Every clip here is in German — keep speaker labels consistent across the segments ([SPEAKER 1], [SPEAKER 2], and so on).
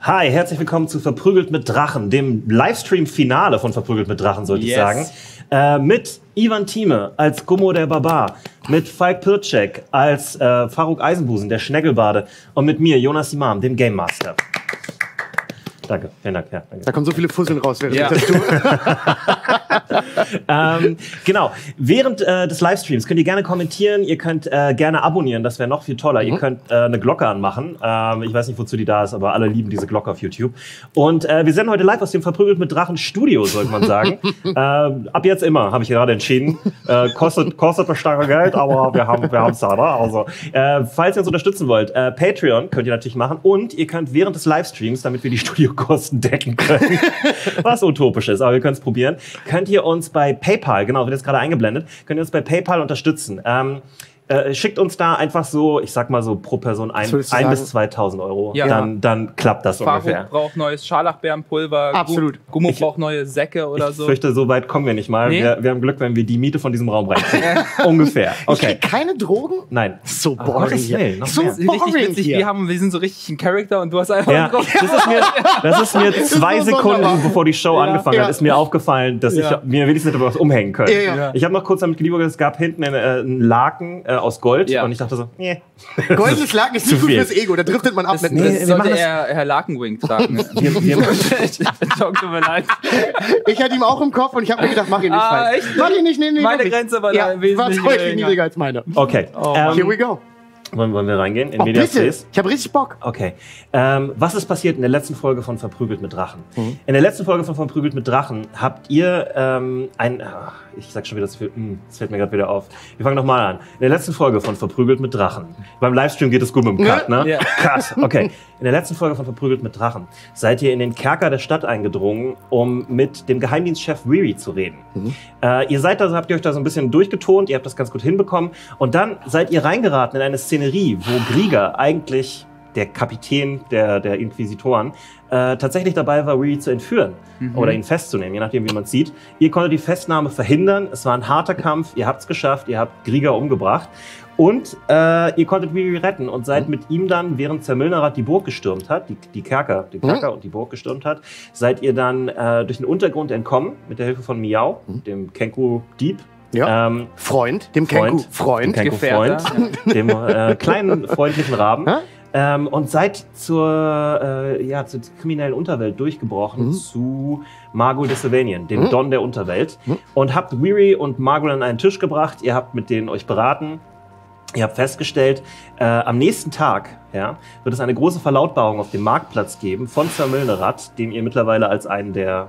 [SPEAKER 1] Hi, herzlich willkommen zu Verprügelt mit Drachen, dem Livestream-Finale von Verprügelt mit Drachen, sollte ich
[SPEAKER 2] Yes.
[SPEAKER 1] sagen. Äh, mit Ivan Thieme als Gummo der Barbar, mit Falk Pircek als äh, Faruk Eisenbusen, der Schneggelbade und mit mir, Jonas Imam, dem Game Master. Danke, vielen Dank. Ja, danke.
[SPEAKER 3] Da kommen so viele Fusseln raus während
[SPEAKER 2] Ja.
[SPEAKER 3] ich das tue.
[SPEAKER 1] ähm, genau. Während äh, des Livestreams könnt ihr gerne kommentieren, ihr könnt äh, gerne abonnieren, das wäre noch viel toller. Ihr könnt äh, eine Glocke anmachen. Ähm, ich weiß nicht, wozu die da ist, aber alle lieben diese Glocke auf YouTube. Und äh, wir senden heute live aus dem Verprügelt mit Drachen Studio, sollte man sagen. äh, ab jetzt immer, habe ich gerade entschieden. Äh, kostet, kostet das starke Geld, aber wir haben wir haben's da. Ne? Also, äh, falls ihr uns unterstützen wollt, äh, Patreon könnt ihr natürlich machen und ihr könnt während des Livestreams, damit wir die Studiokosten decken können, was utopisch ist, aber wir können es probieren. Könnt ihr uns bei PayPal, genau, wird jetzt gerade eingeblendet, könnt ihr uns bei PayPal unterstützen. Ähm, äh, schickt uns da einfach so, ich sag mal so pro Person ein,
[SPEAKER 3] würdest du
[SPEAKER 1] ein bis
[SPEAKER 3] sagen?
[SPEAKER 1] 2000 Euro.
[SPEAKER 2] Ja.
[SPEAKER 1] Dann, dann klappt das ungefähr.
[SPEAKER 2] Faruk braucht neues Scharlachbeerenpulver.
[SPEAKER 3] Absolut.
[SPEAKER 2] Gu- Gummo braucht neue Säcke oder
[SPEAKER 1] Ich
[SPEAKER 2] so.
[SPEAKER 1] fürchte, so weit kommen wir nicht mal.
[SPEAKER 2] Nee?
[SPEAKER 1] Wir, wir haben Glück, wenn wir die Miete von diesem Raum reinziehen. Ungefähr. Okay.
[SPEAKER 3] Ich krieg keine Drogen?
[SPEAKER 1] Nein.
[SPEAKER 3] So
[SPEAKER 1] Ach,
[SPEAKER 3] boring
[SPEAKER 1] Gottes
[SPEAKER 3] hier.
[SPEAKER 1] Willen, noch
[SPEAKER 3] so
[SPEAKER 1] mehr.
[SPEAKER 2] Das ist richtig
[SPEAKER 3] boring
[SPEAKER 2] witzig.
[SPEAKER 3] hier.
[SPEAKER 2] Wir, haben, wir sind so richtig ein Charakter und du hast einfach
[SPEAKER 1] Ja,
[SPEAKER 2] drauf.
[SPEAKER 1] das ist mir, das ist mir zwei
[SPEAKER 3] so wunderbar.
[SPEAKER 1] Sekunden, bevor die Show angefangen
[SPEAKER 3] Ja.
[SPEAKER 1] hat, ist mir aufgefallen, dass
[SPEAKER 2] Ja.
[SPEAKER 1] ich mir wenigstens etwas umhängen könnte.
[SPEAKER 3] Ja, ja.
[SPEAKER 2] Ja.
[SPEAKER 1] Ich habe noch kurz damit geliebäugelt, es gab hinten einen, äh, einen Laken äh, aus Gold
[SPEAKER 2] Ja.
[SPEAKER 1] und ich dachte so, nee.
[SPEAKER 3] Goldenes Laken ist
[SPEAKER 1] Zu
[SPEAKER 3] nicht gut
[SPEAKER 1] viel.
[SPEAKER 3] fürs Ego, da driftet man ab
[SPEAKER 2] Das,
[SPEAKER 3] mit.
[SPEAKER 1] nee, wir
[SPEAKER 2] das sollte
[SPEAKER 1] machen das-
[SPEAKER 2] er Herr Lakenwing tragen.
[SPEAKER 1] Wir, wir,
[SPEAKER 2] Joke, tut mir leid.
[SPEAKER 3] Ich hatte ihn auch im Kopf und ich habe mir gedacht, mach ihn nicht
[SPEAKER 2] Ah,
[SPEAKER 3] falsch.
[SPEAKER 2] echt?
[SPEAKER 3] Mach ihn nicht, nee, nee,
[SPEAKER 2] Meine
[SPEAKER 3] doch nicht.
[SPEAKER 2] Grenze war da
[SPEAKER 3] ja,
[SPEAKER 2] wesentlich
[SPEAKER 3] war
[SPEAKER 2] geringer.
[SPEAKER 3] deutlich niedriger als meine.
[SPEAKER 1] okay.
[SPEAKER 2] Oh, Mann.
[SPEAKER 3] Here we
[SPEAKER 1] ähm,
[SPEAKER 3] go.
[SPEAKER 1] wollen, wollen wir reingehen in
[SPEAKER 3] Oh,
[SPEAKER 1] Media
[SPEAKER 3] bitte.
[SPEAKER 1] Space?
[SPEAKER 3] Ich habe richtig Bock.
[SPEAKER 1] Okay. Ähm, was ist passiert in der letzten Folge von Verprügelt mit Drachen? In der letzten Folge von Verprügelt mit Drachen habt ihr ähm, ein. ah, Ich sag schon wieder, das fällt, mm, das fällt mir gerade wieder auf. Wir fangen nochmal an. In der letzten Folge von Verprügelt mit Drachen. Beim Livestream geht es gut mit dem Cut, ne?
[SPEAKER 2] Ja.
[SPEAKER 1] Cut. Okay. In der letzten Folge von Verprügelt mit Drachen seid ihr in den Kerker der Stadt eingedrungen, um mit dem Geheimdienstchef Weary zu reden. Äh, ihr seid da, habt ihr euch da so ein bisschen durchgetont, ihr habt das ganz gut hinbekommen. Und dann seid ihr reingeraten in eine Szenerie, wo Grieger eigentlich der Kapitän der, der Inquisitoren äh, tatsächlich dabei war, Weary zu entführen oder ihn festzunehmen, je nachdem, wie man sieht. Ihr konntet die Festnahme verhindern. Es war ein harter Kampf. Ihr habt es geschafft. Ihr habt Grieger umgebracht. Und äh, ihr konntet Weary retten und seid mit ihm dann, während Zermüllnerath die Burg gestürmt hat, die, die Kerker, die Kerker und die Burg gestürmt hat, seid ihr dann äh, durch den Untergrund entkommen mit der Hilfe von Miau, dem Kenku-Dieb.
[SPEAKER 3] Ja.
[SPEAKER 1] Ähm,
[SPEAKER 3] Freund, dem
[SPEAKER 1] Freund.
[SPEAKER 3] Kenku. Freund.
[SPEAKER 1] Kenku
[SPEAKER 2] Gefährder.
[SPEAKER 1] Freund, dem äh, kleinen freundlichen Raben.
[SPEAKER 3] Hä?
[SPEAKER 1] Ähm, und seid zur, äh, ja, zur kriminellen Unterwelt durchgebrochen
[SPEAKER 3] Mhm.
[SPEAKER 1] zu Margot de Sylvanian, dem Don der Unterwelt.
[SPEAKER 3] Mhm.
[SPEAKER 1] Und habt Weary und Margot an einen Tisch gebracht. Ihr habt mit denen euch beraten. Ihr habt festgestellt, äh, am nächsten Tag ja, wird es eine große Verlautbarung auf dem Marktplatz geben von Zermüllnerath, dem ihr mittlerweile als einen der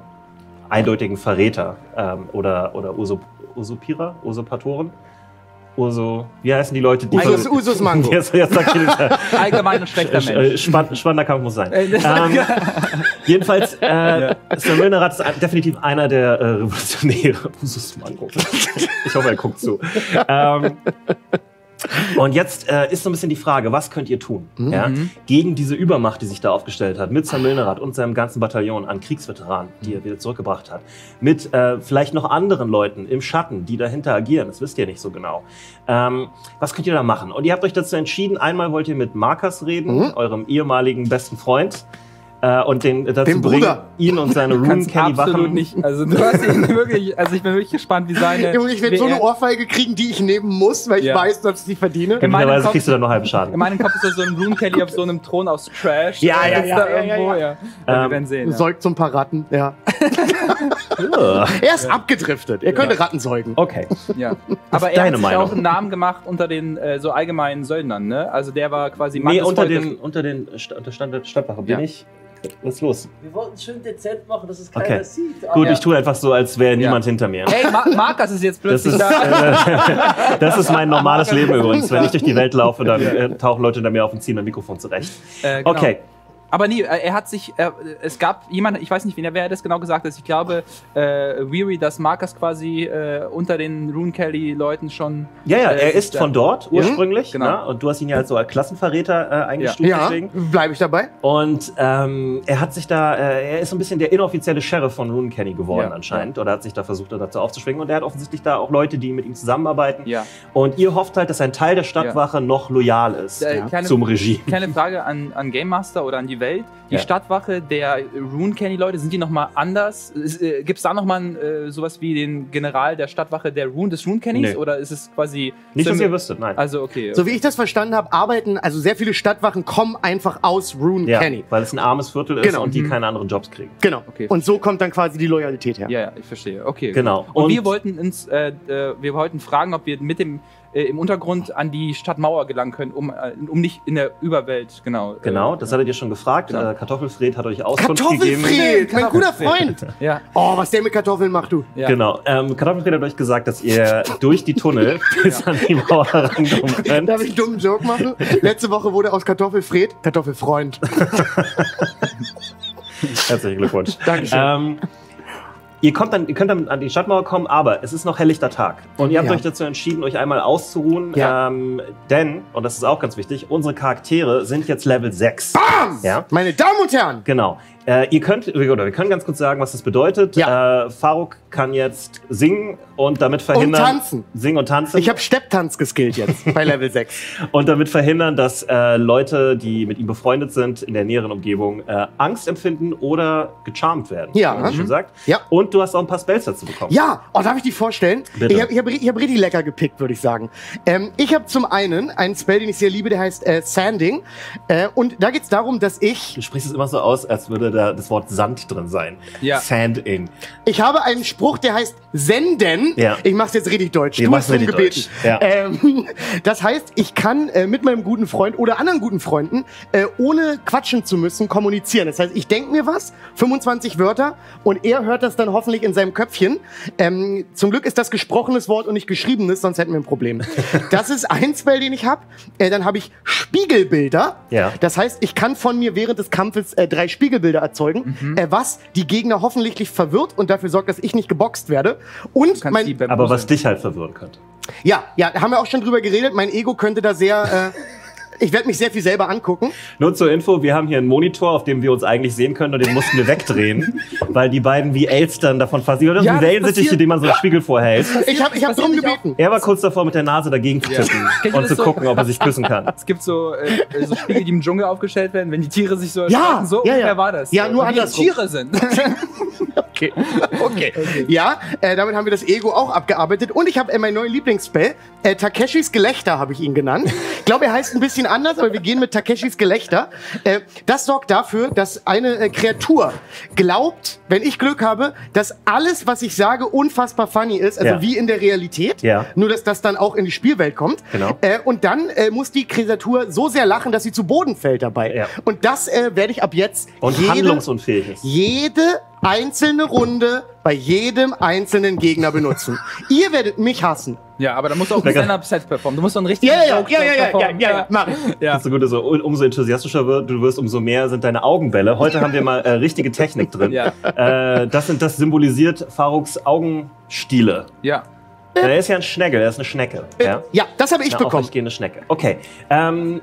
[SPEAKER 1] eindeutigen Verräter ähm, oder, oder Usurp Usurpierer, Usurpatoren, Uso, wie heißen die Leute, die
[SPEAKER 3] Usus,
[SPEAKER 1] von-
[SPEAKER 3] Usus Mango.
[SPEAKER 1] Jetzt, jetzt sagt ihr-
[SPEAKER 2] Allgemein ein schlechter
[SPEAKER 1] Äh, Sch- äh,
[SPEAKER 2] Mensch.
[SPEAKER 1] spann spannender Kampf muss sein.
[SPEAKER 2] Äh, das-
[SPEAKER 1] Ähm, jedenfalls, äh, Sir Milnerat ist definitiv einer der äh, Revolutionäre. Usus Mango. Ich hoffe, er guckt zu. Ähm, und jetzt äh, ist so ein bisschen die Frage, was könnt ihr tun
[SPEAKER 2] Mhm.
[SPEAKER 1] ja, gegen diese Übermacht, die sich da aufgestellt hat, mit Sir Milnerat und seinem ganzen Bataillon an Kriegsveteranen,
[SPEAKER 2] Mhm.
[SPEAKER 1] die er wieder zurückgebracht hat, mit äh, vielleicht noch anderen Leuten im Schatten, die dahinter agieren, das wisst ihr nicht so genau. Ähm, was könnt ihr da machen? Und ihr habt euch dazu entschieden, einmal wollt ihr mit Markus
[SPEAKER 2] Mhm.
[SPEAKER 1] reden, eurem ehemaligen besten Freund, äh, und den dazu
[SPEAKER 3] Dem
[SPEAKER 1] bringen,
[SPEAKER 3] Bruder.
[SPEAKER 1] ihn und seine
[SPEAKER 2] Du kannst absolut
[SPEAKER 1] Rune-Candy-Wachen
[SPEAKER 2] nicht. Also du hast ihn wirklich. Also ich bin wirklich gespannt, wie seine.
[SPEAKER 3] Junge, ich werde so
[SPEAKER 2] wie
[SPEAKER 3] eine
[SPEAKER 2] er-
[SPEAKER 3] Ohrfeige kriegen, die ich nehmen muss, weil ich
[SPEAKER 2] Ja.
[SPEAKER 3] weiß, dass ich sie verdiene.
[SPEAKER 2] In meinem
[SPEAKER 1] Mittlerweile
[SPEAKER 2] Kopf-
[SPEAKER 1] kriegst du dann nur halben
[SPEAKER 2] In
[SPEAKER 1] Schaden.
[SPEAKER 2] meinem Kopf ist er so ein Rune Kelly auf so einem Thron aus Trash.
[SPEAKER 1] Ja,
[SPEAKER 2] Der
[SPEAKER 1] ja,
[SPEAKER 2] sitzt
[SPEAKER 1] ja,
[SPEAKER 2] da
[SPEAKER 3] ja, ja,
[SPEAKER 2] irgendwo,
[SPEAKER 3] ja.
[SPEAKER 2] ja. Ja,
[SPEAKER 1] Ähm,
[SPEAKER 2] Wir werden sehen. Ja.
[SPEAKER 3] Säugt so ein paar Ratten, ja.
[SPEAKER 1] Ugh.
[SPEAKER 3] Er ist abgedriftet. Er könnte Ratten säugen.
[SPEAKER 1] Okay.
[SPEAKER 2] Ja. Aber er
[SPEAKER 1] deine
[SPEAKER 2] hat sich
[SPEAKER 1] Meinung.
[SPEAKER 2] auch einen Namen gemacht unter den äh, so allgemeinen Söldnern, ne? Also der war quasi Mann
[SPEAKER 1] nee,
[SPEAKER 2] des
[SPEAKER 1] unter
[SPEAKER 2] Volkes.
[SPEAKER 1] den, unter den Sta- unter Standard Stadtwache bin
[SPEAKER 2] Ja.
[SPEAKER 1] ich. Was ist los?
[SPEAKER 4] Wir wollten schön dezent machen, dass es
[SPEAKER 1] Okay.
[SPEAKER 4] keiner sieht.
[SPEAKER 1] Gut,
[SPEAKER 4] aber-
[SPEAKER 1] ich tue einfach so, als wäre
[SPEAKER 2] Ja.
[SPEAKER 1] niemand hinter mir.
[SPEAKER 2] Hey, Ma Markus ist jetzt
[SPEAKER 1] Das
[SPEAKER 2] plötzlich
[SPEAKER 1] ist,
[SPEAKER 2] da.
[SPEAKER 1] äh, das ist mein normales Leben übrigens. Wenn ich durch die Welt laufe, dann äh, tauchen Leute hinter mir auf und ziehen mein Mikrofon zurecht.
[SPEAKER 2] Äh, genau.
[SPEAKER 1] Okay,
[SPEAKER 2] Aber nee, äh, er hat sich, er, es gab jemand, ich weiß nicht, wen, wer das genau gesagt hat. Ich glaube, äh, Weary, dass Markus quasi äh, unter den Rune Kelly Leuten schon.
[SPEAKER 1] ja, ja,
[SPEAKER 2] äh,
[SPEAKER 1] er ist
[SPEAKER 2] da.
[SPEAKER 1] von dort ursprünglich.
[SPEAKER 2] Genau.
[SPEAKER 1] ne? Und du hast ihn ja als so als Klassenverräter äh, eingestuft.
[SPEAKER 3] Ja,
[SPEAKER 1] Deswegen.
[SPEAKER 3] bleibe ich dabei.
[SPEAKER 1] Und ähm, er hat sich da, äh, er ist so ein bisschen der inoffizielle Sheriff von Runenkenny geworden
[SPEAKER 2] Ja.
[SPEAKER 1] anscheinend. Oder hat sich da versucht, dazu aufzuschwingen. Und er hat offensichtlich da auch Leute, die mit ihm zusammenarbeiten.
[SPEAKER 2] Ja.
[SPEAKER 1] Und ihr hofft halt, dass ein Teil der Stadtwache noch loyal ist
[SPEAKER 2] Äh,
[SPEAKER 1] ja.
[SPEAKER 2] kleine-
[SPEAKER 1] zum Regime.
[SPEAKER 2] Kleine Frage an, an Game Master oder an die Welt. Die
[SPEAKER 1] Ja.
[SPEAKER 2] Stadtwache der Rune-Candy-Leute, sind die nochmal anders? Ist, Äh, Gibt es da nochmal äh, sowas wie den General der Stadtwache der Rune, des Rune-Cannys?
[SPEAKER 1] Nee.
[SPEAKER 2] Oder ist es quasi.
[SPEAKER 1] Nicht, dass
[SPEAKER 2] Sim-
[SPEAKER 1] ihr wüsstet, nein.
[SPEAKER 2] Also, okay.
[SPEAKER 3] So wie ich das verstanden habe, arbeiten, also sehr viele Stadtwachen kommen einfach aus Rune
[SPEAKER 1] ja,
[SPEAKER 3] Kenny.
[SPEAKER 1] weil es ein armes Viertel ist
[SPEAKER 3] Genau.
[SPEAKER 1] und die
[SPEAKER 2] Mhm.
[SPEAKER 1] keine anderen Jobs kriegen.
[SPEAKER 3] Genau.
[SPEAKER 2] Okay.
[SPEAKER 3] Und so kommt dann quasi die Loyalität her.
[SPEAKER 2] ja, ja, ich verstehe. Okay.
[SPEAKER 1] Genau.
[SPEAKER 2] Und, wir wollten uns, äh, äh, wir wollten fragen, ob wir mit dem äh, im Untergrund an die Stadtmauer gelangen können, um, äh, um nicht in der Überwelt, genau.
[SPEAKER 1] Genau, das hattet ihr schon gefragt.
[SPEAKER 2] Genau.
[SPEAKER 1] Äh, Kartoffelfred hat euch Auskunft gegeben.
[SPEAKER 3] Kartoffelfred, mein guter Freund.
[SPEAKER 2] Äh, ja,
[SPEAKER 3] Oh, was der mit Kartoffeln macht, du.
[SPEAKER 2] ja.
[SPEAKER 1] Genau. Ähm, Kartoffelfred hat euch gesagt, dass ihr durch die Tunnel bis an die Mauer rankommen könnt.
[SPEAKER 3] Darf ich einen dummen Joke machen? Letzte Woche wurde aus Kartoffelfred Kartoffelfreund.
[SPEAKER 1] Herzlichen Glückwunsch.
[SPEAKER 3] Dankeschön.
[SPEAKER 1] Ähm, ihr, kommt dann, ihr könnt dann an die Stadtmauer kommen, aber es ist noch helllichter Tag. Und ihr habt
[SPEAKER 3] Ja.
[SPEAKER 1] euch dazu entschieden, euch einmal auszuruhen.
[SPEAKER 3] Ja.
[SPEAKER 1] Ähm, denn, und das ist auch ganz wichtig, unsere Charaktere sind jetzt Level 6. Ja.
[SPEAKER 3] Meine Damen und Herren,
[SPEAKER 1] Genau. Äh, ihr könnt, oder wir können ganz kurz sagen, was das bedeutet. Äh, Faruk kann jetzt singen und damit verhindern.
[SPEAKER 3] Und tanzen.
[SPEAKER 1] Singen und tanzen.
[SPEAKER 3] ich habe Stepptanz geskillt jetzt bei Level 6.
[SPEAKER 1] und damit verhindern, dass äh, Leute, die mit ihm befreundet sind, in der näheren Umgebung äh, Angst empfinden oder gecharmt werden.
[SPEAKER 3] Ja.
[SPEAKER 1] wie man so schön
[SPEAKER 3] Mhm.
[SPEAKER 1] sagt.
[SPEAKER 3] Ja.
[SPEAKER 1] Und du hast auch ein paar Spells dazu bekommen.
[SPEAKER 3] Ja, oh, darf ich die vorstellen?
[SPEAKER 1] Bitte.
[SPEAKER 3] Ich habe ich hab, ich hab richtig lecker gepickt, würde ich sagen. Ähm, ich habe zum einen einen Spell, den ich sehr liebe, der heißt äh, Sanding. Äh, und da geht es darum, dass ich,
[SPEAKER 1] Du sprichst es immer so aus, als würde da das Wort Sand drin sein.
[SPEAKER 2] Ja.
[SPEAKER 1] Sand in.
[SPEAKER 3] ich habe einen Spruch, der heißt Senden.
[SPEAKER 1] Ja.
[SPEAKER 3] Ich mache es jetzt richtig deutsch.
[SPEAKER 1] Wir
[SPEAKER 3] du
[SPEAKER 1] machen's
[SPEAKER 3] hast drum
[SPEAKER 1] richtig
[SPEAKER 3] gebeten.
[SPEAKER 1] deutsch. Ja.
[SPEAKER 3] Ähm, das heißt, ich kann äh, mit meinem guten Freund oder anderen guten Freunden, äh, ohne quatschen zu müssen, kommunizieren. Das heißt, ich denke mir was, 25 Wörter, und er hört das dann hoffentlich in seinem Köpfchen. Ähm, zum Glück ist das gesprochenes Wort und nicht geschriebenes, sonst hätten wir ein Problem. das ist ein Spell, den ich habe. Äh, dann habe ich Spiegelbilder.
[SPEAKER 1] Ja.
[SPEAKER 3] Das heißt, ich kann von mir während des Kampfes äh, drei Spiegelbilder erzeugen,
[SPEAKER 2] Mhm.
[SPEAKER 3] äh, was die Gegner hoffentlich verwirrt und dafür sorgt, dass ich nicht geboxt werde. Und
[SPEAKER 2] Kannst die
[SPEAKER 3] mein,
[SPEAKER 1] Aber was
[SPEAKER 2] bambuseln.
[SPEAKER 1] dich halt verwirren könnte.
[SPEAKER 3] ja, ja, haben wir auch schon drüber geredet. Mein Ego könnte da sehr. Äh, ich werde mich sehr viel selber angucken.
[SPEAKER 1] Nur zur Info, wir haben hier einen Monitor, auf dem wir uns eigentlich sehen können und den mussten wir wegdrehen, weil die beiden wie Elstern davon fasziniert. Das
[SPEAKER 2] Ja,
[SPEAKER 1] sind
[SPEAKER 2] das
[SPEAKER 1] Wellensittiche,
[SPEAKER 2] passiert.
[SPEAKER 1] denen man so einen Spiegel vorhält.
[SPEAKER 3] Ich habe ich hab
[SPEAKER 2] passiert
[SPEAKER 3] drum
[SPEAKER 2] nicht auch-
[SPEAKER 3] gebeten.
[SPEAKER 1] Er war kurz davor, mit der Nase dagegen zu tippen
[SPEAKER 2] Kennt ihr
[SPEAKER 1] und
[SPEAKER 2] das
[SPEAKER 1] zu
[SPEAKER 2] so?
[SPEAKER 1] gucken, ob er sich küssen kann.
[SPEAKER 2] Es gibt so, äh, äh, so Spiegel, die im Dschungel aufgestellt werden, wenn die Tiere sich so
[SPEAKER 3] Ja,
[SPEAKER 2] erschrecken, so
[SPEAKER 3] ja, ja.
[SPEAKER 2] ungefähr war das.
[SPEAKER 3] Ja, nur
[SPEAKER 2] Wenn die
[SPEAKER 3] andersrum.
[SPEAKER 2] Tiere sind.
[SPEAKER 3] Okay. okay. Ja, äh, damit haben wir das Ego auch abgearbeitet. Und ich habe äh, meinen neuen Lieblingsspell, äh, Takeshis Gelächter, habe ich ihn genannt. Ich glaube, er heißt ein bisschen anders, aber wir gehen mit Takeshis Gelächter. Äh, das sorgt dafür, dass eine äh, Kreatur glaubt, wenn ich Glück habe, dass alles, was ich sage, unfassbar funny ist. Also
[SPEAKER 1] Ja.
[SPEAKER 3] wie in der Realität.
[SPEAKER 1] Ja.
[SPEAKER 3] Nur, dass das dann auch in die Spielwelt kommt.
[SPEAKER 1] Genau.
[SPEAKER 3] Äh, und dann äh, muss die Kreatur so sehr lachen, dass sie zu Boden fällt dabei.
[SPEAKER 1] Ja.
[SPEAKER 3] Und das äh, werde ich ab jetzt
[SPEAKER 1] Und
[SPEAKER 3] jede-
[SPEAKER 1] handlungsunfähig ist.
[SPEAKER 3] jede einzelne Runde bei jedem einzelnen Gegner benutzen. Ihr werdet mich hassen.
[SPEAKER 2] ja, aber da musst du auch ein Stand-Up-Set performen. Du musst so einen richtigen
[SPEAKER 3] Ja, ja,
[SPEAKER 2] Stand-Up-Set
[SPEAKER 3] ja, ja, ja, ja,
[SPEAKER 2] performen.
[SPEAKER 3] ja, ja, mach ich.
[SPEAKER 2] Ja.
[SPEAKER 1] Desto gut, so, um- umso enthusiastischer wird, du wirst, umso mehr sind deine Augenbälle. Heute haben wir mal äh, richtige Technik drin.
[SPEAKER 2] Ja.
[SPEAKER 1] Äh, das, sind, das symbolisiert Faruks Augenstiele.
[SPEAKER 2] ja.
[SPEAKER 1] Er ist ja ein Schneckel, er ist eine Schnecke.
[SPEAKER 2] Äh,
[SPEAKER 1] Ja?
[SPEAKER 3] Ja, das habe ich
[SPEAKER 1] Eine
[SPEAKER 3] bekommen.
[SPEAKER 1] aufrechtgehende Schnecke. Okay. Ähm,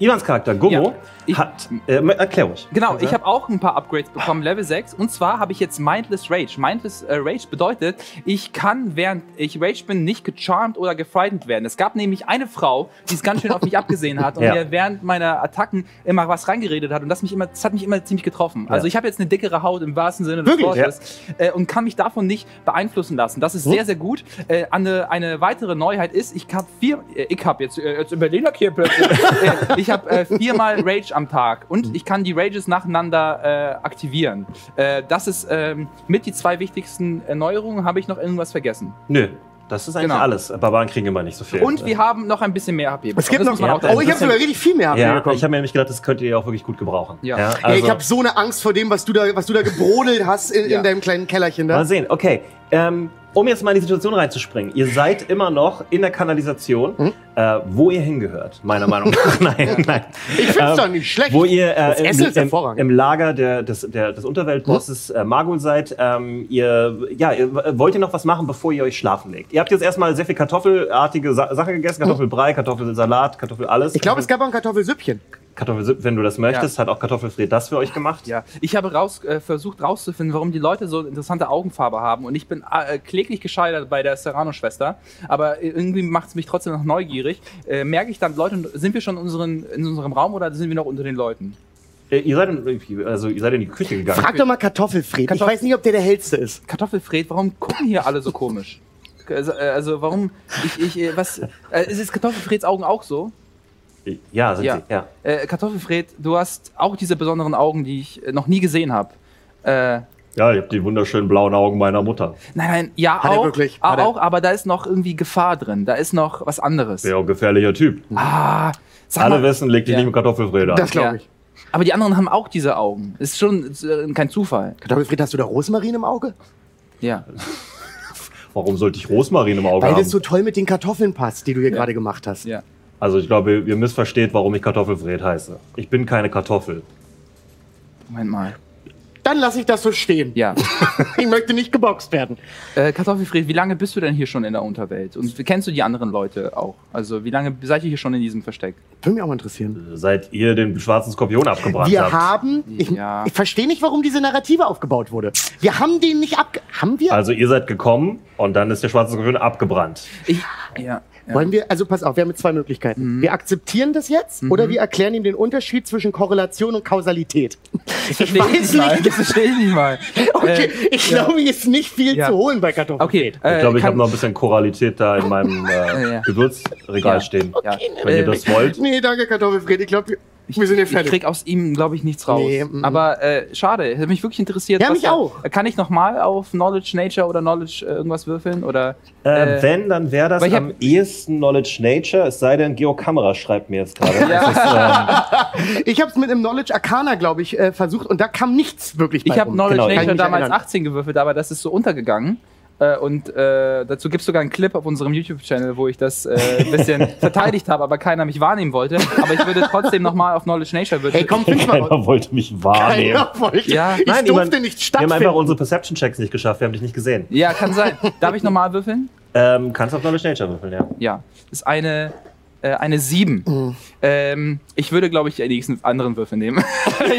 [SPEAKER 1] Ilans Charakter, Gummo,
[SPEAKER 2] Ja, ich-
[SPEAKER 1] hat. Äh, erklär ruhig.
[SPEAKER 2] Genau,
[SPEAKER 1] Also?
[SPEAKER 2] ich habe auch ein paar Upgrades bekommen, Level 6. Und zwar habe ich jetzt Mindless Rage. Mindless äh, Rage bedeutet, ich kann, während ich Rage bin, nicht gecharmt oder gefrightened werden. Es gab nämlich eine Frau, die es ganz schön auf mich abgesehen hat und
[SPEAKER 1] Ja.
[SPEAKER 2] mir während meiner Attacken immer was reingeredet hat. Und das, mich immer, das hat mich immer ziemlich getroffen. Also
[SPEAKER 1] Ja.
[SPEAKER 2] ich habe jetzt eine dickere Haut im wahrsten Sinne des
[SPEAKER 3] Wirklich?
[SPEAKER 2] Wortes äh, und kann mich davon nicht beeinflussen lassen. Das ist
[SPEAKER 3] Hm?
[SPEAKER 2] sehr, sehr gut. Äh, eine, eine weitere Neuheit ist, ich habe vier, äh, ich habe jetzt, äh, jetzt in Berliner hier plötzlich, äh, ich habe äh, viermal Rage am Tag
[SPEAKER 3] Hm.
[SPEAKER 2] und ich kann die Rages nacheinander äh, aktivieren. Äh, das ist ähm, mit die zwei wichtigsten äh, Neuerungen. Habe ich noch irgendwas vergessen?
[SPEAKER 1] Nö, das ist eigentlich
[SPEAKER 2] Genau.
[SPEAKER 1] alles. Barbaren kriegen immer nicht so viel.
[SPEAKER 2] Und wir haben noch ein bisschen mehr HP.
[SPEAKER 3] Es gibt
[SPEAKER 2] Das
[SPEAKER 3] noch.
[SPEAKER 2] muss man auch
[SPEAKER 1] Ja,
[SPEAKER 3] Oh, ich habe sogar richtig viel mehr.
[SPEAKER 1] ja,
[SPEAKER 3] Ja,
[SPEAKER 1] ich habe mir nämlich gedacht, das könntet ihr auch wirklich gut gebrauchen.
[SPEAKER 2] Ja. Ja,
[SPEAKER 1] also,
[SPEAKER 3] ich habe so eine Angst vor dem, was du da, was du da gebrodelt hast in,
[SPEAKER 2] Ja.
[SPEAKER 3] in deinem kleinen Kellerchen da.
[SPEAKER 1] Mal sehen. Okay. Ähm, um jetzt mal in die Situation reinzuspringen. Ihr seid immer noch in der Kanalisation,
[SPEAKER 3] Hm?
[SPEAKER 1] äh, wo ihr hingehört, meiner Meinung nach. nein, nein. Ähm,
[SPEAKER 3] Ich finde es doch nicht schlecht.
[SPEAKER 1] Wo ihr
[SPEAKER 3] Das
[SPEAKER 1] äh,
[SPEAKER 3] Essen
[SPEAKER 1] im,
[SPEAKER 3] ist
[SPEAKER 1] im,
[SPEAKER 3] hervorragend. Hm?
[SPEAKER 1] im Lager der, des, der, des Unterweltbosses äh, Margul seid. Ähm, ihr, ja, ihr, wollt ihr noch was machen, bevor ihr euch schlafen legt? Ihr habt jetzt erstmal sehr viel kartoffelartige Sa Sachen gegessen. Kartoffelbrei, Kartoffelsalat, Kartoffel alles.
[SPEAKER 3] Hm? Ich glaube, es gab auch ein Kartoffelsüppchen.
[SPEAKER 1] Kartoffelsuppe, wenn du das möchtest, hat auch Kartoffelfred das für euch gemacht.
[SPEAKER 2] Ja, ich habe raus, äh, versucht rauszufinden, warum die Leute so eine interessante Augenfarbe haben. Und ich bin äh, kläglich gescheitert bei der Serrano-Schwester. Aber äh, irgendwie macht es mich trotzdem noch neugierig. Äh, merke ich dann, Leute, sind wir schon in, unseren, in unserem Raum oder sind wir noch unter den Leuten?
[SPEAKER 1] Äh, ihr, seid in, also, ihr seid in die Küche gegangen.
[SPEAKER 3] Frag doch mal Kartoffelfred.
[SPEAKER 2] Kartoffel-
[SPEAKER 3] ich weiß nicht, ob der der hellste ist.
[SPEAKER 2] Kartoffelfred, warum gucken hier alle so komisch? Also, äh, also warum? Ich, ich, äh, was? Äh, ist es Kartoffelfreds Augen auch so?
[SPEAKER 1] ja, sind
[SPEAKER 2] Ja.
[SPEAKER 1] sie. Ja.
[SPEAKER 2] Äh, Kartoffelfred, du hast auch diese besonderen Augen, die ich äh, noch nie gesehen habe. Äh,
[SPEAKER 1] ja, ihr habt die wunderschönen blauen Augen meiner Mutter.
[SPEAKER 2] Nein, nein, ja
[SPEAKER 3] Hat er
[SPEAKER 2] auch,
[SPEAKER 3] wirklich?
[SPEAKER 2] ah,
[SPEAKER 3] Hat er.
[SPEAKER 2] auch, aber da ist noch irgendwie Gefahr drin. Da ist noch was anderes.
[SPEAKER 1] Wäre auch ein gefährlicher Typ.
[SPEAKER 2] Ah, sag
[SPEAKER 1] Alle
[SPEAKER 2] mal,
[SPEAKER 1] wissen, leg dich
[SPEAKER 2] Ja.
[SPEAKER 1] nicht mit Kartoffelfred an.
[SPEAKER 3] Das glaube
[SPEAKER 2] Ja.
[SPEAKER 3] ich.
[SPEAKER 2] aber die anderen haben auch diese Augen. Ist schon äh, kein Zufall.
[SPEAKER 3] Kartoffelfred, hast du da Rosmarin im Auge?
[SPEAKER 2] Ja.
[SPEAKER 1] Warum sollte ich Rosmarin im Auge
[SPEAKER 3] Weil
[SPEAKER 1] haben?
[SPEAKER 3] das so toll mit den Kartoffeln passt, die du hier gerade gemacht hast.
[SPEAKER 2] ja.
[SPEAKER 1] also ich glaube, ihr missversteht, warum ich Kartoffelfred heiße. Ich bin keine Kartoffel.
[SPEAKER 2] Moment mal.
[SPEAKER 3] Dann lasse ich das so stehen.
[SPEAKER 2] Ja.
[SPEAKER 3] Ich möchte nicht geboxt werden.
[SPEAKER 2] äh, Kartoffelfred, wie lange bist du denn hier schon in der Unterwelt? Und kennst du die anderen Leute auch? Also, wie lange seid ihr hier schon in diesem Versteck?
[SPEAKER 3] Würde mich auch mal interessieren.
[SPEAKER 1] Seit ihr den schwarzen Skorpion abgebrannt
[SPEAKER 3] Wir
[SPEAKER 1] habt.
[SPEAKER 3] haben. Ich,
[SPEAKER 2] Ja.
[SPEAKER 3] ich verstehe nicht, warum diese Narrative aufgebaut wurde. Wir haben den nicht abge. Haben wir?
[SPEAKER 1] also ihr seid gekommen und dann ist der schwarze Skorpion abgebrannt.
[SPEAKER 2] Ich, ja. ja. Mhm.
[SPEAKER 3] Wollen wir, also pass auf, wir haben jetzt zwei Möglichkeiten. Wir akzeptieren das jetzt oder wir erklären ihm den Unterschied zwischen Korrelation und Kausalität. Ich
[SPEAKER 2] Versteh
[SPEAKER 3] weiß
[SPEAKER 2] mal.
[SPEAKER 3] nicht.
[SPEAKER 2] Das verstehe ich nicht mal.
[SPEAKER 3] Okay,
[SPEAKER 2] Äh,
[SPEAKER 3] ich glaube, hier ist nicht viel
[SPEAKER 2] Ja.
[SPEAKER 3] zu holen bei Kartoffeln.
[SPEAKER 2] okay.
[SPEAKER 1] Ich
[SPEAKER 2] äh,
[SPEAKER 1] glaube, ich
[SPEAKER 2] kann-
[SPEAKER 1] habe noch ein bisschen Choralität da in meinem äh,
[SPEAKER 2] ja.
[SPEAKER 1] Gewürzregal
[SPEAKER 2] Ja.
[SPEAKER 1] stehen.
[SPEAKER 2] Ja.
[SPEAKER 1] Wenn ihr
[SPEAKER 2] Äh,
[SPEAKER 1] das wollt.
[SPEAKER 3] Nee, danke, Kartoffelfred. Ich glaube, wir, wir sind hier
[SPEAKER 2] Ich
[SPEAKER 3] fertig.
[SPEAKER 2] krieg aus ihm, glaube ich, nichts raus.
[SPEAKER 3] Nee, mm.
[SPEAKER 2] Aber äh, schade, hätte mich wirklich interessiert.
[SPEAKER 3] Ja,
[SPEAKER 2] was
[SPEAKER 3] mich
[SPEAKER 2] da-
[SPEAKER 3] auch.
[SPEAKER 2] Kann ich nochmal auf Knowledge Nature oder Knowledge äh, irgendwas würfeln? Oder
[SPEAKER 1] Äh,
[SPEAKER 2] Äh,
[SPEAKER 1] wenn, dann wäre das
[SPEAKER 2] weil ich hab-
[SPEAKER 1] am ehesten Knowledge Nature, es sei denn, Geo Kamera schreibt mir jetzt gerade. Das ist, ähm,
[SPEAKER 3] Ich habe es mit einem Knowledge Arcana, glaube ich, äh, versucht und da kam nichts wirklich bei
[SPEAKER 2] ich habe
[SPEAKER 3] rum.
[SPEAKER 2] Knowledge
[SPEAKER 1] Genau, kann ich
[SPEAKER 2] Nature
[SPEAKER 3] mich
[SPEAKER 2] damals
[SPEAKER 3] erinnern.
[SPEAKER 2] 18 gewürfelt, aber das ist so untergegangen. Äh, und äh, dazu gibt es sogar einen Clip auf unserem YouTube-Channel, wo ich das äh, ein bisschen verteidigt habe, aber keiner mich wahrnehmen wollte. Aber ich würde trotzdem nochmal auf Knowledge Nature würfeln.
[SPEAKER 3] Hey, komm, fünf mal.
[SPEAKER 1] keiner wollte mich wahrnehmen.
[SPEAKER 3] Keiner wollte.
[SPEAKER 2] Ja.
[SPEAKER 3] ich
[SPEAKER 1] Nein,
[SPEAKER 3] durfte
[SPEAKER 1] jemand-
[SPEAKER 3] nicht
[SPEAKER 1] Wir haben einfach
[SPEAKER 3] stattfinden.
[SPEAKER 1] unsere Perception-Checks nicht geschafft, wir haben dich nicht gesehen.
[SPEAKER 2] Ja, kann sein. Darf ich nochmal würfeln?
[SPEAKER 1] Ähm, kannst auf Knowledge Nature würfeln, ja.
[SPEAKER 2] Ja. Ist eine, äh, eine 7.
[SPEAKER 3] Mhm.
[SPEAKER 2] Ähm, ich würde, glaube ich, die nächsten anderen Würfel nehmen.
[SPEAKER 3] Nein, nein,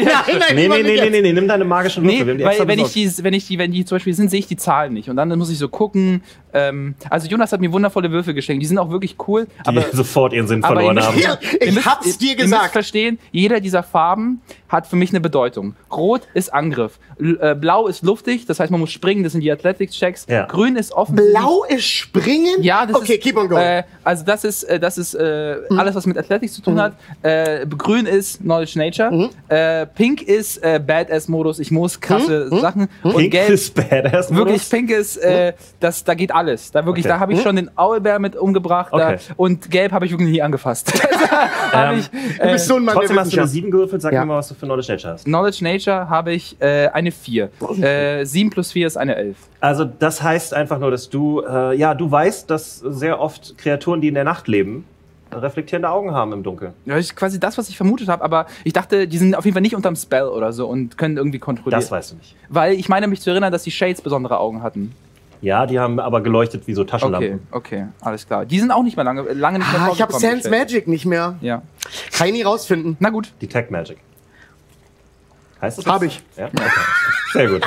[SPEAKER 1] Nee,
[SPEAKER 3] lieber
[SPEAKER 1] nee,
[SPEAKER 3] nicht
[SPEAKER 1] nee,
[SPEAKER 3] jetzt.
[SPEAKER 1] nee, nee, nimm deine magischen Würfel.
[SPEAKER 2] Nee,
[SPEAKER 1] wir haben die extra
[SPEAKER 2] weil wenn ich,
[SPEAKER 1] besorgt.
[SPEAKER 2] die, wenn ich die, wenn die zum Beispiel sind, sehe ich die Zahlen nicht. Und dann muss ich so gucken. Ähm, also Jonas hat mir wundervolle Würfel geschenkt. Die sind auch wirklich cool. Aber,
[SPEAKER 1] die sofort ihren Sinn
[SPEAKER 2] aber
[SPEAKER 1] verloren
[SPEAKER 2] ihr
[SPEAKER 1] haben.
[SPEAKER 2] müsst-
[SPEAKER 3] haben. Ich
[SPEAKER 2] ihr müsst-
[SPEAKER 3] hab's
[SPEAKER 2] ihr-
[SPEAKER 3] dir
[SPEAKER 2] Ihr
[SPEAKER 3] gesagt.
[SPEAKER 2] müsst verstehen, jeder dieser Farben hat für mich eine Bedeutung. Rot ist Angriff. L äh, Blau ist luftig, das heißt, man muss springen. Das sind die Athletics-Checks.
[SPEAKER 1] Ja.
[SPEAKER 2] Grün ist offen.
[SPEAKER 3] Blau ist Springen?
[SPEAKER 2] Ja, das
[SPEAKER 3] okay,
[SPEAKER 2] ist,
[SPEAKER 3] keep on going. Hm.
[SPEAKER 2] Äh, also das ist, äh, das ist äh, alles, was mit Athletics zu tun hat. Äh, grün ist Knowledge Nature.
[SPEAKER 3] Hm.
[SPEAKER 2] Äh, pink ist äh, Badass-Modus. Ich muss krasse
[SPEAKER 3] Hm.
[SPEAKER 2] Sachen. Und
[SPEAKER 1] Pink
[SPEAKER 2] gelb
[SPEAKER 1] ist badass.
[SPEAKER 2] wirklich pink ist,
[SPEAKER 3] Hm.
[SPEAKER 2] äh, das, da geht alles. Da wirklich,
[SPEAKER 1] Okay.
[SPEAKER 2] da habe ich schon den Aulbär mit umgebracht.
[SPEAKER 1] Okay.
[SPEAKER 2] Da, und gelb habe ich wirklich nie angefasst. Also Hab ich,
[SPEAKER 3] du
[SPEAKER 2] äh,
[SPEAKER 3] bist so ein Mann
[SPEAKER 1] Ähm, Trotzdem
[SPEAKER 3] der
[SPEAKER 1] hast du eine
[SPEAKER 3] Wissenschaft.
[SPEAKER 1] 7 gewürfelt, sag
[SPEAKER 3] Ja.
[SPEAKER 1] mir mal, was du für Knowledge Nature hast.
[SPEAKER 2] Knowledge Nature habe ich äh, eine 4. Äh, 7 plus 4 ist eine 11.
[SPEAKER 1] Also das heißt einfach nur, dass du, äh, ja, du weißt, dass sehr oft Kreaturen, die in der Nacht leben, reflektierende Augen haben im Dunkeln.
[SPEAKER 2] Ja, Das ist quasi das, was ich vermutet habe, aber ich dachte, die sind auf jeden Fall nicht unterm Spell oder so und können irgendwie kontrollieren.
[SPEAKER 1] Das weißt du nicht.
[SPEAKER 2] Weil ich meine mich zu erinnern, dass die Shades besondere Augen hatten.
[SPEAKER 1] Ja, die haben aber geleuchtet wie so Taschenlampen.
[SPEAKER 2] Okay, okay, alles klar. Die sind auch nicht mehr lange, lange nicht mehr
[SPEAKER 3] Ah, ich habe
[SPEAKER 2] vorgekommen,
[SPEAKER 3] Sans Magic nicht mehr.
[SPEAKER 2] die Shades. Ja.
[SPEAKER 3] Kann ich nie rausfinden.
[SPEAKER 2] Na gut.
[SPEAKER 1] Detect Magic. Heißt das?
[SPEAKER 3] Hab
[SPEAKER 1] das?
[SPEAKER 3] ich.
[SPEAKER 1] Ja? Okay. Sehr gut.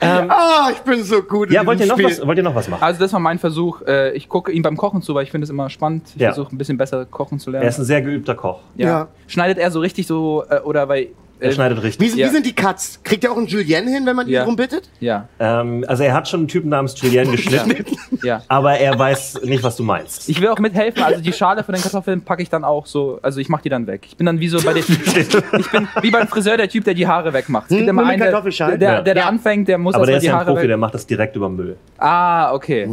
[SPEAKER 3] Ah, ich bin so gut. in
[SPEAKER 1] Ja, wollt ihr,
[SPEAKER 3] diesem
[SPEAKER 1] noch
[SPEAKER 3] Spiel.
[SPEAKER 1] was, wollt ihr noch was machen?
[SPEAKER 2] Also das war mein Versuch. Äh, Ich gucke ihm beim Kochen zu, weil ich finde es immer spannend. Ich
[SPEAKER 1] Ja.
[SPEAKER 2] versuche ein bisschen besser kochen
[SPEAKER 1] Er
[SPEAKER 2] zu lernen.
[SPEAKER 1] ist ein sehr geübter Koch.
[SPEAKER 3] Ja.
[SPEAKER 2] Schneidet er so richtig so äh, oder weil
[SPEAKER 1] Er
[SPEAKER 2] äh,
[SPEAKER 1] schneidet richtig.
[SPEAKER 3] Wie, sind-
[SPEAKER 2] Ja.
[SPEAKER 3] wie sind die Cuts? Kriegt ihr auch einen Julienne hin, wenn man ihn
[SPEAKER 2] Ja.
[SPEAKER 3] drum bittet?
[SPEAKER 2] ja,
[SPEAKER 1] Ähm, also er hat schon einen Typen namens Julien geschnitten,
[SPEAKER 2] ja.
[SPEAKER 1] aber er weiß nicht, was du meinst.
[SPEAKER 2] Ich will auch mithelfen, also die Schale von den Kartoffeln packe ich dann auch so, also ich mache die dann weg. Ich bin dann wie so bei den, ich bin wie beim Friseur der Typ, der die Haare wegmacht. Es
[SPEAKER 3] Hm,
[SPEAKER 2] gibt immer
[SPEAKER 3] mit dem
[SPEAKER 2] einen, der, der,
[SPEAKER 3] Kartoffelschalen.
[SPEAKER 2] der,
[SPEAKER 1] Ja.
[SPEAKER 2] der
[SPEAKER 3] Ja.
[SPEAKER 2] anfängt, der muss
[SPEAKER 1] aber der
[SPEAKER 2] erstmal
[SPEAKER 1] ist
[SPEAKER 2] die
[SPEAKER 1] ja ein
[SPEAKER 2] Haare
[SPEAKER 1] Profi, Hm. der
[SPEAKER 2] weg.
[SPEAKER 1] macht das direkt über Müll.
[SPEAKER 2] Ah, okay.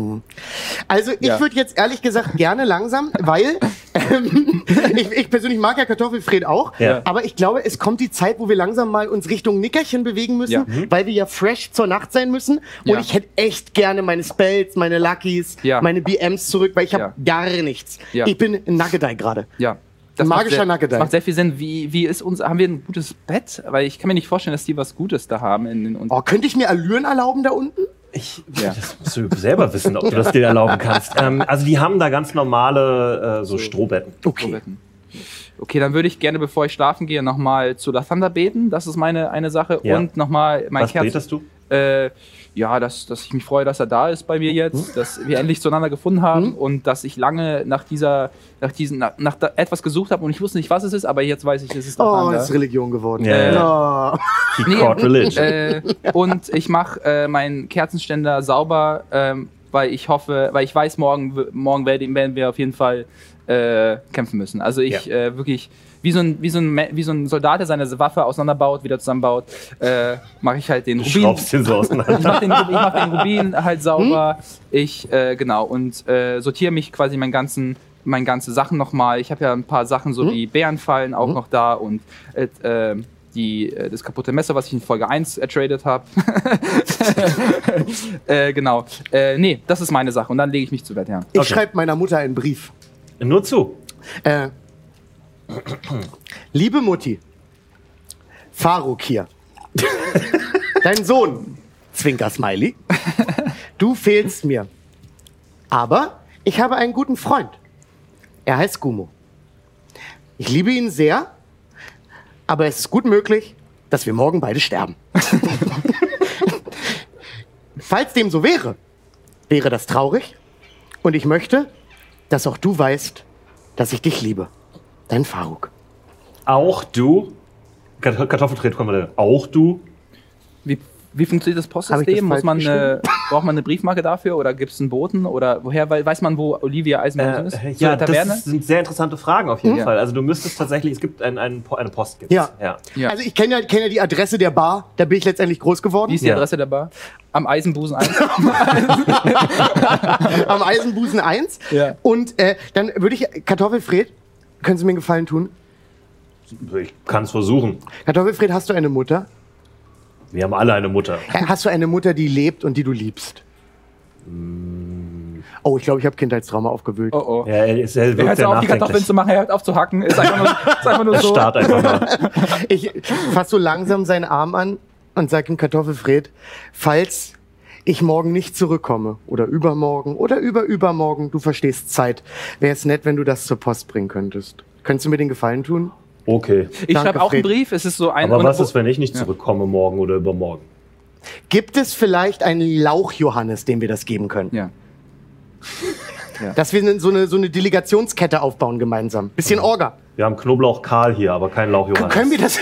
[SPEAKER 3] Also ich
[SPEAKER 2] Ja.
[SPEAKER 3] würde jetzt ehrlich gesagt gerne langsam, weil ähm, ich, ich persönlich mag ja Kartoffelfred auch,
[SPEAKER 1] Ja.
[SPEAKER 3] aber ich glaube, es kommt die Zeit, wo wir langsam mal uns Richtung Nickerchen bewegen müssen,
[SPEAKER 2] Ja.
[SPEAKER 3] weil wir ja fresh zur Nacht sein müssen.
[SPEAKER 2] Ja.
[SPEAKER 3] Und ich hätte echt gerne meine Spells, meine Luckies,
[SPEAKER 2] Ja.
[SPEAKER 3] meine BMs zurück, weil ich habe
[SPEAKER 2] Ja.
[SPEAKER 3] gar nichts.
[SPEAKER 2] Ja.
[SPEAKER 3] Ich bin Nuggetei gerade.
[SPEAKER 2] Ja.
[SPEAKER 3] Magischer
[SPEAKER 2] macht sehr,
[SPEAKER 3] Nugget.
[SPEAKER 2] das macht sehr viel Sinn. Wie, wie ist uns, haben wir ein gutes Bett? Weil ich kann mir nicht vorstellen, dass die was Gutes da haben in den
[SPEAKER 3] Oh, könnte ich mir Allüren erlauben da unten?
[SPEAKER 1] Ich,
[SPEAKER 2] Ja.
[SPEAKER 1] Das musst du selber wissen, ob du das dir erlauben kannst. Ähm, also die haben da ganz normale äh, so Strohbetten.
[SPEAKER 3] Okay.
[SPEAKER 2] Toiletten. Okay, dann würde ich gerne, bevor ich schlafen gehe, nochmal zu Lathander beten. Das ist meine eine Sache.
[SPEAKER 1] Ja.
[SPEAKER 2] Und nochmal mein
[SPEAKER 1] Was
[SPEAKER 2] Kerz.
[SPEAKER 1] betest du?
[SPEAKER 2] Äh, ja, dass, dass ich mich freue, dass er da ist bei mir jetzt,
[SPEAKER 3] Hm?
[SPEAKER 2] dass wir endlich zueinander gefunden haben und dass ich lange nach dieser, nach diesen, nach, nach da, etwas gesucht habe und ich wusste nicht, was es ist, aber jetzt weiß ich, es ist
[SPEAKER 3] Oh,
[SPEAKER 2] Lathander.
[SPEAKER 3] das ist Religion geworden.
[SPEAKER 1] Ja,
[SPEAKER 3] Oh.
[SPEAKER 1] He
[SPEAKER 2] Nee.
[SPEAKER 1] caught religion.
[SPEAKER 2] äh, und ich mache äh, meinen Kerzenständer sauber, ähm, weil ich hoffe, weil ich weiß, morgen, w- morgen werden, werden wir auf jeden Fall äh, kämpfen müssen. Also ich äh, wirklich, wie so, ein, wie, so ein, Me- wie so ein Soldat, der seine Waffe auseinanderbaut, wieder zusammenbaut, äh, mache ich halt den
[SPEAKER 1] Du
[SPEAKER 2] Rubin.
[SPEAKER 1] schraubst den so auseinander.
[SPEAKER 2] Ich mache den, ich mach den Rubin halt sauber.
[SPEAKER 1] Hm?
[SPEAKER 2] Ich, äh, genau, und äh, sortiere mich quasi meinen ganzen meine ganze Sachen nochmal. Ich habe ja ein paar Sachen,
[SPEAKER 1] Hm?
[SPEAKER 2] so wie Bärenfallen auch noch da und äh, äh, die, äh, das kaputte Messer, was ich in Folge 1 ertradet habe. äh, genau. Äh, nee, das ist meine Sache. Und dann lege ich mich zu Bett, ja.
[SPEAKER 3] Ich
[SPEAKER 1] Okay.
[SPEAKER 3] schreibe meiner Mutter einen Brief.
[SPEAKER 1] Nur zu.
[SPEAKER 3] Äh, liebe Mutti, Faruk hier. Dein Sohn, Zwinker-Smiley, du fehlst mir. Aber ich habe einen guten Freund. Er heißt Gumo. Ich liebe ihn sehr, aber es ist gut möglich, dass wir morgen beide sterben. Falls dem so wäre, wäre das traurig. Und ich möchte, dass auch du weißt, dass ich dich liebe. Dein Faruk.
[SPEAKER 1] Auch du. Kart- Kartoffeltritt kommen wir da. Auch du.
[SPEAKER 2] Wie, wie funktioniert das
[SPEAKER 3] Hab ich das
[SPEAKER 2] Postsystem? Muss
[SPEAKER 3] falsch
[SPEAKER 2] man eine, braucht man eine Briefmarke dafür oder gibt es einen Boten? Oder woher wei- weiß man, wo Olivia Eisenmann ist?
[SPEAKER 1] Äh,
[SPEAKER 2] Zu
[SPEAKER 1] ja,
[SPEAKER 2] der Taverne?
[SPEAKER 1] das ist- sind sehr interessante Fragen auf jeden
[SPEAKER 2] Ja.
[SPEAKER 1] Fall. Also du müsstest tatsächlich, es gibt ein, ein, Po- eine Post. Gibt's.
[SPEAKER 3] Ja.
[SPEAKER 1] ja.
[SPEAKER 2] Ja.
[SPEAKER 3] Also ich kenne ja, kenn ja die Adresse der Bar, da bin ich letztendlich groß
[SPEAKER 2] Wie
[SPEAKER 3] geworden.
[SPEAKER 2] ist die
[SPEAKER 1] Ja.
[SPEAKER 2] Adresse der Bar? Am Eisenbusen 1.
[SPEAKER 3] Am Eisenbusen 1.
[SPEAKER 2] Ja.
[SPEAKER 3] Und äh, dann würde ich, Kartoffelfred, können Sie mir einen Gefallen tun?
[SPEAKER 1] Also Ich kann es versuchen.
[SPEAKER 3] Kartoffelfred, hast du eine Mutter?
[SPEAKER 1] Wir haben alle eine Mutter.
[SPEAKER 3] Äh, Hast du eine Mutter, die lebt und die du liebst?
[SPEAKER 2] Mm.
[SPEAKER 3] Oh, ich glaube, ich habe Kindheitstrauma aufgewühlt.
[SPEAKER 2] Oh oh.
[SPEAKER 1] Ja, er, ist- er
[SPEAKER 2] Er
[SPEAKER 1] wirkt
[SPEAKER 2] hört
[SPEAKER 1] sehr
[SPEAKER 2] auf, die Kartoffeln
[SPEAKER 1] nachdenklich.
[SPEAKER 2] zu machen, er hört auf zu hacken. Ist einfach nur, ist einfach nur
[SPEAKER 1] Er
[SPEAKER 2] so.
[SPEAKER 1] starrt einfach mal.
[SPEAKER 3] Ich fasse so langsam seinen Arm an und sage ihm, Kartoffelfred, falls ich morgen nicht zurückkomme oder übermorgen oder überübermorgen, du verstehst Zeit, wäre es nett, wenn du das zur Post bringen könntest. Könntest du mir den Gefallen tun?
[SPEAKER 1] Okay.
[SPEAKER 2] Ich
[SPEAKER 3] Danke,
[SPEAKER 2] schreibe auch einen
[SPEAKER 3] Fred.
[SPEAKER 2] Brief, es ist so ein.
[SPEAKER 1] Aber was ist, wenn ich nicht zurückkomme morgen oder übermorgen?
[SPEAKER 3] Gibt es vielleicht einen Lauch-Johannes, dem wir das geben können?
[SPEAKER 2] ja.
[SPEAKER 3] Dass wir so eine, so eine Delegationskette aufbauen gemeinsam. Bisschen Orga.
[SPEAKER 1] Wir haben Knoblauch Karl hier, aber kein Lauch Johannes.
[SPEAKER 3] Können wir das,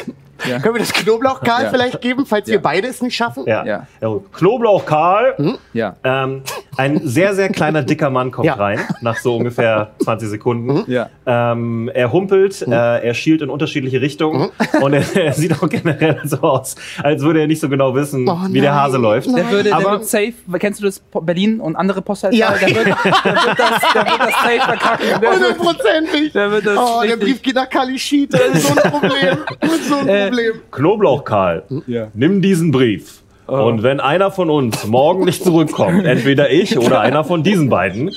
[SPEAKER 2] Ja.
[SPEAKER 3] können wir das Knoblauch-Karl
[SPEAKER 2] Ja.
[SPEAKER 3] vielleicht geben, falls
[SPEAKER 2] Ja.
[SPEAKER 3] wir beide es nicht schaffen?
[SPEAKER 1] Ja.
[SPEAKER 2] Ja.
[SPEAKER 1] ja. Knoblauch Karl.
[SPEAKER 2] Ja.
[SPEAKER 1] Ähm, ein sehr, sehr kleiner, dicker Mann kommt
[SPEAKER 3] Hm? Ja.
[SPEAKER 1] rein, nach so ungefähr 20 Sekunden.
[SPEAKER 2] Ja.
[SPEAKER 1] Ähm, er humpelt,
[SPEAKER 5] Mhm.
[SPEAKER 1] äh, er schielt in unterschiedliche Richtungen und er, er sieht auch generell so aus, als würde er nicht so genau wissen,
[SPEAKER 3] Oh
[SPEAKER 1] wie der
[SPEAKER 3] nein,
[SPEAKER 1] Hase läuft.
[SPEAKER 3] nein.
[SPEAKER 2] Der würde,
[SPEAKER 1] Aber-
[SPEAKER 2] der wird safe, kennst du das Po- Berlin und andere Postleitzahl?
[SPEAKER 3] Ja.
[SPEAKER 2] Der, wird, der, wird das, der wird das safe verkacken. Der wird,
[SPEAKER 3] 100%ig.
[SPEAKER 2] der wird das
[SPEAKER 3] Oh, der
[SPEAKER 2] richtig-
[SPEAKER 3] Brief geht nach Kali Schied. Das ist so ein Problem. Das ist so ein
[SPEAKER 2] Äh,
[SPEAKER 3] Problem.
[SPEAKER 1] Knoblauch Karl,
[SPEAKER 5] Mhm.
[SPEAKER 2] Ja. Oh.
[SPEAKER 1] nimm diesen Brief. Und wenn einer von uns morgen nicht zurückkommt, entweder ich oder einer von diesen beiden,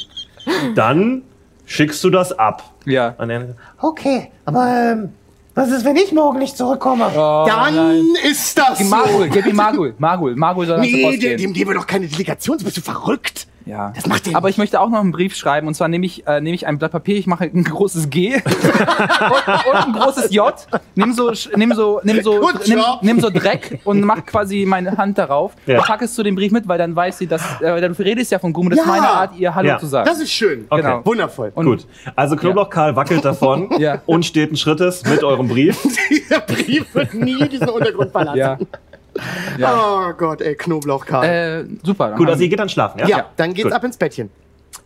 [SPEAKER 1] dann schickst du das ab.
[SPEAKER 2] ja.
[SPEAKER 1] Und er-
[SPEAKER 5] Okay, aber ähm, was ist, wenn ich morgen nicht zurückkomme?
[SPEAKER 2] Oh,
[SPEAKER 3] Dann
[SPEAKER 2] nein.
[SPEAKER 3] ist das so.
[SPEAKER 2] Margul, gib ihm Margul. Margul, Margul soll dann zur
[SPEAKER 3] Nee,
[SPEAKER 2] Post
[SPEAKER 3] dem,
[SPEAKER 2] gehen.
[SPEAKER 3] dem geben wir doch keine Delegation. Bist du verrückt?
[SPEAKER 2] Ja.
[SPEAKER 3] Das macht den
[SPEAKER 2] Aber ich möchte auch noch einen Brief schreiben. Und zwar nehme ich, äh, nehme ich ein Blatt Papier, ich mache ein großes G und, und ein großes J. Nimm so, sch- nimm so, nimm so,
[SPEAKER 3] Good
[SPEAKER 2] nimm,
[SPEAKER 3] job.
[SPEAKER 2] nimm so Dreck und mach quasi meine Hand darauf.
[SPEAKER 1] Ja.
[SPEAKER 2] Pack es zu dem Brief mit, weil dann weiß sie, dass äh, du redest ja von Gumo. Das
[SPEAKER 3] Ja.
[SPEAKER 2] ist meine Art, ihr Hallo
[SPEAKER 1] Ja.
[SPEAKER 2] zu sagen.
[SPEAKER 3] Das ist schön.
[SPEAKER 1] Okay.
[SPEAKER 2] Genau.
[SPEAKER 3] Wundervoll.
[SPEAKER 2] Und-
[SPEAKER 1] Gut. Also Knoblauch Karl wackelt davon
[SPEAKER 2] Ja.
[SPEAKER 1] und steht ein Schrittes mit eurem Brief.
[SPEAKER 3] dieser Brief wird nie diesen Untergrund verlassen.
[SPEAKER 2] ja.
[SPEAKER 3] Oh Gott, ey, Knoblauchkarl.
[SPEAKER 2] Äh, super. dann
[SPEAKER 1] Gut,
[SPEAKER 2] haben-
[SPEAKER 1] also ihr geht dann schlafen, ja?
[SPEAKER 3] ja, dann geht's
[SPEAKER 1] Gut.
[SPEAKER 3] ab ins Bettchen.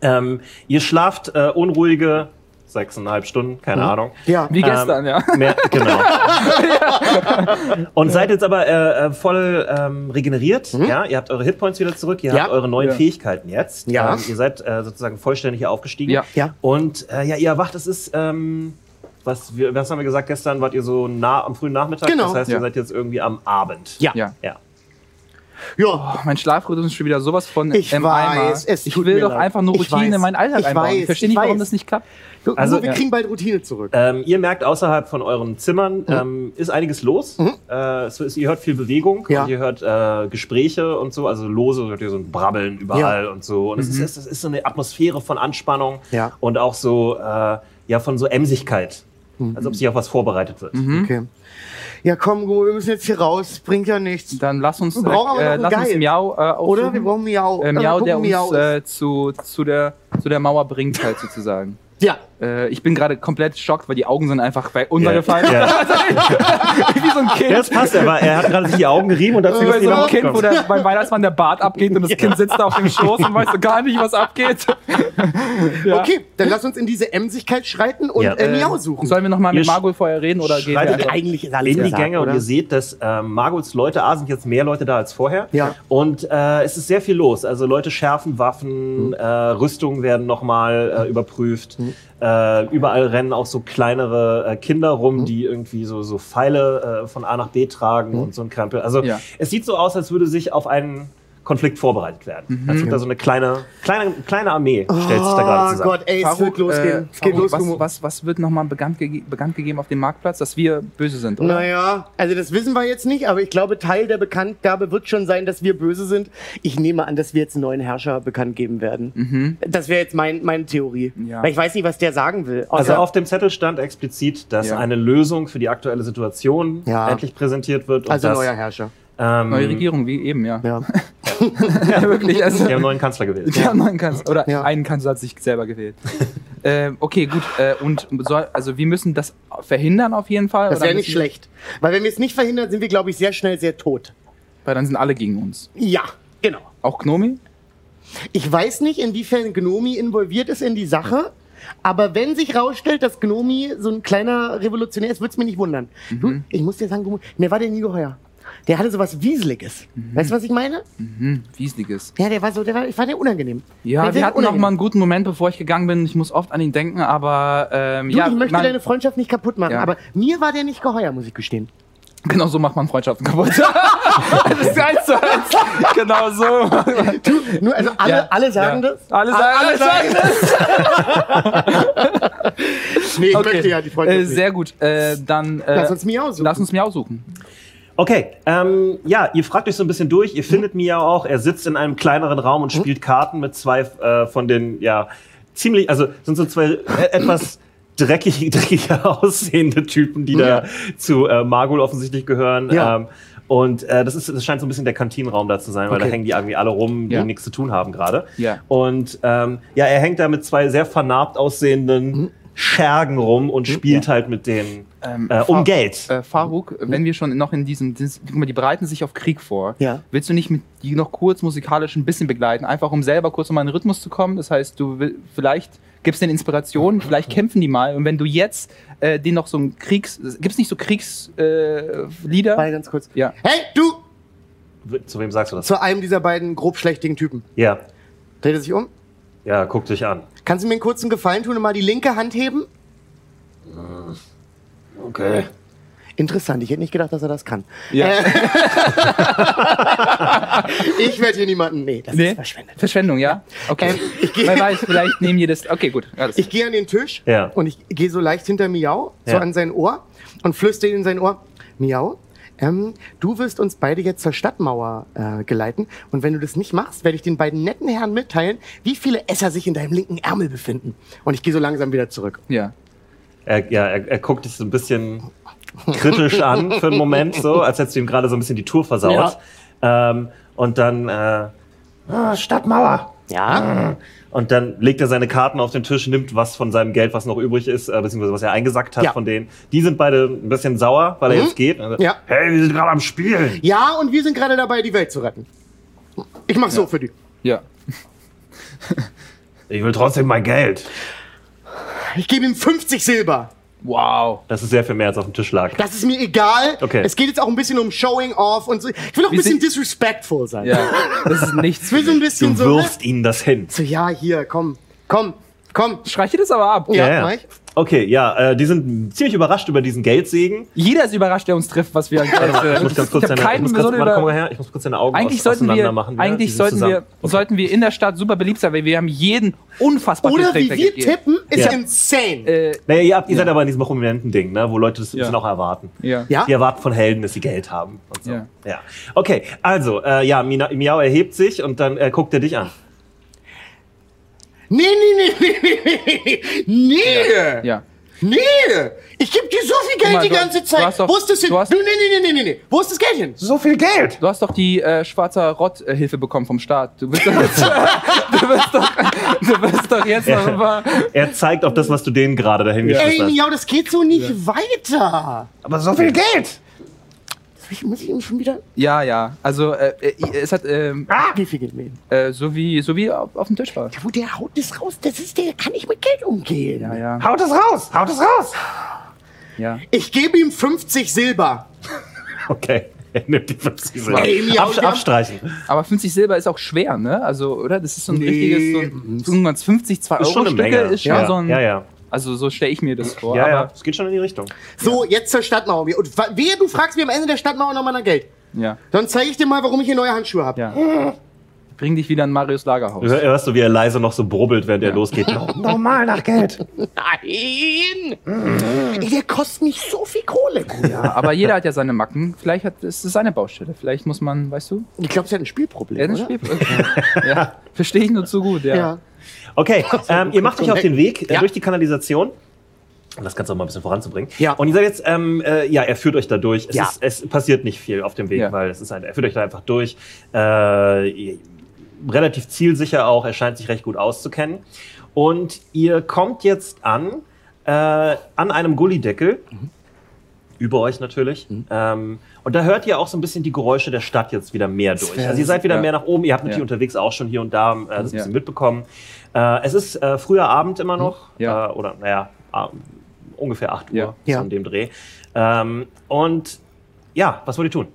[SPEAKER 1] Ähm, ihr schlaft äh, unruhige sechseinhalb Stunden, keine Ahnung.
[SPEAKER 3] Mhm. Ja.
[SPEAKER 2] Wie gestern, ja.
[SPEAKER 1] Mehr, genau. Und seid jetzt aber äh, äh, voll ähm, regeneriert. Ja, ihr habt eure Hitpoints wieder zurück. Ihr
[SPEAKER 3] Mhm. Ja.
[SPEAKER 1] habt eure neuen
[SPEAKER 2] Ja.
[SPEAKER 1] Fähigkeiten jetzt.
[SPEAKER 3] Ja.
[SPEAKER 1] Ähm, ihr seid äh, sozusagen vollständig hier aufgestiegen.
[SPEAKER 2] Ja.
[SPEAKER 3] Ja.
[SPEAKER 1] Und äh, ja, ihr erwacht. Es ist ähm, was, wir, was haben wir gesagt gestern? Wart ihr so nah am frühen Nachmittag?
[SPEAKER 3] Genau.
[SPEAKER 1] Das heißt, ihr
[SPEAKER 2] Ja.
[SPEAKER 1] seid jetzt irgendwie am Abend.
[SPEAKER 3] Ja.
[SPEAKER 2] ja.
[SPEAKER 1] Ja.
[SPEAKER 3] Ja.
[SPEAKER 2] Mein Schlafrhythmus ist schon wieder sowas von
[SPEAKER 3] Ich
[SPEAKER 2] im Eimer.
[SPEAKER 3] weiß, es
[SPEAKER 2] Ich
[SPEAKER 3] tut
[SPEAKER 2] will
[SPEAKER 3] mir
[SPEAKER 2] doch
[SPEAKER 3] leid.
[SPEAKER 2] einfach nur
[SPEAKER 3] Ich
[SPEAKER 2] Routine
[SPEAKER 3] weiß,
[SPEAKER 2] in meinen Alltag
[SPEAKER 3] ich
[SPEAKER 2] einbauen.
[SPEAKER 3] weiß,
[SPEAKER 2] ich verstehe
[SPEAKER 3] ich
[SPEAKER 2] nicht, warum
[SPEAKER 3] weiß.
[SPEAKER 2] das nicht klappt.
[SPEAKER 1] Also,
[SPEAKER 3] Also, wir
[SPEAKER 2] ja.
[SPEAKER 3] kriegen bald Routine zurück.
[SPEAKER 1] Ähm, ihr merkt, außerhalb von euren
[SPEAKER 3] Mhm.
[SPEAKER 1] Zimmern ähm, ist einiges los. Äh, es ist, ihr hört viel Bewegung,
[SPEAKER 3] Ja.
[SPEAKER 1] und ihr hört äh, Gespräche und so, also lose hört ihr so ein Brabbeln überall und so. Und es, ist, es ist so eine Atmosphäre von Anspannung
[SPEAKER 3] Mhm. Ja.
[SPEAKER 1] und auch so, äh, ja, von so Emsigkeit.
[SPEAKER 3] Mhm.
[SPEAKER 1] Als ob sich auf was vorbereitet wird.
[SPEAKER 2] Mhm. Ähm.
[SPEAKER 3] Okay. Ja, komm, Gumo, wir müssen jetzt hier raus. Bringt ja nichts.
[SPEAKER 2] Dann lass uns,
[SPEAKER 3] Wir brauchen aber noch
[SPEAKER 2] äh,
[SPEAKER 3] einen
[SPEAKER 2] lass uns
[SPEAKER 3] Guide.
[SPEAKER 2] Miau äh,
[SPEAKER 3] Oder?
[SPEAKER 2] aufsuchen.
[SPEAKER 3] Wir brauchen Miau.
[SPEAKER 2] äh,
[SPEAKER 3] Äh,
[SPEAKER 2] Miau,
[SPEAKER 3] gucken,
[SPEAKER 2] der uns
[SPEAKER 3] Miau ist-
[SPEAKER 2] äh, zu, zu, der, zu der Mauer bringt, halt sozusagen.
[SPEAKER 3] ja.
[SPEAKER 2] Äh, ich bin gerade komplett schockt, weil die Augen sind einfach bei runtergefallen.
[SPEAKER 1] Ja.
[SPEAKER 2] Wie so ein Kind.
[SPEAKER 1] Ja, das passt, er, war, er hat gerade sich die Augen gerieben und dazu
[SPEAKER 2] Wie bei
[SPEAKER 1] ist
[SPEAKER 2] Äh, so einem
[SPEAKER 1] jemand
[SPEAKER 2] Kind, wo der, beim Weihnachtsmann der Bart abgeht und das Kind sitzt da auf dem Schoß und weiß so gar nicht, was abgeht. Ja.
[SPEAKER 3] Okay, dann lass uns in diese Emsigkeit schreiten und
[SPEAKER 1] Ja.
[SPEAKER 3] äh, Miau
[SPEAKER 2] Und
[SPEAKER 3] suchen.
[SPEAKER 2] Sollen wir nochmal
[SPEAKER 1] Ihr
[SPEAKER 2] mit
[SPEAKER 1] sch-
[SPEAKER 2] Margul vorher reden oder gehen wir
[SPEAKER 1] Schreitet
[SPEAKER 2] einfach-
[SPEAKER 3] eigentlich ist
[SPEAKER 1] in die
[SPEAKER 3] gesagt,
[SPEAKER 1] Gänge und ihr seht, dass ähm, Margols Leute, A, sind jetzt mehr Leute da als vorher.
[SPEAKER 3] Ja.
[SPEAKER 1] Und äh, es ist sehr viel los. Also Leute schärfen Waffen,
[SPEAKER 3] Mhm.
[SPEAKER 1] äh, Rüstungen werden nochmal äh, überprüft. Äh, überall rennen auch so kleinere äh, Kinder rum,
[SPEAKER 3] Mhm.
[SPEAKER 1] die irgendwie so, so Pfeile äh, von A nach B tragen und so ein Krempel. Also
[SPEAKER 2] Ja.
[SPEAKER 1] es sieht so aus, als würde sich auf einen Konflikt vorbereitet werden. Als würde da so eine kleine, kleine, kleine Armee stellt sich da gerade
[SPEAKER 3] Oh
[SPEAKER 1] zusammen.
[SPEAKER 3] Gott, ey, es
[SPEAKER 2] Faruk,
[SPEAKER 3] wird losgehen.
[SPEAKER 2] äh,
[SPEAKER 3] es geht
[SPEAKER 2] Faruk,
[SPEAKER 3] los,
[SPEAKER 2] was,
[SPEAKER 3] Gumo.
[SPEAKER 2] was, was wird nochmal bekannt, gege bekannt gegeben auf dem Marktplatz, dass wir böse sind? Oder?
[SPEAKER 3] Naja, also das wissen wir jetzt nicht, aber ich glaube, Teil der Bekanntgabe wird schon sein, dass wir böse sind. Ich nehme an, dass wir jetzt einen neuen Herrscher bekannt geben werden. Das wäre jetzt mein, meine Theorie.
[SPEAKER 2] Ja.
[SPEAKER 3] Weil ich weiß nicht, was der sagen will.
[SPEAKER 1] Also
[SPEAKER 3] Außer-
[SPEAKER 1] auf dem Zettel stand explizit, dass
[SPEAKER 2] Ja.
[SPEAKER 1] eine Lösung für die aktuelle Situation
[SPEAKER 3] Ja.
[SPEAKER 1] endlich präsentiert wird. Und
[SPEAKER 3] also
[SPEAKER 1] dass,
[SPEAKER 3] neuer Herrscher.
[SPEAKER 1] ähm,
[SPEAKER 2] Neue Regierung, wie eben, ja.
[SPEAKER 3] Ja.
[SPEAKER 2] Ja, wirklich. Also,
[SPEAKER 1] Die haben einen neuen Kanzler gewählt.
[SPEAKER 2] Der neuen Kanzler, oder
[SPEAKER 3] Ja.
[SPEAKER 2] einen Kanzler hat sich selber gewählt. ähm, okay, gut. Äh, und soll, also wir müssen das verhindern auf jeden Fall.
[SPEAKER 3] Das
[SPEAKER 2] oder
[SPEAKER 3] wäre nicht
[SPEAKER 2] müssen-
[SPEAKER 3] schlecht. Weil wenn wir es nicht verhindern, sind wir, glaube ich, sehr schnell sehr tot.
[SPEAKER 2] Weil dann sind alle gegen uns.
[SPEAKER 3] Ja, genau.
[SPEAKER 2] Auch Gnomi?
[SPEAKER 3] Ich weiß nicht, inwiefern Gnomi involviert ist in die Sache. Aber wenn sich rausstellt, dass Gnomi so ein kleiner Revolutionär ist, würde es mich nicht wundern.
[SPEAKER 2] Mhm.
[SPEAKER 3] Du, ich muss dir sagen, Gnomi, mir war der nie geheuer. Der hatte sowas Wieseliges. Weißt du, was ich meine?
[SPEAKER 2] Mhm, wiesliges.
[SPEAKER 3] Ja, der war so, der war, ich fand den unangenehm.
[SPEAKER 2] Ja,
[SPEAKER 3] Der
[SPEAKER 2] wir
[SPEAKER 3] war
[SPEAKER 2] hatten noch mal einen guten Moment, bevor ich gegangen bin. Ich muss oft an ihn denken, aber ähm,
[SPEAKER 3] Du,
[SPEAKER 2] ja,
[SPEAKER 3] ich möchte
[SPEAKER 2] man,
[SPEAKER 3] deine Freundschaft nicht kaputt machen,
[SPEAKER 2] Ja.
[SPEAKER 3] aber mir war der nicht geheuer, muss ich gestehen.
[SPEAKER 2] genau so macht man Freundschaften kaputt. das ist eins zu eins. Genau so.
[SPEAKER 3] Nur, also alle,
[SPEAKER 2] Ja,
[SPEAKER 3] alle sagen
[SPEAKER 2] ja.
[SPEAKER 3] das. Ah,
[SPEAKER 2] Alle sagen, alle sagen das.
[SPEAKER 3] Nee, ich
[SPEAKER 2] Okay.
[SPEAKER 3] möchte ja die Freundschaft
[SPEAKER 2] Äh,
[SPEAKER 3] nicht.
[SPEAKER 2] sehr gut. Äh, dann äh,
[SPEAKER 3] Lass uns Miau suchen.
[SPEAKER 2] lass uns Miau suchen.
[SPEAKER 1] Okay, ähm, ja, ihr fragt euch so ein bisschen durch. Ihr findet
[SPEAKER 2] Mhm.
[SPEAKER 1] Mia auch. Er sitzt in einem kleineren Raum und spielt Karten mit zwei äh, von den, ja, ziemlich, also sind so zwei äh, etwas dreckig, dreckiger aussehende Typen,
[SPEAKER 2] Mhm.
[SPEAKER 1] die da zu äh, Margul offensichtlich gehören.
[SPEAKER 3] Ja.
[SPEAKER 1] Ähm, und äh, das, ist, das scheint so ein bisschen der Kantinenraum da zu sein, weil da
[SPEAKER 3] Okay.
[SPEAKER 1] hängen die irgendwie alle rum, die
[SPEAKER 2] Ja.
[SPEAKER 1] nichts zu tun haben gerade.
[SPEAKER 2] Ja.
[SPEAKER 1] Und ähm, ja, er hängt da mit zwei sehr vernarbt aussehenden Schergen rum und spielt halt mit denen
[SPEAKER 2] Mhm. Ähm,
[SPEAKER 1] äh, um
[SPEAKER 2] Fa-
[SPEAKER 1] Geld.
[SPEAKER 2] Äh, Faruk,
[SPEAKER 3] Mhm.
[SPEAKER 2] wenn wir schon noch in diesem, dieses- guck mal, die bereiten sich auf Krieg vor.
[SPEAKER 3] Ja.
[SPEAKER 2] Willst du nicht mit die noch kurz musikalisch ein bisschen begleiten, einfach um selber kurz nochmal in den Rhythmus zu kommen? Das heißt, du will, vielleicht gibst denen
[SPEAKER 3] Mhm.
[SPEAKER 2] Inspiration, vielleicht kämpfen die mal. Und wenn du jetzt äh, den noch so ein Kriegs, gibt's nicht so Kriegslieder? Äh,
[SPEAKER 3] Warte
[SPEAKER 2] Lieder?
[SPEAKER 3] ganz kurz.
[SPEAKER 2] ja.
[SPEAKER 3] Hey, du!
[SPEAKER 1] Zu wem sagst du das?
[SPEAKER 3] Zu einem dieser beiden grob schlechtigen Typen.
[SPEAKER 1] Ja,
[SPEAKER 3] Dreht er sich um?
[SPEAKER 1] ja, guck dich an.
[SPEAKER 3] Kannst du mir einen kurzen Gefallen tun und mal die linke Hand heben?
[SPEAKER 1] Okay.
[SPEAKER 3] Interessant, ich hätte nicht gedacht, dass er das kann.
[SPEAKER 2] Ja.
[SPEAKER 3] Äh, ich werde hier niemanden. Nee, das
[SPEAKER 2] Nee?
[SPEAKER 3] ist verschwendet.
[SPEAKER 2] Verschwendung, ja? Okay.
[SPEAKER 3] Ähm, ich gehe-
[SPEAKER 2] Wer weiß, vielleicht nehmen die das. Okay, gut. Alles.
[SPEAKER 3] Ich gehe an den Tisch
[SPEAKER 1] Ja.
[SPEAKER 3] und ich gehe so leicht hinter Miau, so
[SPEAKER 1] Ja.
[SPEAKER 3] an sein Ohr und flüstere ihm in sein Ohr: Miau, ähm, du wirst uns beide jetzt zur Stadtmauer äh, geleiten. Und wenn du das nicht machst, werde ich den beiden netten Herren mitteilen, wie viele Esser sich in deinem linken Ärmel befinden. Und ich gehe so langsam wieder zurück.
[SPEAKER 2] ja.
[SPEAKER 1] Er, ja, er, er guckt dich so ein bisschen kritisch an für einen Moment, so, als hättest du ihm gerade so ein bisschen die Tour versaut. Ähm, und dann, äh,
[SPEAKER 5] Ah, Stadtmauer.
[SPEAKER 3] Ja,
[SPEAKER 1] und dann legt er seine Karten auf den Tisch, nimmt was von seinem Geld, was noch übrig ist, äh, beziehungsweise was er eingesackt hat
[SPEAKER 3] Ja. Mhm.
[SPEAKER 1] von denen. Die sind beide ein bisschen sauer, weil er jetzt geht. Also,
[SPEAKER 3] Ja.
[SPEAKER 1] Hey, wir sind gerade am Spielen.
[SPEAKER 3] ja, und wir sind gerade dabei, die Welt zu retten. Ich mach so für die.
[SPEAKER 2] Ja.
[SPEAKER 1] Ich will trotzdem mein Geld.
[SPEAKER 3] Ich gebe ihm 50 Silber.
[SPEAKER 2] Wow.
[SPEAKER 1] Das ist sehr viel mehr als auf dem Tisch lag.
[SPEAKER 3] Das ist mir egal.
[SPEAKER 1] Okay.
[SPEAKER 3] Es geht jetzt auch ein bisschen um Showing off und so. Ich will auch ein
[SPEAKER 2] Wir
[SPEAKER 3] bisschen
[SPEAKER 2] sind-
[SPEAKER 3] disrespectful sein.
[SPEAKER 2] Ja. Das ist nichts.
[SPEAKER 3] Ich will so ein bisschen
[SPEAKER 1] Du
[SPEAKER 3] so. ne?
[SPEAKER 1] wirfst ihnen das hin.
[SPEAKER 3] So, ja, hier, komm, komm, komm.
[SPEAKER 2] Streiche das aber ab.
[SPEAKER 3] Ja, mach ich.
[SPEAKER 1] Okay, ja, äh, die sind ziemlich überrascht über diesen Geldsegen.
[SPEAKER 2] Jeder ist überrascht, der uns trifft, was wir gerade
[SPEAKER 1] Ich muss ganz kurz
[SPEAKER 2] ich hab
[SPEAKER 1] deine, ich
[SPEAKER 2] keinen
[SPEAKER 1] muss
[SPEAKER 2] Person
[SPEAKER 1] kurz, warte, komm mal
[SPEAKER 2] über.
[SPEAKER 1] her, ich muss kurz deine Augen
[SPEAKER 2] Eigentlich
[SPEAKER 1] aus,
[SPEAKER 2] sollten wir,
[SPEAKER 1] auseinander machen. ja, die
[SPEAKER 2] eigentlich
[SPEAKER 1] sind
[SPEAKER 2] sollten, wir
[SPEAKER 1] zusammen. Okay.
[SPEAKER 2] sollten wir in der Stadt super beliebt sein, weil wir haben jeden unfassbar viel
[SPEAKER 3] Oder wie
[SPEAKER 2] Trick
[SPEAKER 3] wir
[SPEAKER 2] weggegeben.
[SPEAKER 3] tippen, ist
[SPEAKER 1] Ja.
[SPEAKER 3] insane.
[SPEAKER 2] Äh,
[SPEAKER 1] Naja, ihr, habt, ihr seid aber in diesem prominenten Ding, ne, wo Leute das ein
[SPEAKER 2] Ja.
[SPEAKER 1] bisschen auch erwarten.
[SPEAKER 2] ja.
[SPEAKER 3] Ja.
[SPEAKER 1] Die erwarten von Helden, dass sie Geld haben. Und so.
[SPEAKER 2] Ja.
[SPEAKER 1] ja. Okay, also, äh, ja, Mina, Miau erhebt sich und dann äh, guckt er dich an.
[SPEAKER 3] Nee, nee, nee, nee, nee, nee, nee.
[SPEAKER 2] ja.
[SPEAKER 3] Nee! Ich gebe dir so viel Geld
[SPEAKER 2] mal,
[SPEAKER 3] die
[SPEAKER 2] du-
[SPEAKER 3] ganze
[SPEAKER 2] du
[SPEAKER 3] Zeit.
[SPEAKER 2] hast doch-
[SPEAKER 3] Wo ist das hin?
[SPEAKER 2] du hast-
[SPEAKER 3] nee, nee, nee, nee, nee, nee. Wo ist das Geld hin?
[SPEAKER 5] So viel Geld.
[SPEAKER 2] Du hast doch die äh, schwarze Rott-Hilfe bekommen vom Staat. Du wirst doch jetzt, du wirst doch, du wirst doch jetzt noch mal,
[SPEAKER 1] Er zeigt auf das, was du denen gerade
[SPEAKER 3] Ey,
[SPEAKER 1] dahingeschmissen hast.
[SPEAKER 3] Miau, das geht so nicht weiter.
[SPEAKER 5] Aber so viel Geld.
[SPEAKER 3] Ich muss ich ihm schon wieder.
[SPEAKER 2] Ja, ja. Also äh, äh, es hat ähm,
[SPEAKER 3] Ah, wie viel Geld mehr?
[SPEAKER 2] äh, so wie so wie auf, auf dem Tisch war.
[SPEAKER 3] Ja, wo der haut das raus, das ist der, kann ich mit Geld umgehen.
[SPEAKER 2] Ja, ja,
[SPEAKER 5] Haut es raus. Haut es raus.
[SPEAKER 2] ja.
[SPEAKER 3] Ich gebe ihm 50 Silber.
[SPEAKER 1] Okay. Er nimmt die 50 Silber.
[SPEAKER 3] Ey, Miau,
[SPEAKER 1] Absch
[SPEAKER 3] wir haben-
[SPEAKER 1] abstreichen.
[SPEAKER 2] Aber 50 Silber ist auch schwer, ne? Also, oder? Das ist so ein
[SPEAKER 3] Nee.
[SPEAKER 2] richtiges, so ein, so ein 50, 2
[SPEAKER 1] Ist
[SPEAKER 2] Euro
[SPEAKER 1] schon eine
[SPEAKER 2] Stücke
[SPEAKER 1] Menge.
[SPEAKER 2] ist schon
[SPEAKER 1] ja.
[SPEAKER 2] so ein.
[SPEAKER 1] ja, ja.
[SPEAKER 2] Also so stelle ich mir das vor.
[SPEAKER 1] Ja, ja.
[SPEAKER 2] aber,
[SPEAKER 1] Es geht schon in die Richtung.
[SPEAKER 3] So, jetzt zur Stadtmauer. Miau. Und wa- wehe, du fragst mir am Ende der Stadtmauer nochmal nach Geld.
[SPEAKER 2] ja.
[SPEAKER 3] Dann zeige ich dir mal, warum ich hier neue Handschuhe habe.
[SPEAKER 2] ja, Bring dich wieder in Marius Lagerhaus.
[SPEAKER 1] Du hör- hörst du, wie er leise noch so brubbelt, während er losgeht.
[SPEAKER 5] Normal nach Geld.
[SPEAKER 3] Nein! Ey, der kostet mich so viel Kohle.
[SPEAKER 2] Ja, aber jeder hat ja seine Macken. Vielleicht hat, ist es seine Baustelle. Vielleicht muss man, weißt du,
[SPEAKER 3] Ich glaube, sie hat ein Spielproblem.
[SPEAKER 2] er hat ein
[SPEAKER 3] oder?
[SPEAKER 2] Spiel. ja, verstehe ich nur zu gut, ja.
[SPEAKER 3] Ja.
[SPEAKER 1] Okay, ähm, ihr macht euch auf den Weg äh,
[SPEAKER 3] Ja.
[SPEAKER 1] durch die Kanalisation. Um das Ganze auch mal ein bisschen voranzubringen.
[SPEAKER 3] Ja.
[SPEAKER 1] Und ihr seid jetzt, ähm, äh, ja, er führt euch da durch. Es,
[SPEAKER 3] Ja.
[SPEAKER 1] ist, es passiert nicht viel auf dem Weg,
[SPEAKER 2] Ja.
[SPEAKER 1] weil es ist ein, er führt euch da einfach durch. Äh, ihr- relativ zielsicher auch, er scheint sich recht gut auszukennen. Und ihr kommt jetzt an, äh, an einem Gullideckel.
[SPEAKER 3] Mhm.
[SPEAKER 1] Über euch natürlich. Ähm, und da hört ihr auch so ein bisschen die Geräusche der Stadt jetzt wieder mehr durch. Also ihr seid wieder
[SPEAKER 2] Ja.
[SPEAKER 1] mehr nach oben. Ihr habt natürlich
[SPEAKER 2] Ja.
[SPEAKER 1] unterwegs auch schon hier und da äh, das ein bisschen
[SPEAKER 2] Ja. Hm?
[SPEAKER 1] mitbekommen. Äh, es ist äh, früher Abend immer noch.
[SPEAKER 2] Ja.
[SPEAKER 1] Äh, oder, naja, ab- ungefähr 8 Uhr
[SPEAKER 2] Ja.
[SPEAKER 1] so
[SPEAKER 3] Ja.
[SPEAKER 1] in dem Dreh. Ähm, und ja, was wollt ihr tun?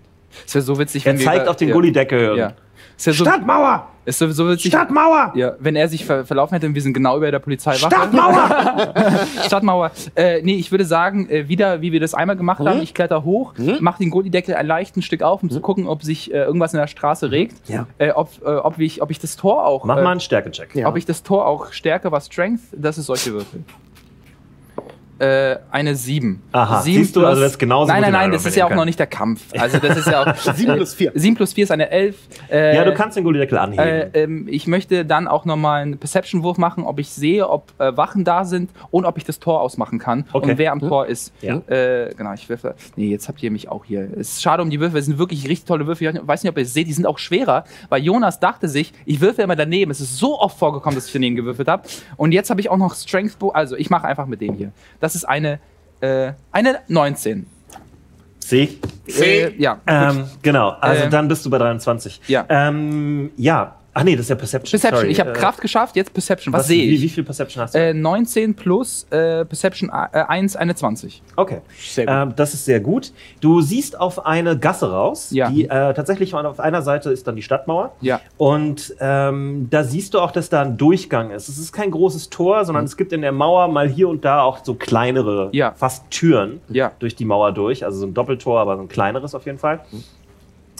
[SPEAKER 2] Es wäre so witzig,
[SPEAKER 1] Er
[SPEAKER 2] wenn
[SPEAKER 1] zeigt
[SPEAKER 2] wir,
[SPEAKER 1] auf den
[SPEAKER 2] ja,
[SPEAKER 1] Gullideckel.
[SPEAKER 2] Ja. Es wäre so,
[SPEAKER 5] Stadtmauer.
[SPEAKER 2] es wär so witzig,
[SPEAKER 5] Stadtmauer.
[SPEAKER 2] ja, wenn er sich ver verlaufen hätte und wir sind genau über der Polizeiwache.
[SPEAKER 5] Stadtmauer.
[SPEAKER 2] Stadtmauer. Äh, nee, ich würde sagen, äh, wieder, wie wir das einmal gemacht
[SPEAKER 1] Hm?
[SPEAKER 2] haben, ich kletter hoch, mach den Gullideckel ein leichten Stück auf, um zu gucken, ob sich äh, irgendwas in der Straße regt.
[SPEAKER 3] Ja.
[SPEAKER 2] Äh, ob, äh, ob, ich, ob ich das Tor auch.
[SPEAKER 1] Hm? Mach
[SPEAKER 2] äh,
[SPEAKER 1] mal einen Stärkecheck.
[SPEAKER 3] Ja.
[SPEAKER 2] Ob ich das Tor auch stärke, was Strength, das ist solche Würfel. Äh, eine 7.
[SPEAKER 1] Aha,
[SPEAKER 2] Sieben
[SPEAKER 1] siehst du, also das ist genauso
[SPEAKER 2] Nein,
[SPEAKER 1] gut
[SPEAKER 2] nein,
[SPEAKER 1] in
[SPEAKER 2] nein,
[SPEAKER 1] Iron
[SPEAKER 2] das
[SPEAKER 1] Man
[SPEAKER 2] ist ja auch
[SPEAKER 1] kann.
[SPEAKER 2] noch nicht der Kampf. Also das ist ja auch.
[SPEAKER 3] Sieben plus vier.
[SPEAKER 2] 7 plus 4 ist eine 11. Äh,
[SPEAKER 1] Ja, du kannst den Gullideckel
[SPEAKER 2] Äh,
[SPEAKER 1] anheben.
[SPEAKER 2] ähm, ich möchte dann auch nochmal einen Perception-Wurf machen, ob ich sehe, ob äh, Wachen da sind und ob ich das Tor ausmachen kann
[SPEAKER 1] Okay.
[SPEAKER 2] und wer am Tor ist.
[SPEAKER 1] Ja.
[SPEAKER 2] Äh, genau, ich würfe. Nee, jetzt habt ihr mich auch hier. Es ist schade um die Würfe, es sind wirklich richtig tolle Würfe. Ich weiß nicht, ob ihr es seht, die sind auch schwerer, weil Jonas dachte sich, ich würfe immer daneben. Es ist so oft vorgekommen, dass ich daneben gewürfelt habe. Und jetzt habe ich auch noch Strength. Also, ich mache einfach mit dem hier. Das ist eine, äh, eine 19.
[SPEAKER 1] Sieh?
[SPEAKER 2] Äh, ja.
[SPEAKER 1] Ähm, genau, also
[SPEAKER 2] Ähm,
[SPEAKER 1] dann bist du bei 23.
[SPEAKER 2] ja.
[SPEAKER 1] Ähm, ja. Ach nee, das ist ja Perception.
[SPEAKER 2] Perception.
[SPEAKER 1] Sorry.
[SPEAKER 2] Ich habe
[SPEAKER 1] Äh,
[SPEAKER 2] Kraft geschafft, jetzt Perception. Was,
[SPEAKER 1] was-
[SPEAKER 2] sehe ich?
[SPEAKER 1] Wie, wie viel Perception hast du?
[SPEAKER 2] Äh, 19 plus äh, Perception äh, 1, eine 20.
[SPEAKER 1] Okay,
[SPEAKER 3] Sehr gut.
[SPEAKER 1] ähm, das ist sehr gut. Du siehst auf eine Gasse raus,
[SPEAKER 2] Ja.
[SPEAKER 1] die äh, tatsächlich auf einer Seite ist dann die Stadtmauer.
[SPEAKER 2] Ja.
[SPEAKER 1] Und ähm, da siehst du auch, dass da ein Durchgang ist. Es ist kein großes Tor, sondern es gibt in der Mauer mal hier und da auch so kleinere,
[SPEAKER 2] Mhm. Ja.
[SPEAKER 1] fast Türen
[SPEAKER 2] Ja.
[SPEAKER 1] durch die Mauer durch. Also so ein Doppeltor, aber so ein kleineres auf jeden Fall.
[SPEAKER 2] Mhm.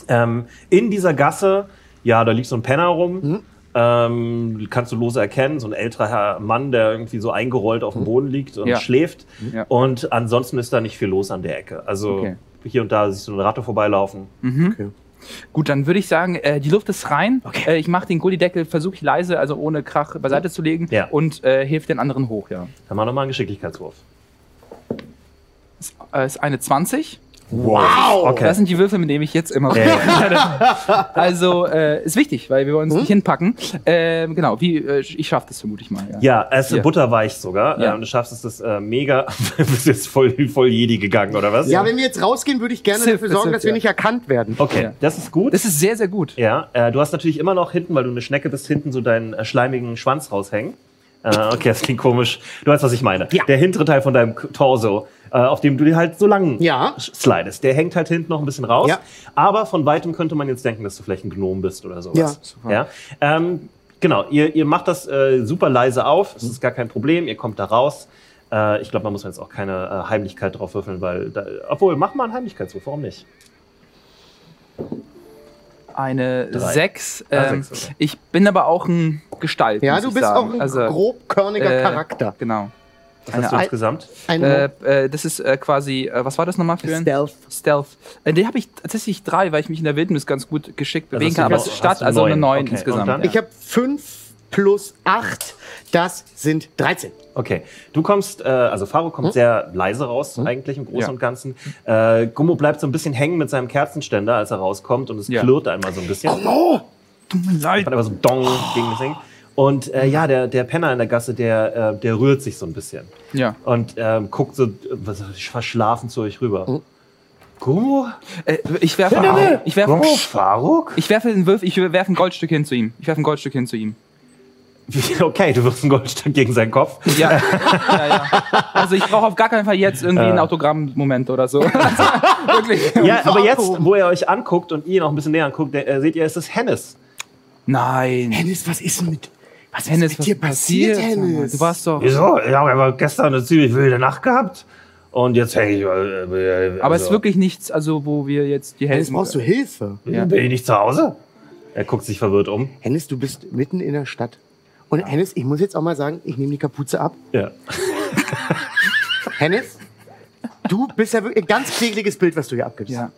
[SPEAKER 1] Ähm, in dieser Gasse, ja, da liegt so ein Penner rum.
[SPEAKER 2] Mhm.
[SPEAKER 1] Ähm, kannst du lose erkennen, so ein älterer Herr- Mann, der irgendwie so eingerollt auf dem Boden liegt und
[SPEAKER 2] Mhm. Ja.
[SPEAKER 1] schläft.
[SPEAKER 2] Ja.
[SPEAKER 1] Und ansonsten ist da nicht viel los an der Ecke. Also
[SPEAKER 2] Okay.
[SPEAKER 1] hier und da siehst du eine Ratte vorbeilaufen.
[SPEAKER 2] Gut, dann würde ich sagen, äh, die Luft ist rein. Äh, ich mache den Gullideckel, versuche ich leise, also ohne Krach beiseite zu legen
[SPEAKER 1] Ja.
[SPEAKER 2] und äh, hilf den anderen hoch. Ja.
[SPEAKER 1] Dann mach nochmal einen Geschicklichkeitswurf.
[SPEAKER 2] Ist, äh, ist eine 20.
[SPEAKER 1] Wow! Okay.
[SPEAKER 2] Das sind die Würfel, mit denen ich jetzt immer. Also äh, ist wichtig, weil wir wollen
[SPEAKER 1] Hm?
[SPEAKER 2] es nicht hinpacken. Ähm, genau, wie äh, ich schaffe das vermute ich mal. Ja.
[SPEAKER 1] Ja, es ist
[SPEAKER 2] Ja.
[SPEAKER 1] butterweich sogar.
[SPEAKER 2] Ja.
[SPEAKER 1] Ähm, du schaffst es, das äh, mega. du bist jetzt voll, voll Jedi gegangen, oder was?
[SPEAKER 3] Ja, wenn wir jetzt rausgehen, würde ich gerne
[SPEAKER 2] Sif,
[SPEAKER 3] dafür sorgen,
[SPEAKER 2] Sif,
[SPEAKER 3] dass wir
[SPEAKER 2] ja. Oh,
[SPEAKER 3] nicht erkannt werden.
[SPEAKER 1] Okay,
[SPEAKER 2] Ja.
[SPEAKER 1] das ist gut.
[SPEAKER 2] Das ist sehr, sehr gut.
[SPEAKER 1] ja, äh, du hast natürlich immer noch hinten, weil du eine Schnecke bist, hinten so deinen äh, schleimigen Schwanz raushängen. Äh, okay, das klingt komisch. Du weißt, was ich meine.
[SPEAKER 3] Ja.
[SPEAKER 1] Der hintere Teil von deinem K- Torso, äh, auf dem du dir halt so lang
[SPEAKER 3] Ja.
[SPEAKER 1] slidest, der hängt halt hinten noch ein bisschen raus.
[SPEAKER 3] Ja.
[SPEAKER 1] Aber von weitem könnte man jetzt denken, dass du vielleicht ein Gnom bist oder sowas.
[SPEAKER 3] Ja,
[SPEAKER 2] super.
[SPEAKER 1] Ja? Ähm, genau, ihr, ihr macht das äh, super leise auf, es ist gar kein Problem, ihr kommt da raus. Äh, ich glaube, man muss jetzt auch keine äh, Heimlichkeit drauf würfeln, weil da, obwohl, mach mal einen Heimlichkeitswurf, warum nicht?
[SPEAKER 2] Eine
[SPEAKER 1] Drei.
[SPEAKER 2] 6.
[SPEAKER 1] Ah,
[SPEAKER 2] Ähm,
[SPEAKER 1] sechs, okay.
[SPEAKER 2] ich bin aber auch ein Gestalt.
[SPEAKER 3] Ja,
[SPEAKER 2] muss
[SPEAKER 3] du
[SPEAKER 2] ich
[SPEAKER 3] bist
[SPEAKER 2] sagen.
[SPEAKER 3] auch ein
[SPEAKER 2] also,
[SPEAKER 3] grobkörniger
[SPEAKER 2] äh,
[SPEAKER 3] Charakter.
[SPEAKER 2] Genau.
[SPEAKER 1] Was
[SPEAKER 2] Eine
[SPEAKER 1] hast du
[SPEAKER 2] Ei-
[SPEAKER 1] insgesamt?
[SPEAKER 3] Ein
[SPEAKER 2] Äh, äh, das ist äh, quasi, äh, was war das nochmal für ein?
[SPEAKER 3] Genau. Stealth.
[SPEAKER 2] Stealth. Äh, den habe ich tatsächlich drei, weil ich mich in der Wildnis ganz gut geschickt bewegen
[SPEAKER 1] hast du
[SPEAKER 2] kann. Aber
[SPEAKER 1] noch-
[SPEAKER 2] Stadt,
[SPEAKER 1] hast du
[SPEAKER 2] also eine
[SPEAKER 1] neun.
[SPEAKER 2] neun
[SPEAKER 1] Okay, und
[SPEAKER 2] insgesamt.
[SPEAKER 1] dann?
[SPEAKER 2] ja.
[SPEAKER 3] Ich habe fünf plus 8, das sind 13.
[SPEAKER 1] Okay, du kommst, äh, also Faro kommt sehr leise raus eigentlich im Großen
[SPEAKER 2] Hm? Ja.
[SPEAKER 1] und Ganzen. Äh, Gummo bleibt so ein bisschen hängen mit seinem Kerzenständer, als er rauskommt und es
[SPEAKER 2] Ja. Oh,
[SPEAKER 1] klirrt einmal so ein bisschen.
[SPEAKER 2] Tut mir leid.
[SPEAKER 1] Hat aber so Dong gegen das Ding. Und äh, ja, der, der Penner in der Gasse, der, äh, der rührt sich so ein bisschen
[SPEAKER 2] Ja.
[SPEAKER 1] und ähm, guckt so äh, was- verschlafen zu euch rüber.
[SPEAKER 2] Hm?
[SPEAKER 1] Gummo?
[SPEAKER 2] Äh, ich werfe. Ich werfe.
[SPEAKER 1] Gummo Faruk?
[SPEAKER 2] Ich werfe den Würf, ich werfe ein Goldstück hin zu ihm. Ich werfe ein Goldstück hin zu ihm.
[SPEAKER 1] Okay, du wirfst ein Goldstück gegen seinen Kopf.
[SPEAKER 2] Ja, ja, ja. Also ich brauche auf gar keinen Fall jetzt irgendwie einen Autogramm-Moment oder so. Also, wirklich.
[SPEAKER 1] Ja, aber jetzt, wo ihr euch anguckt und ihr noch ein bisschen näher anguckt, der, äh, seht ihr, es ist Hennes.
[SPEAKER 2] Nein.
[SPEAKER 3] Hennis, was ist denn mit, was
[SPEAKER 2] Hennes,
[SPEAKER 3] ist mit dir passiert, Hennis?
[SPEAKER 2] Du warst doch.
[SPEAKER 1] Wieso? Ich habe aber gestern eine ziemlich wilde Nacht gehabt. Und jetzt hänge ich. Äh, äh,
[SPEAKER 2] Aber es
[SPEAKER 1] also,
[SPEAKER 2] ist wirklich nichts, also wo wir jetzt die
[SPEAKER 3] Hennis,
[SPEAKER 2] helfen.
[SPEAKER 3] brauchst du Hilfe?
[SPEAKER 2] ja.
[SPEAKER 1] Bin ich nicht zu Hause? Er guckt sich verwirrt um.
[SPEAKER 3] Hennis, du bist mitten in der Stadt. Und Hennis, ich muss jetzt auch mal sagen, ich nehme die Kapuze ab.
[SPEAKER 1] Ja.
[SPEAKER 3] Hennis, du bist ja wirklich ein ganz pflegliches Bild, was du hier abgibst.
[SPEAKER 2] Ja.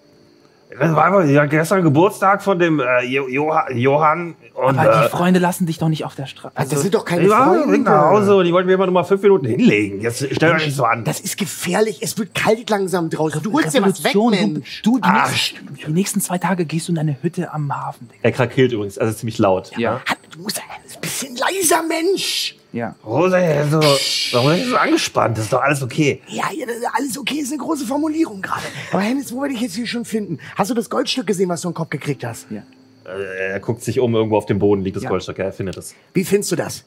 [SPEAKER 1] Das war einfach, ja, gestern Geburtstag von dem äh, jo Joha- Johann. Und,
[SPEAKER 2] Aber
[SPEAKER 1] äh,
[SPEAKER 2] die Freunde lassen dich doch nicht auf der Straße.
[SPEAKER 3] Also, das sind doch keine
[SPEAKER 1] ich war
[SPEAKER 3] Freunde.
[SPEAKER 1] weg nach Hause und die wollten mir immer nur mal fünf Minuten hinlegen. Jetzt stellt euch nicht so an.
[SPEAKER 3] Das ist gefährlich. Es wird kalt langsam draußen. Du holst dir was Ah, weg,
[SPEAKER 2] Revolution, du-
[SPEAKER 3] Mensch.
[SPEAKER 2] Du, die,
[SPEAKER 1] Ach,
[SPEAKER 2] nächsten, die nächsten zwei Tage gehst du in deine Hütte am Hafen, Digga.
[SPEAKER 1] Er krakeelt übrigens, also ziemlich laut.
[SPEAKER 2] Ja.
[SPEAKER 3] Han- Du musst ein bisschen leiser, Mensch.
[SPEAKER 2] Ja.
[SPEAKER 1] Rosa, so, also, warum bist du so angespannt? Das ist doch alles okay.
[SPEAKER 3] Ja, ja, das ist alles okay, ist eine große Formulierung gerade. Aber Hennis, wo werde ich jetzt hier schon finden? Hast du das Goldstück gesehen, was du im Kopf gekriegt hast?
[SPEAKER 2] ja.
[SPEAKER 1] Äh, Er guckt sich um, irgendwo auf dem Boden liegt das
[SPEAKER 2] Ja.
[SPEAKER 1] Goldstück, ja, er findet es.
[SPEAKER 3] Wie findest du das?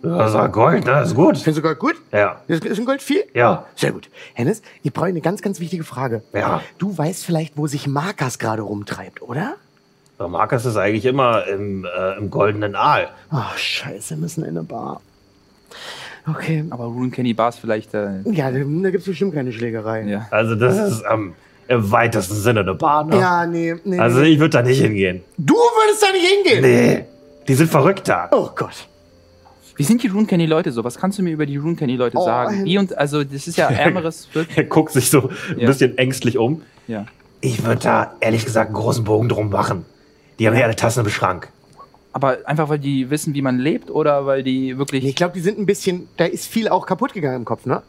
[SPEAKER 1] Das war Gold, ne? das ist gut.
[SPEAKER 3] Findest du Gold gut?
[SPEAKER 1] Ja.
[SPEAKER 3] Das ist ein Gold viel?
[SPEAKER 1] Ja.
[SPEAKER 3] Sehr gut. Hennis, ich brauche eine ganz, ganz wichtige Frage.
[SPEAKER 1] Ja.
[SPEAKER 3] Du weißt vielleicht, wo sich Markas gerade rumtreibt, oder?
[SPEAKER 1] Der Markus ist eigentlich immer im, äh, im goldenen Aal.
[SPEAKER 3] Ach, scheiße, wir müssen in eine Bar. Okay.
[SPEAKER 2] Aber Rune Kenny Bars vielleicht. Äh,
[SPEAKER 3] Ja, da gibt es bestimmt keine Schlägerei.
[SPEAKER 2] ja.
[SPEAKER 1] Also das ist ähm, im weitesten Sinne eine Bar. Ne?
[SPEAKER 3] Ja, nee, nee.
[SPEAKER 1] Also
[SPEAKER 3] nee.
[SPEAKER 1] ich würde da nicht hingehen.
[SPEAKER 3] Du würdest da nicht hingehen!
[SPEAKER 1] Nee, die sind verrückt da.
[SPEAKER 3] Oh Gott.
[SPEAKER 2] Wie sind die Rune Kenny Leute so? Was kannst du mir über die Rune Kenny Leute
[SPEAKER 3] Oh,
[SPEAKER 2] sagen?
[SPEAKER 3] Hennes.
[SPEAKER 2] Die und also das ist ja ärmeres Viertel.
[SPEAKER 1] Er guckt sich so ein
[SPEAKER 2] Ja.
[SPEAKER 1] bisschen ängstlich um.
[SPEAKER 2] Ja.
[SPEAKER 1] Ich würde da ehrlich gesagt einen großen Bogen drum machen. Die haben ja alle Tassen im Schrank.
[SPEAKER 2] Aber einfach weil die wissen, wie man lebt oder weil die wirklich.
[SPEAKER 3] Ich glaube, die sind ein bisschen, da ist viel auch kaputt gegangen im Kopf, ne?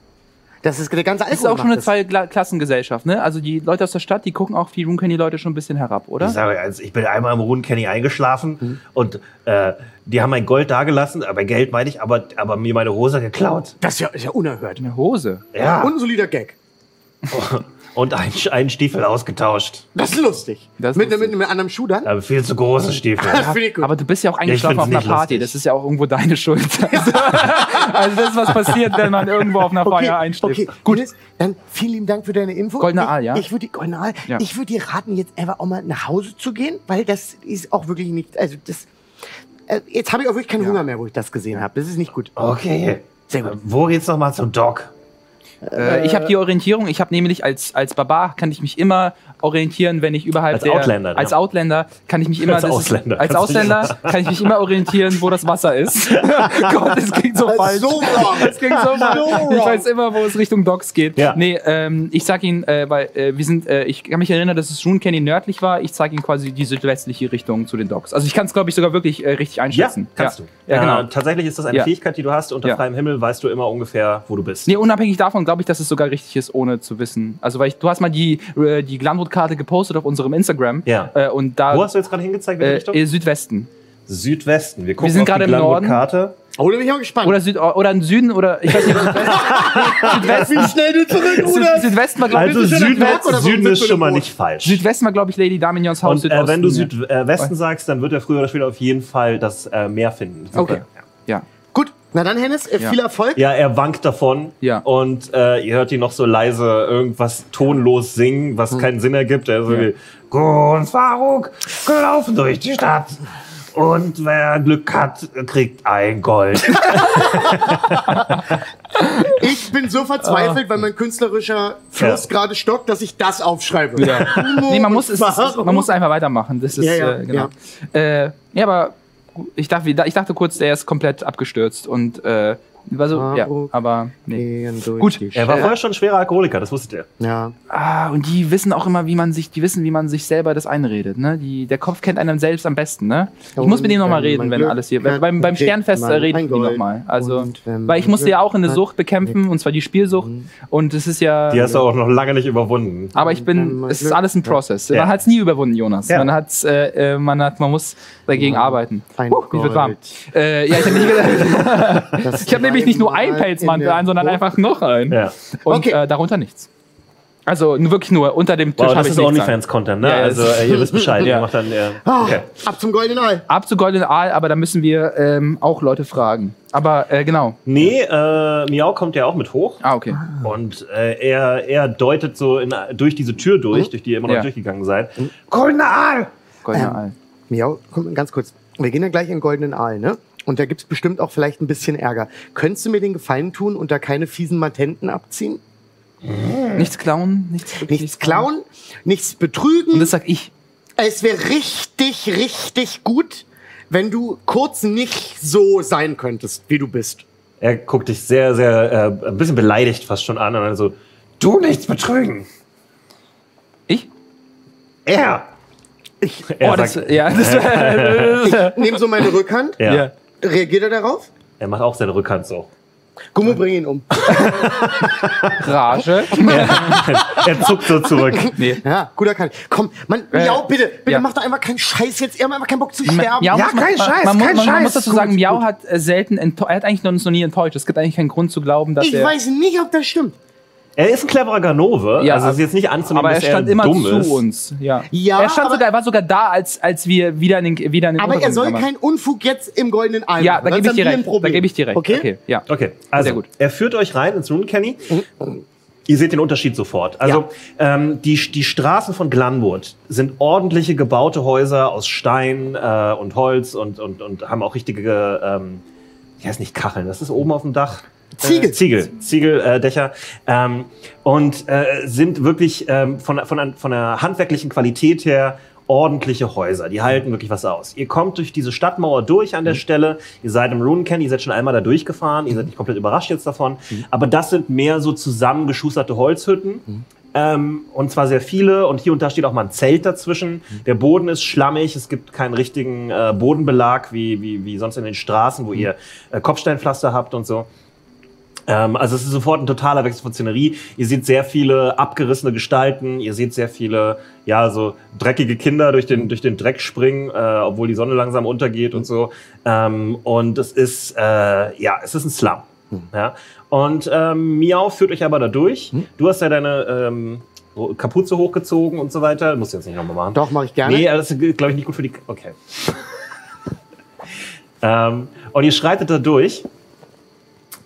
[SPEAKER 3] Das ist der ganze
[SPEAKER 2] das
[SPEAKER 3] Alkohol.
[SPEAKER 2] ist auch schon
[SPEAKER 3] macht
[SPEAKER 2] eine
[SPEAKER 3] das.
[SPEAKER 2] Zweiklassengesellschaft, ne? Also die Leute aus der Stadt, die gucken auch die Rune Kenny Leute schon ein bisschen herab,
[SPEAKER 1] Ich
[SPEAKER 2] oder?
[SPEAKER 1] sage, also ich bin einmal im Runenkenny eingeschlafen und äh, die haben mein Gold dagelassen, aber Geld meine ich, aber, aber mir meine Hose geklaut.
[SPEAKER 3] Das ist ja, ist ja unerhört.
[SPEAKER 2] Eine Hose.
[SPEAKER 1] Ja. Und,
[SPEAKER 3] Unsolider Gag.
[SPEAKER 1] und einen, einen Stiefel ausgetauscht.
[SPEAKER 3] Das ist lustig.
[SPEAKER 2] Das ist
[SPEAKER 3] mit,
[SPEAKER 2] lustig.
[SPEAKER 3] mit einem anderen Schuh dann?
[SPEAKER 1] Aber viel zu großen Stiefel.
[SPEAKER 3] Das finde ich gut.
[SPEAKER 2] Aber du bist ja auch eingeschlafen
[SPEAKER 1] find's
[SPEAKER 2] auf einer
[SPEAKER 1] nicht
[SPEAKER 2] Party.
[SPEAKER 1] lustig.
[SPEAKER 2] Das ist ja auch irgendwo deine Schuld. Also, also das ist was passiert, wenn man irgendwo auf einer Feier einsteht.
[SPEAKER 3] Okay, gut. Dennis, dann vielen lieben Dank für deine Info.
[SPEAKER 2] Goldene
[SPEAKER 3] Ich-
[SPEAKER 2] Aal, ja?
[SPEAKER 3] Ich würde Goldene Aal.
[SPEAKER 2] Ja.
[SPEAKER 3] Ich würde dir raten, jetzt einfach auch mal nach Hause zu gehen, weil das ist auch wirklich nicht. Also das. äh, Jetzt habe ich auch wirklich keinen Hunger mehr, wo ich das gesehen habe. Das ist nicht gut.
[SPEAKER 1] Okay.
[SPEAKER 3] Sehr gut.
[SPEAKER 1] Wo geht's nochmal zum Doc?
[SPEAKER 2] Äh, ich habe die Orientierung. Ich habe nämlich als, als Barbar kann ich mich immer orientieren, wenn ich überhalb
[SPEAKER 1] Als
[SPEAKER 2] der,
[SPEAKER 1] Outlander,
[SPEAKER 2] als
[SPEAKER 1] ja.
[SPEAKER 2] Outlander kann ich mich immer
[SPEAKER 1] Als
[SPEAKER 2] das
[SPEAKER 1] Ausländer,
[SPEAKER 2] Ist, als
[SPEAKER 1] kannst du dich-
[SPEAKER 2] Ausländer kann ich mich immer orientieren, wo das Wasser ist. Gott, das klingt so falsch.
[SPEAKER 3] So wrong.
[SPEAKER 2] Das klingt so falsch. Ich weiß immer, wo es Richtung Docks geht.
[SPEAKER 1] Ja.
[SPEAKER 2] Nee, ähm, ich sag ihn, äh, weil äh, wir sind, äh, ich kann mich erinnern, dass es Rune Canyon nördlich war. Ich zeige ihm quasi die südwestliche Richtung zu den Docks. Also ich kann es, glaube ich, sogar wirklich äh, richtig einschätzen.
[SPEAKER 1] kannst
[SPEAKER 2] ja.
[SPEAKER 1] du.
[SPEAKER 2] Ja, genau.
[SPEAKER 1] äh, tatsächlich ist das eine
[SPEAKER 2] Ja.
[SPEAKER 1] Fähigkeit, die du hast. Unter
[SPEAKER 2] Ja.
[SPEAKER 1] freiem Himmel weißt du immer ungefähr, wo du bist.
[SPEAKER 2] Nee, unabhängig davon glaube ich, dass es sogar richtig ist, ohne zu wissen. Also, weil ich, du hast mal die, äh, die Glanwood-Karte gepostet auf unserem Instagram.
[SPEAKER 1] Ja.
[SPEAKER 2] Äh, und da.
[SPEAKER 1] Wo hast du jetzt gerade hingezeigt? Welche
[SPEAKER 2] äh,
[SPEAKER 1] Richtung?
[SPEAKER 2] äh, Südwesten.
[SPEAKER 1] Südwesten. Wir gucken
[SPEAKER 2] sind
[SPEAKER 1] auf
[SPEAKER 2] gerade
[SPEAKER 1] die
[SPEAKER 2] im Norden.
[SPEAKER 1] Karte.
[SPEAKER 3] Oh, da bin ich mal gespannt.
[SPEAKER 2] Oder, Süd, äh, oder im Süden oder ich weiß nicht. Südwesten,
[SPEAKER 3] wie schnell du zurück,
[SPEAKER 2] Süd, Südwesten war, glaube
[SPEAKER 1] Also
[SPEAKER 2] ich.
[SPEAKER 3] schon am
[SPEAKER 1] Süden,
[SPEAKER 3] Berg oder warum
[SPEAKER 1] Süden
[SPEAKER 3] sind
[SPEAKER 1] ist
[SPEAKER 3] wir
[SPEAKER 1] schon mal
[SPEAKER 3] im
[SPEAKER 1] nicht falsch.
[SPEAKER 2] Südwesten war, glaube ich, Lady Damignons Haus.
[SPEAKER 1] und äh, wenn du
[SPEAKER 2] Südosten,
[SPEAKER 1] Südwesten äh, Westen sagst, dann wird er früher oder später auf jeden Fall das äh, Meer finden. Super.
[SPEAKER 2] Okay. Ja.
[SPEAKER 3] Gut, na dann, Hennes, äh,
[SPEAKER 2] Ja.
[SPEAKER 3] viel Erfolg.
[SPEAKER 1] Ja, er wankt davon
[SPEAKER 2] Ja.
[SPEAKER 1] und äh, ihr hört ihn noch so leise irgendwas tonlos singen, was
[SPEAKER 2] Hm.
[SPEAKER 1] keinen Sinn ergibt. Er ist so wie, Gun Faruk gelaufen durch die Stadt und wer Glück hat, kriegt ein Gold.
[SPEAKER 3] Ich bin so verzweifelt, weil mein künstlerischer Fluss gerade stockt, dass ich das aufschreibe.
[SPEAKER 2] Ja.
[SPEAKER 3] Humor
[SPEAKER 2] Nee, man
[SPEAKER 3] und
[SPEAKER 2] muss, es, es,
[SPEAKER 3] Wahrung.
[SPEAKER 2] man muss einfach weitermachen. Das ist,
[SPEAKER 3] Ja, ja,
[SPEAKER 2] äh, genau. Ja, äh, ja aber ich dachte, ich dachte kurz, der ist komplett abgestürzt und äh, Also,
[SPEAKER 3] Ah,
[SPEAKER 2] ja,
[SPEAKER 3] okay.
[SPEAKER 2] aber nee.
[SPEAKER 3] Gehen durch
[SPEAKER 2] Gut,
[SPEAKER 3] die
[SPEAKER 1] Er war
[SPEAKER 3] Schell-
[SPEAKER 1] vorher schon ein schwerer Alkoholiker, das wusstet ihr.
[SPEAKER 3] Ja.
[SPEAKER 2] Ah, und die wissen auch immer, wie man sich, die wissen, wie man sich selber das einredet, ne? Die, der Kopf kennt einem selbst am besten, ne? Ich muss mit denen nochmal
[SPEAKER 3] Und ähm,
[SPEAKER 2] reden,
[SPEAKER 3] mein
[SPEAKER 2] wenn
[SPEAKER 3] Glück
[SPEAKER 2] alles hier.
[SPEAKER 3] hat,
[SPEAKER 2] Beim, beim
[SPEAKER 3] kriegt
[SPEAKER 2] Sternfest
[SPEAKER 3] man
[SPEAKER 2] äh, reden
[SPEAKER 3] ein
[SPEAKER 2] die
[SPEAKER 3] Gold.
[SPEAKER 2] nochmal. Also,
[SPEAKER 3] Und wenn
[SPEAKER 2] weil ich
[SPEAKER 3] man
[SPEAKER 2] musste ja auch in eine
[SPEAKER 3] hat, Mhm.
[SPEAKER 2] Sucht bekämpfen, und zwar die Spielsucht. Und es ist ja.
[SPEAKER 1] Die hast du auch noch lange nicht überwunden.
[SPEAKER 2] Aber ich
[SPEAKER 3] Wenn
[SPEAKER 2] bin,
[SPEAKER 3] man
[SPEAKER 2] es ist
[SPEAKER 3] Glück
[SPEAKER 2] alles ein Prozess.
[SPEAKER 1] Ja.
[SPEAKER 2] Man hat es nie überwunden, Jonas.
[SPEAKER 1] Ja.
[SPEAKER 2] Man hat's, äh, äh, man hat, man muss dagegen arbeiten.
[SPEAKER 3] Ein
[SPEAKER 2] Huh, ich wird warm.
[SPEAKER 3] Gold.
[SPEAKER 2] Äh, ja, ich habe nicht gedacht,
[SPEAKER 3] Das
[SPEAKER 2] ich habe nämlich nicht nur einen
[SPEAKER 3] Mal in
[SPEAKER 2] Pelzmantel
[SPEAKER 3] der
[SPEAKER 2] an, sondern
[SPEAKER 3] Woche-
[SPEAKER 2] einfach noch einen.
[SPEAKER 1] Ja.
[SPEAKER 2] Und
[SPEAKER 3] Okay.
[SPEAKER 2] äh, darunter nichts. Also nur wirklich nur unter dem Tisch
[SPEAKER 1] Wow,
[SPEAKER 2] hab
[SPEAKER 1] das
[SPEAKER 2] ich
[SPEAKER 1] ist
[SPEAKER 2] nichts an.
[SPEAKER 1] OnlyFans-Content, ne?
[SPEAKER 2] Ja, ja,
[SPEAKER 1] also
[SPEAKER 2] das-
[SPEAKER 1] äh, ihr wisst Bescheid,
[SPEAKER 2] Ja.
[SPEAKER 1] ihr macht dann. Ja.
[SPEAKER 3] Ah,
[SPEAKER 1] Okay.
[SPEAKER 3] Ab zum goldenen Ei.
[SPEAKER 2] Ab zu Golden Aal, aber da müssen wir ähm, auch Leute fragen. Aber äh, genau.
[SPEAKER 1] Nee, äh, Miau kommt ja auch mit hoch
[SPEAKER 2] Ah, okay.
[SPEAKER 1] und äh, er, er deutet so in, durch diese Tür durch, durch die ihr immer noch
[SPEAKER 2] Mhm. Ja. Mhm.
[SPEAKER 1] durchgegangen seid.
[SPEAKER 5] Goldener Aal!
[SPEAKER 2] Goldener
[SPEAKER 3] Ähm.
[SPEAKER 2] Aal.
[SPEAKER 3] Miau, komm, ganz kurz. Wir gehen ja gleich in den goldenen Aal, ne? Und da gibt's bestimmt auch vielleicht ein bisschen Ärger. Könntest du mir den Gefallen tun und da keine fiesen Matenten abziehen?
[SPEAKER 2] Nichts klauen, nichts
[SPEAKER 3] Nichts klauen, nichts betrügen.
[SPEAKER 2] Und das sag ich.
[SPEAKER 3] Es wäre richtig, richtig gut, wenn du kurz nicht so sein könntest, wie du bist.
[SPEAKER 1] Er guckt dich sehr, sehr, äh, ein bisschen beleidigt fast schon an und dann so,
[SPEAKER 5] Du nichts betrügen!
[SPEAKER 2] Ich?
[SPEAKER 1] er!
[SPEAKER 3] Ich
[SPEAKER 1] Er
[SPEAKER 2] oh, das,
[SPEAKER 1] sagt,
[SPEAKER 2] ja, das,
[SPEAKER 3] nehme so meine Rückhand.
[SPEAKER 1] ja.
[SPEAKER 2] ja.
[SPEAKER 3] Reagiert er darauf?
[SPEAKER 1] Er macht auch seine Rückhand so.
[SPEAKER 3] Gummo, bring ihn um.
[SPEAKER 2] Rage.
[SPEAKER 1] Er zuckt so zurück.
[SPEAKER 2] nee.
[SPEAKER 3] Ja, guter Kampf. Komm, Mann,
[SPEAKER 2] Äh,
[SPEAKER 3] Miau, bitte, bitte
[SPEAKER 2] ja.
[SPEAKER 3] mach doch einfach keinen Scheiß jetzt. Er hat einfach keinen Bock zu sterben.
[SPEAKER 2] Miau
[SPEAKER 5] Ja,
[SPEAKER 2] muss man-
[SPEAKER 5] kein
[SPEAKER 2] man,
[SPEAKER 5] Scheiß,
[SPEAKER 2] man, muss-
[SPEAKER 5] kein
[SPEAKER 2] man, man
[SPEAKER 5] Scheiß.
[SPEAKER 2] muss dazu
[SPEAKER 5] Gut,
[SPEAKER 2] sagen, Miau hat äh, selten, ento- er hat eigentlich noch, uns noch nie enttäuscht. Es gibt eigentlich keinen Grund zu glauben, dass
[SPEAKER 3] ich
[SPEAKER 2] er.
[SPEAKER 3] weiß nicht, ob das stimmt.
[SPEAKER 1] Er ist ein cleverer Ganove,
[SPEAKER 2] Ja,
[SPEAKER 1] also es ist jetzt nicht anzunehmen,
[SPEAKER 2] aber er
[SPEAKER 1] dass
[SPEAKER 2] stand
[SPEAKER 1] er
[SPEAKER 2] immer
[SPEAKER 1] dumm
[SPEAKER 2] zu
[SPEAKER 1] ist.
[SPEAKER 2] uns. Ja.
[SPEAKER 3] Ja,
[SPEAKER 2] er stand
[SPEAKER 3] aber-
[SPEAKER 2] sogar, er war sogar da, als, als wir wieder in den, wieder in den
[SPEAKER 3] Aber er
[SPEAKER 2] Untergrund
[SPEAKER 3] soll
[SPEAKER 2] gegangen
[SPEAKER 3] keinen Unfug jetzt im goldenen Ei
[SPEAKER 2] waren. Ja,
[SPEAKER 3] machen.
[SPEAKER 2] da
[SPEAKER 3] Sonst
[SPEAKER 2] gebe ich
[SPEAKER 3] haben
[SPEAKER 2] dir
[SPEAKER 3] wir ein
[SPEAKER 2] recht. Da
[SPEAKER 3] Problem.
[SPEAKER 2] gebe ich dir recht.
[SPEAKER 3] Okay?
[SPEAKER 2] ja.
[SPEAKER 1] Okay, also
[SPEAKER 2] Sehr gut.
[SPEAKER 1] er führt euch rein ins Runcanny. Ihr seht den Unterschied sofort. Also ähm, die, die Straßen von Glanwood sind ordentliche gebaute Häuser aus Stein äh, und Holz und, und, und haben auch richtige, ähm, ich weiß nicht, Kacheln, das ist oben auf dem Dach.
[SPEAKER 3] Ziegel.
[SPEAKER 1] Äh, Ziegel, Ziegeldächer. Äh, Dächer. ähm, und äh, sind wirklich ähm, von, von, an- von der handwerklichen Qualität her ordentliche Häuser. Die halten wirklich was aus. Ihr kommt durch diese Stadtmauer durch an der Stelle. Ihr seid im Runencan, ihr seid schon einmal da durchgefahren. Ihr seid nicht komplett überrascht jetzt davon. Aber das sind mehr so zusammengeschusterte Holzhütten. Ähm, und zwar sehr viele. Und hier und da steht auch mal ein Zelt dazwischen. Der Boden ist schlammig. Es gibt keinen richtigen äh, Bodenbelag wie, wie, wie sonst in den Straßen, wo ihr äh, Kopfsteinpflaster habt und so. Ähm, also es ist sofort ein totaler Wechsel von Szenerie. Ihr seht sehr viele abgerissene Gestalten, ihr seht sehr viele, ja, so dreckige Kinder durch den, durch den Dreck springen, äh, obwohl die Sonne langsam untergeht und so. Ähm, und es ist, äh, ja, es ist ein Slum. Ja? Und ähm, Miau führt euch aber da durch. Du hast ja deine ähm, Kapuze hochgezogen und so weiter. Musst du jetzt nicht nochmal machen.
[SPEAKER 3] Doch, mache ich gerne.
[SPEAKER 1] Nee, das ist, glaube ich, nicht gut für die. Okay. ähm, und ihr schreitet da durch.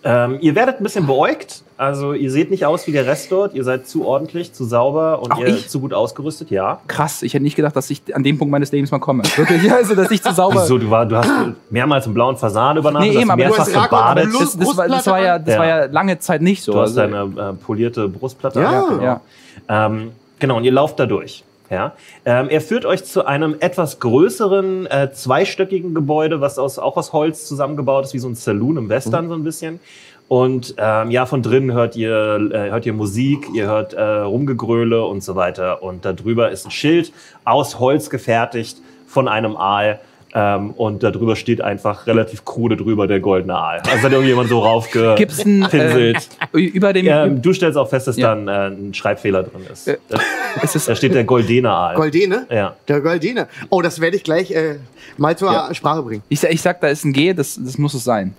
[SPEAKER 1] Ähm, ihr werdet ein bisschen beäugt. Also, ihr seht nicht aus wie der Rest dort. Ihr seid zu ordentlich, zu sauber und
[SPEAKER 2] Auch
[SPEAKER 1] ihr
[SPEAKER 2] ich?
[SPEAKER 1] zu gut ausgerüstet, ja.
[SPEAKER 2] Krass, ich hätte nicht gedacht, dass ich an dem Punkt meines Lebens mal komme. Wirklich, also, dass ich zu sauber.
[SPEAKER 1] Wieso, du, war, du hast mehrmals im blauen Fasan übernachtet,
[SPEAKER 2] Nee, eben,
[SPEAKER 1] hast
[SPEAKER 2] aber du
[SPEAKER 1] mehrfach
[SPEAKER 3] hast Rack-
[SPEAKER 1] gebadet.
[SPEAKER 2] Das,
[SPEAKER 3] Blut-
[SPEAKER 2] das, war, das,
[SPEAKER 3] Brustplatte
[SPEAKER 2] war ja, das
[SPEAKER 1] an?
[SPEAKER 2] war ja lange Zeit nicht so.
[SPEAKER 1] Du hast
[SPEAKER 2] also,
[SPEAKER 1] deine äh, polierte Brustplatte.
[SPEAKER 3] Ja.
[SPEAKER 1] genau.
[SPEAKER 2] ja.
[SPEAKER 1] Ähm, genau, und ihr lauft da durch. Ja. Ähm, er führt euch zu einem etwas größeren, äh, zweistöckigen Gebäude, was aus, auch aus Holz zusammengebaut ist, wie so ein Saloon im
[SPEAKER 2] Mhm.
[SPEAKER 1] Western so ein bisschen. Und ähm, ja, von drinnen hört ihr, äh, hört ihr Musik, ihr hört äh, Rumgegröle und so weiter. Und da drüber ist ein Schild aus Holz gefertigt von einem Aal. Ähm, und da drüber steht einfach relativ krude drüber der goldene Aal. Also hat irgendjemand so
[SPEAKER 2] Gibt's ein, äh,
[SPEAKER 1] raufgepinselt.
[SPEAKER 2] über dem.
[SPEAKER 1] Ähm, du stellst auch fest, dass
[SPEAKER 2] Ja.
[SPEAKER 1] dann äh, ein Schreibfehler drin ist.
[SPEAKER 2] Äh,
[SPEAKER 1] Das,
[SPEAKER 2] es ist,
[SPEAKER 1] da steht der Goldener Aal.
[SPEAKER 3] Goldene?
[SPEAKER 1] ja.
[SPEAKER 3] Der Goldene. Oh, das werde ich gleich äh, mal zur Sprache bringen.
[SPEAKER 2] Ich, sa- ich sag, da ist ein G, das, das muss es sein.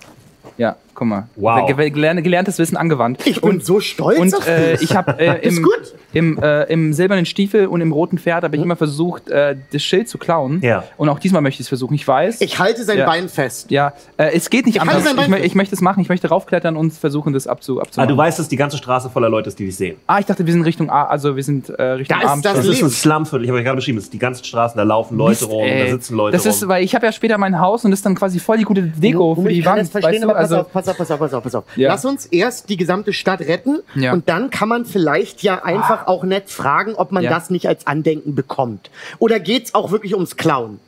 [SPEAKER 2] Ja, guck mal.
[SPEAKER 1] Wow.
[SPEAKER 2] Ge- gelern- gelerntes Wissen angewandt.
[SPEAKER 3] Ich bin
[SPEAKER 2] und,
[SPEAKER 3] so stolz
[SPEAKER 2] und
[SPEAKER 3] auf
[SPEAKER 2] äh,
[SPEAKER 3] dich.
[SPEAKER 2] ich habe äh,
[SPEAKER 3] Ist
[SPEAKER 2] im,
[SPEAKER 3] gut.
[SPEAKER 2] im, äh, im silbernen Stiefel und im roten Pferd habe ich immer versucht, äh, das Schild zu
[SPEAKER 1] Hm.
[SPEAKER 2] klauen.
[SPEAKER 1] Ja.
[SPEAKER 2] Und auch diesmal möchte ich es versuchen. Ich weiß.
[SPEAKER 3] Ich halte sein
[SPEAKER 2] Ja.
[SPEAKER 3] Bein fest.
[SPEAKER 2] ja, äh, es geht nicht
[SPEAKER 3] Ich
[SPEAKER 2] anders.
[SPEAKER 3] halte sein
[SPEAKER 2] Ich,
[SPEAKER 3] Bein
[SPEAKER 2] mö-
[SPEAKER 3] fest.
[SPEAKER 2] ich möchte es machen. Ich möchte raufklettern und versuchen, das abzu
[SPEAKER 1] Ah,
[SPEAKER 2] abzumachen.
[SPEAKER 1] du weißt, dass die ganze Straße voller Leute ist, die dich sehen.
[SPEAKER 2] Ah, ich dachte, wir sind Richtung A, also wir sind äh, Richtung
[SPEAKER 3] Da ist
[SPEAKER 2] Abend.
[SPEAKER 3] das
[SPEAKER 1] Das
[SPEAKER 3] Leben.
[SPEAKER 1] ist ein Slumviertel. Ich habe euch gerade beschrieben, es ist die ganzen Straßen, da laufen Leute
[SPEAKER 2] Mist,
[SPEAKER 1] rum,
[SPEAKER 2] ey.
[SPEAKER 1] da sitzen Leute
[SPEAKER 2] das ist,
[SPEAKER 1] rum.
[SPEAKER 2] weil ich habe ja später mein Haus und das ist dann quasi voll die gute Deko
[SPEAKER 3] Gumo,
[SPEAKER 2] für
[SPEAKER 3] ich
[SPEAKER 2] die
[SPEAKER 3] kann
[SPEAKER 2] Wand.
[SPEAKER 3] das verstehen, aber pass
[SPEAKER 2] also,
[SPEAKER 3] auf, pass auf, pass auf, pass auf, pass auf.
[SPEAKER 2] Ja.
[SPEAKER 3] Lass uns erst die gesamte Stadt retten
[SPEAKER 2] Ja. Ah.
[SPEAKER 3] und dann kann man vielleicht ja einfach auch nett fragen, ob man
[SPEAKER 2] Ja.
[SPEAKER 3] das nicht als Andenken bekommt. Oder geht's auch wirklich ums Klauen?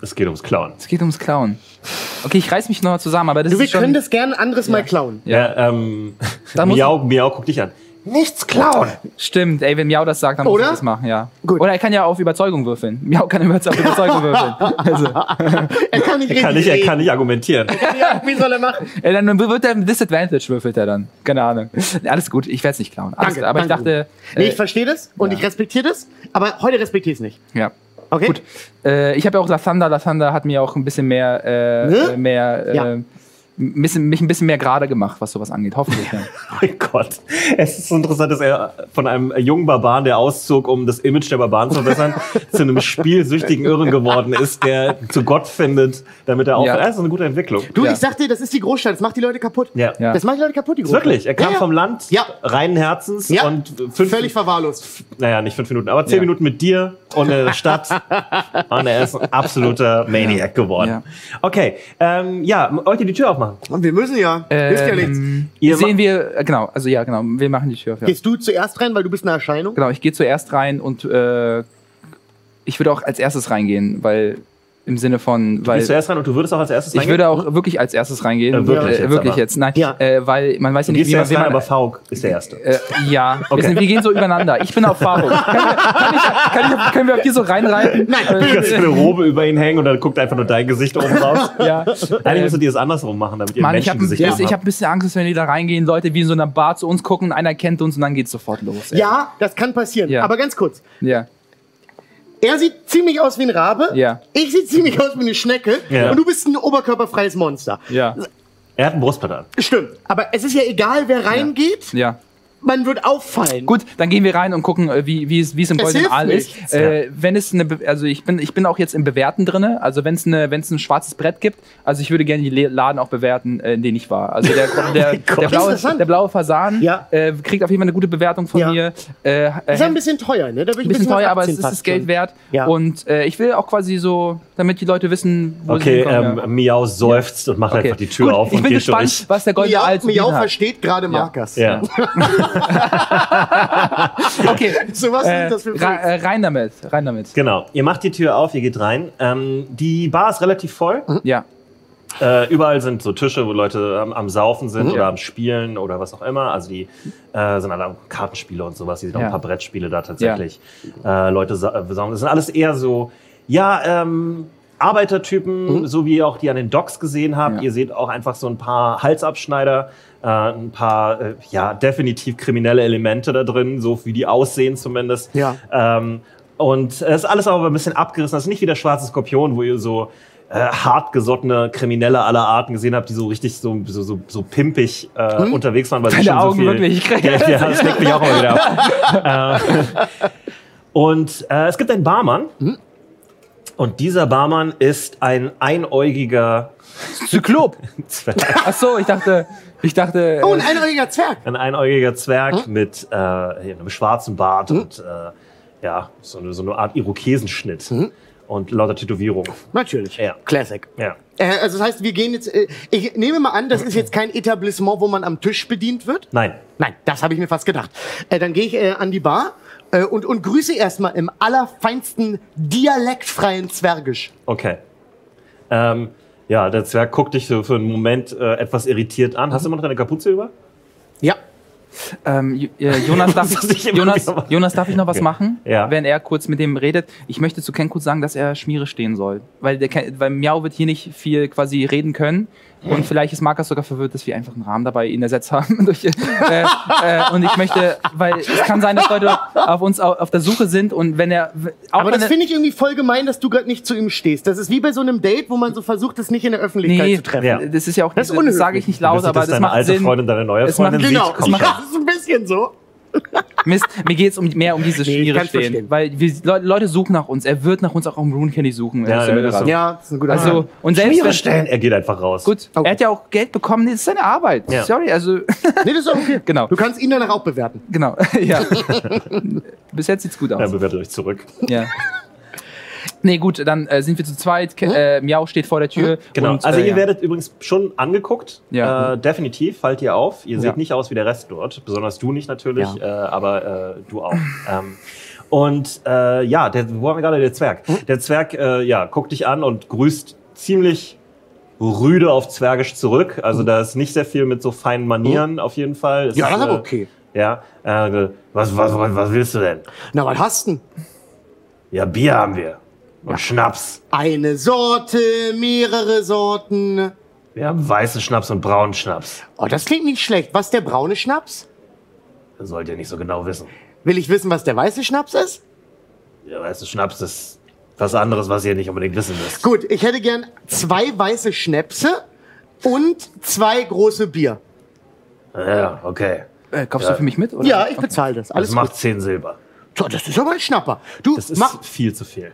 [SPEAKER 1] Es geht ums Klauen.
[SPEAKER 2] Es geht ums Klauen. Okay, ich reiß mich nochmal zusammen, aber das
[SPEAKER 3] Du, wir
[SPEAKER 2] ist schon.
[SPEAKER 3] können das gerne ein anderes Mal klauen.
[SPEAKER 1] Ja, ähm,
[SPEAKER 2] Da muss-
[SPEAKER 1] Miau, Miau, guck dich an.
[SPEAKER 5] Nichts klauen.
[SPEAKER 2] Stimmt, ey, wenn Miau das sagt, dann muss
[SPEAKER 3] Oder?
[SPEAKER 2] ich das machen, ja.
[SPEAKER 3] Gut.
[SPEAKER 2] Oder er kann ja auf Überzeugung würfeln. Miau kann über- auf Überzeugung würfeln. Also,
[SPEAKER 3] Er kann nicht
[SPEAKER 1] Kann
[SPEAKER 3] richtig
[SPEAKER 1] nicht, er
[SPEAKER 3] reden.
[SPEAKER 1] kann nicht argumentieren. Oh
[SPEAKER 3] Ja, wie soll er machen?
[SPEAKER 2] ey, dann wird er ein Disadvantage, würfelt er dann. Keine Ahnung. Alles gut, ich werde es nicht klauen. Alles,
[SPEAKER 3] Danke,
[SPEAKER 2] aber
[SPEAKER 3] danke.
[SPEAKER 2] ich dachte.
[SPEAKER 3] Nee,
[SPEAKER 2] Äh,
[SPEAKER 3] ich verstehe das und ich respektiere das, aber heute respektiere ich es nicht.
[SPEAKER 2] ja.
[SPEAKER 3] Okay?
[SPEAKER 2] Gut. Äh, ich habe ja auch La Thunder. La Thunder hat mir auch ein bisschen mehr, äh,
[SPEAKER 3] Ne?
[SPEAKER 2] äh, mehr, äh,
[SPEAKER 3] Ja.
[SPEAKER 2] ein bisschen, mich ein bisschen mehr gerade gemacht, was sowas angeht. Hoffentlich. ja.
[SPEAKER 1] Oh mein Gott. Es ist so interessant, dass er von einem jungen Barbaren, der auszog, um das Image der Barbaren zu verbessern, zu einem spielsüchtigen Irren geworden ist, der zu Gott findet, damit er auch.
[SPEAKER 2] Ja.
[SPEAKER 1] Das ist eine gute Entwicklung.
[SPEAKER 3] Du,
[SPEAKER 2] Ja.
[SPEAKER 3] ich sag dir, das ist die Großstadt, das macht die Leute kaputt.
[SPEAKER 1] Ja.
[SPEAKER 2] Ja.
[SPEAKER 3] Das macht die Leute kaputt, die
[SPEAKER 1] Ist
[SPEAKER 3] Großstadt.
[SPEAKER 1] Wirklich, er kam
[SPEAKER 3] ja, ja.
[SPEAKER 1] vom Land
[SPEAKER 3] Ja.
[SPEAKER 1] reinen Herzens
[SPEAKER 3] Ja.
[SPEAKER 1] und fünf,
[SPEAKER 3] Völlig verwahrlost.
[SPEAKER 1] naja, nicht fünf Minuten, aber zehn
[SPEAKER 2] Ja.
[SPEAKER 1] Minuten mit dir und in der Stadt. und er ist ein absoluter Maniac geworden.
[SPEAKER 2] Ja.
[SPEAKER 1] Okay, ähm, ja, wollt ihr die Tür aufmachen?
[SPEAKER 3] Und wir müssen ja. Hilft ja nichts.
[SPEAKER 2] Ähm,
[SPEAKER 1] Ihr ma-
[SPEAKER 2] sehen wir, äh, genau, also ja, genau, wir machen die Tür auf. Ja.
[SPEAKER 3] Gehst du zuerst rein, weil du bist eine Erscheinung?
[SPEAKER 2] Genau, ich gehe zuerst rein und äh, ich würde auch als erstes reingehen, weil im Sinne von, weil
[SPEAKER 1] Gehst du erst rein und du würdest auch als erstes
[SPEAKER 2] Also ich würde auch wirklich als erstes reingehen.
[SPEAKER 1] Äh, wirklich
[SPEAKER 2] äh,
[SPEAKER 1] jetzt
[SPEAKER 2] wirklich
[SPEAKER 1] aber.
[SPEAKER 2] jetzt, nein,
[SPEAKER 3] Ja.
[SPEAKER 2] äh, weil man weiß ja
[SPEAKER 1] Du
[SPEAKER 2] nicht,
[SPEAKER 1] gehst
[SPEAKER 2] wie man,
[SPEAKER 1] erst
[SPEAKER 2] wie
[SPEAKER 1] rein,
[SPEAKER 2] man
[SPEAKER 1] aber Faug ist der Erste.
[SPEAKER 2] äh, ja, wir, sind, wir gehen so übereinander. Ich bin auf Farbe. Kann, ich- kann, ich- können wir auf die so reinreiten? Äh,
[SPEAKER 1] Du
[SPEAKER 2] Nein.
[SPEAKER 1] kannst eine Robe über ihn hängen und dann guckt einfach nur dein Gesicht oben raus.
[SPEAKER 2] Ja. Ähm,
[SPEAKER 1] Eigentlich müsstet ihr es andersrum machen, damit ihr
[SPEAKER 2] Mann, ich habe ein,
[SPEAKER 1] Menschengesicht
[SPEAKER 2] bisschen- ich
[SPEAKER 1] habt.
[SPEAKER 2] hab ein bisschen Angst, dass wenn die da reingehen, Leute wie in so einer Bar zu uns gucken, einer kennt uns und dann geht's sofort los. ey.
[SPEAKER 3] Ja, Äh, das kann passieren.
[SPEAKER 2] Ja.
[SPEAKER 3] Aber ganz kurz.
[SPEAKER 2] Ja.
[SPEAKER 3] Er sieht ziemlich aus wie ein Rabe.
[SPEAKER 2] Ja.
[SPEAKER 3] Ich sehe ziemlich aus wie eine Schnecke.
[SPEAKER 1] Ja.
[SPEAKER 3] Und du bist ein oberkörperfreies Monster.
[SPEAKER 2] Ja.
[SPEAKER 1] Er hat einen Brustplatte an.
[SPEAKER 3] Stimmt. Aber es ist ja egal, wer reingeht.
[SPEAKER 2] Ja.
[SPEAKER 3] Man wird auffallen.
[SPEAKER 2] Gut, dann gehen wir rein und gucken, äh, wie, wie, es, wie es im
[SPEAKER 3] Es
[SPEAKER 2] Goldenen
[SPEAKER 3] hilft
[SPEAKER 2] Aal
[SPEAKER 3] nichts.
[SPEAKER 2] ist. Äh, wenn es eine, Be also ich bin, ich bin auch jetzt im Bewerten drinne. Also wenn es eine, wenn es ein schwarzes Brett gibt, also ich würde gerne die Le- Laden auch bewerten, äh, in denen ich war. Also der,
[SPEAKER 3] Oh
[SPEAKER 2] der, der, blaue,
[SPEAKER 3] Interessant.
[SPEAKER 2] der blaue Fasan
[SPEAKER 3] Ja.
[SPEAKER 2] äh, kriegt auf jeden Fall eine gute Bewertung von
[SPEAKER 3] Ja.
[SPEAKER 2] mir. Äh, äh,
[SPEAKER 3] Ist ja ein bisschen teuer, ne? Da würde ich
[SPEAKER 2] ein bisschen
[SPEAKER 3] was
[SPEAKER 2] teuer, aber es
[SPEAKER 3] abziehen
[SPEAKER 2] ist
[SPEAKER 3] fast
[SPEAKER 2] das Geld
[SPEAKER 3] schon.
[SPEAKER 2] wert.
[SPEAKER 3] Ja.
[SPEAKER 2] Und äh, ich will auch quasi so, damit die Leute wissen, wo sie
[SPEAKER 1] Okay,
[SPEAKER 2] hinkommen.
[SPEAKER 1] ähm, Miau seufzt und macht einfach die Tür
[SPEAKER 2] Gut,
[SPEAKER 1] auf
[SPEAKER 2] Ich
[SPEAKER 1] und
[SPEAKER 2] bin
[SPEAKER 1] geht
[SPEAKER 2] gespannt, was der goldene Aal
[SPEAKER 3] Miau,
[SPEAKER 2] zu bieten
[SPEAKER 3] Miau
[SPEAKER 2] hat.
[SPEAKER 3] versteht gerade Markers.
[SPEAKER 1] durch. Ja.
[SPEAKER 2] Okay,
[SPEAKER 3] So was
[SPEAKER 2] äh,
[SPEAKER 3] sind das für
[SPEAKER 2] ra- äh, rein damit, rein damit.
[SPEAKER 1] Genau. Ihr macht die Tür auf, ihr geht rein. Ähm, die Bar ist relativ voll.
[SPEAKER 2] Ja.
[SPEAKER 1] Äh, überall sind so Tische, wo Leute am, am Saufen sind oder
[SPEAKER 2] Mhm. Ja.
[SPEAKER 1] am Spielen oder was auch immer. Also die äh, sind alle am Kartenspiele und sowas. Die sind auch
[SPEAKER 2] Ja.
[SPEAKER 1] ein paar Brettspiele da tatsächlich. Äh, Leute sa- äh, saufen. Das sind alles eher so, ja, ähm, Arbeitertypen, so wie ihr auch die an den Docks gesehen habt.
[SPEAKER 2] Ja.
[SPEAKER 1] Ihr seht auch einfach so ein paar Halsabschneider, äh, ein paar, äh, ja, definitiv kriminelle Elemente da drin, so wie die aussehen zumindest.
[SPEAKER 3] Ja.
[SPEAKER 1] Ähm, und es ist alles aber ein bisschen abgerissen. Das ist nicht wie der schwarze Skorpion, wo ihr so äh, hartgesottene Kriminelle aller Arten gesehen habt, die so richtig so, so, so, so pimpig äh, unterwegs waren, weil sie
[SPEAKER 2] Deine
[SPEAKER 1] schon
[SPEAKER 2] Augen
[SPEAKER 1] so viel.
[SPEAKER 2] wirklich, ich krieg-
[SPEAKER 1] ja, ja, das steckt mich auch immer wieder ab. Äh, und äh, es gibt einen Barmann. Und dieser Barmann ist ein einäugiger
[SPEAKER 2] Zyklop.
[SPEAKER 1] Zwerg.
[SPEAKER 2] Ach so, ich dachte, ich dachte.
[SPEAKER 3] Oh,
[SPEAKER 2] äh,
[SPEAKER 3] ein einäugiger Zwerg.
[SPEAKER 1] Ein einäugiger Zwerg mit äh, einem schwarzen Bart und äh, ja, so eine, so eine Art Irokesenschnitt. Und lauter Tätowierung.
[SPEAKER 3] Natürlich.
[SPEAKER 1] Ja.
[SPEAKER 3] Classic.
[SPEAKER 1] Ja.
[SPEAKER 3] Äh, also das heißt, wir gehen jetzt. Äh, ich nehme mal an, das ist jetzt kein Etablissement, wo man am Tisch bedient wird.
[SPEAKER 1] Nein.
[SPEAKER 3] Nein, das habe ich mir fast gedacht. Äh, dann gehe ich äh, an die Bar äh, und, und grüße erstmal im allerfeinsten dialektfreien Zwergisch.
[SPEAKER 1] Okay. Ähm, ja, der Zwerg guckt dich so für einen Moment äh, etwas irritiert an. Hast du immer noch deine Kapuze über?
[SPEAKER 3] Ja.
[SPEAKER 2] ähm, J- äh, Jonas, darf
[SPEAKER 1] Muss ich
[SPEAKER 2] ich,
[SPEAKER 1] immer
[SPEAKER 2] Jonas,
[SPEAKER 1] wieder machen.
[SPEAKER 2] Jonas, darf ich noch was machen?
[SPEAKER 1] Ja.
[SPEAKER 2] Wenn er kurz mit dem redet. Ich möchte zu Ken kurz sagen, dass er Schmiere stehen soll. Weil, der, Ken- weil Miau wird hier nicht viel quasi reden können. Und vielleicht ist Markus sogar verwirrt, dass wir einfach einen Rahmen dabei ihn ersetzt haben. durch, äh, äh, und ich möchte, weil es kann sein, dass Leute auf uns au- auf der Suche sind und wenn er. w- Auch
[SPEAKER 3] Aber ne-
[SPEAKER 2] wenn
[SPEAKER 3] das
[SPEAKER 2] er-
[SPEAKER 3] finde ich irgendwie voll gemein, dass du gerade nicht zu ihm stehst. Das ist wie bei so einem Date, wo man so versucht, es nicht in der Öffentlichkeit
[SPEAKER 2] Nee,
[SPEAKER 3] zu treffen.
[SPEAKER 1] Ja.
[SPEAKER 2] das ist ja auch
[SPEAKER 3] Das ist
[SPEAKER 2] das, das sage
[SPEAKER 3] unhöflich.
[SPEAKER 2] ich nicht
[SPEAKER 1] Du
[SPEAKER 2] laut,
[SPEAKER 1] wirst nicht,
[SPEAKER 2] aber
[SPEAKER 1] dass
[SPEAKER 2] das
[SPEAKER 1] deine
[SPEAKER 2] macht
[SPEAKER 1] alte
[SPEAKER 2] Sinn.
[SPEAKER 1] Freundin deine neue
[SPEAKER 2] Es
[SPEAKER 1] Freundin
[SPEAKER 2] macht-
[SPEAKER 1] sieht.
[SPEAKER 3] Genau,
[SPEAKER 1] kommt
[SPEAKER 3] das ist ein bisschen so.
[SPEAKER 2] Mist, mir geht es um, mehr um diese
[SPEAKER 3] Nee, ich
[SPEAKER 2] Schmiere
[SPEAKER 3] kann's
[SPEAKER 2] stehen.
[SPEAKER 3] verstehen.
[SPEAKER 2] Weil wir, Le Leute suchen nach uns. Er wird nach uns auch im Rune Candy suchen.
[SPEAKER 1] Ja,
[SPEAKER 2] ist mir
[SPEAKER 1] ja, das
[SPEAKER 2] gerade.
[SPEAKER 1] ist
[SPEAKER 3] Ja, das ist ein guter
[SPEAKER 2] also,
[SPEAKER 3] Plan.
[SPEAKER 2] und selbst
[SPEAKER 1] Schmiere
[SPEAKER 2] wenn,
[SPEAKER 1] stellen. Er geht einfach raus.
[SPEAKER 2] Gut,
[SPEAKER 3] Okay.
[SPEAKER 2] er hat ja auch Geld bekommen, das ist seine Arbeit.
[SPEAKER 1] Oh. Ja.
[SPEAKER 2] Sorry, also,
[SPEAKER 3] Nee, das ist auch okay.
[SPEAKER 2] Genau.
[SPEAKER 3] Du kannst ihn danach auch bewerten.
[SPEAKER 2] genau. ja. Bis jetzt sieht's gut
[SPEAKER 1] Ja,
[SPEAKER 2] aus.
[SPEAKER 1] bewertet euch zurück.
[SPEAKER 2] Ja. Nee, gut, dann äh, sind wir zu zweit.
[SPEAKER 3] Hm?
[SPEAKER 2] Ke- Äh, Miau steht vor der Tür.
[SPEAKER 1] Genau.
[SPEAKER 2] und,
[SPEAKER 1] also
[SPEAKER 2] äh,
[SPEAKER 1] ihr
[SPEAKER 2] ja.
[SPEAKER 1] werdet übrigens schon angeguckt.
[SPEAKER 2] Ja.
[SPEAKER 1] Äh, definitiv, fallt ihr auf. Ihr
[SPEAKER 2] Ja.
[SPEAKER 1] seht nicht aus wie der Rest dort. Besonders du nicht natürlich, äh, aber äh, du auch. ähm, Und äh, ja, der, wo waren wir gerade? Der Zwerg.
[SPEAKER 2] Hm?
[SPEAKER 1] Der Zwerg äh, ja, guckt dich an und grüßt ziemlich rüde auf Zwergisch zurück.
[SPEAKER 2] Hm.
[SPEAKER 1] Also da ist nicht sehr viel mit so feinen Manieren auf jeden Fall. Es
[SPEAKER 3] Ja, das ist aber
[SPEAKER 1] äh,
[SPEAKER 3] okay.
[SPEAKER 1] Ja, äh, was, was, was, was willst du denn?
[SPEAKER 3] Na, was hast denn?
[SPEAKER 1] Ja, Bier haben wir. Und Schnaps.
[SPEAKER 3] Eine Sorte, mehrere Sorten.
[SPEAKER 1] Wir haben weißen Schnaps und braunen Schnaps.
[SPEAKER 3] Oh, das klingt nicht schlecht. Was ist der braune Schnaps?
[SPEAKER 1] Das sollt ihr nicht so genau wissen.
[SPEAKER 3] Will ich wissen, was der weiße Schnaps ist?
[SPEAKER 1] Der weiße Schnaps ist was anderes, was ihr nicht unbedingt wissen müsst.
[SPEAKER 3] Gut, ich hätte gern zwei weiße Schnäpse und zwei große Bier.
[SPEAKER 1] Ja, okay.
[SPEAKER 2] Äh, kaufst du für mich mit? Oder?
[SPEAKER 3] Ja, ich bezahle das.
[SPEAKER 1] Das
[SPEAKER 3] Alles
[SPEAKER 1] macht 10 Silber.
[SPEAKER 3] gut. So, das ist aber ein Schnapper. Du,
[SPEAKER 1] Das ist
[SPEAKER 3] mach,
[SPEAKER 1] viel zu viel.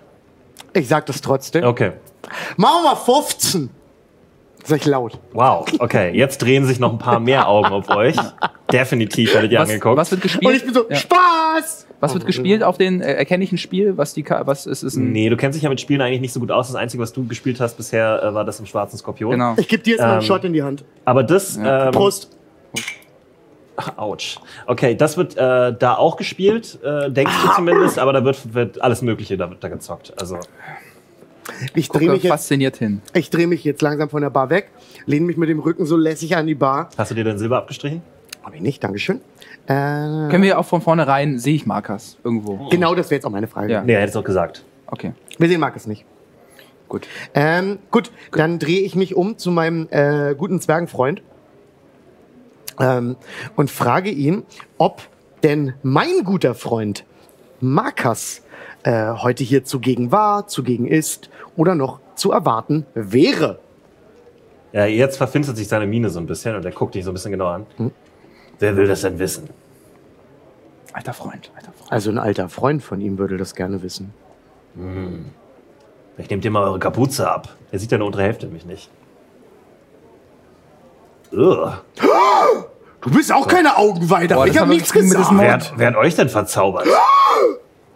[SPEAKER 3] ich sag das trotzdem.
[SPEAKER 1] Okay.
[SPEAKER 3] Machen wir 15. Sag ich laut.
[SPEAKER 1] Wow, okay. Jetzt drehen sich noch ein paar mehr Augen auf euch. Definitiv werdet ihr
[SPEAKER 2] Was,
[SPEAKER 1] angeguckt.
[SPEAKER 2] was wird gespielt?
[SPEAKER 3] Und ich bin so,
[SPEAKER 2] ja.
[SPEAKER 3] Spaß!
[SPEAKER 2] Was wird gespielt auf den? Äh, erkenne ich ein Spiel? Was die? Ka was ist es? Ein,
[SPEAKER 1] Nee, du kennst dich ja mit Spielen eigentlich nicht so gut aus. Das Einzige, was du gespielt hast bisher, äh, war das im Schwarzen Skorpion.
[SPEAKER 2] Genau.
[SPEAKER 3] Ich gebe dir jetzt mal einen
[SPEAKER 1] Ähm,
[SPEAKER 3] Shot in die Hand.
[SPEAKER 1] Aber das, ähm,
[SPEAKER 3] Prost.
[SPEAKER 1] ouch. Okay, das wird äh, da auch gespielt, äh, denkst du zumindest, aber da wird, wird alles Mögliche da, da gezockt. Also,
[SPEAKER 3] Ich drehe
[SPEAKER 2] Gucke
[SPEAKER 3] mich, jetzt-
[SPEAKER 2] fasziniert hin.
[SPEAKER 3] ich dreh mich jetzt langsam von der Bar weg, lehne mich mit dem Rücken so lässig an die Bar.
[SPEAKER 1] hast du dir dein Silber abgestrichen?
[SPEAKER 3] Hab ich nicht, Dankeschön. Äh,
[SPEAKER 2] Können wir auch von vornherein sehe ich Markers irgendwo?
[SPEAKER 3] genau das wäre jetzt auch meine Frage.
[SPEAKER 2] Ja.
[SPEAKER 1] Nee, hättest du auch gesagt.
[SPEAKER 2] Okay,
[SPEAKER 3] Wir sehen Markus nicht.
[SPEAKER 2] gut.
[SPEAKER 3] Ähm, gut, dann drehe ich mich um zu meinem äh, guten Zwergenfreund ähm, und frage ihn, ob denn mein guter Freund Markus äh, heute hier zugegen war, zugegen ist oder noch zu erwarten wäre.
[SPEAKER 1] Ja, jetzt verfinstert sich seine Miene so ein bisschen und er guckt dich so ein bisschen genauer an.
[SPEAKER 3] Hm.
[SPEAKER 1] Wer will das denn wissen?
[SPEAKER 2] Alter Freund, alter Freund.
[SPEAKER 3] Also ein alter Freund von ihm würde das gerne wissen.
[SPEAKER 1] Ich nehmt dir mal eure Kapuze ab. Er sieht deine untere Hälfte mich nicht. Ugh.
[SPEAKER 3] Du bist auch keine Augenweide,
[SPEAKER 2] Boah, das haben wir gekriegt mit diesem
[SPEAKER 1] Wer hat, wer hat euch denn
[SPEAKER 3] Hm?
[SPEAKER 1] verzaubert?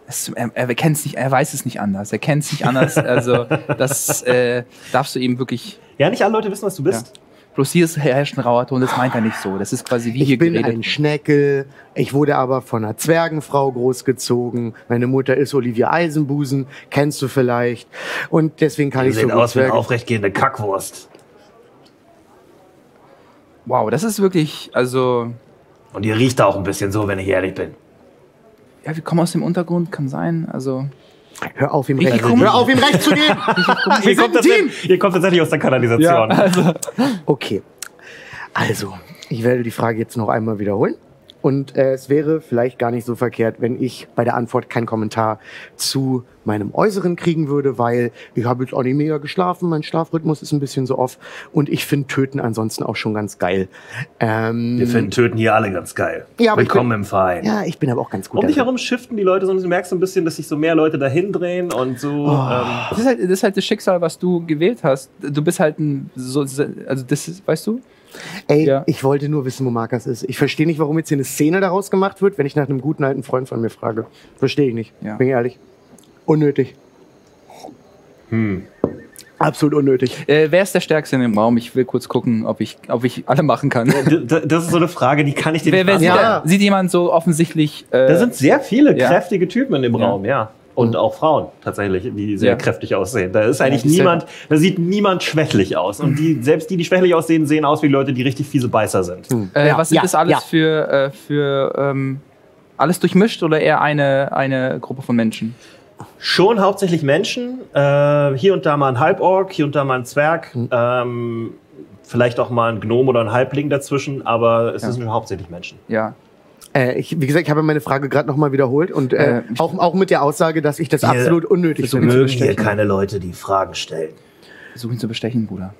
[SPEAKER 2] Es, er er kennt's nicht, er weiß es nicht anders. Er kennt es nicht anders. Also das äh, darfst du ihm wirklich.
[SPEAKER 1] Ja, nicht alle Leute wissen, was du bist.
[SPEAKER 2] Bloß hier ist herrscht ein rauer Ton. Das meint er nicht so. Das ist quasi wie hier
[SPEAKER 3] Ich bin
[SPEAKER 2] geredet.
[SPEAKER 3] ein Schneckel, ich wurde aber von einer Zwergenfrau großgezogen. Meine Mutter ist Olivia Eisenbusen, kennst du vielleicht. Und deswegen kann
[SPEAKER 1] Ihr
[SPEAKER 3] ich so
[SPEAKER 1] seht
[SPEAKER 3] gut
[SPEAKER 1] aus wie eine
[SPEAKER 3] Zwerge-
[SPEAKER 1] aufrechtgehende Kackwurst.
[SPEAKER 2] wow, das ist wirklich. Also
[SPEAKER 1] Und ihr riecht auch ein bisschen so, wenn ich ehrlich bin.
[SPEAKER 2] ja, wir kommen aus dem Untergrund, kann sein. Also
[SPEAKER 3] Hör auf, ihm
[SPEAKER 2] Ich
[SPEAKER 3] recht,
[SPEAKER 2] komm-
[SPEAKER 3] hör auf, ihm recht zu geben. Wir sind ein Team.
[SPEAKER 1] tatsächlich, ihr kommt tatsächlich aus der Kanalisation.
[SPEAKER 3] Okay, also, ich werde die Frage jetzt noch einmal wiederholen. Und äh, es wäre vielleicht gar nicht so verkehrt, wenn ich bei der Antwort keinen Kommentar zu meinem Äußeren kriegen würde, weil ich habe jetzt auch nicht mega geschlafen, mein Schlafrhythmus ist ein bisschen so off und ich finde Töten ansonsten auch schon ganz geil. Ähm,
[SPEAKER 1] Wir finden Töten hier alle ganz geil.
[SPEAKER 3] Ja, aber ich
[SPEAKER 1] Willkommen im Verein.
[SPEAKER 3] Ja, ich bin aber auch ganz gut.
[SPEAKER 1] Um dich
[SPEAKER 3] darin.
[SPEAKER 1] herum shiften die Leute, sonst merkst du ein bisschen, dass sich so mehr Leute dahin drehen und so. Ähm,
[SPEAKER 3] Oh.
[SPEAKER 2] Das ist, halt, das ist halt das Schicksal, was du gewählt hast. Du bist halt ein, so, also das ist, weißt du?
[SPEAKER 3] Ey,
[SPEAKER 2] Ja.
[SPEAKER 3] ich wollte nur wissen, wo Markus ist. Ich verstehe nicht, warum jetzt hier eine Szene daraus gemacht wird, wenn ich nach einem guten alten Freund von mir frage. Verstehe ich nicht.
[SPEAKER 2] Ja.
[SPEAKER 3] Bin ich ehrlich. Unnötig. Absolut unnötig.
[SPEAKER 2] Äh, wer ist der Stärkste in dem Raum? Ich will kurz gucken, ob ich, ob ich alle machen kann.
[SPEAKER 1] ähm, d- d- das ist so eine Frage, die kann ich dir
[SPEAKER 2] wer, wer
[SPEAKER 1] nicht
[SPEAKER 2] sieht,
[SPEAKER 1] beantworten.
[SPEAKER 3] Ja.
[SPEAKER 2] da, sieht jemand so offensichtlich? Äh,
[SPEAKER 1] Da sind sehr viele
[SPEAKER 2] Ja.
[SPEAKER 1] kräftige Typen in dem
[SPEAKER 2] Ja.
[SPEAKER 1] Raum, ja. Und auch Frauen tatsächlich, die sehr
[SPEAKER 2] Ja.
[SPEAKER 1] kräftig aussehen. Da ist eigentlich
[SPEAKER 2] Ja, die sehr-
[SPEAKER 1] niemand, da sieht niemand schwächlich aus. Und die, selbst die, die schwächlich aussehen, sehen aus wie Leute, die richtig fiese Beißer sind.
[SPEAKER 2] äh,
[SPEAKER 3] Ja,
[SPEAKER 2] was sind
[SPEAKER 3] ja,
[SPEAKER 2] das alles
[SPEAKER 3] ja.
[SPEAKER 2] für, äh, für ähm, alles durchmischt oder eher eine, eine Gruppe von Menschen?
[SPEAKER 1] Schon hauptsächlich Menschen. Äh, hier und da mal ein Halborg, hier und da mal ein Zwerg. Ähm, vielleicht auch mal ein Gnom oder ein Halbling dazwischen. Aber es
[SPEAKER 2] Ja.
[SPEAKER 1] sind hauptsächlich Menschen.
[SPEAKER 2] Ja.
[SPEAKER 3] Äh, ich, wie gesagt, ich habe meine Frage gerade nochmal wiederholt und äh,
[SPEAKER 2] Äh, ich-
[SPEAKER 3] auch, auch mit der Aussage, dass ich das
[SPEAKER 1] Hier-
[SPEAKER 3] absolut unnötig
[SPEAKER 1] Wir
[SPEAKER 3] finde.
[SPEAKER 1] mögen hier keine Leute, die Fragen stellen.
[SPEAKER 2] Versuch ihn zu bestechen, Bruder.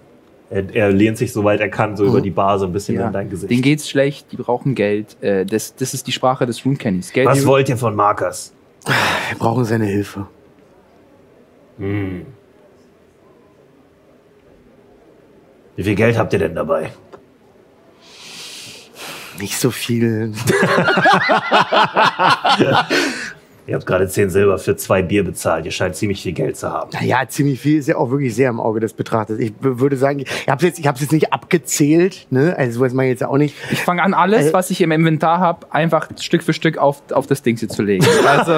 [SPEAKER 1] Er, er lehnt sich soweit er kann, so über die Bar so ein bisschen in dein Gesicht.
[SPEAKER 2] Denen geht's schlecht, die brauchen Geld. Äh, das, das ist die Sprache des Runekennys. Geld.
[SPEAKER 1] Was
[SPEAKER 2] die-
[SPEAKER 1] wollt ihr von Markers?
[SPEAKER 3] Wir brauchen seine Hilfe.
[SPEAKER 1] Wie viel Geld habt ihr denn dabei?
[SPEAKER 3] Nicht so viel.
[SPEAKER 1] Ihr habt gerade 10 Silber für zwei Bier bezahlt. Ihr scheint ziemlich viel Geld zu haben.
[SPEAKER 3] Naja, ziemlich viel ist ja auch wirklich sehr im Auge des Betrachters. Ich w- würde sagen, ich habe jetzt, ich hab's jetzt nicht abgezählt, ne? Also sowas mache ich jetzt auch nicht.
[SPEAKER 2] Ich fange an, alles,
[SPEAKER 3] Äh.
[SPEAKER 2] was ich im Inventar habe, einfach Stück für Stück auf, auf das Ding hier zu legen. Also,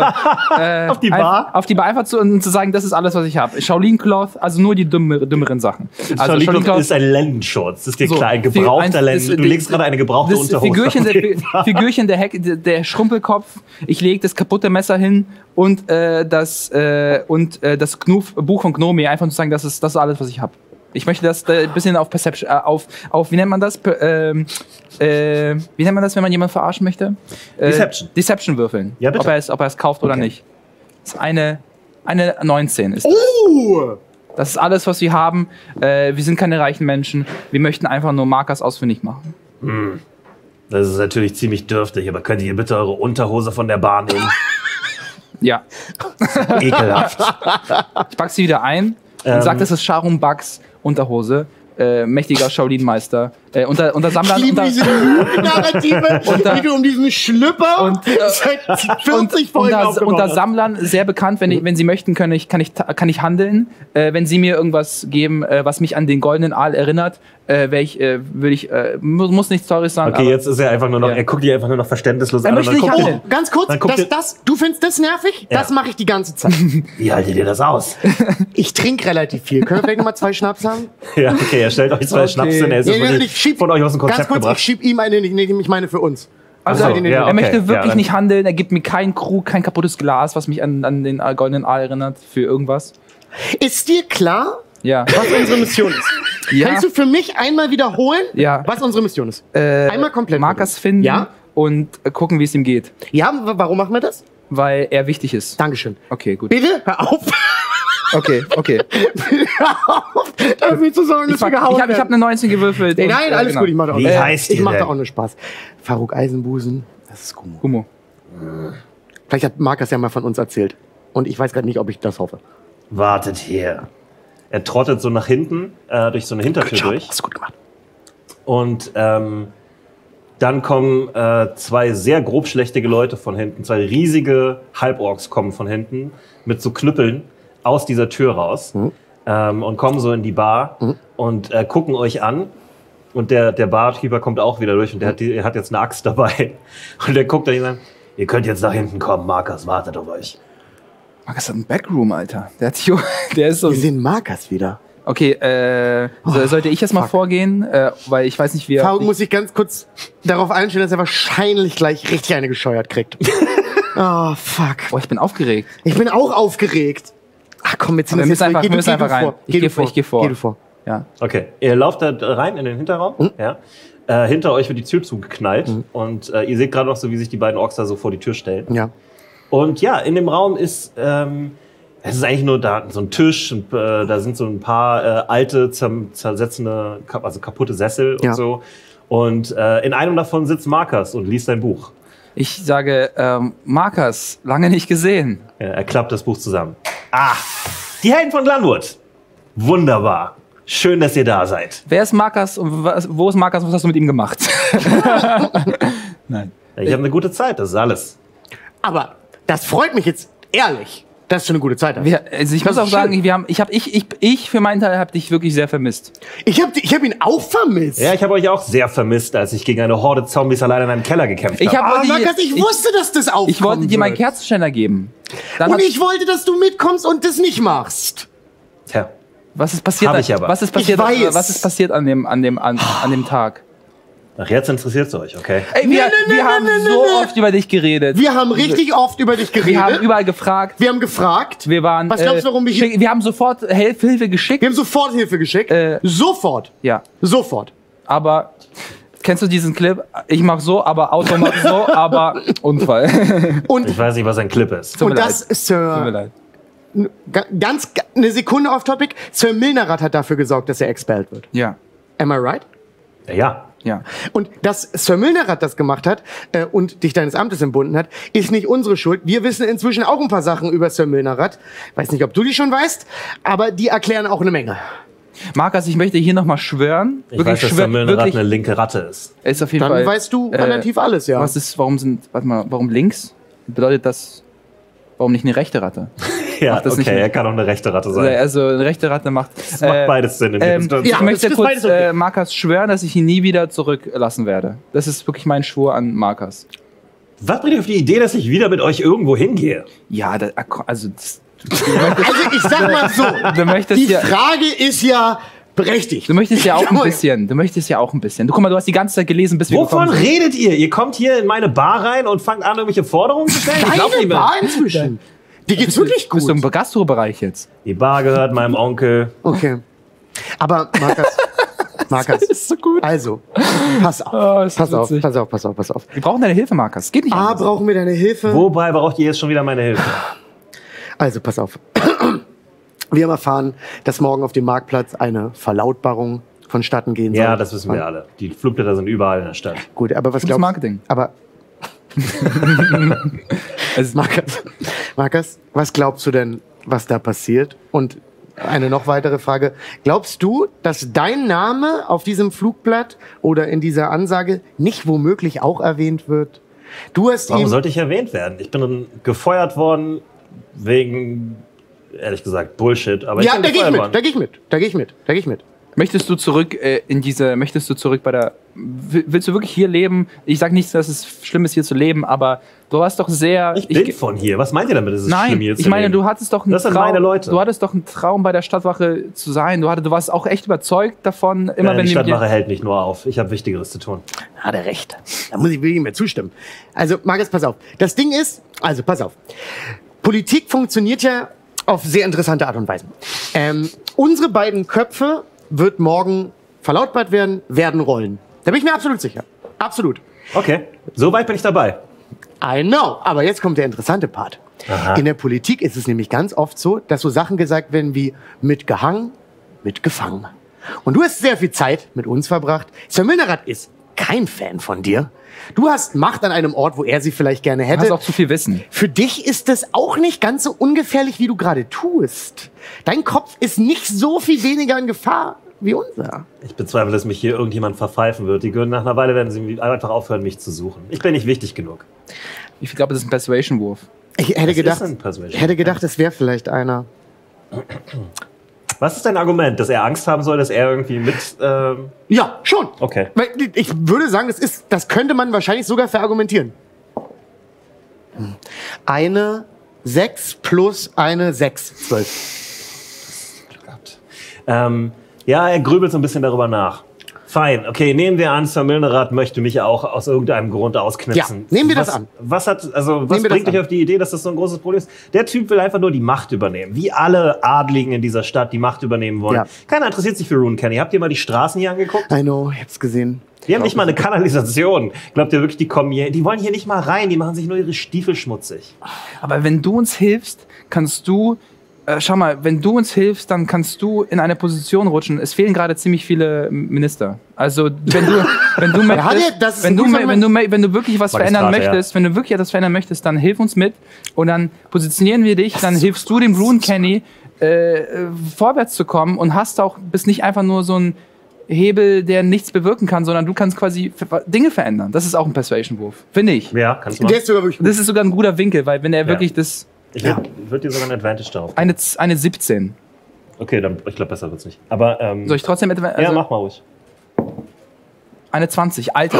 [SPEAKER 2] äh,
[SPEAKER 1] Auf die Bar?
[SPEAKER 2] Ein, auf die Bar einfach zu, und zu sagen, das ist alles, was ich habe. Shaolin Cloth, also nur die dümmere, dümmeren Sachen. Also
[SPEAKER 1] Charlie Cook ist ein Lendenschurz. Das ist dir
[SPEAKER 2] So,
[SPEAKER 1] klar, ein
[SPEAKER 2] Fi- eins-
[SPEAKER 1] gebrauchter
[SPEAKER 2] das-
[SPEAKER 1] Lenden. Du
[SPEAKER 2] das-
[SPEAKER 1] legst gerade eine gebrauchte
[SPEAKER 2] das
[SPEAKER 1] Unterhose.
[SPEAKER 2] Figürchen,
[SPEAKER 1] auf
[SPEAKER 2] der,
[SPEAKER 1] den-
[SPEAKER 2] Fi- Figürchen der, Heck, der, der Schrumpelkopf. Ich lege das kaputte Messer hin und äh, das äh, und äh, das Knuf, Buch von Gnomi einfach zu sagen, das ist das ist alles, was ich habe. Ich möchte das äh, ein bisschen auf Perception, äh, auf, auf, wie nennt man das? Per- Ähm, äh, wie nennt man das, wenn man jemanden verarschen möchte? Äh,
[SPEAKER 1] Deception.
[SPEAKER 2] Deception würfeln.
[SPEAKER 1] Ja, bitte.
[SPEAKER 2] Ob er es, ob er es kauft oder nicht. Das ist eine, eine 19 ist. das.
[SPEAKER 1] Oh!
[SPEAKER 3] Uh,
[SPEAKER 2] Das ist alles, was wir haben. Äh, wir sind keine reichen Menschen. Wir möchten einfach nur Markers ausfindig machen.
[SPEAKER 1] Das ist natürlich ziemlich dürftig, aber könnt ihr bitte eure Unterhose von der Bar nehmen?
[SPEAKER 2] Ja.
[SPEAKER 1] Ekelhaft.
[SPEAKER 2] Ich pack sie wieder ein und
[SPEAKER 1] Ähm.
[SPEAKER 2] sag, das ist Sharon Bucks Unterhose. Äh, mächtiger Shaolin-Meister. Äh, unter, unter
[SPEAKER 3] ich
[SPEAKER 2] Sammlern.
[SPEAKER 3] liebe diese
[SPEAKER 2] Unter,
[SPEAKER 3] Narrative,
[SPEAKER 2] Unter-
[SPEAKER 3] die du um diesen Schlüpper
[SPEAKER 2] Und, äh,
[SPEAKER 3] seit 40
[SPEAKER 2] und,
[SPEAKER 3] Folgen
[SPEAKER 2] unter,
[SPEAKER 3] aufgenommen
[SPEAKER 2] unter
[SPEAKER 3] hast.
[SPEAKER 2] Sammlern sehr bekannt. Wenn, ich, wenn sie möchten, kann ich, kann ich, ta- kann ich handeln. Äh, wenn sie mir irgendwas geben, äh, was mich an den goldenen Aal erinnert, äh, wär ich, äh, würde ich, äh, mu- muss nichts Teures sein.
[SPEAKER 1] Okay,
[SPEAKER 2] aber-
[SPEAKER 1] jetzt ist er einfach nur noch,
[SPEAKER 2] Ja.
[SPEAKER 1] er guckt dich einfach nur noch verständnislos an. und
[SPEAKER 2] möchte
[SPEAKER 1] dann
[SPEAKER 2] nicht
[SPEAKER 1] guckt
[SPEAKER 2] handeln.
[SPEAKER 1] ihr-
[SPEAKER 3] Oh, ganz kurz,
[SPEAKER 1] Dann guckt
[SPEAKER 3] das,
[SPEAKER 1] ihr-
[SPEAKER 3] das, du findest das nervig?
[SPEAKER 1] Ja.
[SPEAKER 3] Das mache ich die ganze Zeit.
[SPEAKER 1] Wie haltet ihr das aus?
[SPEAKER 3] Ich trinke relativ viel. Können wir vielleicht nochmal zwei Schnaps haben?
[SPEAKER 1] ja, okay, er stellt euch zwei
[SPEAKER 2] Okay.
[SPEAKER 1] Schnapse und er ist
[SPEAKER 3] Ja, ja, ich
[SPEAKER 1] wirklich
[SPEAKER 3] schieb-
[SPEAKER 1] von euch aus dem
[SPEAKER 3] ganz
[SPEAKER 1] Konzept
[SPEAKER 3] kurz,
[SPEAKER 1] gebracht.
[SPEAKER 3] ich schieb ihm eine, ich nehme ich meine für uns.
[SPEAKER 2] Also,
[SPEAKER 1] Ach so, ja, okay,
[SPEAKER 2] er möchte
[SPEAKER 1] ja,
[SPEAKER 2] wirklich
[SPEAKER 1] dann-
[SPEAKER 2] nicht handeln. Er gibt mir keinen Krug, kein kaputtes Glas, was mich an, an den äh, goldenen Aal erinnert für irgendwas.
[SPEAKER 3] Ist dir klar,
[SPEAKER 2] Ja.
[SPEAKER 3] was unsere Mission ist?
[SPEAKER 2] Ja.
[SPEAKER 3] Kannst du für mich einmal wiederholen,
[SPEAKER 2] Ja.
[SPEAKER 3] was unsere Mission ist?
[SPEAKER 2] Äh,
[SPEAKER 3] Einmal komplett.
[SPEAKER 2] Markers finden
[SPEAKER 3] Ja?
[SPEAKER 2] und äh, gucken, wie es ihm geht.
[SPEAKER 3] Ja, w- warum machen wir das?
[SPEAKER 2] Weil er wichtig ist.
[SPEAKER 3] Dankeschön.
[SPEAKER 2] Okay, gut.
[SPEAKER 3] Bitte, hör auf.
[SPEAKER 2] Okay, okay.
[SPEAKER 3] hör auf, dafür zu sorgen,
[SPEAKER 2] Ich,
[SPEAKER 3] dass wir
[SPEAKER 2] pack- ich
[SPEAKER 3] gehauen
[SPEAKER 2] habe ich hab
[SPEAKER 3] werden.
[SPEAKER 2] eine 19 gewürfelt.
[SPEAKER 3] Nee,
[SPEAKER 2] und-
[SPEAKER 3] Nein,
[SPEAKER 2] ja,
[SPEAKER 3] alles
[SPEAKER 2] genau.
[SPEAKER 3] gut, ich mache da auch
[SPEAKER 1] Wie
[SPEAKER 3] äh,
[SPEAKER 1] heißt
[SPEAKER 3] Ich
[SPEAKER 1] ihr
[SPEAKER 3] mache da
[SPEAKER 1] denn?
[SPEAKER 3] auch nur Spaß. Faruk Eisenbusen, das ist Gummo.
[SPEAKER 2] Gummo.
[SPEAKER 3] Vielleicht hat Marc das ja mal von uns erzählt. Und ich weiß gerade nicht, ob ich das hoffe.
[SPEAKER 1] Wartet hier. Er trottet so nach hinten, äh, durch so eine Hintertür durch.
[SPEAKER 3] Hast du gut gemacht.
[SPEAKER 1] Und ähm, dann kommen äh, zwei sehr grobschlächtige Leute von hinten, zwei riesige Halborgs kommen von hinten mit so Knüppeln aus dieser Tür raus ähm, und kommen so in die Bar und äh, gucken euch an. Und der, der Barkeeper kommt auch wieder durch und der hat, die, er hat jetzt eine Axt dabei. Und der guckt dann an, ihr könnt jetzt nach hinten kommen, Markus wartet auf euch.
[SPEAKER 2] Markus hat einen Backroom, Alter. Der, hat sich,
[SPEAKER 3] um-
[SPEAKER 2] der ist so.
[SPEAKER 3] Wir sehen Markas wieder.
[SPEAKER 2] Okay, äh,
[SPEAKER 3] Oh,
[SPEAKER 2] so, sollte ich jetzt mal vorgehen? Äh, weil ich weiß nicht, wie er.
[SPEAKER 3] Faruk muss sich ganz kurz darauf einstellen, dass er wahrscheinlich gleich richtig eine gescheuert kriegt. oh, fuck.
[SPEAKER 2] Oh, ich bin aufgeregt.
[SPEAKER 3] Ich bin auch aufgeregt. Ach komm, jetzt sind
[SPEAKER 2] Aber wir
[SPEAKER 3] das
[SPEAKER 2] müssen einfach-
[SPEAKER 3] jetzt Geh du-
[SPEAKER 2] wir müssen
[SPEAKER 3] geh du
[SPEAKER 2] einfach rein.
[SPEAKER 3] vor.
[SPEAKER 2] Ich
[SPEAKER 3] Geh du
[SPEAKER 2] geh vor, ich geh vor.
[SPEAKER 3] Geh du vor.
[SPEAKER 2] Ja.
[SPEAKER 1] Okay, ihr lauft da rein in den Hinterraum. Ja. Äh, hinter euch wird die Tür zugeknallt und äh, ihr seht gerade noch so, wie sich die beiden Orks da so vor die Tür stellen.
[SPEAKER 3] Ja.
[SPEAKER 1] Und ja, in dem Raum ist, ähm, es ist eigentlich nur da so ein Tisch und äh, da sind so ein paar äh, alte, zer zersetzende, kap also kaputte Sessel
[SPEAKER 3] Ja.
[SPEAKER 1] und so. Und äh, in einem davon sitzt Markus und liest sein Buch.
[SPEAKER 2] Ich sage, ähm, Markus, lange nicht gesehen.
[SPEAKER 1] Ja, er klappt das Buch zusammen. Ah, die Helden von Glanwood. Wunderbar. Schön, dass ihr da seid.
[SPEAKER 2] Wer ist Markus und was, wo ist Markus? Was hast du mit ihm gemacht? Nein.
[SPEAKER 1] Ich habe eine gute Zeit, das ist alles.
[SPEAKER 3] Aber das freut mich jetzt ehrlich, dass du eine gute Zeit hast.
[SPEAKER 2] Wir, also ich
[SPEAKER 3] Das
[SPEAKER 2] muss auch
[SPEAKER 3] ist
[SPEAKER 2] sagen,
[SPEAKER 3] schön.
[SPEAKER 2] wir haben, ich, hab, ich, ich, ich für meinen Teil habe dich wirklich sehr vermisst.
[SPEAKER 3] Ich habe ich hab ihn auch vermisst.
[SPEAKER 1] Ja, ich habe euch auch sehr vermisst, als ich gegen eine Horde Zombies allein in einem Keller gekämpft habe.
[SPEAKER 2] Ich hab-
[SPEAKER 3] Aber
[SPEAKER 2] wollte
[SPEAKER 3] Ah, Markus,
[SPEAKER 2] dir-
[SPEAKER 3] ich,
[SPEAKER 2] ich-
[SPEAKER 3] wusste, dass das aufkommt.
[SPEAKER 2] Ich wollte dir meinen Kerzenständer geben. Dann
[SPEAKER 3] Und
[SPEAKER 2] hat-
[SPEAKER 3] ich wollte, dass du mitkommst und das nicht machst.
[SPEAKER 1] Tja,
[SPEAKER 2] was ist passiert?
[SPEAKER 1] Hab ich aber.
[SPEAKER 2] Was ist passiert?
[SPEAKER 3] Ich weiß.
[SPEAKER 2] Was ist passiert an dem an dem an, an dem Tag?
[SPEAKER 1] ach, jetzt interessiert es euch, okay?
[SPEAKER 2] Ey, wir,
[SPEAKER 3] Nee, nee,
[SPEAKER 2] wir
[SPEAKER 3] nee,
[SPEAKER 2] haben
[SPEAKER 3] nee, nee,
[SPEAKER 2] so
[SPEAKER 3] nee.
[SPEAKER 2] oft über dich geredet.
[SPEAKER 3] Wir haben richtig oft über dich geredet.
[SPEAKER 2] Wir haben überall gefragt.
[SPEAKER 3] Wir haben gefragt.
[SPEAKER 2] Wir waren.
[SPEAKER 3] Was glaubst du, warum wir
[SPEAKER 2] wir
[SPEAKER 3] hier-
[SPEAKER 2] Wir haben sofort Hel- Hilfe geschickt.
[SPEAKER 3] Wir haben sofort Hilfe geschickt.
[SPEAKER 2] Äh.
[SPEAKER 3] sofort.
[SPEAKER 2] ja,
[SPEAKER 3] Sofort.
[SPEAKER 2] aber kennst du diesen Clip? Ich mach so, aber Auto macht so, aber Unfall.
[SPEAKER 1] Ich weiß nicht, was ein Clip ist.
[SPEAKER 2] Tut mir
[SPEAKER 3] Und das,
[SPEAKER 2] Tut mir
[SPEAKER 3] Sir,
[SPEAKER 2] leid.
[SPEAKER 3] ga- ganz ga- eine Sekunde off topic. Sir Milnerat hat dafür gesorgt, dass er expelled wird.
[SPEAKER 2] Ja,
[SPEAKER 3] Am I right?
[SPEAKER 1] Ja, ja.
[SPEAKER 2] ja.
[SPEAKER 3] Und dass Sir Milnerat das gemacht hat äh, und dich deines Amtes entbunden hat, ist nicht unsere Schuld. Wir wissen inzwischen auch ein paar Sachen über Sir Milnerat. Weiß nicht, ob du die schon weißt, aber die erklären auch eine Menge.
[SPEAKER 2] Markus, ich möchte hier nochmal schwören.
[SPEAKER 1] Ich weiß, dass der
[SPEAKER 2] schwör-
[SPEAKER 1] Müllenrad
[SPEAKER 2] wirklich-
[SPEAKER 1] eine linke Ratte ist.
[SPEAKER 2] Er ist auf jeden
[SPEAKER 3] Dann
[SPEAKER 2] Fall.
[SPEAKER 3] weißt du
[SPEAKER 2] äh,
[SPEAKER 3] relativ alles, ja.
[SPEAKER 2] Was ist, warum sind, warte mal, warum links? Bedeutet das Warum nicht eine rechte Ratte?
[SPEAKER 1] Ja,
[SPEAKER 2] das nicht
[SPEAKER 1] okay,
[SPEAKER 2] mit.
[SPEAKER 1] er kann auch eine rechte Ratte sein.
[SPEAKER 2] Also eine rechte Ratte macht.
[SPEAKER 1] das macht beides Sinn in der
[SPEAKER 2] Ähm,
[SPEAKER 1] Situation.
[SPEAKER 2] ich
[SPEAKER 3] Ja,
[SPEAKER 2] möchte
[SPEAKER 3] das ist
[SPEAKER 2] kurz
[SPEAKER 3] beides okay.
[SPEAKER 2] äh, Markus schwören, dass ich ihn nie wieder zurücklassen werde. Das ist wirklich mein Schwur an Markus.
[SPEAKER 1] Was bringt ihr auf die Idee, dass ich wieder mit euch irgendwo hingehe?
[SPEAKER 2] Ja, da, ah, ko- also das,
[SPEAKER 3] Also ich sag mal so,
[SPEAKER 2] du möchtest
[SPEAKER 3] die
[SPEAKER 2] ja,
[SPEAKER 3] Frage ist ja berechtigt.
[SPEAKER 2] du möchtest ja auch ein
[SPEAKER 3] Jawohl.
[SPEAKER 2] bisschen, du möchtest ja auch ein bisschen. Du guck mal, du hast die ganze Zeit gelesen, bis wir
[SPEAKER 1] Wovon
[SPEAKER 2] gekommen sind.
[SPEAKER 1] redet ihr? Ihr kommt hier in meine Bar rein und fangt an, irgendwelche Forderungen zu stellen? Ich glaub
[SPEAKER 3] Deine
[SPEAKER 1] nicht mehr.
[SPEAKER 3] Bar inzwischen. Die geht's wirklich
[SPEAKER 2] Bist du im
[SPEAKER 3] gut.
[SPEAKER 2] Gastro-Bereich jetzt?
[SPEAKER 1] Die Bar gehört meinem Onkel.
[SPEAKER 3] Okay. Aber Markus, Markus,
[SPEAKER 2] ist so gut.
[SPEAKER 3] also, pass auf.
[SPEAKER 2] Oh, ist
[SPEAKER 3] pass auf,
[SPEAKER 2] witzig.
[SPEAKER 3] pass auf, pass auf, pass auf.
[SPEAKER 2] Wir brauchen deine Hilfe, Markus. Geht nicht.
[SPEAKER 3] A,
[SPEAKER 2] anders.
[SPEAKER 3] brauchen wir deine Hilfe.
[SPEAKER 1] Wobei braucht ihr jetzt schon wieder meine Hilfe?
[SPEAKER 3] Also, pass auf. Wir haben erfahren, dass morgen auf dem Marktplatz eine Verlautbarung vonstatten gehen soll.
[SPEAKER 1] Ja, das wissen wir alle. Die Flugblätter sind überall in der Stadt.
[SPEAKER 3] Gut, aber was
[SPEAKER 2] Gutes
[SPEAKER 3] glaubst
[SPEAKER 2] Marketing.
[SPEAKER 3] du? Aber
[SPEAKER 2] Also,
[SPEAKER 3] Markus, Markus, was glaubst du denn, was da passiert? Und eine noch weitere Frage. Glaubst du, dass dein Name auf diesem Flugblatt oder in dieser Ansage nicht womöglich auch erwähnt wird? Du hast
[SPEAKER 1] Warum
[SPEAKER 3] ihm...
[SPEAKER 1] sollte ich erwähnt werden? Ich bin gefeuert worden wegen, ehrlich gesagt, Bullshit. Aber
[SPEAKER 3] ja,
[SPEAKER 1] ich bin
[SPEAKER 3] da gehe ich
[SPEAKER 1] gefeuert
[SPEAKER 3] mit, da
[SPEAKER 1] worden.
[SPEAKER 3] gehe ich mit, da gehe ich mit, da gehe ich mit.
[SPEAKER 2] möchtest du zurück äh, in diese, möchtest du zurück bei der, wi- willst du wirklich hier leben? Ich sag nicht, dass es schlimm ist, hier zu leben, aber du warst doch sehr,
[SPEAKER 1] Ich bin von hier. Was meint ihr damit? Es ist
[SPEAKER 2] Nein,
[SPEAKER 1] schlimm hier
[SPEAKER 2] ich
[SPEAKER 1] zu
[SPEAKER 2] meine,
[SPEAKER 1] leben?
[SPEAKER 2] du hattest doch einen
[SPEAKER 1] Das sind
[SPEAKER 2] Traum.
[SPEAKER 1] meine Leute.
[SPEAKER 2] Du hattest doch einen Traum bei der Stadtwache zu sein. Du, hattest, du warst auch echt überzeugt davon, immer
[SPEAKER 1] Nein,
[SPEAKER 2] wenn
[SPEAKER 1] Äh, die
[SPEAKER 2] die mit dir-
[SPEAKER 1] Stadtwache hält mich nur auf. Ich habe Wichtigeres zu tun.
[SPEAKER 3] Hat er recht. Da muss ich wirklich mehr zustimmen. Also, Markus, pass auf. Das Ding ist, also pass auf. Politik funktioniert ja auf sehr interessante Art und Weise. Ähm, unsere beiden Köpfe wird morgen verlautbart werden, werden rollen. Da bin ich mir absolut sicher. Absolut.
[SPEAKER 1] Okay, so weit bin ich dabei.
[SPEAKER 3] I know. Aber jetzt kommt der interessante Part.
[SPEAKER 1] Aha.
[SPEAKER 3] In der Politik ist es nämlich ganz oft so, dass so Sachen gesagt werden wie mitgehangen, mitgefangen. Und du hast sehr viel Zeit mit uns verbracht. Sir Milnerat ist kein Fan von dir. Du hast Macht an einem Ort, wo er sie vielleicht gerne
[SPEAKER 2] Du hast
[SPEAKER 3] hätte.
[SPEAKER 2] auch zu viel Wissen.
[SPEAKER 3] Für dich ist es auch nicht ganz so ungefährlich, wie du gerade tust. Dein Kopf ist nicht so viel weniger in Gefahr wie unser.
[SPEAKER 1] Ich bezweifle, dass mich hier irgendjemand verpfeifen wird. Die gehören nach einer Weile werden sie einfach aufhören, mich zu suchen. Ich bin nicht wichtig genug.
[SPEAKER 2] Ich glaube, das ist ein Persuasion-Wurf.
[SPEAKER 3] Ich hätte
[SPEAKER 1] Das
[SPEAKER 3] gedacht,
[SPEAKER 1] ist ein Persuasion.
[SPEAKER 3] hätte gedacht, es wäre vielleicht einer.
[SPEAKER 1] Was ist dein Argument, dass er Angst haben soll, dass er irgendwie mit. Ähm,
[SPEAKER 3] Ja, schon.
[SPEAKER 1] okay.
[SPEAKER 3] Weil ich würde sagen, das ist, das könnte man wahrscheinlich sogar verargumentieren. Eine 6 plus eine 6, 12.
[SPEAKER 1] Ähm, ja, er grübelt so ein bisschen darüber nach. Fein, okay, nehmen wir an, Sir Milnerath möchte mich auch aus irgendeinem Grund ausknipsen.
[SPEAKER 3] Ja, nehmen wir das
[SPEAKER 1] was,
[SPEAKER 3] an.
[SPEAKER 1] Was, hat, also, was
[SPEAKER 3] Nehmen wir das
[SPEAKER 1] bringt dich
[SPEAKER 3] an.
[SPEAKER 1] auf die Idee, dass das so ein großes Problem ist? Der Typ will einfach nur die Macht übernehmen. Wie alle Adligen in dieser Stadt die Macht übernehmen wollen.
[SPEAKER 3] Ja.
[SPEAKER 1] Keiner interessiert sich für Runecanny. Habt ihr mal die Straßen hier angeguckt?
[SPEAKER 3] I know, ich hab's gesehen.
[SPEAKER 1] Die haben nicht mal eine Kanalisation. Glaubt ihr wirklich, die kommen hier? Die wollen hier nicht mal rein, die machen sich nur ihre Stiefel schmutzig.
[SPEAKER 2] Aber wenn du uns hilfst, kannst du. Äh, schau mal, wenn du uns hilfst, dann kannst du in eine Position rutschen. Es fehlen gerade ziemlich viele Minister. Also, wenn du, wenn du
[SPEAKER 3] hat ja- das
[SPEAKER 2] möchtest,
[SPEAKER 3] ist
[SPEAKER 2] wenn
[SPEAKER 3] ein
[SPEAKER 2] du,
[SPEAKER 3] guter
[SPEAKER 2] me- wenn, du, me- wenn du wirklich was
[SPEAKER 1] Magistrat,
[SPEAKER 2] verändern
[SPEAKER 1] ja.
[SPEAKER 2] möchtest, wenn du wirklich etwas verändern möchtest, dann hilf uns mit und dann positionieren wir dich, dann hilfst du dem Rune Kenny äh, äh, vorwärts zu kommen und hast auch, bist nicht einfach nur so ein Hebel, der nichts bewirken kann, sondern du kannst quasi ver- Dinge verändern. Das ist auch ein Persuasion-Wurf, finde ich.
[SPEAKER 1] Ja, kannst du
[SPEAKER 3] Der
[SPEAKER 1] machen.
[SPEAKER 3] ist sogar wirklich
[SPEAKER 2] Das ist sogar ein guter Winkel, weil wenn er wirklich das
[SPEAKER 1] Ich würde würd dir sogar ein Advantage darauf.
[SPEAKER 2] eine, Z- eine 17.
[SPEAKER 1] Okay, dann, ich glaube, besser wird's nicht. Aber, ähm,
[SPEAKER 2] Soll ich trotzdem etwa,
[SPEAKER 1] ja,
[SPEAKER 2] also
[SPEAKER 1] mach mal ruhig.
[SPEAKER 2] eine 20? Alter,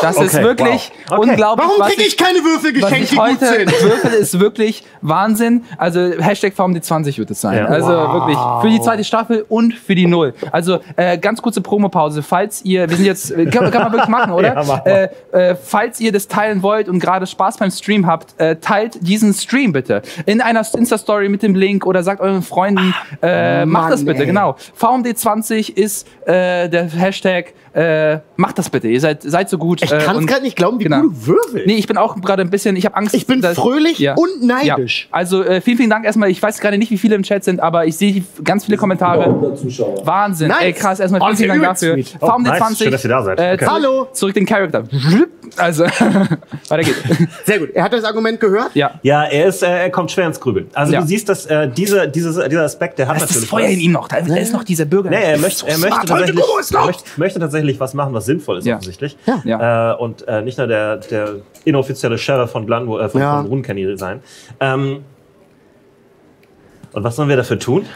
[SPEAKER 2] das ist
[SPEAKER 1] Okay,
[SPEAKER 2] wirklich
[SPEAKER 1] wow. Okay.
[SPEAKER 2] unglaublich.
[SPEAKER 3] Warum
[SPEAKER 2] was
[SPEAKER 3] krieg ich keine Würfel
[SPEAKER 2] was
[SPEAKER 3] geschenkt, die
[SPEAKER 2] ich
[SPEAKER 3] gut
[SPEAKER 2] heute
[SPEAKER 3] sind?
[SPEAKER 2] würfel, ist wirklich Wahnsinn. Also Hashtag VMD20 wird es sein.
[SPEAKER 1] Ja.
[SPEAKER 2] Also wirklich für die zweite Staffel und für die Null. Also äh, ganz kurze Promopause. Falls ihr, wir sind jetzt, äh, kann, kann man wirklich machen, oder?
[SPEAKER 1] Ja, mach
[SPEAKER 2] äh, äh, falls ihr das teilen wollt und gerade Spaß beim Stream habt, äh, teilt diesen Stream bitte. In einer Insta-Story mit dem Link oder sagt euren Freunden, äh, macht
[SPEAKER 3] Ah, Mann,
[SPEAKER 2] das bitte,
[SPEAKER 3] ey.
[SPEAKER 2] genau. VMD20 ist äh, der Hashtag, äh, macht das bitte. Ihr seid, seid so gut.
[SPEAKER 3] Ich
[SPEAKER 2] äh,
[SPEAKER 3] kann's
[SPEAKER 2] und-
[SPEAKER 3] gerade nicht glauben, wie
[SPEAKER 2] genau.
[SPEAKER 3] gut du würfelst.
[SPEAKER 2] Nee, ich bin auch gerade ein bisschen, ich habe Angst.
[SPEAKER 3] Ich bin fröhlich und neidisch.
[SPEAKER 2] Ja. Also äh, vielen, vielen Dank erstmal. Ich weiß gerade nicht, wie viele im Chat sind, aber ich sehe die- ganz viele Kommentare.
[SPEAKER 4] 100 Zuschauer.
[SPEAKER 2] Wahnsinn,
[SPEAKER 3] Nice.
[SPEAKER 2] ey krass, erstmal
[SPEAKER 3] Oh,
[SPEAKER 2] vielen, vielen Dank
[SPEAKER 3] sehr
[SPEAKER 2] dafür.
[SPEAKER 3] sweet.
[SPEAKER 1] Oh, nice.
[SPEAKER 2] VMD20.
[SPEAKER 1] Schön, dass ihr da seid.
[SPEAKER 2] Äh,
[SPEAKER 1] Okay.
[SPEAKER 2] zurück,
[SPEAKER 3] Hallo.
[SPEAKER 2] Zurück den Charakter. Also, weiter geht's.
[SPEAKER 3] Sehr gut. Er hat das Argument gehört.
[SPEAKER 2] Ja.
[SPEAKER 1] Ja, er ist, äh, er kommt schwer ins Grübeln. Also
[SPEAKER 2] Ja.
[SPEAKER 1] du siehst, dass äh, diese, dieses, dieser Aspekt, der hat
[SPEAKER 2] Das ist das
[SPEAKER 1] natürlich
[SPEAKER 2] Feuer
[SPEAKER 1] was.
[SPEAKER 2] in ihm noch. Da da ist Halt noch dieser Bürger.
[SPEAKER 1] Nee, er möchte, er möchte,
[SPEAKER 3] smart, heute
[SPEAKER 1] tatsächlich,
[SPEAKER 3] Guru ist
[SPEAKER 1] er
[SPEAKER 3] laut.
[SPEAKER 1] möchte, möchte tatsächlich was machen, was sinnvoll ist
[SPEAKER 2] Ja.
[SPEAKER 1] offensichtlich.
[SPEAKER 2] Ja.
[SPEAKER 1] Äh, und äh, nicht nur der, der inoffizielle Sheriff von Glanwo, äh, von,
[SPEAKER 3] Ja.
[SPEAKER 1] von Runkenny sein. Ähm, Und was sollen wir dafür tun?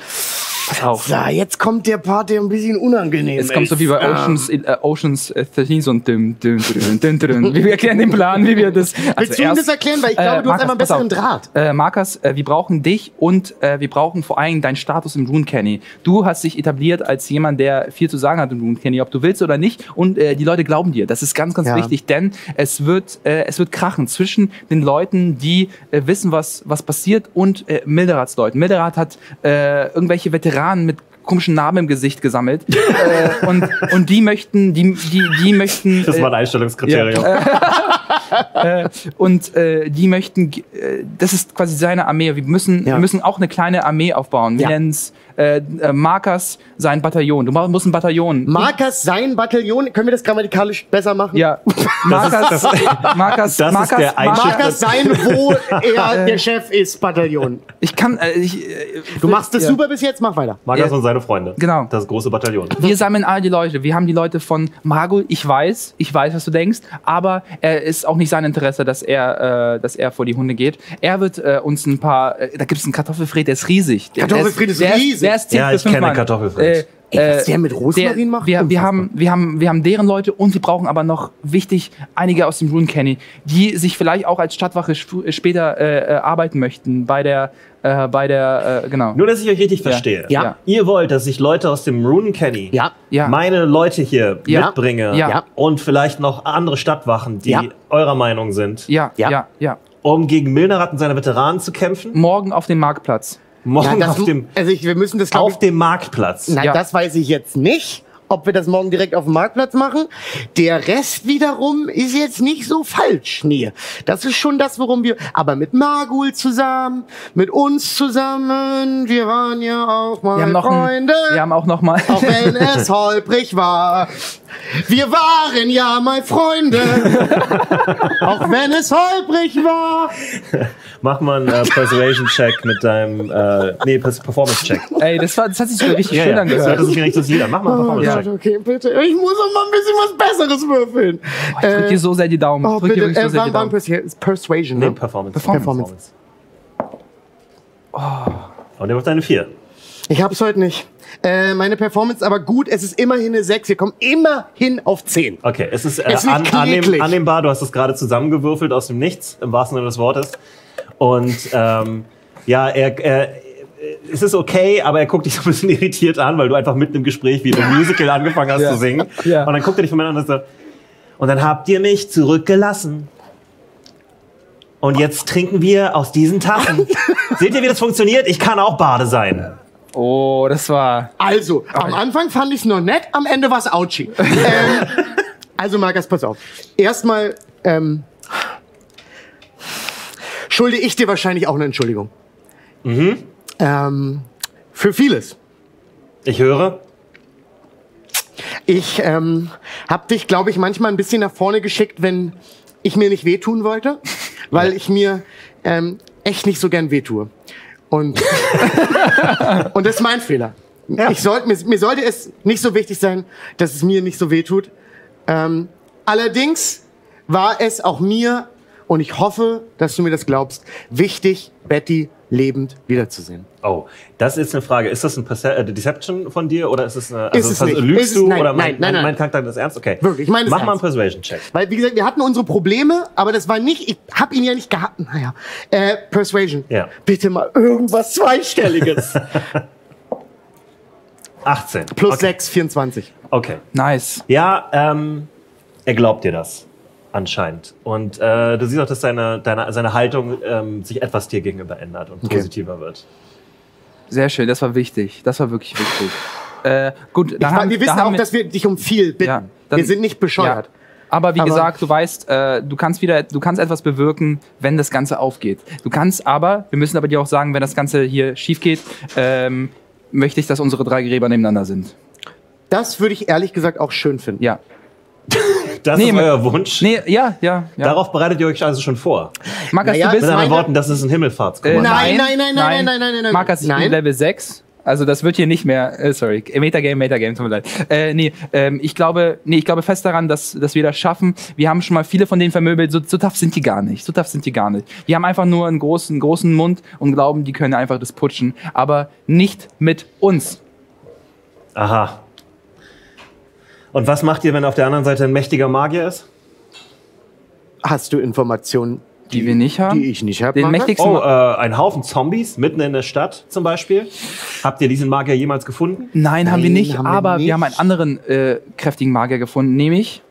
[SPEAKER 2] Auch.
[SPEAKER 3] So, jetzt kommt der Part, der ein bisschen unangenehm
[SPEAKER 2] Es kommt so wie bei
[SPEAKER 3] ähm,
[SPEAKER 2] Oceans, äh, Oceans äh, 13, so ein düm, düm, düm, düm, düm. Wir erklären den Plan, wie wir das. Also
[SPEAKER 3] Willst du ihm das erklären? Weil ich glaube, du hast einmal
[SPEAKER 2] pass
[SPEAKER 3] besseren
[SPEAKER 2] auf.
[SPEAKER 3] Draht.
[SPEAKER 2] Äh, Markus, äh, wir brauchen dich und äh, wir brauchen vor allem deinen Status im Runecanny. Du hast dich etabliert als jemand, der viel zu sagen hat im Runecanny, ob du willst oder nicht. Und äh, die Leute glauben dir. Das ist ganz, ganz
[SPEAKER 3] Ja.
[SPEAKER 2] wichtig, denn es wird, äh, es wird krachen zwischen den Leuten, die äh, wissen, was, was passiert, und äh, Milderats Leuten. Milderat hat äh, irgendwelche Veteranen mit komischen Namen im Gesicht gesammelt. äh, und, und die möchten, die, die, die möchten.
[SPEAKER 1] Das
[SPEAKER 2] äh,
[SPEAKER 1] war ein Einstellungskriterium.
[SPEAKER 2] äh, und äh, die möchten, g- äh, das ist quasi seine Armee. Wir müssen,
[SPEAKER 3] Ja.
[SPEAKER 2] wir müssen auch eine kleine Armee aufbauen. Wir
[SPEAKER 3] Ja.
[SPEAKER 2] nennen es äh, äh, Markers sein Bataillon. Du ma- musst ein Bataillon.
[SPEAKER 3] Markers sein Bataillon, Ah. können wir das grammatikalisch besser machen?
[SPEAKER 2] ja, Markers, Markers,
[SPEAKER 1] das ist
[SPEAKER 2] Markers,
[SPEAKER 1] der Einstieg.
[SPEAKER 3] Markers sein, wo er der Chef ist, Bataillon.
[SPEAKER 2] Ich kann, äh, ich, äh,
[SPEAKER 3] Du machst das
[SPEAKER 2] Ja.
[SPEAKER 3] super bis jetzt, mach weiter.
[SPEAKER 1] Magas
[SPEAKER 2] Ja.
[SPEAKER 1] und seine Freunde.
[SPEAKER 2] Genau.
[SPEAKER 1] Das große Bataillon.
[SPEAKER 2] wir sammeln all die Leute. Wir haben die Leute von Margot, ich weiß, ich weiß, was du denkst, aber äh, ist auch nicht sein Interesse, dass er, äh, dass er vor die Hunde geht. Er wird äh, uns ein paar, äh, da gibt es einen Kartoffelfred, der ist riesig. Der-
[SPEAKER 3] Kartoffelfred ist
[SPEAKER 2] der der
[SPEAKER 3] riesig.
[SPEAKER 2] Der ist 10
[SPEAKER 1] Ja,
[SPEAKER 2] bis
[SPEAKER 1] ich kenne
[SPEAKER 2] 5 Mann.
[SPEAKER 1] Kartoffelfred.
[SPEAKER 2] Äh,
[SPEAKER 3] Ey, was
[SPEAKER 2] äh,
[SPEAKER 3] der mit Rosmarin macht?
[SPEAKER 2] Wir, wir,
[SPEAKER 3] Unfassbar.
[SPEAKER 2] haben, wir, haben, wir haben deren Leute und wir brauchen aber noch wichtig einige aus dem Runecanny, die sich vielleicht auch als Stadtwache sp später äh, äh, arbeiten möchten bei der, äh, bei der, äh, genau.
[SPEAKER 1] Nur, dass ich euch richtig verstehe.
[SPEAKER 3] Ja.
[SPEAKER 1] Ihr wollt, dass ich Leute aus dem Runenkenny,
[SPEAKER 3] Ja.
[SPEAKER 2] Ja.
[SPEAKER 1] meine Leute hier
[SPEAKER 2] Ja.
[SPEAKER 1] mitbringe
[SPEAKER 2] Ja. Ja.
[SPEAKER 1] und vielleicht noch andere Stadtwachen, die
[SPEAKER 3] Ja.
[SPEAKER 1] eurer Meinung sind,
[SPEAKER 2] ja,
[SPEAKER 3] Ja.
[SPEAKER 2] ja, ja, ja.
[SPEAKER 1] um gegen Milnerat und seine Veteranen zu kämpfen.
[SPEAKER 2] Morgen auf dem Marktplatz.
[SPEAKER 3] Ja,
[SPEAKER 1] Morgen
[SPEAKER 3] das
[SPEAKER 1] auf,
[SPEAKER 3] du-
[SPEAKER 1] dem,
[SPEAKER 3] also ich, wir müssen das glaub
[SPEAKER 1] auf dem Marktplatz.
[SPEAKER 3] ich, Nein,
[SPEAKER 2] Ja.
[SPEAKER 3] das weiß ich jetzt nicht. Ob wir das morgen direkt auf dem Marktplatz machen. Der Rest wiederum ist jetzt nicht so falsch. Nee. Das ist schon das, worum wir. Aber mit Margul zusammen, mit uns zusammen, wir waren ja auch mal
[SPEAKER 2] Wir haben noch
[SPEAKER 3] Freunde.
[SPEAKER 2] Ein, wir haben auch noch mal.
[SPEAKER 3] auch wenn es holprig war. Wir waren ja mal Freunde. auch wenn es holprig war.
[SPEAKER 1] Mach mal einen äh, Persuasion-Check mit deinem, äh, nee, Pers- Performance-Check.
[SPEAKER 2] Ey, das, war, das hat sich so richtig schön
[SPEAKER 1] das hört
[SPEAKER 2] angehört.
[SPEAKER 1] sich nicht so Lied an. Mach mal einen
[SPEAKER 3] Oh Gott,
[SPEAKER 1] Performance-Check.
[SPEAKER 3] okay, bitte. Ich muss auch mal ein bisschen was Besseres würfeln.
[SPEAKER 2] Ich drück dir so sehr die Daumen.
[SPEAKER 3] Oh,
[SPEAKER 2] Ich drück dir wirklich
[SPEAKER 3] bitte.
[SPEAKER 2] so sehr
[SPEAKER 3] Äh,
[SPEAKER 2] die
[SPEAKER 3] wann, wann
[SPEAKER 2] Daumen.
[SPEAKER 3] Pers Persuasion,
[SPEAKER 1] Nee,
[SPEAKER 3] ne?
[SPEAKER 1] Performance.
[SPEAKER 2] Performance.
[SPEAKER 1] Und er macht eine 4.
[SPEAKER 3] Ich hab's heute nicht. Äh, meine Performance aber gut. Es ist immerhin eine 6. Wir kommen immerhin auf 10.
[SPEAKER 1] Okay, es ist äh,
[SPEAKER 3] Es wird
[SPEAKER 1] an, annehm,
[SPEAKER 3] kläglich.
[SPEAKER 1] annehmbar. Du hast es gerade zusammengewürfelt aus dem Nichts, im wahrsten Sinne des Wortes. Und ähm, ja, er, er, es ist okay, aber er guckt dich so ein bisschen irritiert an, weil du einfach mitten im Gespräch wie in einem Musical angefangen hast
[SPEAKER 2] Ja.
[SPEAKER 1] zu singen.
[SPEAKER 2] Ja.
[SPEAKER 1] Und dann guckt er dich von mir an und sagt so, und dann habt ihr mich zurückgelassen. Und jetzt trinken wir aus diesen Tassen. Seht ihr, wie das funktioniert? Ich kann auch Bade sein.
[SPEAKER 2] Oh, das war.
[SPEAKER 3] Also,
[SPEAKER 2] Ah,
[SPEAKER 3] am Anfang fand ich's noch nett, am Ende war's Autschi. ähm, also, Markus, pass auf. Erstmal ähm, schulde ich dir wahrscheinlich auch eine Entschuldigung.
[SPEAKER 2] Mhm.
[SPEAKER 3] Ähm, für vieles.
[SPEAKER 1] Ich höre.
[SPEAKER 3] Ich ähm, habe dich, glaube ich, manchmal ein bisschen nach vorne geschickt, wenn ich mir nicht wehtun wollte, weil ich mir ähm, echt nicht so gern wehtue. Und, und das ist mein Fehler. Ich sollte mir, mir sollte es nicht so wichtig sein, dass es mir nicht so wehtut. Ähm, allerdings war es auch mir, und ich hoffe, dass du mir das glaubst, wichtig, Betty lebend wiederzusehen.
[SPEAKER 1] Oh, das ist eine Frage. Ist das ein Perce äh, Deception von dir oder ist es eine also
[SPEAKER 3] Ist es
[SPEAKER 1] vers-
[SPEAKER 3] nicht.
[SPEAKER 1] lügst
[SPEAKER 3] Ist es-
[SPEAKER 1] du
[SPEAKER 3] nein,
[SPEAKER 1] oder mein,
[SPEAKER 3] nein, nein,
[SPEAKER 1] mein,
[SPEAKER 3] nein.
[SPEAKER 1] mein Charakter das ernst? Okay.
[SPEAKER 3] Wirklich, ich meine es
[SPEAKER 1] Mach mal einen
[SPEAKER 3] ernst.
[SPEAKER 1] Persuasion Check.
[SPEAKER 3] Weil, wie gesagt, wir hatten unsere Probleme, aber das war nicht, ich hab ihn ja nicht gehabt. Naja, äh, Persuasion.
[SPEAKER 1] Ja.
[SPEAKER 3] Bitte mal irgendwas Zweistelliges.
[SPEAKER 1] 18.
[SPEAKER 3] Plus
[SPEAKER 1] okay.
[SPEAKER 3] 6, 24.
[SPEAKER 1] Okay.
[SPEAKER 2] Nice.
[SPEAKER 1] Ja, ähm, er glaubt dir das anscheinend und äh, du siehst auch, dass seine deine, seine Haltung ähm, sich etwas dir gegenüber ändert und
[SPEAKER 3] Okay.
[SPEAKER 1] positiver wird.
[SPEAKER 2] Sehr schön, das war wichtig. Das war wirklich wichtig. Äh, gut, dann
[SPEAKER 3] Weil
[SPEAKER 2] haben,
[SPEAKER 3] wir
[SPEAKER 2] da
[SPEAKER 3] wissen
[SPEAKER 2] haben
[SPEAKER 3] auch, dass wir dich um viel bitten.
[SPEAKER 2] Ja, dann-
[SPEAKER 3] wir sind nicht bescheuert.
[SPEAKER 2] Ja. Aber wie
[SPEAKER 3] Aber-
[SPEAKER 2] gesagt, du weißt, äh, du kannst wieder, du kannst etwas bewirken, wenn das Ganze aufgeht. Du kannst aber, wir müssen aber dir auch sagen, wenn das Ganze hier schief geht, ähm, möchte ich, dass unsere drei Gräber nebeneinander sind.
[SPEAKER 3] Das würde ich ehrlich gesagt auch schön finden.
[SPEAKER 2] Ja.
[SPEAKER 1] Das
[SPEAKER 2] Nee,
[SPEAKER 1] ist
[SPEAKER 2] man-
[SPEAKER 1] euer Wunsch.
[SPEAKER 2] Nee, ja, ja, ja.
[SPEAKER 1] Darauf bereitet ihr euch also schon vor.
[SPEAKER 2] Markus,
[SPEAKER 3] Naja,
[SPEAKER 2] du
[SPEAKER 1] Mit
[SPEAKER 2] bist.
[SPEAKER 1] anderen
[SPEAKER 3] meine- Äh,
[SPEAKER 1] Worten, das ist ein Himmelfahrtskommando.
[SPEAKER 3] Nein, nein, nein, nein, nein, nein, nein, nein, nein.
[SPEAKER 2] Markus, ich
[SPEAKER 3] Nein.
[SPEAKER 2] bin Level 6. Also das wird hier nicht mehr. Äh, sorry. Äh, Metagame, Metagame, tut mir leid. Äh, nee, ähm, ich glaube, nee, ich glaube fest daran, dass, dass wir das schaffen. Wir haben schon mal viele von denen vermöbelt. So, so tough sind die gar nicht. So tough sind die gar nicht. Die haben einfach nur einen großen, großen Mund und glauben, die können einfach das putschen. Aber nicht mit uns.
[SPEAKER 1] Aha. Und was macht ihr, wenn auf der anderen Seite ein mächtiger Magier ist?
[SPEAKER 3] Hast du Informationen,
[SPEAKER 2] Die wir nicht haben?
[SPEAKER 3] die ich nicht habe?
[SPEAKER 2] Den mächtigsten-
[SPEAKER 1] Oh, äh, ein Haufen Zombies mitten in der Stadt zum Beispiel. Habt ihr diesen Magier jemals gefunden?
[SPEAKER 2] Nein, haben wir
[SPEAKER 3] Nein,
[SPEAKER 2] nicht.
[SPEAKER 3] haben wir
[SPEAKER 2] aber
[SPEAKER 3] nicht.
[SPEAKER 2] wir haben einen anderen äh, kräftigen Magier gefunden, nämlich.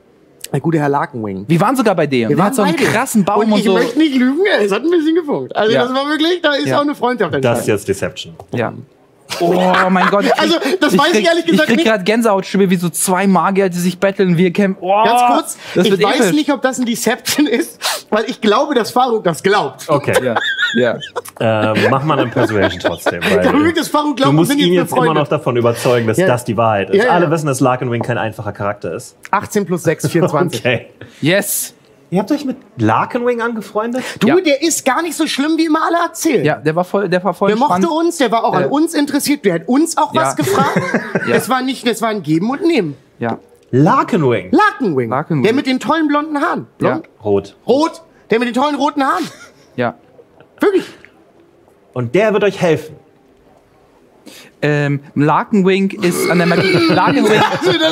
[SPEAKER 3] Der gute Herr Lakenwing.
[SPEAKER 2] Wir waren sogar bei dem. der hat so einen
[SPEAKER 3] beide.
[SPEAKER 2] krassen Baum und,
[SPEAKER 3] und ich
[SPEAKER 2] so.
[SPEAKER 3] möchte nicht lügen, es hat ein bisschen gefunkt. Also
[SPEAKER 2] Ja.
[SPEAKER 3] das war wirklich, da ist
[SPEAKER 2] Ja.
[SPEAKER 3] auch eine Freundschaft
[SPEAKER 1] Das ist
[SPEAKER 3] entstanden.
[SPEAKER 1] jetzt Deception.
[SPEAKER 2] Ja. Um Oh mein Gott. ich krieg-
[SPEAKER 3] Also, das weiß ich
[SPEAKER 2] krieg,
[SPEAKER 3] ehrlich gesagt
[SPEAKER 2] Ich krieg
[SPEAKER 3] nicht.
[SPEAKER 2] gerade Gänsehautschübe, wie so zwei Magier, die sich betteln, wir kämpfen. Oh,
[SPEAKER 3] Ganz kurz,
[SPEAKER 2] das
[SPEAKER 3] ich
[SPEAKER 2] wird
[SPEAKER 3] weiß
[SPEAKER 2] episch.
[SPEAKER 3] nicht, ob das ein Deception ist, weil ich glaube, dass Faruk das glaubt.
[SPEAKER 1] Okay,
[SPEAKER 2] Ja, ja.
[SPEAKER 1] ähm, mach mal einen Persuasion trotzdem.
[SPEAKER 3] Der
[SPEAKER 1] Weil
[SPEAKER 3] Verrückt ist Faruk
[SPEAKER 1] du
[SPEAKER 3] glaubt, wir
[SPEAKER 1] musst
[SPEAKER 3] sind
[SPEAKER 1] ihn
[SPEAKER 3] jetzt
[SPEAKER 1] jetzt immer noch
[SPEAKER 3] befreundet.
[SPEAKER 1] davon überzeugen, dass
[SPEAKER 3] Ja.
[SPEAKER 1] das die Wahrheit ist.
[SPEAKER 3] Ja, ja.
[SPEAKER 1] Alle wissen, dass Larkinwing kein einfacher Charakter ist.
[SPEAKER 3] 18 plus 6, 24.
[SPEAKER 1] Okay.
[SPEAKER 2] Yes.
[SPEAKER 1] Ihr habt euch mit Larkinwing angefreundet?
[SPEAKER 3] Du,
[SPEAKER 2] Ja.
[SPEAKER 3] der ist gar nicht so schlimm, wie immer alle erzählen.
[SPEAKER 2] Ja, der war voll, der war voll
[SPEAKER 3] Der
[SPEAKER 2] spannend.
[SPEAKER 3] mochte uns, der war auch
[SPEAKER 2] Äh.
[SPEAKER 3] an uns interessiert, der hat uns auch
[SPEAKER 2] Ja.
[SPEAKER 3] was gefragt.
[SPEAKER 2] Ja.
[SPEAKER 3] Das war nicht, das war ein Geben und Nehmen.
[SPEAKER 2] Ja,
[SPEAKER 1] Larkinwing.
[SPEAKER 3] Lakenwing.
[SPEAKER 2] Lakenwing.
[SPEAKER 3] Der mit den tollen blonden Haaren.
[SPEAKER 2] ja,
[SPEAKER 3] Blond?
[SPEAKER 1] Rot.
[SPEAKER 3] Rot. Der mit den tollen roten Haaren.
[SPEAKER 2] ja.
[SPEAKER 3] Wirklich.
[SPEAKER 1] Und der wird euch helfen.
[SPEAKER 2] Ähm, Larkenwing ist an der Magie. Larkenwing,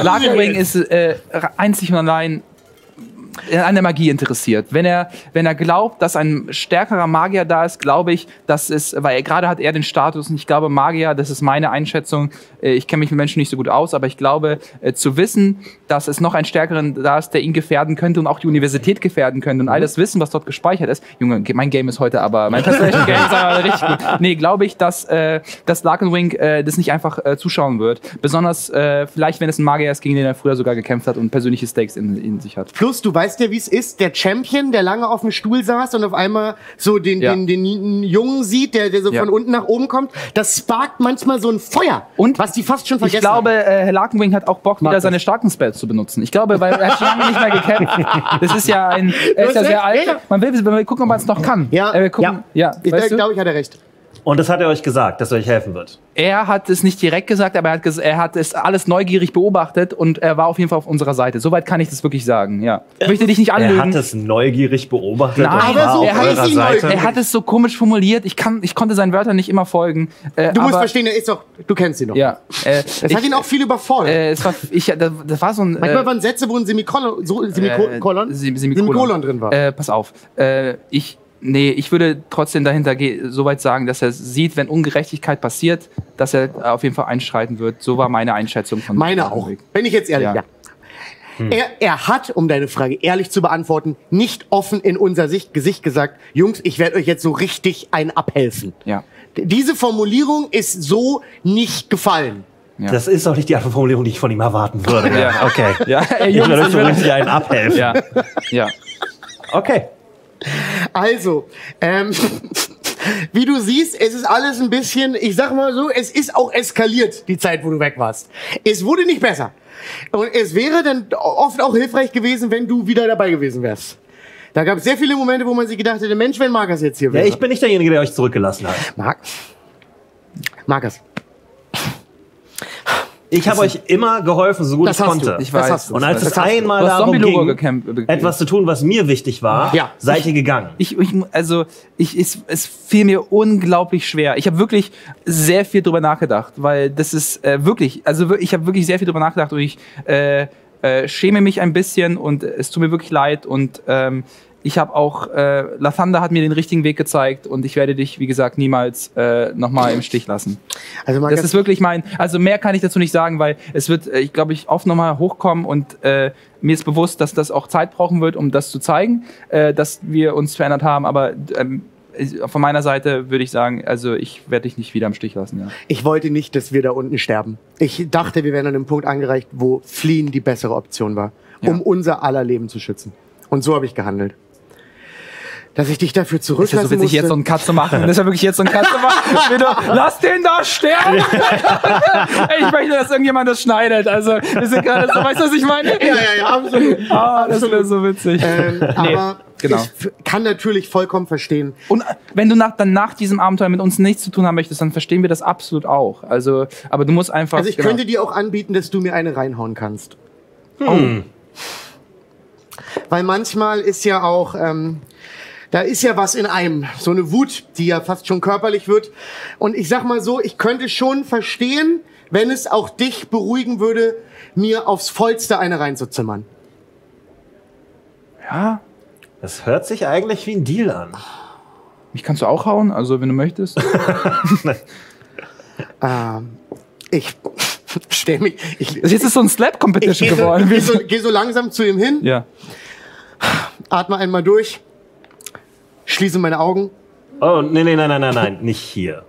[SPEAKER 2] Larkenwing ist äh, einzig und allein äh, an der Magie interessiert. Wenn er, wenn er glaubt, dass ein stärkerer Magier da ist, glaube ich, dass es, weil er, gerade hat er den Status und ich glaube, Magier, das ist meine Einschätzung, äh, ich kenne mich mit Menschen nicht so gut aus, aber ich glaube, äh, zu wissen, dass es noch einen stärkeren da ist, der ihn gefährden könnte und auch die Universität gefährden könnte und all das Wissen, was dort gespeichert ist. Junge, mein Game ist heute aber, mein Perception Game ist aber richtig gut. Nee, glaube ich, dass, äh, dass Larkenwing äh, das nicht einfach äh, zuschauen wird. Besonders äh, vielleicht, wenn es ein Magier ist, gegen den er früher sogar gekämpft hat und persönliche Stakes in, in sich hat.
[SPEAKER 3] Plus, du weißt ja, wie es ist, der Champion, der lange auf dem Stuhl saß und auf einmal so den,
[SPEAKER 2] Ja.
[SPEAKER 3] den, den Jungen sieht, der, der so
[SPEAKER 2] Ja.
[SPEAKER 3] von unten nach oben kommt, das sparkt manchmal so ein Feuer.
[SPEAKER 2] Und
[SPEAKER 3] was die fast schon vergessen
[SPEAKER 2] Ich glaube,
[SPEAKER 3] haben.
[SPEAKER 2] äh, Herr Larkenwing hat auch Bock, wieder
[SPEAKER 3] Markus.
[SPEAKER 2] seine starken Spells zu benutzen. Ich glaube, weil er hat schon lange nicht mehr gekämpft. Das ist ja ein, er ist ja
[SPEAKER 3] hast
[SPEAKER 2] sehr
[SPEAKER 3] recht, ja.
[SPEAKER 2] alt. Man will, man will gucken, ob man es noch kann.
[SPEAKER 3] Ja,
[SPEAKER 2] Äh, wir gucken, ja.
[SPEAKER 3] Ich
[SPEAKER 2] weißt du?
[SPEAKER 3] glaube, ich hatte recht.
[SPEAKER 1] Und das hat er euch gesagt, dass er euch helfen wird.
[SPEAKER 2] Er hat es nicht direkt gesagt, aber er hat, ges er hat es alles neugierig beobachtet und er war auf jeden Fall auf unserer Seite. Soweit kann ich das wirklich sagen, ja. Ich möchte dich nicht
[SPEAKER 1] Er hat
[SPEAKER 2] anlügen.
[SPEAKER 1] es neugierig beobachtet.
[SPEAKER 2] Nein,
[SPEAKER 1] und
[SPEAKER 2] Mhm. aber
[SPEAKER 1] war
[SPEAKER 2] so
[SPEAKER 1] auf
[SPEAKER 2] er hat
[SPEAKER 1] eurer
[SPEAKER 3] es ihn neugierig-
[SPEAKER 1] Seite.
[SPEAKER 2] Er hat es so komisch formuliert. Ich, kann, ich konnte seinen Wörtern nicht immer folgen. Äh,
[SPEAKER 3] Du musst
[SPEAKER 2] aber-
[SPEAKER 3] verstehen, der ist doch, du kennst ihn doch.
[SPEAKER 2] Ja. Äh,
[SPEAKER 3] Das hat
[SPEAKER 2] ich,
[SPEAKER 3] ihn auch viel überfordert.
[SPEAKER 2] äh, es war, ich, das, das war so ein.
[SPEAKER 3] Manchmal
[SPEAKER 2] äh,
[SPEAKER 3] waren Sätze, wo ein Semikolon, so, Semikolon,
[SPEAKER 2] Äh, Sem-
[SPEAKER 3] Semikolon.
[SPEAKER 2] Semikolon.
[SPEAKER 3] drin war.
[SPEAKER 2] Äh, pass auf. Äh, ich, nee, ich würde trotzdem dahinter ge- so weit sagen, dass er sieht, wenn Ungerechtigkeit passiert, dass er äh, auf jeden Fall einschreiten wird. So war meine Einschätzung von
[SPEAKER 3] Meine auch. Wenn ich jetzt ehrlich
[SPEAKER 2] Ja.
[SPEAKER 3] ja. Er, er hat, um deine Frage ehrlich zu beantworten, nicht offen in unser Sicht, Gesicht gesagt, Jungs, ich werde euch jetzt so richtig einen abhelfen.
[SPEAKER 2] Ja.
[SPEAKER 3] D- Diese Formulierung ist so nicht gefallen.
[SPEAKER 1] Das ist doch nicht die Art von Formulierung, die ich von ihm erwarten würde.
[SPEAKER 2] Ja.
[SPEAKER 1] Okay.
[SPEAKER 2] Ja, ey,
[SPEAKER 1] Ich
[SPEAKER 2] Jungs,
[SPEAKER 1] würde euch
[SPEAKER 2] ich
[SPEAKER 1] so
[SPEAKER 2] will-
[SPEAKER 1] richtig einen abhelfen.
[SPEAKER 2] Ja. Ja.
[SPEAKER 1] Okay.
[SPEAKER 3] Also, ähm, wie du siehst, es ist alles ein bisschen, ich sag mal so, es ist auch eskaliert, die Zeit, wo du weg warst. Es wurde nicht besser. Und es wäre dann oft auch hilfreich gewesen, wenn du wieder dabei gewesen wärst. Da gab es sehr viele Momente, wo man sich gedacht hätte, Mensch, wenn Markus jetzt hier
[SPEAKER 1] Ja,
[SPEAKER 3] wäre.
[SPEAKER 1] ich bin nicht derjenige, der euch zurückgelassen hat.
[SPEAKER 3] Marc. Markus,
[SPEAKER 1] Ich habe euch immer geholfen, so gut
[SPEAKER 3] das
[SPEAKER 1] ich
[SPEAKER 3] hast
[SPEAKER 1] konnte.
[SPEAKER 3] du.
[SPEAKER 2] Ich
[SPEAKER 3] das
[SPEAKER 2] weiß.
[SPEAKER 3] hast du.
[SPEAKER 1] Und als
[SPEAKER 3] das
[SPEAKER 1] es
[SPEAKER 3] hast du.
[SPEAKER 1] einmal
[SPEAKER 2] Du hast
[SPEAKER 1] darum
[SPEAKER 2] Zombie-Logo
[SPEAKER 1] ging,
[SPEAKER 2] gekämpft- be-
[SPEAKER 1] etwas zu tun, was mir wichtig war,
[SPEAKER 3] Ja.
[SPEAKER 1] seid ihr gegangen.
[SPEAKER 2] Ich, ich, mu- also, ich, es, es fiel mir unglaublich schwer. Ich habe wirklich sehr viel drüber nachgedacht, weil das ist äh, wirklich, also wir- ich habe wirklich sehr viel drüber nachgedacht und ich äh, äh, schäme mich ein bisschen und es tut mir wirklich leid und ähm, ich habe auch, äh, Lathander hat mir den richtigen Weg gezeigt und ich werde dich, wie gesagt, niemals äh, nochmal im Stich lassen.
[SPEAKER 3] Also Markus,
[SPEAKER 2] Das ist wirklich mein, also mehr kann ich dazu nicht sagen, weil es wird, äh, ich glaube, ich oft nochmal hochkommen und äh, mir ist bewusst, dass das auch Zeit brauchen wird, um das zu zeigen, äh, dass wir uns verändert haben, aber ähm, äh, von meiner Seite würde ich sagen, also ich werde dich nicht wieder im Stich lassen. Ja.
[SPEAKER 3] ich wollte nicht, dass wir da unten sterben. Ich dachte, wir wären an einem Punkt angereicht, wo fliehen die bessere Option war,
[SPEAKER 2] Ja.
[SPEAKER 3] um unser aller Leben zu schützen. Und so habe ich gehandelt. dass ich dich dafür
[SPEAKER 2] Ist ja
[SPEAKER 3] zurücklassen
[SPEAKER 2] so witzig,
[SPEAKER 3] musste.
[SPEAKER 2] jetzt so einen Katze machen. Das ist ja wirklich jetzt so ein Katze machen. Bitte, lass den da sterben! Ey, ich möchte, dass irgendjemand das schneidet. Also, wir sind gerade so, weißt du, was ich meine?
[SPEAKER 3] ja, ja, ja, absolut.
[SPEAKER 2] Ah, das wäre so witzig.
[SPEAKER 3] Ähm, aber
[SPEAKER 2] genau.
[SPEAKER 3] ich f- kann natürlich vollkommen verstehen.
[SPEAKER 2] Und äh, wenn du nach, dann nach diesem Abenteuer mit uns nichts zu tun haben möchtest, dann verstehen wir das absolut auch. Also, aber du musst einfach.
[SPEAKER 3] Also ich
[SPEAKER 2] genau.
[SPEAKER 3] könnte dir auch anbieten, dass du mir eine reinhauen kannst. Oh. Weil manchmal ist ja auch, ähm, da ist ja was in einem. So eine Wut, die ja fast schon körperlich wird. Und ich sag mal so, ich könnte schon verstehen, wenn es auch dich beruhigen würde, mir aufs Vollste eine reinzuzimmern.
[SPEAKER 2] Ja,
[SPEAKER 1] Das hört sich eigentlich wie ein Deal an.
[SPEAKER 2] mich kannst du auch hauen, also wenn du möchtest.
[SPEAKER 3] Ähm, ich stell mich, ich,
[SPEAKER 2] Jetzt ist so ein
[SPEAKER 3] ich
[SPEAKER 2] Slap-Competition
[SPEAKER 3] gehe so,
[SPEAKER 2] geworden.
[SPEAKER 3] geh so, geh so langsam zu ihm hin.
[SPEAKER 2] ja.
[SPEAKER 3] Atme einmal durch. Schließe meine Augen.
[SPEAKER 1] Oh, nee, nee, nein, nein, nein, nein, nicht hier.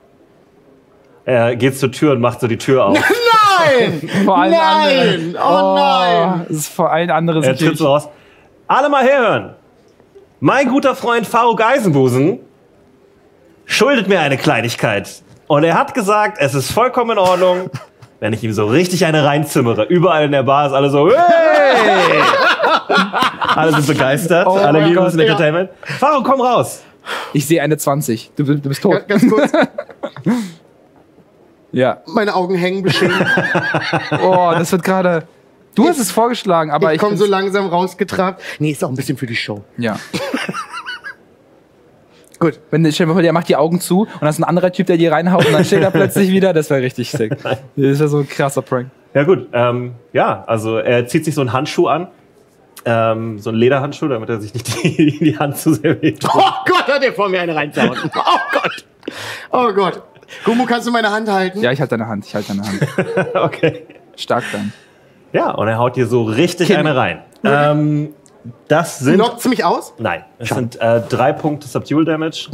[SPEAKER 1] Er geht zur Tür und macht so die Tür auf.
[SPEAKER 3] Nein!
[SPEAKER 2] Vor allen anderen.
[SPEAKER 3] nein! Oh nein!
[SPEAKER 2] Das ist vor allen anderen
[SPEAKER 1] Er tritt
[SPEAKER 2] natürlich-
[SPEAKER 1] so Äh, raus. Alle mal herhören. Mein guter Freund Faro Geisenbusen schuldet mir eine Kleinigkeit. Und er hat gesagt, es ist vollkommen in Ordnung, wenn ich ihm so richtig eine reinzimmere. Überall in der Bar ist alle so, hey! alle sind begeistert,
[SPEAKER 2] Oh
[SPEAKER 1] alle
[SPEAKER 2] mein
[SPEAKER 1] lieben
[SPEAKER 2] Gott,
[SPEAKER 1] es in Entertainment. Faro, komm raus.
[SPEAKER 2] Ich sehe eine 20. Du, du bist
[SPEAKER 3] Ga-
[SPEAKER 2] tot.
[SPEAKER 3] Ganz kurz,
[SPEAKER 2] Ja.
[SPEAKER 3] meine Augen hängen beschämt.
[SPEAKER 2] Oh, das wird gerade. Du hast es vorgeschlagen, aber
[SPEAKER 3] Ich
[SPEAKER 2] ich.
[SPEAKER 3] komme so
[SPEAKER 2] find's-
[SPEAKER 3] langsam rausgetrabt. Nee, ist auch ein bisschen für die Show.
[SPEAKER 2] ja.
[SPEAKER 3] Gut.
[SPEAKER 2] Wenn der Stell dir mal vor, der macht die Augen zu und das ist ein anderer Typ, der die reinhaut und dann steht er plötzlich wieder. Das wäre richtig sick. Das wäre so ein krasser Prank.
[SPEAKER 1] Ja gut, ähm, ja, also er zieht sich so einen Handschuh an, ähm, so einen Lederhandschuh, damit er sich nicht die, die Hand zu sehr wehtut.
[SPEAKER 3] Oh Gott, hat er vor mir eine reinzaubert. Oh Gott. Oh Gott. Gumu, kannst du meine Hand halten?
[SPEAKER 2] Ja, ich halte deine Hand. Ich halte deine Hand.
[SPEAKER 1] Okay.
[SPEAKER 2] Stark dann.
[SPEAKER 1] Ja, und er haut dir so richtig
[SPEAKER 2] Kim.
[SPEAKER 1] eine rein. Ähm, das sind.
[SPEAKER 3] Knockt's mich aus?
[SPEAKER 1] Nein, es sind äh, drei Punkte Subdual Damage.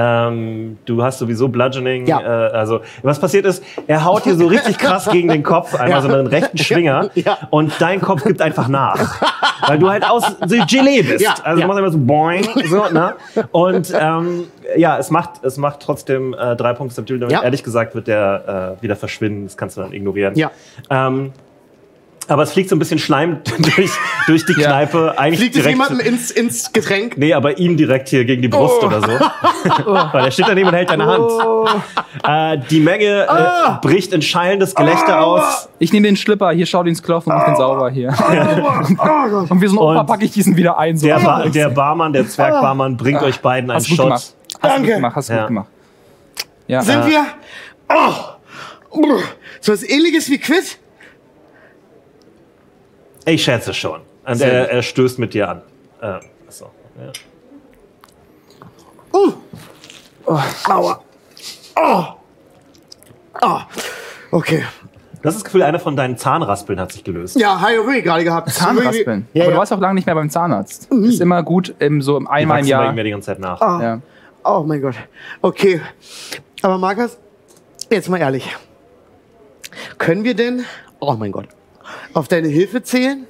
[SPEAKER 1] Ähm, du hast sowieso Bludgeoning.
[SPEAKER 3] Mhm. Ja.
[SPEAKER 1] Äh, also, was passiert ist, er haut dir so richtig krass gegen den Kopf, einmal
[SPEAKER 3] Ja.
[SPEAKER 1] so einen rechten Schwinger.
[SPEAKER 3] Ja.
[SPEAKER 1] Und dein Kopf gibt einfach nach. weil du halt aus so Gelee bist.
[SPEAKER 3] Ja,
[SPEAKER 1] Also, du
[SPEAKER 3] ja.
[SPEAKER 1] machst einfach so boing. So, ne? Und ähm, ja, es macht, es macht trotzdem äh, drei Punkte Subdual Damage.
[SPEAKER 3] Ja.
[SPEAKER 1] Ehrlich gesagt wird der äh, wieder verschwinden. Das kannst du dann ignorieren.
[SPEAKER 3] Ja.
[SPEAKER 1] Ähm, aber es fliegt so ein bisschen Schleim durch, durch die
[SPEAKER 2] Ja.
[SPEAKER 1] Kneipe. Eigentlich
[SPEAKER 3] Fliegt es
[SPEAKER 1] direkt,
[SPEAKER 3] jemandem ins, ins Getränk?
[SPEAKER 1] Nee, aber ihm direkt hier gegen die Brust
[SPEAKER 2] Oh.
[SPEAKER 1] oder so. Weil er steht daneben und hält deine Hand. Äh, die Menge äh, bricht in schallendes Gelächter aus.
[SPEAKER 2] Ich nehme den Schlipper. Hier, schau den Skloff und mach den sauber hier.
[SPEAKER 1] Oh,
[SPEAKER 2] Und wie so ein Opa
[SPEAKER 1] Und
[SPEAKER 2] packe ich diesen wieder ein. So.
[SPEAKER 1] Der, ba der Barmann, der Zwergbarmann, bringt euch beiden einen
[SPEAKER 2] hast du gut
[SPEAKER 1] Shot.
[SPEAKER 2] gemacht. Hast du
[SPEAKER 3] Danke.
[SPEAKER 2] gut gemacht. Hast du
[SPEAKER 1] Ja.
[SPEAKER 2] gut gemacht. Ja.
[SPEAKER 3] Sind wir? Oh. Brr. So was ähnliches wie Quiz?
[SPEAKER 1] Ich schätze schon. Und er, er stößt mit dir an. Äh, so. ja.
[SPEAKER 3] Uh. Oh. Aua. Oh. Oh. Okay.
[SPEAKER 1] Das ist das Gefühl, einer von deinen Zahnraspeln hat sich gelöst.
[SPEAKER 3] Ja, hi, Rui gerade gehabt.
[SPEAKER 2] Zahnraspeln.
[SPEAKER 3] Ja,
[SPEAKER 2] aber
[SPEAKER 3] ja.
[SPEAKER 2] du warst auch lange nicht mehr beim Zahnarzt. Ist immer gut, im, so im
[SPEAKER 1] Die
[SPEAKER 2] einmal im
[SPEAKER 1] wachsen bei
[SPEAKER 2] Jahr.
[SPEAKER 1] ihm ja die ganze Zeit nach.
[SPEAKER 3] Ah.
[SPEAKER 2] Ja.
[SPEAKER 3] Oh mein Gott. Okay. Aber Markus, jetzt mal ehrlich. Können wir denn, oh mein Gott, auf deine Hilfe zählen?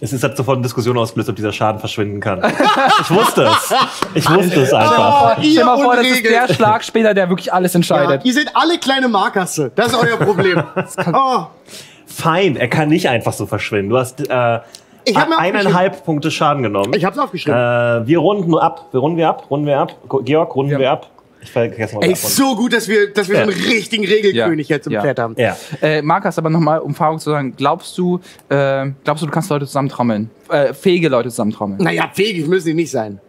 [SPEAKER 1] Es ist halt sofort eine Diskussion ausgelöst, ob dieser Schaden verschwinden kann. ich wusste es. Ich wusste es
[SPEAKER 3] Oh,
[SPEAKER 1] einfach.
[SPEAKER 3] ihr
[SPEAKER 2] Stell dir mal vor, das ist
[SPEAKER 3] unregelt.
[SPEAKER 2] der Schlag später, der wirklich alles
[SPEAKER 3] Ja,
[SPEAKER 2] entscheidet.
[SPEAKER 3] ihr seid alle kleine Markasse. Das ist euer Problem. oh,
[SPEAKER 1] Fein, er kann nicht einfach so verschwinden. Du hast äh,
[SPEAKER 3] Ich hab mir
[SPEAKER 1] eineinhalb Punkte Schaden genommen.
[SPEAKER 3] ich hab's aufgeschrieben.
[SPEAKER 1] äh, wir runden ab. Wir runden wir ab. Runden wir ab. Go- Georg, runden
[SPEAKER 2] Ja.
[SPEAKER 1] wir ab. Ich vergesse mal
[SPEAKER 3] Ey,
[SPEAKER 1] davon.
[SPEAKER 3] so gut, dass wir, dass wir
[SPEAKER 1] Ja.
[SPEAKER 3] so einen richtigen Regelkönig
[SPEAKER 2] Ja.
[SPEAKER 3] jetzt im
[SPEAKER 2] Ja.
[SPEAKER 3] Pferd haben.
[SPEAKER 1] Ja.
[SPEAKER 2] Äh, Markus, aber nochmal, um Erfahrung zu sagen, glaubst du, äh, glaubst du, du kannst Leute zusammentrommeln? Äh, fähige Leute zusammentrommeln.
[SPEAKER 3] Naja, fähig müssen die nicht sein.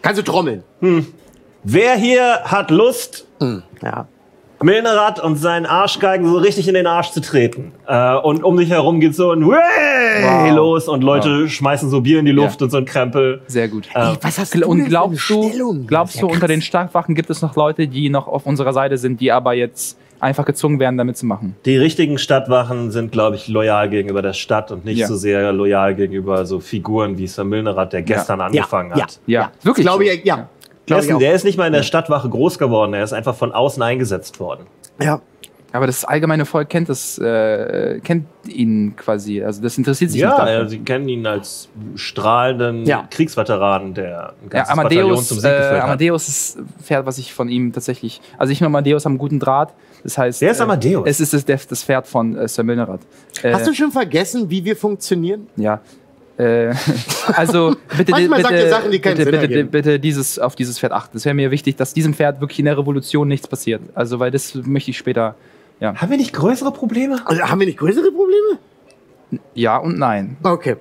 [SPEAKER 3] Kannst du trommeln?
[SPEAKER 1] Wer hier hat Lust,
[SPEAKER 3] Ja.
[SPEAKER 1] Milnerat und seinen Arschgeigen so richtig in den Arsch zu treten? Äh, und um dich herum geht so ein Wey
[SPEAKER 2] Wow.
[SPEAKER 1] los und Leute schmeißen so Bier in die Luft
[SPEAKER 2] Ja.
[SPEAKER 1] und so ein Krempel.
[SPEAKER 2] Sehr gut.
[SPEAKER 1] Äh,
[SPEAKER 3] Was hast
[SPEAKER 2] Und
[SPEAKER 3] denn für eine
[SPEAKER 2] glaubst du,
[SPEAKER 3] Stellung?
[SPEAKER 2] glaubst
[SPEAKER 3] Das ist
[SPEAKER 2] du,
[SPEAKER 3] ja
[SPEAKER 2] unter
[SPEAKER 3] krass.
[SPEAKER 2] den Starkwachen gibt es noch Leute, die noch auf unserer Seite sind, die aber jetzt einfach gezwungen werden, damit zu machen?
[SPEAKER 1] Die richtigen Stadtwachen sind, glaube ich, loyal gegenüber der Stadt und nicht
[SPEAKER 2] Ja.
[SPEAKER 1] so sehr loyal gegenüber so Figuren wie Sir Milnerat, der gestern angefangen
[SPEAKER 3] ja.
[SPEAKER 1] hat.
[SPEAKER 2] Ja, wirklich.
[SPEAKER 3] Glaube
[SPEAKER 2] so.
[SPEAKER 3] ich, ja. Glaub ich
[SPEAKER 1] Dessen,
[SPEAKER 3] auch.
[SPEAKER 1] der ist nicht mal in der Stadtwache groß geworden, er ist einfach von außen eingesetzt worden.
[SPEAKER 3] Ja.
[SPEAKER 2] Aber das allgemeine Volk kennt das, äh, kennt ihn quasi. Also das interessiert sich nicht
[SPEAKER 1] Ja,
[SPEAKER 2] dafür.
[SPEAKER 1] äh, sie kennen ihn als strahlenden
[SPEAKER 2] Ja.
[SPEAKER 1] Kriegsveteran, der ein
[SPEAKER 2] Ja,
[SPEAKER 1] ganzes Bataillon zum
[SPEAKER 2] Amadeus,
[SPEAKER 1] Sieg
[SPEAKER 2] äh,
[SPEAKER 1] geführt hat.
[SPEAKER 2] Amadeus ist ein Pferd, was ich von ihm tatsächlich. Also ich und Amadeus haben guten Draht. Das heißt.
[SPEAKER 1] Wer ist
[SPEAKER 2] äh,
[SPEAKER 1] Amadeus?
[SPEAKER 2] Es ist das, der- das Pferd von äh, Sir Milnerad. Äh,
[SPEAKER 3] Hast du schon vergessen, wie wir funktionieren?
[SPEAKER 2] Ja. Äh, also bitte,
[SPEAKER 3] Manchmal
[SPEAKER 2] bitte,
[SPEAKER 3] sagt ihr Sachen, die keinen
[SPEAKER 2] bitte,
[SPEAKER 3] Sinn
[SPEAKER 2] bitte, bitte,
[SPEAKER 3] ergeben.
[SPEAKER 2] dieses auf dieses Pferd achten. Es wäre mir wichtig, dass diesem Pferd wirklich in der Revolution nichts passiert. Also weil das möchte ich später.
[SPEAKER 1] Haben wir nicht größere Probleme?
[SPEAKER 3] Also, haben wir nicht größere Probleme?
[SPEAKER 2] Ja und nein.
[SPEAKER 3] Okay.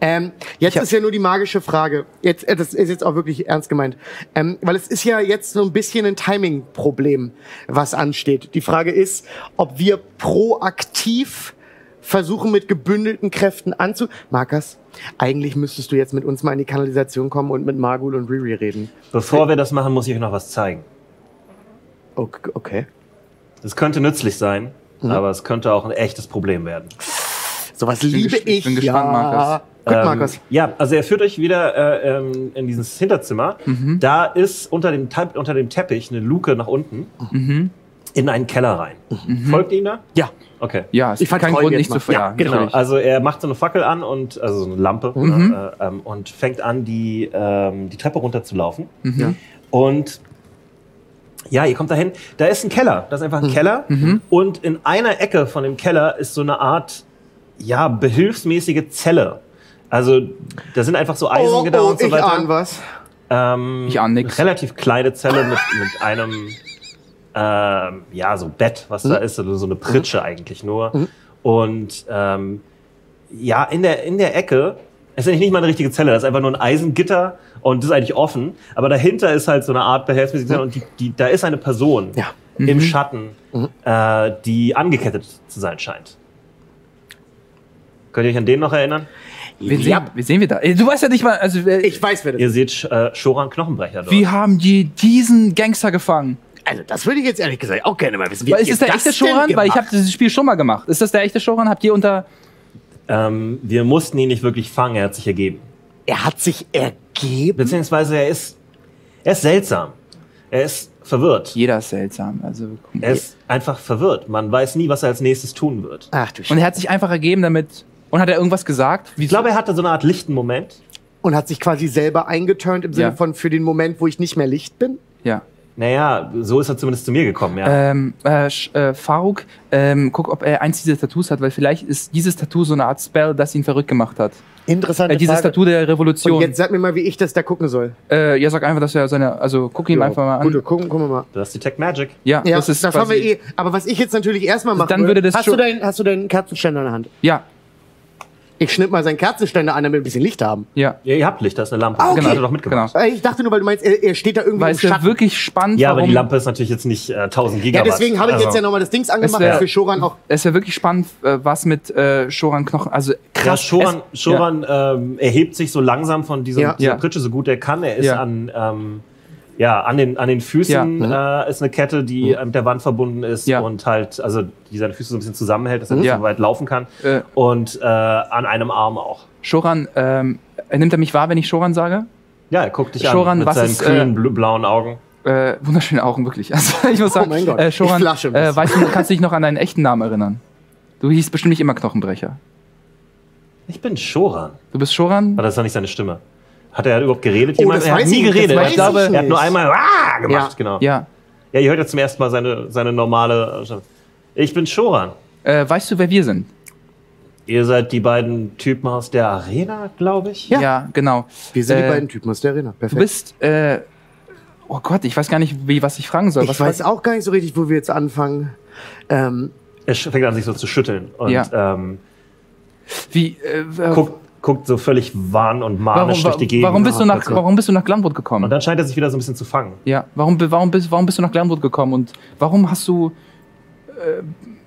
[SPEAKER 3] Ähm, jetzt ist ja nur die magische Frage. Jetzt, äh, das ist jetzt auch wirklich ernst gemeint. Ähm, weil es ist ja jetzt so ein bisschen ein Timing-Problem, was ansteht. Die Frage ist, ob wir proaktiv versuchen, mit gebündelten Kräften anzu... Markus, eigentlich müsstest du jetzt mit uns mal in die Kanalisation kommen und mit Margul und Riri reden.
[SPEAKER 1] Bevor wir das machen, muss ich euch noch was zeigen.
[SPEAKER 3] Okay. okay.
[SPEAKER 1] Das könnte nützlich sein, aber es könnte auch ein echtes Problem werden.
[SPEAKER 3] Sowas liebe
[SPEAKER 2] gesp- ich
[SPEAKER 3] ich.
[SPEAKER 2] bin gespannt,
[SPEAKER 3] ja.
[SPEAKER 2] Markus.
[SPEAKER 3] Gut,
[SPEAKER 1] Ähm,
[SPEAKER 3] Markus.
[SPEAKER 1] Ja, also er führt euch wieder äh, ähm, in dieses Hinterzimmer. Da ist unter dem, Te- unter dem Teppich eine Luke nach unten in einen Keller rein. Folgt ihr ihm da?
[SPEAKER 3] Ja.
[SPEAKER 1] Okay.
[SPEAKER 2] Ja, es
[SPEAKER 3] Ich
[SPEAKER 2] gibt keinen
[SPEAKER 3] vertrau
[SPEAKER 2] Grund
[SPEAKER 3] dir
[SPEAKER 2] nicht
[SPEAKER 3] jetzt
[SPEAKER 2] zu
[SPEAKER 3] mal. Ja,
[SPEAKER 2] feiern.
[SPEAKER 3] genau.
[SPEAKER 1] Genau,
[SPEAKER 2] natürlich.
[SPEAKER 1] also er macht so eine Fackel an und also so eine Lampe
[SPEAKER 2] Mhm.
[SPEAKER 1] ne, äh, ähm, und fängt an, die, ähm, die Treppe runterzulaufen.
[SPEAKER 2] Mhm.
[SPEAKER 3] Ja.
[SPEAKER 1] Und ja, ihr kommt dahin. Da ist ein Keller. Das ist einfach ein Keller.
[SPEAKER 2] Mhm.
[SPEAKER 1] Und in einer Ecke von dem Keller ist so eine Art, ja, behilfsmäßige Zelle. Also da sind einfach so Eisen
[SPEAKER 3] Oh,
[SPEAKER 1] gedauert
[SPEAKER 3] oh,
[SPEAKER 1] und so
[SPEAKER 3] ich
[SPEAKER 1] weiter.
[SPEAKER 3] ahn was.
[SPEAKER 1] Ähm,
[SPEAKER 2] Ich ahn nix.
[SPEAKER 1] Relativ kleine Zelle mit, mit einem, ähm, ja, so Bett, was
[SPEAKER 2] Mhm.
[SPEAKER 1] da ist, so so eine Pritsche eigentlich nur. Und ähm, ja, in der, in der Ecke ist eigentlich nicht mal eine richtige Zelle, das ist einfach nur ein Eisengitter und das ist eigentlich offen. Aber dahinter ist halt so eine Art behelfsmäßige
[SPEAKER 2] Mhm.
[SPEAKER 1] Zelle und die, die, da ist eine Person
[SPEAKER 3] Ja.
[SPEAKER 1] im Schatten,
[SPEAKER 2] Mhm.
[SPEAKER 1] äh, die angekettet zu sein scheint. Könnt ihr euch an den noch erinnern?
[SPEAKER 2] Wen, sehen, wen sehen wir da? Äh, Du weißt ja nicht mal. Also, äh,
[SPEAKER 3] Ich weiß, wer das
[SPEAKER 1] Ihr seht äh, Shoran Knochenbrecher dort.
[SPEAKER 2] wie haben die diesen Gangster gefangen?
[SPEAKER 3] Also, das würde ich jetzt ehrlich gesagt auch gerne mal wissen. Wie
[SPEAKER 2] Weil,
[SPEAKER 3] habt
[SPEAKER 2] ist es
[SPEAKER 3] ihr
[SPEAKER 2] der echte
[SPEAKER 3] das denn
[SPEAKER 2] Shoran? Weil ich habe
[SPEAKER 3] gemacht?
[SPEAKER 2] dieses Spiel schon mal gemacht. Ist das der echte Shoran? Habt ihr unter.
[SPEAKER 1] Ähm, wir mussten ihn nicht wirklich fangen, er hat sich ergeben.
[SPEAKER 3] Er hat sich ergeben.
[SPEAKER 1] Beziehungsweise er ist, er ist seltsam. Er ist verwirrt.
[SPEAKER 2] Jeder ist seltsam. Also, guck
[SPEAKER 3] Äh.
[SPEAKER 2] mal.
[SPEAKER 1] Er ist einfach verwirrt. Man weiß nie, was er als nächstes tun wird.
[SPEAKER 3] Ach du
[SPEAKER 2] und
[SPEAKER 3] Scheiße.
[SPEAKER 2] er hat sich einfach ergeben damit. Und hat er irgendwas gesagt?
[SPEAKER 1] Ich glaube, er hatte so eine Art lichten Moment.
[SPEAKER 3] Und hat sich quasi selber eingeturnt im Sinne
[SPEAKER 2] Ja.
[SPEAKER 3] von für den Moment, wo ich nicht mehr Licht bin.
[SPEAKER 2] Ja.
[SPEAKER 1] Naja, so ist er zumindest zu mir gekommen, ja.
[SPEAKER 2] Ähm, äh, Sch- äh, Faruk, ähm, guck, ob er eins dieser Tattoos hat, weil vielleicht ist dieses Tattoo so eine Art Spell, das ihn verrückt gemacht hat.
[SPEAKER 3] Interessante
[SPEAKER 2] Äh, dieses
[SPEAKER 3] Frage.
[SPEAKER 2] Tattoo der
[SPEAKER 3] Und
[SPEAKER 2] Revolution.
[SPEAKER 3] jetzt sag mir mal, wie ich das da gucken soll.
[SPEAKER 2] äh, ja, sag einfach, dass er seine. Also guck ihm einfach mal an.
[SPEAKER 3] Gut, gucken, gucken wir mal.
[SPEAKER 1] Du hast die Tech Magic.
[SPEAKER 2] Ja,
[SPEAKER 3] Ja,
[SPEAKER 2] das ist quasi,
[SPEAKER 3] haben wir eh. Aber was ich jetzt natürlich erstmal mache.
[SPEAKER 2] Also Dann würde das
[SPEAKER 3] hast,
[SPEAKER 2] schon-
[SPEAKER 3] du deinen, hast du deinen Kerzenständer in der Hand?
[SPEAKER 2] Ja,
[SPEAKER 3] Ich schnipp mal seinen Kerzenständer an, damit wir ein bisschen Licht haben.
[SPEAKER 2] ja.
[SPEAKER 1] Ja, ihr habt Licht, da ist eine Lampe.
[SPEAKER 3] Ah, okay.
[SPEAKER 1] Genau, hat er doch mitgebracht.
[SPEAKER 3] Äh, Ich dachte nur, weil du meinst, er, er steht da irgendwie
[SPEAKER 2] Weil
[SPEAKER 3] im
[SPEAKER 2] es ja
[SPEAKER 3] Schatten.
[SPEAKER 2] wirklich spannend,
[SPEAKER 1] Ja, aber
[SPEAKER 2] warum,
[SPEAKER 1] die Lampe ist natürlich jetzt nicht äh, 1000
[SPEAKER 3] ja,
[SPEAKER 1] Gigawatt.
[SPEAKER 3] deswegen habe ich jetzt
[SPEAKER 1] Also,
[SPEAKER 3] ja nochmal das Dings angemacht,
[SPEAKER 2] wär-
[SPEAKER 3] für Shoran auch.
[SPEAKER 2] es wäre wirklich spannend, äh, was mit äh, Shoran Knochen, also
[SPEAKER 1] Ja,
[SPEAKER 2] krass.
[SPEAKER 1] Shoran,
[SPEAKER 2] es,
[SPEAKER 1] Shoran ähm, erhebt sich so langsam von diesem,
[SPEAKER 3] Ja.
[SPEAKER 1] dieser
[SPEAKER 2] Ja.
[SPEAKER 1] Pritsche so gut er kann. Er ist
[SPEAKER 2] Ja.
[SPEAKER 1] an, ähm, ja, an, den, an den Füßen äh, ist eine Kette, die äh, mit der Wand verbunden ist
[SPEAKER 2] Ja.
[SPEAKER 1] und halt, also die seine Füße so ein bisschen zusammenhält, dass er nicht
[SPEAKER 2] Ja.
[SPEAKER 1] so weit laufen kann.
[SPEAKER 2] Äh.
[SPEAKER 1] Und äh, an einem Arm auch.
[SPEAKER 2] Ja. Shoran, ähm, nimmt er mich wahr, wenn ich Shoran sage?
[SPEAKER 1] Ja, er guckt dich
[SPEAKER 2] Shoran,
[SPEAKER 1] an mit
[SPEAKER 2] was
[SPEAKER 1] seinen
[SPEAKER 2] ist,
[SPEAKER 1] kühlen bl- blauen Augen.
[SPEAKER 2] Äh, wunderschöne Augen, wirklich. Also ich muss sagen,
[SPEAKER 3] Oh mein Gott.
[SPEAKER 2] äh,
[SPEAKER 3] Ich
[SPEAKER 2] Shoran,
[SPEAKER 3] flasche ein
[SPEAKER 2] äh,
[SPEAKER 3] bisschen.
[SPEAKER 2] weißt du, kannst du dich noch an deinen echten Namen erinnern? Du hieß bestimmt nicht immer Knochenbrecher.
[SPEAKER 1] Ich bin Shoran.
[SPEAKER 2] Du bist Shoran?
[SPEAKER 1] Aber das ist doch nicht seine Stimme. Hat er überhaupt geredet?
[SPEAKER 3] Oh,
[SPEAKER 1] jemand?
[SPEAKER 3] das
[SPEAKER 1] er hat
[SPEAKER 3] weiß
[SPEAKER 1] nie
[SPEAKER 3] ich nicht, das
[SPEAKER 1] geredet.
[SPEAKER 3] weiß
[SPEAKER 1] Ich glaube,
[SPEAKER 3] ich
[SPEAKER 1] er hat nur
[SPEAKER 3] nicht.
[SPEAKER 1] einmal "Wah!" gemacht.
[SPEAKER 3] Ja.
[SPEAKER 1] Genau. Ja.
[SPEAKER 2] Ja.
[SPEAKER 1] ihr hört ja zum ersten Mal seine, seine normale. äh, Ich bin Shoran.
[SPEAKER 2] Äh, weißt du, wer wir sind?
[SPEAKER 1] Ihr seid die beiden Typen aus der Arena, glaube ich.
[SPEAKER 3] Ja.
[SPEAKER 2] genau.
[SPEAKER 3] Wir sind die
[SPEAKER 2] Äh,
[SPEAKER 3] beiden Typen aus der Arena. Perfekt.
[SPEAKER 2] Du bist, äh, oh Gott, ich weiß gar nicht, wie, was ich fragen soll.
[SPEAKER 3] ich
[SPEAKER 2] was
[SPEAKER 3] weiß auch gar nicht so richtig, wo wir jetzt anfangen. Ähm,
[SPEAKER 1] Er sch- fängt an, sich so zu schütteln und
[SPEAKER 2] Ja.
[SPEAKER 1] ähm,
[SPEAKER 2] Wie, äh, äh,
[SPEAKER 1] guckt, guckt so völlig wahn und manisch
[SPEAKER 2] warum,
[SPEAKER 1] durch die Gegend.
[SPEAKER 2] warum, bist du
[SPEAKER 1] Und
[SPEAKER 2] nach,
[SPEAKER 1] so.
[SPEAKER 2] warum bist du nach Glanwood
[SPEAKER 1] Und
[SPEAKER 2] gekommen?
[SPEAKER 1] dann scheint er sich wieder so ein bisschen zu fangen.
[SPEAKER 2] Ja, warum, be- warum, bist, warum bist du nach Glanwood gekommen und warum hast du, äh,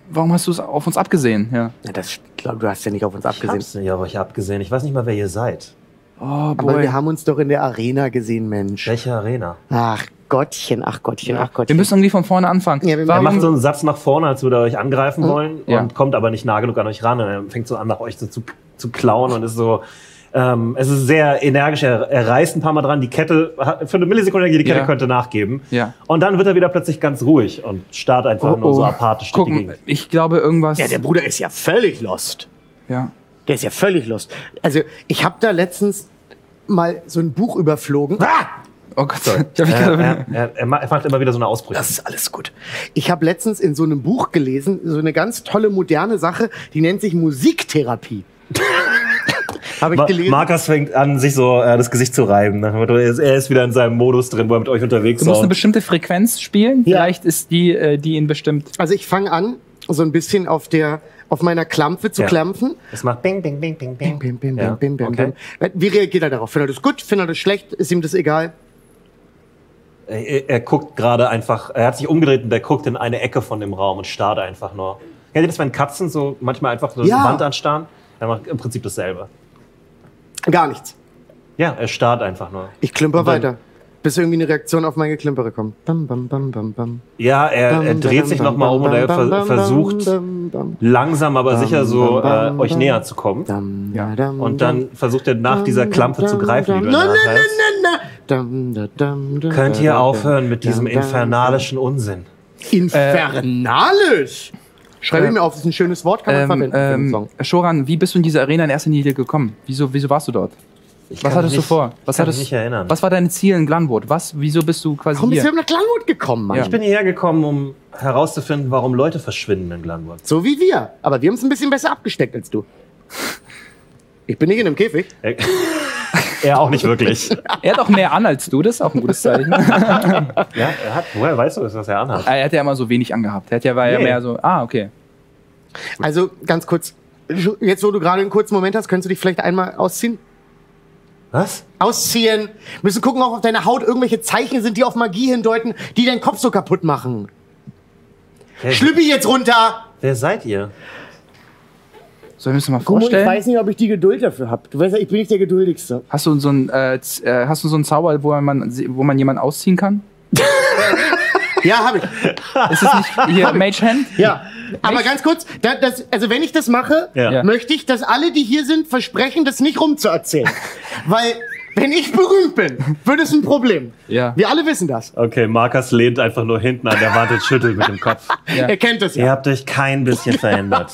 [SPEAKER 2] warum hast du es auf uns abgesehen? Ja.
[SPEAKER 3] ja, das ich glaub, du hast ja nicht auf uns abgesehen.
[SPEAKER 1] Ich hab's ja euch abgesehen. Ich weiß nicht mal, wer ihr seid.
[SPEAKER 2] Oh,
[SPEAKER 3] Aber
[SPEAKER 2] boy.
[SPEAKER 3] wir haben uns doch in der Arena gesehen, Mensch.
[SPEAKER 1] Welche Arena?
[SPEAKER 3] Ach Gottchen, ach Gottchen, ach
[SPEAKER 2] wir
[SPEAKER 3] Gottchen.
[SPEAKER 2] müssen irgendwie von vorne anfangen.
[SPEAKER 3] Ja, wir
[SPEAKER 1] Er
[SPEAKER 2] warum,
[SPEAKER 1] macht so einen Satz nach vorne, als würde er euch angreifen wollen
[SPEAKER 2] Ähm, äh, Ja.
[SPEAKER 1] und kommt aber nicht nah genug an euch ran. Und er fängt so an, nach euch so zu, zu klauen und ist so, Ähm, es ist sehr energisch, er, er reißt ein paar Mal dran, die Kette, hat, für eine Millisekunde, die Kette
[SPEAKER 2] Ja.
[SPEAKER 1] könnte nachgeben.
[SPEAKER 2] Ja.
[SPEAKER 1] Und dann wird er wieder plötzlich ganz ruhig und starrt einfach
[SPEAKER 2] Oh,
[SPEAKER 1] nur so
[SPEAKER 2] oh.
[SPEAKER 1] apathisch durch die
[SPEAKER 2] Gucken,
[SPEAKER 1] Gegend.
[SPEAKER 2] ich glaube irgendwas.
[SPEAKER 3] Ja, der Bruder ist ja völlig lost.
[SPEAKER 2] ja.
[SPEAKER 3] Der ist ja völlig lost. Also, ich habe da letztens mal so ein Buch überflogen. Ah!
[SPEAKER 2] Oh Gott, ich hab
[SPEAKER 3] Äh,
[SPEAKER 2] mich
[SPEAKER 1] Er,
[SPEAKER 2] gerade.
[SPEAKER 1] er, er, er ma- er macht immer wieder so eine Ausbrüche.
[SPEAKER 3] Das ist alles gut. Ich habe letztens in so einem Buch gelesen, so eine ganz tolle moderne Sache, die nennt sich Musiktherapie. habe ich
[SPEAKER 1] Ma-
[SPEAKER 3] gelesen.
[SPEAKER 1] Markus fängt an, sich so äh, das Gesicht zu reiben. Nach dem Motto, Er ist, er ist wieder in seinem Modus drin, wo er mit euch unterwegs
[SPEAKER 2] Du musst eine
[SPEAKER 1] ist.
[SPEAKER 2] bestimmte Frequenz spielen.
[SPEAKER 3] Ja.
[SPEAKER 2] Vielleicht ist die, äh, die ihn bestimmt.
[SPEAKER 3] Also ich fange an, so ein bisschen auf der auf meiner Klampfe zu
[SPEAKER 1] Ja.
[SPEAKER 3] klampfen.
[SPEAKER 1] Es macht Bing, Bing, Bing, Bing, Bing.
[SPEAKER 3] Bim, bim, bim,
[SPEAKER 1] Ja,
[SPEAKER 3] bim, bim, bim,
[SPEAKER 1] okay.
[SPEAKER 3] bim. Wie reagiert er darauf? Findet er das gut? Findet er das schlecht? Ist ihm das egal?
[SPEAKER 1] Er, er guckt gerade einfach, er hat sich umgedreht und er guckt in eine Ecke von dem Raum und starrt einfach nur. Kennt ihr das, wenn Katzen so manchmal einfach so
[SPEAKER 3] Ja.
[SPEAKER 1] eine Wand anstarren? Er macht im Prinzip dasselbe.
[SPEAKER 3] Gar nichts.
[SPEAKER 1] Ja, er starrt einfach nur.
[SPEAKER 3] Ich klimper
[SPEAKER 1] Und dann-
[SPEAKER 3] weiter, bis irgendwie eine Reaktion auf meine Klimpere kommt. Bam, bam, bam, bam, bam.
[SPEAKER 1] Ja, er, er
[SPEAKER 3] Bam,
[SPEAKER 1] dreht
[SPEAKER 3] bam,
[SPEAKER 1] sich
[SPEAKER 3] bam,
[SPEAKER 1] nochmal
[SPEAKER 3] bam,
[SPEAKER 1] um und er
[SPEAKER 3] bam,
[SPEAKER 1] ver
[SPEAKER 3] bam,
[SPEAKER 1] versucht
[SPEAKER 3] bam, bam,
[SPEAKER 1] langsam, aber sicher so äh,
[SPEAKER 3] bam,
[SPEAKER 1] euch
[SPEAKER 3] bam.
[SPEAKER 1] näher zu kommen.
[SPEAKER 3] bam,
[SPEAKER 2] Ja.
[SPEAKER 3] da, dam,
[SPEAKER 1] Und dann versucht er nach dieser
[SPEAKER 3] dam,
[SPEAKER 1] Klampe zu
[SPEAKER 3] dam,
[SPEAKER 1] greifen, die du in
[SPEAKER 3] dam,
[SPEAKER 1] der
[SPEAKER 3] Nein,
[SPEAKER 1] Hand
[SPEAKER 3] nein,
[SPEAKER 1] hältst.
[SPEAKER 3] nein, nein. Dam, da, dam, da,
[SPEAKER 1] Könnt
[SPEAKER 3] da,
[SPEAKER 1] ihr
[SPEAKER 3] da,
[SPEAKER 1] aufhören
[SPEAKER 3] da,
[SPEAKER 1] mit diesem
[SPEAKER 3] dam, dam,
[SPEAKER 1] infernalischen Unsinn?
[SPEAKER 3] dam. Infernalisch! Schreibe
[SPEAKER 1] Äh,
[SPEAKER 3] ich mir auf, das ist ein schönes Wort, kann man
[SPEAKER 2] Ähm,
[SPEAKER 3] verwenden für den
[SPEAKER 2] ähm,
[SPEAKER 3] Song.
[SPEAKER 2] Shoran, wie bist du in diese Arena in erster Linie gekommen? Wieso, wieso warst du dort?
[SPEAKER 1] Ich
[SPEAKER 2] Was
[SPEAKER 1] kann
[SPEAKER 2] hattest
[SPEAKER 1] mich
[SPEAKER 2] du vor? Was
[SPEAKER 1] kann mich
[SPEAKER 2] hattest-
[SPEAKER 1] nicht erinnern.
[SPEAKER 2] Was war dein Ziel in Glanwood? Was, wieso bist du quasi
[SPEAKER 3] Komm, bist du
[SPEAKER 2] hier?
[SPEAKER 3] nach Langmut gekommen, Mann?
[SPEAKER 2] Ja.
[SPEAKER 1] Ich bin hierher gekommen, um herauszufinden, warum Leute verschwinden in Glanwood.
[SPEAKER 3] So wie wir. Aber wir haben es ein bisschen besser abgesteckt als du. Ich bin nicht in einem Käfig.
[SPEAKER 1] Er, er auch nicht wirklich.
[SPEAKER 2] Er hat auch mehr an als du, das ist auch ein gutes Zeichen. Ah,
[SPEAKER 1] ja, er hat, woher weißt du, das, was er anhat?
[SPEAKER 2] er hat ja immer so wenig angehabt. Er hat ja, war ja
[SPEAKER 1] Nee.
[SPEAKER 2] mehr so, ah, okay.
[SPEAKER 3] Also ganz kurz. Jetzt, wo du gerade einen kurzen Moment hast, könntest du dich vielleicht einmal ausziehen?
[SPEAKER 1] Was?
[SPEAKER 3] Ausziehen. Wir müssen gucken, ob auf deiner Haut irgendwelche Zeichen sind, die auf Magie hindeuten, die deinen Kopf so kaputt machen.
[SPEAKER 1] Wer,
[SPEAKER 3] Schlüppi jetzt runter!
[SPEAKER 1] wer seid ihr?
[SPEAKER 2] So, wir müssen mal vorstellen.
[SPEAKER 3] nicht, ob ich die Geduld dafür habe. Du weißt ja, ich bin nicht der Geduldigste.
[SPEAKER 2] Hast du so einen, äh, Z- äh, hast du so einen Zauber, wo man, wo man jemanden ausziehen kann?
[SPEAKER 3] Ja, habe ich.
[SPEAKER 2] Ist es nicht hier Mage Hand?
[SPEAKER 3] Ja. Aber ganz kurz, da, das, also wenn ich das mache,
[SPEAKER 1] Ja.
[SPEAKER 2] Ja.
[SPEAKER 3] möchte ich, dass alle, die hier sind, versprechen, das nicht rumzuerzählen. Weil, wenn ich berühmt bin, wird es ein Problem.
[SPEAKER 2] Ja.
[SPEAKER 3] Wir alle wissen das.
[SPEAKER 1] Okay, Markus lehnt einfach nur hinten an der Wand und schüttelt mit dem Kopf.
[SPEAKER 2] Ja.
[SPEAKER 3] Er kennt das
[SPEAKER 1] Ihr
[SPEAKER 3] ja.
[SPEAKER 1] habt euch kein bisschen verändert.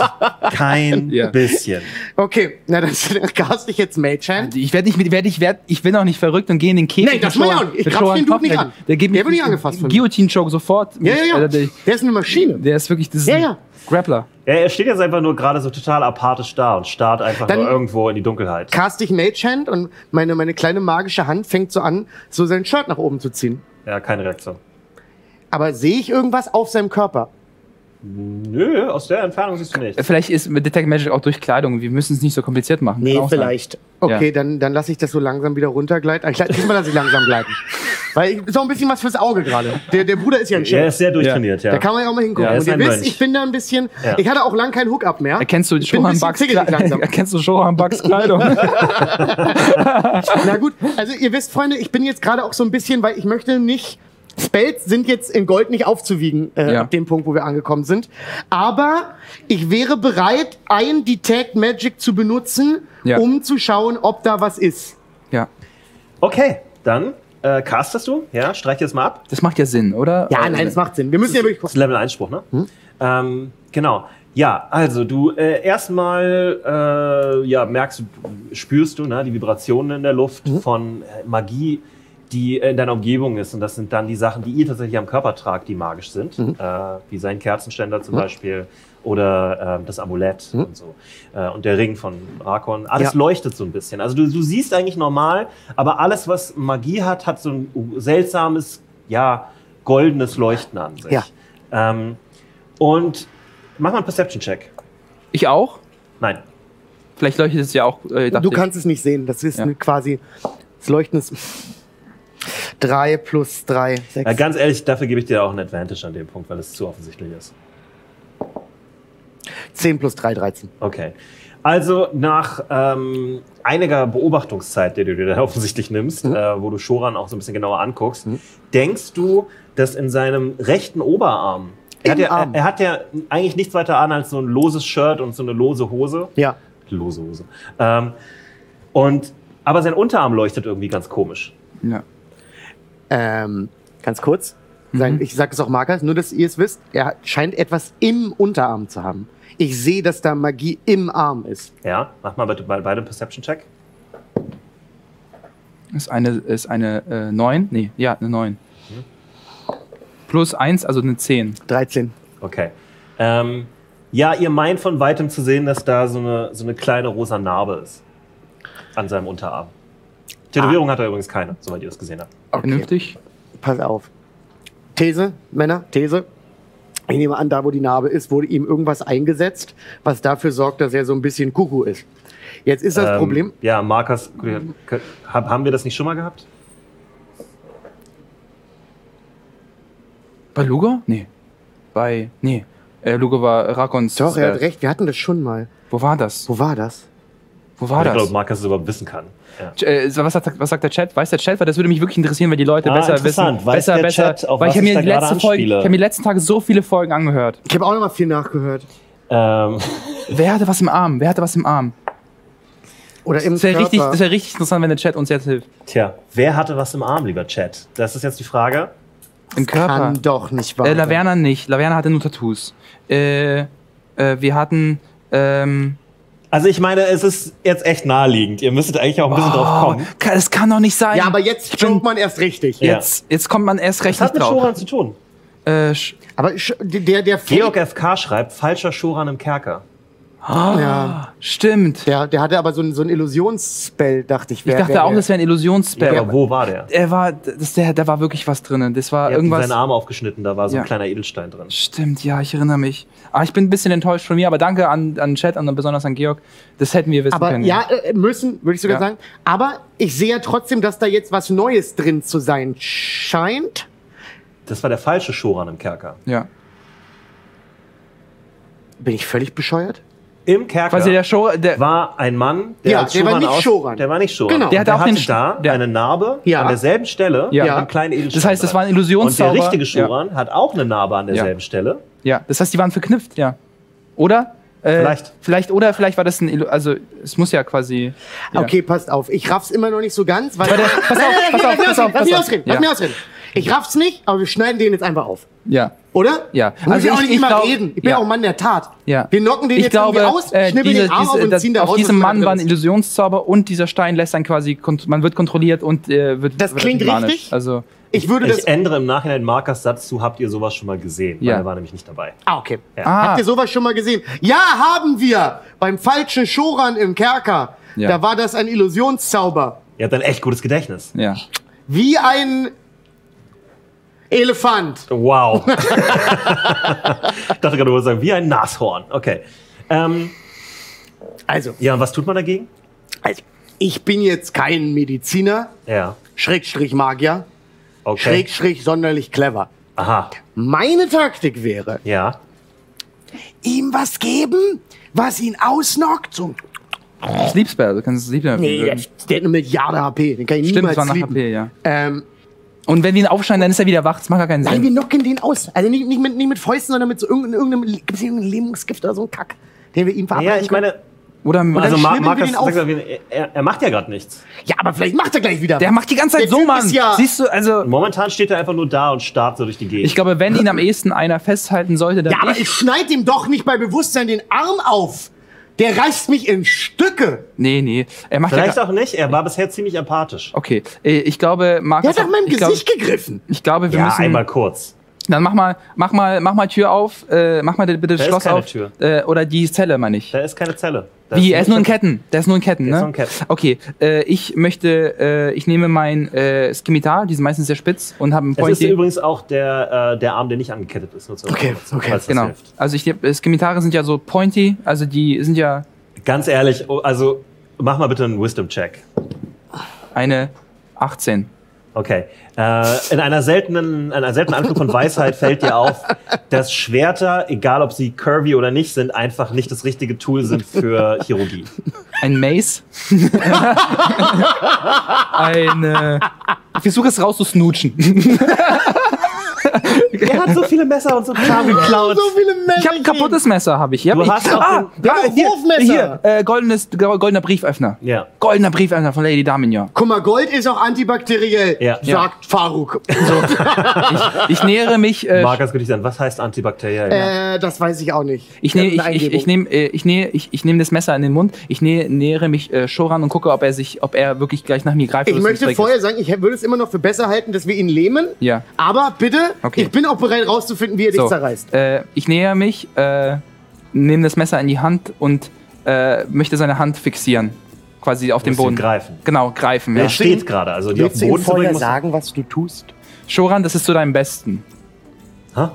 [SPEAKER 1] Kein
[SPEAKER 2] Ja.
[SPEAKER 1] bisschen.
[SPEAKER 3] Okay, na dann cast ich jetzt Maychan.
[SPEAKER 2] Ich werde nicht, mit- werd, ich werd, ich bin auch nicht verrückt und gehe in den Käfig.
[SPEAKER 3] Nee, das
[SPEAKER 2] mit
[SPEAKER 3] mach
[SPEAKER 2] Shoran-
[SPEAKER 3] ich auch nicht. Ich
[SPEAKER 2] mit
[SPEAKER 3] grapsch
[SPEAKER 2] Shoran
[SPEAKER 3] den Dude nicht
[SPEAKER 2] Kopfgeld.
[SPEAKER 3] an.
[SPEAKER 2] Der, geht
[SPEAKER 3] Der
[SPEAKER 2] mir-
[SPEAKER 3] wird nicht angefasst von mir.
[SPEAKER 2] Guillotine Choke sofort. Äh,
[SPEAKER 3] Ja, ja, ja.
[SPEAKER 2] Der, der,
[SPEAKER 3] Der ist eine Maschine.
[SPEAKER 2] der ist wirklich, das ist
[SPEAKER 3] Ja,
[SPEAKER 2] ein
[SPEAKER 3] ja.
[SPEAKER 2] Grappler.
[SPEAKER 1] Er, er steht jetzt einfach nur gerade so total apathisch da und starrt einfach
[SPEAKER 3] Dann-
[SPEAKER 1] nur irgendwo in die Dunkelheit.
[SPEAKER 3] Cast ich Maychan und meine, meine kleine magische Hand fängt so an, so sein Shirt nach oben zu ziehen.
[SPEAKER 1] Ja, keine Reaktion.
[SPEAKER 3] Aber sehe ich irgendwas auf seinem Körper?
[SPEAKER 1] Nö, aus der Entfernung siehst du nichts.
[SPEAKER 2] Vielleicht ist mit Detect Magic auch durch Kleidung. Wir müssen es nicht so kompliziert machen. Kann auch sein.
[SPEAKER 3] Okay,
[SPEAKER 2] Ja.
[SPEAKER 3] dann, dann lasse ich das so langsam wieder runtergleiten. Ah, Ich, la- diesmal lasse ich langsam gleiten. Weil ich- ist auch ein bisschen was fürs Auge gerade. Der, der Bruder ist ja ein
[SPEAKER 1] Er
[SPEAKER 3] Chef.
[SPEAKER 1] ist sehr durchtrainiert, ja.
[SPEAKER 3] Da kann man ja auch mal hingucken.
[SPEAKER 1] Ja, er
[SPEAKER 3] und
[SPEAKER 1] ist
[SPEAKER 3] ihr
[SPEAKER 1] ein
[SPEAKER 3] wisst,
[SPEAKER 1] Mönch.
[SPEAKER 3] ich bin da ein bisschen.
[SPEAKER 1] Ja.
[SPEAKER 3] Ich hatte auch lang kein Hookup mehr.
[SPEAKER 2] Erkennst du
[SPEAKER 3] Ich bin
[SPEAKER 2] Shohan
[SPEAKER 3] ein bisschen
[SPEAKER 2] Bugs
[SPEAKER 3] zickelig langsam.
[SPEAKER 2] Kleidung? Erkennst du Shohan Bugs Kleidung?
[SPEAKER 3] Na gut, also ihr wisst, Freunde, ich bin jetzt gerade auch so ein bisschen, weil ich möchte nicht. Spells sind jetzt in Gold nicht aufzuwiegen, äh,
[SPEAKER 2] Ja.
[SPEAKER 3] ab dem Punkt, wo wir angekommen sind. Aber ich wäre bereit, ein Detect Magic zu benutzen,
[SPEAKER 2] Ja.
[SPEAKER 3] um zu schauen, ob da was ist.
[SPEAKER 2] ja.
[SPEAKER 1] Okay, dann äh, castest du, ja, streich jetzt mal ab.
[SPEAKER 2] Das macht ja Sinn, oder? Also,
[SPEAKER 3] Ja, nein, das macht Sinn. Wir müssen ja wirklich
[SPEAKER 1] Das ist Level 1 Spruch, ne?
[SPEAKER 3] Hm?
[SPEAKER 1] Ähm, genau. Ja, also du äh, erstmal äh, ja, merkst, du- spürst du ne, die Vibrationen in der Luft
[SPEAKER 3] Hm?
[SPEAKER 1] von äh, Magie, die äh, in deiner Umgebung ist. Und das sind dann die Sachen, die ihr tatsächlich am Körper tragt, die magisch sind.
[SPEAKER 3] Hm?
[SPEAKER 1] Äh, wie sein Kerzenständer zum Beispiel oder ähm, das Amulett und so. Äh, und der Ring von Rakon. Alles
[SPEAKER 3] Hm? Ja.
[SPEAKER 1] leuchtet so ein bisschen. Also du, du siehst eigentlich normal, aber alles, was Magie hat, hat so ein seltsames, ja, goldenes Leuchten an sich.
[SPEAKER 3] Ja.
[SPEAKER 1] Ähm, und mach mal einen Perception-Check.
[SPEAKER 2] Ich auch?
[SPEAKER 1] Nein.
[SPEAKER 2] Vielleicht leuchtet es ja auch. Äh, dachte
[SPEAKER 3] Du
[SPEAKER 2] ich.
[SPEAKER 3] kannst es nicht sehen. Das ist
[SPEAKER 2] Ja.
[SPEAKER 3] eine quasi das Leuchten ist 3 plus 3,
[SPEAKER 1] Ja,
[SPEAKER 3] 6.
[SPEAKER 1] Äh, ganz ehrlich, dafür gebe ich dir auch einen Advantage an dem Punkt, weil es zu offensichtlich ist.
[SPEAKER 3] 10 plus 3, 13.
[SPEAKER 1] Okay. Also nach ähm, einiger Beobachtungszeit, die du dir da offensichtlich nimmst,
[SPEAKER 3] Mhm.
[SPEAKER 1] äh, wo du Shoran auch so ein bisschen genauer anguckst, denkst du, dass in seinem rechten Oberarm, er hat,
[SPEAKER 3] Im
[SPEAKER 1] ja, er,
[SPEAKER 3] Arm.
[SPEAKER 1] er hat ja eigentlich nichts weiter an als so ein loses Shirt und so eine lose Hose.
[SPEAKER 3] Ja.
[SPEAKER 1] Lose Hose. Ähm, Und, aber sein Unterarm leuchtet irgendwie ganz komisch.
[SPEAKER 2] Ja.
[SPEAKER 3] Ähm, ganz kurz.
[SPEAKER 2] Mhm.
[SPEAKER 3] Sein, Ich sage es auch Markus, nur dass ihr es wisst. Er scheint etwas im Unterarm zu haben. Ich sehe, dass da Magie im Arm ist.
[SPEAKER 1] Ja, mach mal bitte be- beide einen Perception-Check.
[SPEAKER 2] Ist eine, ist eine äh, 9? Nee, ja, eine 9. Plus 1, also eine 10.
[SPEAKER 3] 13.
[SPEAKER 1] Okay. Ähm, ja, ihr meint von weitem zu sehen, dass da so eine, so eine kleine rosa Narbe ist. An seinem Unterarm.
[SPEAKER 3] Ah.
[SPEAKER 1] Tätowierung hat er übrigens keine, soweit ihr das gesehen habt.
[SPEAKER 2] Vernünftig?
[SPEAKER 3] Pass auf. These, Männer, These. Ich nehme an, da wo die Narbe ist, wurde ihm irgendwas eingesetzt, was dafür sorgt, dass er so ein bisschen Kuckuck ist. Jetzt ist das
[SPEAKER 1] Ähm,
[SPEAKER 3] Problem.
[SPEAKER 1] Ja, Markus, hab- haben wir das nicht schon mal gehabt?
[SPEAKER 2] Bei Lugo? Nee. Bei. Nee. Äh, Lugo war Rakons.
[SPEAKER 3] Doch, er
[SPEAKER 2] äh,
[SPEAKER 3] hat recht, wir hatten das schon mal.
[SPEAKER 2] Wo war das? Wo,
[SPEAKER 3] Wo war das?
[SPEAKER 2] war
[SPEAKER 1] ich
[SPEAKER 2] das?
[SPEAKER 1] glaube, Markus es überhaupt wissen kann. Ja.
[SPEAKER 2] Ch- äh, was, sagt, was sagt der Chat? Weiß der Chat? Weil das würde mich wirklich interessieren, wenn die Leute
[SPEAKER 1] Ah,
[SPEAKER 2] besser
[SPEAKER 1] interessant.
[SPEAKER 2] wissen.
[SPEAKER 1] Weiß
[SPEAKER 2] besser,
[SPEAKER 1] der
[SPEAKER 2] besser.
[SPEAKER 1] Chat, auf
[SPEAKER 2] weil ich
[SPEAKER 1] was
[SPEAKER 2] habe
[SPEAKER 1] ich
[SPEAKER 2] mir
[SPEAKER 1] da
[SPEAKER 2] die
[SPEAKER 1] gerade
[SPEAKER 2] letzten Folgen, ich
[SPEAKER 1] anspiele?
[SPEAKER 2] habe mir die letzten Tage so viele Folgen angehört.
[SPEAKER 3] Ich habe auch noch mal viel nachgehört.
[SPEAKER 1] Ähm,
[SPEAKER 2] Wer hatte was im Arm? Wer hatte was im Arm?
[SPEAKER 3] Oder im
[SPEAKER 2] Das wäre
[SPEAKER 3] Körper.
[SPEAKER 2] richtig, das wär richtig interessant, wenn der Chat uns jetzt hilft.
[SPEAKER 1] tja, wer hatte was im Arm, lieber Chat? Das ist jetzt die Frage.
[SPEAKER 2] Im Körper.
[SPEAKER 3] Kann doch nicht wahr
[SPEAKER 2] Äh,
[SPEAKER 3] sein.
[SPEAKER 2] Laverna nicht. Laverna hatte nur Tattoos. Äh, äh, wir hatten. Ähm,
[SPEAKER 1] Also ich meine, es ist jetzt echt naheliegend. Ihr müsstet eigentlich auch ein bisschen drauf
[SPEAKER 3] Oh,
[SPEAKER 1] kommen.
[SPEAKER 2] oh, Ka- Es kann doch nicht sein.
[SPEAKER 3] Ja, aber jetzt
[SPEAKER 2] bin-
[SPEAKER 3] joke man erst richtig.
[SPEAKER 1] Ja.
[SPEAKER 2] jetzt, jetzt kommt man erst recht
[SPEAKER 1] Das hat
[SPEAKER 2] nicht
[SPEAKER 1] mit
[SPEAKER 2] drauf.
[SPEAKER 1] Shoran zu tun.
[SPEAKER 2] Äh, sch-
[SPEAKER 3] Aber sch- der, der,
[SPEAKER 1] Georg FK schreibt, falscher Shoran im Kerker.
[SPEAKER 3] Ja.
[SPEAKER 2] ah, stimmt.
[SPEAKER 3] der, der hatte aber so ein, so ein Illusionsspell, dachte ich.
[SPEAKER 2] ich
[SPEAKER 3] Wer-
[SPEAKER 2] dachte
[SPEAKER 3] wer-
[SPEAKER 2] auch,
[SPEAKER 3] wer-
[SPEAKER 2] das wäre ein Illusionsspell.
[SPEAKER 1] Aber wo war der?
[SPEAKER 2] Er war, das, der, da war wirklich was drin. Das war
[SPEAKER 1] Er hat ihm
[SPEAKER 2] irgendwas.
[SPEAKER 1] seinen Arm aufgeschnitten, da war so ein
[SPEAKER 2] Ja.
[SPEAKER 1] kleiner Edelstein drin.
[SPEAKER 2] Stimmt, ja, ich erinnere mich. Ah, ich bin ein bisschen enttäuscht von mir, aber danke an, an den Chat und besonders an Georg. Das hätten wir wissen
[SPEAKER 3] Aber
[SPEAKER 2] können.
[SPEAKER 3] ja, äh, müssen, würde ich sogar
[SPEAKER 2] Ja.
[SPEAKER 3] sagen. Aber ich sehe ja trotzdem, dass da jetzt was Neues drin zu sein scheint.
[SPEAKER 1] Das war der falsche Shoran im Kerker.
[SPEAKER 2] ja.
[SPEAKER 3] Bin ich völlig bescheuert?
[SPEAKER 1] Im Kerker
[SPEAKER 2] Quasi der Show, der,
[SPEAKER 1] war ein Mann, der
[SPEAKER 3] Ja,
[SPEAKER 1] als
[SPEAKER 3] der war
[SPEAKER 1] Shoran
[SPEAKER 3] nicht
[SPEAKER 1] aus-
[SPEAKER 3] Shoran.
[SPEAKER 1] Der war nicht Shoran.
[SPEAKER 3] Genau.
[SPEAKER 1] Der,
[SPEAKER 2] Der hatte auch
[SPEAKER 1] hatte
[SPEAKER 2] den Sch-
[SPEAKER 1] da
[SPEAKER 2] der-
[SPEAKER 1] eine Narbe
[SPEAKER 3] Ja.
[SPEAKER 1] an derselben Stelle
[SPEAKER 2] Ja.
[SPEAKER 1] mit einem kleinen Edelstein.
[SPEAKER 2] das heißt, das war ein
[SPEAKER 1] Und der
[SPEAKER 2] Illusionszauber.
[SPEAKER 1] richtige
[SPEAKER 2] ja.
[SPEAKER 1] Shoran hat auch eine Narbe an derselben Stelle.
[SPEAKER 2] ja, das heißt, die waren verknüpft, ja. Oder? Äh,
[SPEAKER 1] Vielleicht.
[SPEAKER 2] Vielleicht, oder vielleicht war das ein, Illu also es muss ja quasi. Ja.
[SPEAKER 3] Okay, passt auf. Ich raff's immer noch nicht so ganz. Weil
[SPEAKER 2] Aber der- pass auf, pass auf, pass auf,
[SPEAKER 3] lass mich
[SPEAKER 2] pass auf.
[SPEAKER 3] ausreden, lass
[SPEAKER 2] Ja.
[SPEAKER 3] mich ausreden. Ich raff's nicht, aber wir schneiden den jetzt einfach auf.
[SPEAKER 2] Ja.
[SPEAKER 3] Oder?
[SPEAKER 2] Ja.
[SPEAKER 3] Muss
[SPEAKER 2] Also
[SPEAKER 3] ich auch
[SPEAKER 2] ich-
[SPEAKER 3] nicht
[SPEAKER 2] ich
[SPEAKER 3] immer
[SPEAKER 2] glaub-
[SPEAKER 3] reden. Ich bin
[SPEAKER 2] ja.
[SPEAKER 3] auch ein Mann der Tat.
[SPEAKER 2] Ja.
[SPEAKER 3] Wir knocken den
[SPEAKER 2] ich
[SPEAKER 3] jetzt
[SPEAKER 2] glaube,
[SPEAKER 3] irgendwie aus,
[SPEAKER 2] äh,
[SPEAKER 3] schnibbeln
[SPEAKER 2] diese,
[SPEAKER 3] den Arm auf
[SPEAKER 2] diese,
[SPEAKER 3] und
[SPEAKER 2] das,
[SPEAKER 3] ziehen da raus.
[SPEAKER 2] auf
[SPEAKER 3] was
[SPEAKER 2] diesem
[SPEAKER 3] da
[SPEAKER 2] Mann
[SPEAKER 3] drin
[SPEAKER 2] war ein
[SPEAKER 3] ist.
[SPEAKER 2] Illusionszauber und dieser Stein lässt dann quasi, kont- man wird kontrolliert und äh, wird.
[SPEAKER 3] Das
[SPEAKER 2] wird
[SPEAKER 3] klingt
[SPEAKER 2] manisch.
[SPEAKER 3] richtig.
[SPEAKER 2] Also,
[SPEAKER 3] Ich würde das.
[SPEAKER 1] Ich ändere im Nachhinein Markers Satz zu, habt ihr sowas schon mal gesehen?
[SPEAKER 2] Ja.
[SPEAKER 1] Weil er war nämlich nicht dabei.
[SPEAKER 3] Ah, okay.
[SPEAKER 2] Ah.
[SPEAKER 3] Habt ihr sowas schon mal gesehen? Ja, haben wir! Beim falschen Schoran im Kerker.
[SPEAKER 2] Ja.
[SPEAKER 3] Da war das ein Illusionszauber.
[SPEAKER 1] Ihr habt ein echt gutes Gedächtnis.
[SPEAKER 2] ja.
[SPEAKER 3] Wie ein Elefant.
[SPEAKER 1] Wow. ich dachte gerade, du wolltest sagen, wie ein Nashorn. Okay. Ähm,
[SPEAKER 3] Also,
[SPEAKER 1] ja, und was tut man dagegen?
[SPEAKER 3] also, ich bin jetzt kein Mediziner,
[SPEAKER 1] Ja.
[SPEAKER 3] Schrägstrich Magier,
[SPEAKER 1] Okay.
[SPEAKER 3] Schrägstrich sonderlich clever.
[SPEAKER 1] Aha.
[SPEAKER 3] Meine Taktik wäre,
[SPEAKER 1] Ja.
[SPEAKER 3] ihm was geben, was ihn ausnockt. So,
[SPEAKER 2] Sleep Spell, du kannst Sleep Spell.
[SPEAKER 3] nee, der, der hat eine Milliarde HP, den kann ich
[SPEAKER 2] Stimmt, es
[SPEAKER 3] niemals
[SPEAKER 2] war nach
[SPEAKER 3] sleepen.
[SPEAKER 2] HP, ja.
[SPEAKER 3] Ähm,
[SPEAKER 2] Und wenn wir ihn aufschneiden, dann ist er wieder wach. Das macht gar keinen
[SPEAKER 3] Nein,
[SPEAKER 2] Sinn.
[SPEAKER 3] wir knocken den aus. Also nicht, nicht, mit, nicht mit Fäusten, sondern mit so irgendeinem, irgendeinem gibt's hier irgendeinen Lähmungsgift oder so einen Kack, den wir
[SPEAKER 1] Ja,
[SPEAKER 3] ihm verabreichen
[SPEAKER 1] ich meine,
[SPEAKER 2] Oder
[SPEAKER 1] also Mar
[SPEAKER 3] dann schnibbeln wir
[SPEAKER 1] Markus,
[SPEAKER 3] den auf.
[SPEAKER 1] sagt, er, er macht ja gerade nichts.
[SPEAKER 3] können. Ja, aber vielleicht macht er gleich wieder.
[SPEAKER 2] der macht die ganze Zeit
[SPEAKER 3] Der
[SPEAKER 2] so,
[SPEAKER 3] Typ
[SPEAKER 2] Mann.
[SPEAKER 3] ist ja-
[SPEAKER 2] Siehst du, also.
[SPEAKER 1] Momentan steht er einfach nur da und starrt so durch die Gegend.
[SPEAKER 2] Ich glaube, wenn ihn am ehesten einer festhalten sollte, dann
[SPEAKER 3] ja, aber
[SPEAKER 2] ich.
[SPEAKER 3] ich schneide ihm doch nicht bei Bewusstsein den Arm auf. Der reißt mich in Stücke.
[SPEAKER 2] Nee, nee. Er macht
[SPEAKER 1] Vielleicht
[SPEAKER 2] ja.
[SPEAKER 1] auch nicht, er war bisher ziemlich apathisch.
[SPEAKER 2] Okay, äh, ich glaube,
[SPEAKER 3] Der
[SPEAKER 2] Markus.
[SPEAKER 3] hat nach meinem
[SPEAKER 2] ich, glaube,
[SPEAKER 3] Gesicht gegriffen.
[SPEAKER 2] ich glaube, wir
[SPEAKER 1] Ja,
[SPEAKER 2] müssen.
[SPEAKER 1] einmal kurz.
[SPEAKER 2] Dann mach mal, mach mal, mach mal Tür auf, äh, mach mal bitte
[SPEAKER 1] ist
[SPEAKER 2] Schloss
[SPEAKER 1] keine
[SPEAKER 2] auf.
[SPEAKER 1] Tür.
[SPEAKER 2] Äh, oder die Zelle, meine ich.
[SPEAKER 1] Da ist keine Zelle. Da
[SPEAKER 2] Wie? Er ist nur in Ketten. Der ist nur in Ketten,
[SPEAKER 1] Der
[SPEAKER 2] ne?
[SPEAKER 1] ist nur in Ketten.
[SPEAKER 2] Okay, äh, ich möchte, äh, ich nehme mein äh, Skimitar, die sind meistens sehr spitz und habe einen
[SPEAKER 1] Es ist
[SPEAKER 2] Pointy.
[SPEAKER 1] übrigens auch der, äh, der Arm, der nicht angekettet ist. Nur zur
[SPEAKER 3] Okay,
[SPEAKER 1] Information,
[SPEAKER 3] okay.
[SPEAKER 1] falls das
[SPEAKER 2] Genau.
[SPEAKER 1] hilft.
[SPEAKER 2] Also ich, äh, Skimitare sind ja so pointy, also die sind ja
[SPEAKER 1] Ganz ehrlich, oh, also mach mal bitte einen Wisdom-Check.
[SPEAKER 2] eine 18.
[SPEAKER 1] Okay. Äh, in einer seltenen, einer seltenen Anflug von Weisheit fällt dir auf, dass Schwerter, egal ob sie curvy oder nicht sind, einfach nicht das richtige Tool sind für Chirurgie.
[SPEAKER 2] Ein Mace. äh, eine. Ich versuche es rauszusnootchen.
[SPEAKER 1] Der hat so viele Messer und so Kram geklaut.
[SPEAKER 3] So viele Männer.
[SPEAKER 2] Ich habe ein kaputtes Messer, habe ich. Ja,
[SPEAKER 1] Du
[SPEAKER 2] ich,
[SPEAKER 1] hast auch
[SPEAKER 2] ah,
[SPEAKER 1] ein-
[SPEAKER 2] ja,
[SPEAKER 3] Ja, ein
[SPEAKER 2] hier,
[SPEAKER 3] Wurfmesser.
[SPEAKER 2] hier äh, goldenes, goldener Brieföffner.
[SPEAKER 1] Ja.
[SPEAKER 2] Goldener Brieföffner von Lady Damignon.
[SPEAKER 3] Guck mal, Gold ist auch antibakteriell,
[SPEAKER 1] Ja.
[SPEAKER 3] sagt Faruk.
[SPEAKER 2] Ich nähere mich, äh,
[SPEAKER 1] Markus, könnte ich sagen, was heißt antibakteriell?
[SPEAKER 3] Äh, das weiß ich auch nicht.
[SPEAKER 2] ich nehme,
[SPEAKER 3] Eine
[SPEAKER 2] ich, ich,
[SPEAKER 3] Eingebung.
[SPEAKER 2] ich nehme, äh, ich nähe, ich, ich nehme das Messer in den Mund. Ich nähe, nähere mich äh, Shoran und gucke, ob er sich, ob er wirklich gleich nach mir greift.
[SPEAKER 3] Ich
[SPEAKER 2] oder es
[SPEAKER 3] möchte
[SPEAKER 2] nicht
[SPEAKER 3] vorher sagen, ich hä- würde es immer noch für besser halten, dass wir ihn lähmen.
[SPEAKER 2] Ja.
[SPEAKER 3] Aber bitte,
[SPEAKER 2] Okay.
[SPEAKER 3] ich bin auch bereit rauszufinden, wie er dich
[SPEAKER 2] So,
[SPEAKER 3] zerreißt.
[SPEAKER 2] äh, ich nähere mich, äh, nehme das Messer in die Hand und äh, möchte seine Hand fixieren, quasi auf den
[SPEAKER 1] musst ihn
[SPEAKER 2] Boden.
[SPEAKER 1] greifen.
[SPEAKER 2] Genau, greifen. Ja.
[SPEAKER 1] Er steht gerade, also die auf
[SPEAKER 3] Willst
[SPEAKER 1] den
[SPEAKER 3] du ihm
[SPEAKER 1] Boden zu
[SPEAKER 3] vorher
[SPEAKER 1] bringen muss.
[SPEAKER 3] sagen, was du tust?
[SPEAKER 2] Shoran, das ist zu deinem Besten.
[SPEAKER 1] Hä?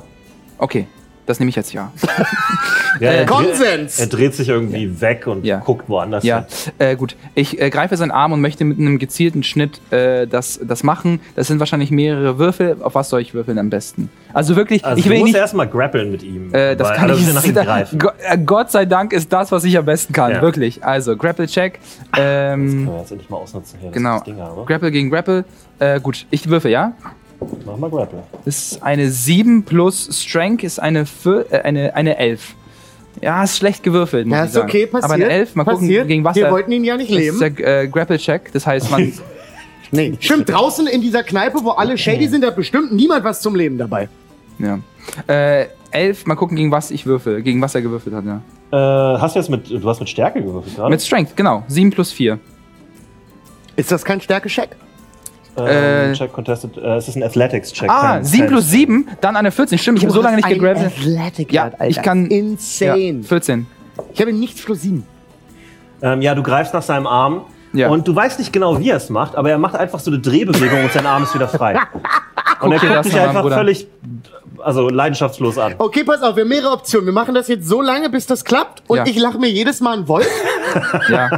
[SPEAKER 2] Okay, das nehme ich jetzt ja.
[SPEAKER 1] Ja, er,
[SPEAKER 3] Konsens!
[SPEAKER 1] Er dreht sich irgendwie weg und
[SPEAKER 2] Äh, Ja.
[SPEAKER 1] guckt woanders
[SPEAKER 2] Ja,
[SPEAKER 1] hin.
[SPEAKER 2] äh, gut. Ich äh, greife seinen Arm und möchte mit einem gezielten Schnitt äh, das, das machen. Das sind wahrscheinlich mehrere Würfel. Auf was soll ich würfeln am besten? Also wirklich,
[SPEAKER 1] Also
[SPEAKER 2] ich will
[SPEAKER 1] du
[SPEAKER 2] ihn
[SPEAKER 1] musst
[SPEAKER 2] nicht.
[SPEAKER 1] erstmal grappeln mit ihm.
[SPEAKER 2] Äh, das
[SPEAKER 1] weil
[SPEAKER 2] kann
[SPEAKER 1] alle
[SPEAKER 2] ich
[SPEAKER 1] müssen nach ihm greifen.
[SPEAKER 2] Go- äh, Gott sei Dank ist das, was ich am besten kann.
[SPEAKER 1] Ja.
[SPEAKER 2] Wirklich. Also, Grapple-Check.
[SPEAKER 1] Können
[SPEAKER 2] Ähm,
[SPEAKER 1] wir jetzt endlich mal ausnutzen hier, dass ich
[SPEAKER 2] genau.
[SPEAKER 1] das Ding habe.
[SPEAKER 2] Grapple gegen Grapple. Äh, gut, ich würfe, ja?
[SPEAKER 1] Mach mal Grapple.
[SPEAKER 2] Das ist eine 7 plus Strength ist eine, vier, äh, eine, eine 11. Ja, ist schlecht gewürfelt. muss
[SPEAKER 3] Ja,
[SPEAKER 2] ich
[SPEAKER 3] ist
[SPEAKER 2] sagen.
[SPEAKER 3] okay, passiert.
[SPEAKER 2] Aber eine 11, mal gucken,
[SPEAKER 3] passiert.
[SPEAKER 2] gegen was
[SPEAKER 3] Wir
[SPEAKER 2] er-
[SPEAKER 3] wollten ihn ja nicht
[SPEAKER 2] Das ist
[SPEAKER 3] leben.
[SPEAKER 2] der äh, Grapple-Check. Das heißt, man
[SPEAKER 3] Nee. Stimmt, draußen in dieser Kneipe, wo alle shady sind, da hat bestimmt niemand was zum Leben dabei.
[SPEAKER 2] Ja. Äh, elf, mal gucken, gegen was ich würfel, gegen was er gewürfelt hat, ja.
[SPEAKER 1] Äh, hast du jetzt mit, du hast mit Stärke gewürfelt gerade?
[SPEAKER 2] Mit Strength, genau. 7 plus 4.
[SPEAKER 3] Ist das kein Stärke-Check?
[SPEAKER 1] ähm,
[SPEAKER 2] äh,
[SPEAKER 1] Check contested, äh, es ist ein Athletics-Check.
[SPEAKER 2] Ah,
[SPEAKER 1] kein-
[SPEAKER 2] 7
[SPEAKER 1] kein-
[SPEAKER 2] plus 7, dann eine 14. Stimmt, ich habe
[SPEAKER 3] Oh,
[SPEAKER 2] so lange nicht gegrabt.
[SPEAKER 3] Athletic
[SPEAKER 2] Ja,
[SPEAKER 3] Alter.
[SPEAKER 2] ich kann- Ja,
[SPEAKER 3] Insane.
[SPEAKER 2] 14.
[SPEAKER 3] Ich habe nichts plus sieben.
[SPEAKER 1] Ähm, ja, du greifst nach seinem Arm.
[SPEAKER 2] Ja.
[SPEAKER 1] Und du weißt nicht genau, wie er es macht, aber er macht einfach so eine Drehbewegung und sein Arm ist wieder frei. und er
[SPEAKER 2] dir
[SPEAKER 1] guckt
[SPEAKER 2] das
[SPEAKER 1] dich
[SPEAKER 2] mal an,
[SPEAKER 1] einfach
[SPEAKER 2] Bruder.
[SPEAKER 1] völlig, also leidenschaftslos an.
[SPEAKER 3] Okay, pass auf, wir haben mehrere Optionen. Wir machen das jetzt so lange, bis das klappt und
[SPEAKER 2] Ja.
[SPEAKER 3] ich lache mir jedes Mal einen Wolf.
[SPEAKER 2] Ja.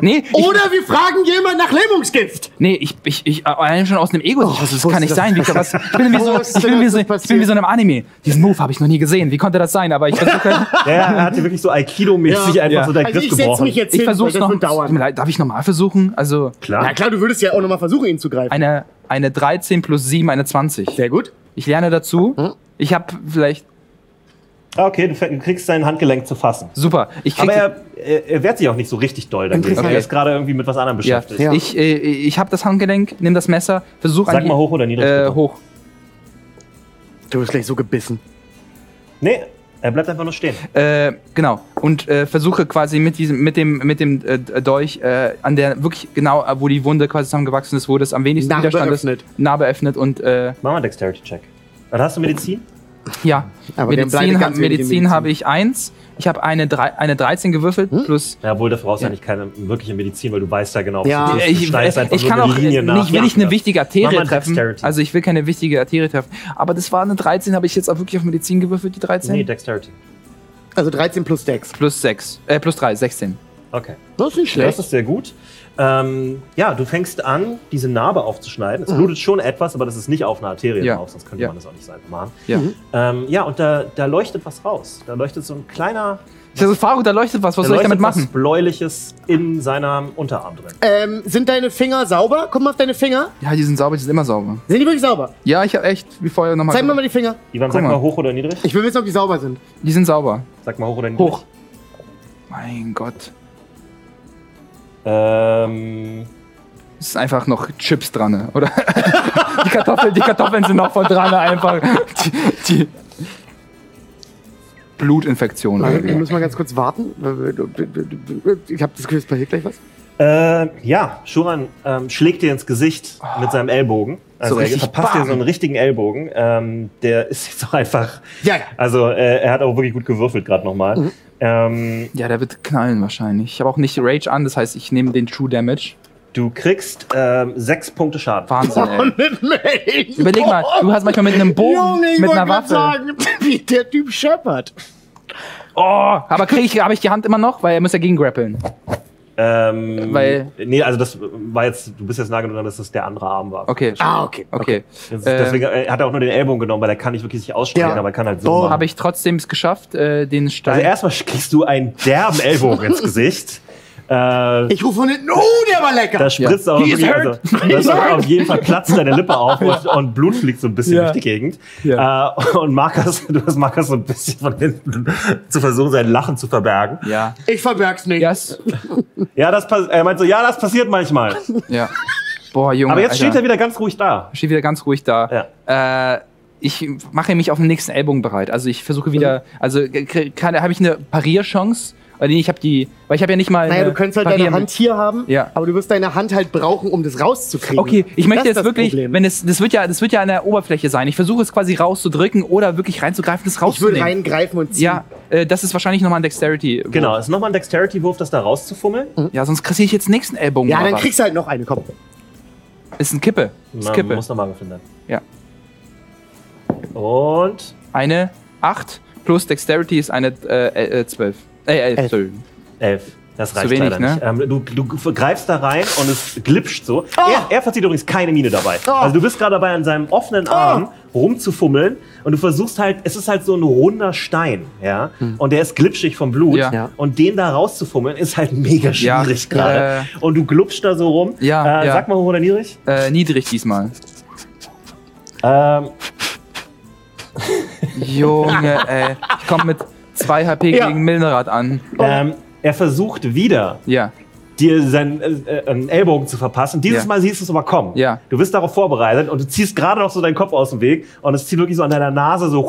[SPEAKER 2] Nee,
[SPEAKER 1] Oh,
[SPEAKER 2] ich,
[SPEAKER 3] Oder wir fragen jemand nach Lähmungsgift.
[SPEAKER 2] nee, ich, ich, ich äh, allein schon aus dem Ego.
[SPEAKER 3] Oh,
[SPEAKER 2] das, das
[SPEAKER 3] wusste,
[SPEAKER 2] kann nicht
[SPEAKER 3] dass
[SPEAKER 2] sein. Wie, was, ich bin wie so,
[SPEAKER 3] Wusste,
[SPEAKER 2] ich bin wie so,
[SPEAKER 3] dass das
[SPEAKER 2] ich bin wie so
[SPEAKER 3] passiert.
[SPEAKER 2] einem Anime. Diesen Move habe ich noch nie gesehen. Wie konnte das sein? Aber ich versuche, halt-
[SPEAKER 1] Ja, er hat dir wirklich so Aikido-mäßig
[SPEAKER 3] Ja.
[SPEAKER 1] einfach
[SPEAKER 2] Ja.
[SPEAKER 1] so deinen
[SPEAKER 3] Also
[SPEAKER 1] Griff
[SPEAKER 3] ich setze
[SPEAKER 1] gebrochen.
[SPEAKER 3] mich jetzt
[SPEAKER 2] ich
[SPEAKER 3] hin,
[SPEAKER 2] versuche es
[SPEAKER 3] das
[SPEAKER 2] noch.
[SPEAKER 3] wird
[SPEAKER 2] Tut mir
[SPEAKER 3] dauern.
[SPEAKER 2] leid, darf ich nochmal versuchen? Also
[SPEAKER 1] Klar.
[SPEAKER 3] Na klar, du würdest ja auch nochmal versuchen, ihn zu greifen.
[SPEAKER 2] eine, eine 13 plus 7, eine 20.
[SPEAKER 3] Sehr gut.
[SPEAKER 2] Ich lerne
[SPEAKER 3] Hm?
[SPEAKER 2] dazu. Ich habe vielleicht
[SPEAKER 1] Ah, Okay, du fäng- du kriegst sein Handgelenk zu fassen.
[SPEAKER 2] super. Ich krieg
[SPEAKER 1] Aber er, er, er wehrt sich auch nicht so richtig doll dagegen.
[SPEAKER 3] Interessant.
[SPEAKER 1] Er ist gerade irgendwie mit was anderem
[SPEAKER 2] Ja,
[SPEAKER 1] beschäftigt.
[SPEAKER 3] Ja.
[SPEAKER 2] ich, äh, ich habe das Handgelenk, nimm das Messer, versuch
[SPEAKER 1] Sag
[SPEAKER 2] an die-
[SPEAKER 1] mal hoch oder niedrig,
[SPEAKER 2] Äh,
[SPEAKER 1] bitte.
[SPEAKER 2] hoch.
[SPEAKER 3] Du bist gleich so gebissen.
[SPEAKER 1] Nee, er bleibt einfach nur stehen.
[SPEAKER 2] Äh, genau. Und äh, versuche quasi mit diesem, mit dem, mit dem äh, Dolch, äh, an der wirklich genau, äh, wo die Wunde quasi zusammengewachsen ist, wo das am wenigsten
[SPEAKER 3] Narbe
[SPEAKER 2] Widerstand ist.
[SPEAKER 3] öffnet.
[SPEAKER 2] Narbe öffnet und äh,
[SPEAKER 1] Mach mal einen Dexterity-Check. Oder hast du Medizin?
[SPEAKER 2] ja.
[SPEAKER 3] Aber wir haben beide
[SPEAKER 2] Medizin,
[SPEAKER 3] ganz
[SPEAKER 2] hab,
[SPEAKER 3] wenig
[SPEAKER 2] Medizin,
[SPEAKER 3] Medizin. Hm?
[SPEAKER 2] habe ich eins. Ich habe eine, drei- eine 13 gewürfelt plus.
[SPEAKER 1] Ja, wohl, da voraus ja. nicht keine wirkliche Medizin, weil du weißt ja genau, was
[SPEAKER 3] Ja.
[SPEAKER 1] du
[SPEAKER 2] Äh,
[SPEAKER 1] tust.
[SPEAKER 2] Ich,
[SPEAKER 1] Du schneidest
[SPEAKER 2] äh,
[SPEAKER 1] einfach
[SPEAKER 2] ich
[SPEAKER 1] nur
[SPEAKER 2] kann
[SPEAKER 1] eine
[SPEAKER 2] auch
[SPEAKER 1] Linie
[SPEAKER 2] äh,
[SPEAKER 1] nach.
[SPEAKER 2] nicht, will ich eine wichtige
[SPEAKER 1] Mach mal
[SPEAKER 2] Arterie
[SPEAKER 1] einen
[SPEAKER 2] treffen.
[SPEAKER 1] Dexterity.
[SPEAKER 2] Also ich will keine wichtige Arterie treffen. Aber das war eine 13, habe ich jetzt auch wirklich auf Medizin gewürfelt, die 13?
[SPEAKER 1] Nee, Dexterity.
[SPEAKER 3] Also 13 plus Dex.
[SPEAKER 2] plus 6, äh, plus 3, 16.
[SPEAKER 1] Okay.
[SPEAKER 3] Das ist nicht
[SPEAKER 1] Das ist sehr gut. Ähm, ja, du fängst an, diese Narbe aufzuschneiden. Es blutet schon etwas, aber das ist nicht auf einer Arterie
[SPEAKER 2] Mhm. Ja.
[SPEAKER 1] drauf, sonst könnte
[SPEAKER 2] Ja.
[SPEAKER 1] man das auch nicht so einfach machen.
[SPEAKER 2] Ja.
[SPEAKER 3] Mhm.
[SPEAKER 1] Ähm, ja, und da, da leuchtet was raus. Da leuchtet so ein kleiner,
[SPEAKER 2] Ich dachte, Faru, da leuchtet was, was
[SPEAKER 1] da
[SPEAKER 2] soll ich
[SPEAKER 1] leuchtet
[SPEAKER 2] damit
[SPEAKER 1] was
[SPEAKER 2] machen?
[SPEAKER 1] bläuliches in seinem Unterarm drin.
[SPEAKER 3] Ähm, sind deine Finger sauber? Guck mal auf deine Finger.
[SPEAKER 2] Ja, die sind sauber, die sind immer sauber.
[SPEAKER 3] Sind die wirklich sauber?
[SPEAKER 2] Ja, ich hab echt, wie vorher nochmal.
[SPEAKER 3] Zeig mir mal die Finger.
[SPEAKER 1] Ivan,
[SPEAKER 2] Guck
[SPEAKER 1] sag mal.
[SPEAKER 2] mal.
[SPEAKER 1] hoch oder niedrig.
[SPEAKER 3] Ich will wissen, ob die sauber sind.
[SPEAKER 2] Die sind sauber.
[SPEAKER 1] Sag mal hoch oder niedrig.
[SPEAKER 2] Hoch. Mein Gott.
[SPEAKER 1] Ähm,
[SPEAKER 2] Es ist einfach noch Chips dran, ne? oder? die, Kartoffeln, die Kartoffeln sind noch voll dran, ne? einfach. Die, die Blutinfektion.
[SPEAKER 3] Ich
[SPEAKER 2] irgendwie.
[SPEAKER 3] muss mal ganz kurz warten. Ich habe das Gefühl, es passiert gleich was.
[SPEAKER 1] äh, ja, Schuran ähm, schlägt dir ins Gesicht mit seinem Ellbogen. Also er
[SPEAKER 2] richtig
[SPEAKER 1] verpasst dir
[SPEAKER 2] bam.
[SPEAKER 1] so einen richtigen Ellbogen. Ähm, der ist jetzt auch einfach.
[SPEAKER 3] Ja, ja.
[SPEAKER 1] Also äh, er hat auch wirklich gut gewürfelt gerade nochmal.
[SPEAKER 2] Mhm.
[SPEAKER 1] Ähm,
[SPEAKER 2] Ja, der wird knallen wahrscheinlich. Ich habe auch nicht Rage an, das heißt, ich nehme den True Damage.
[SPEAKER 1] du kriegst ähm, sechs Punkte Schaden.
[SPEAKER 2] Wahnsinn, ey.
[SPEAKER 3] Mit Melden.
[SPEAKER 2] Überleg mal, du hast manchmal mit einem Bogen,
[SPEAKER 3] Junge, ich
[SPEAKER 2] mit
[SPEAKER 3] wollte
[SPEAKER 2] einer
[SPEAKER 3] grad
[SPEAKER 2] Waffe.
[SPEAKER 3] sagen, wie der Typ scheppert.
[SPEAKER 2] Oh, aber krieg ich, habe ich die Hand immer noch? Weil er muss ja gegen grappeln.
[SPEAKER 1] Ähm,
[SPEAKER 2] Weil-
[SPEAKER 1] nee, also das war jetzt, du bist jetzt nah genug dran, dass das der andere Arm war.
[SPEAKER 2] Okay.
[SPEAKER 3] Ah, okay.
[SPEAKER 2] Okay.
[SPEAKER 1] Das ist,
[SPEAKER 2] Äh,
[SPEAKER 1] deswegen äh, hat er auch nur den Ellbogen genommen, weil er kann nicht wirklich sich ausstrecken,
[SPEAKER 3] Ja.
[SPEAKER 1] aber er kann halt
[SPEAKER 3] Boah.
[SPEAKER 1] so machen.
[SPEAKER 2] habe ich trotzdem es geschafft, äh, den
[SPEAKER 1] Also
[SPEAKER 2] Stein.
[SPEAKER 1] erstmal kriegst du einen derben Ellbogen ins Gesicht. Äh,
[SPEAKER 3] Ich rufe von hinten, oh, der war lecker.
[SPEAKER 1] da spritzt auch,
[SPEAKER 2] He is
[SPEAKER 1] wirklich, also,
[SPEAKER 2] hurt.
[SPEAKER 1] das auf jeden Fall platzt deine Lippe auf und, und Blut fliegt so ein bisschen
[SPEAKER 2] Ja.
[SPEAKER 1] durch die Gegend.
[SPEAKER 2] Ja.
[SPEAKER 1] Äh, und Markus, du hast Markus so ein bisschen von hinten zu versuchen, sein Lachen zu verbergen.
[SPEAKER 2] Ja.
[SPEAKER 3] ich verberg's nicht.
[SPEAKER 2] Yes.
[SPEAKER 1] Ja, das pass- er meint so, ja, das passiert manchmal.
[SPEAKER 2] Ja. Boah, Junge.
[SPEAKER 1] Aber jetzt
[SPEAKER 2] Alter.
[SPEAKER 1] steht er wieder ganz ruhig da.
[SPEAKER 2] steht wieder ganz ruhig da. Äh, ich mache mich auf den nächsten Ellbogen bereit. Also ich versuche wieder,
[SPEAKER 1] Mhm.
[SPEAKER 2] also habe ich eine Parierchance? Oder nee, ich habe die, weil ich habe ja nicht mal
[SPEAKER 3] Naja,
[SPEAKER 2] eine
[SPEAKER 3] du könntest halt
[SPEAKER 2] Parier-
[SPEAKER 3] deine Hand hier haben,
[SPEAKER 2] Ja.
[SPEAKER 3] aber du wirst deine Hand halt brauchen, um das rauszukriegen.
[SPEAKER 2] Okay, ich möchte
[SPEAKER 3] Das ist
[SPEAKER 2] jetzt
[SPEAKER 3] das
[SPEAKER 2] wirklich,
[SPEAKER 3] Problem.
[SPEAKER 2] wenn es das wird ja, das wird ja an der Oberfläche sein. Ich versuche es quasi rauszudrücken oder wirklich reinzugreifen, das
[SPEAKER 3] ich würde
[SPEAKER 2] rauszunehmen.
[SPEAKER 3] reingreifen und ziehen.
[SPEAKER 2] ja, äh, das ist wahrscheinlich nochmal ein Dexterity. -Wurf.
[SPEAKER 1] Genau, ist nochmal ein Dexterity-Wurf, das da rauszufummeln.
[SPEAKER 2] Ja, sonst kassiere ich jetzt nächsten Ellbogen.
[SPEAKER 3] ja
[SPEAKER 2] oder
[SPEAKER 3] dann
[SPEAKER 2] was.
[SPEAKER 3] kriegst du halt noch eine. Komm.
[SPEAKER 2] ist ein Kippe. Ist
[SPEAKER 1] Man
[SPEAKER 2] Kippe.
[SPEAKER 1] muss nochmal würfeln dann.
[SPEAKER 2] Ja.
[SPEAKER 1] Und
[SPEAKER 2] Eine 8 plus Dexterity ist eine äh, äh, 12. Äh, 11.
[SPEAKER 3] Elf.
[SPEAKER 2] Entschuldigung.
[SPEAKER 1] elf. Das reicht
[SPEAKER 2] wenig, ne?
[SPEAKER 1] leider nicht. Ähm, du, du greifst da rein und es glitscht so.
[SPEAKER 2] Oh!
[SPEAKER 1] Er, er verzieht übrigens keine Miene dabei. Also du bist gerade dabei, an seinem
[SPEAKER 2] Oh!
[SPEAKER 1] offenen Arm rumzufummeln und du versuchst halt, es ist halt so ein runder Stein, ja, und der ist glitschig vom Blut
[SPEAKER 2] Hm. Ja.
[SPEAKER 3] Ja.
[SPEAKER 1] und den da rauszufummeln ist halt mega
[SPEAKER 2] Ja,
[SPEAKER 1] schwierig gerade. Und du glubschst da so rum.
[SPEAKER 2] Ja,
[SPEAKER 1] äh,
[SPEAKER 2] ja.
[SPEAKER 1] Sag mal hoch oder niedrig.
[SPEAKER 2] Äh, niedrig diesmal.
[SPEAKER 1] Ähm,
[SPEAKER 2] Junge, ey. Ich komme mit 2 HP
[SPEAKER 3] Ja.
[SPEAKER 2] gegen Milnerad an.
[SPEAKER 1] ähm, er versucht wieder,
[SPEAKER 2] Ja.
[SPEAKER 1] dir seinen äh, äh, Ellbogen zu verpassen. Dieses
[SPEAKER 2] Ja.
[SPEAKER 1] Mal siehst du es aber kommen.
[SPEAKER 2] Ja.
[SPEAKER 1] Du bist darauf vorbereitet und du ziehst gerade noch so deinen Kopf aus dem Weg und es zieht wirklich so an deiner Nase so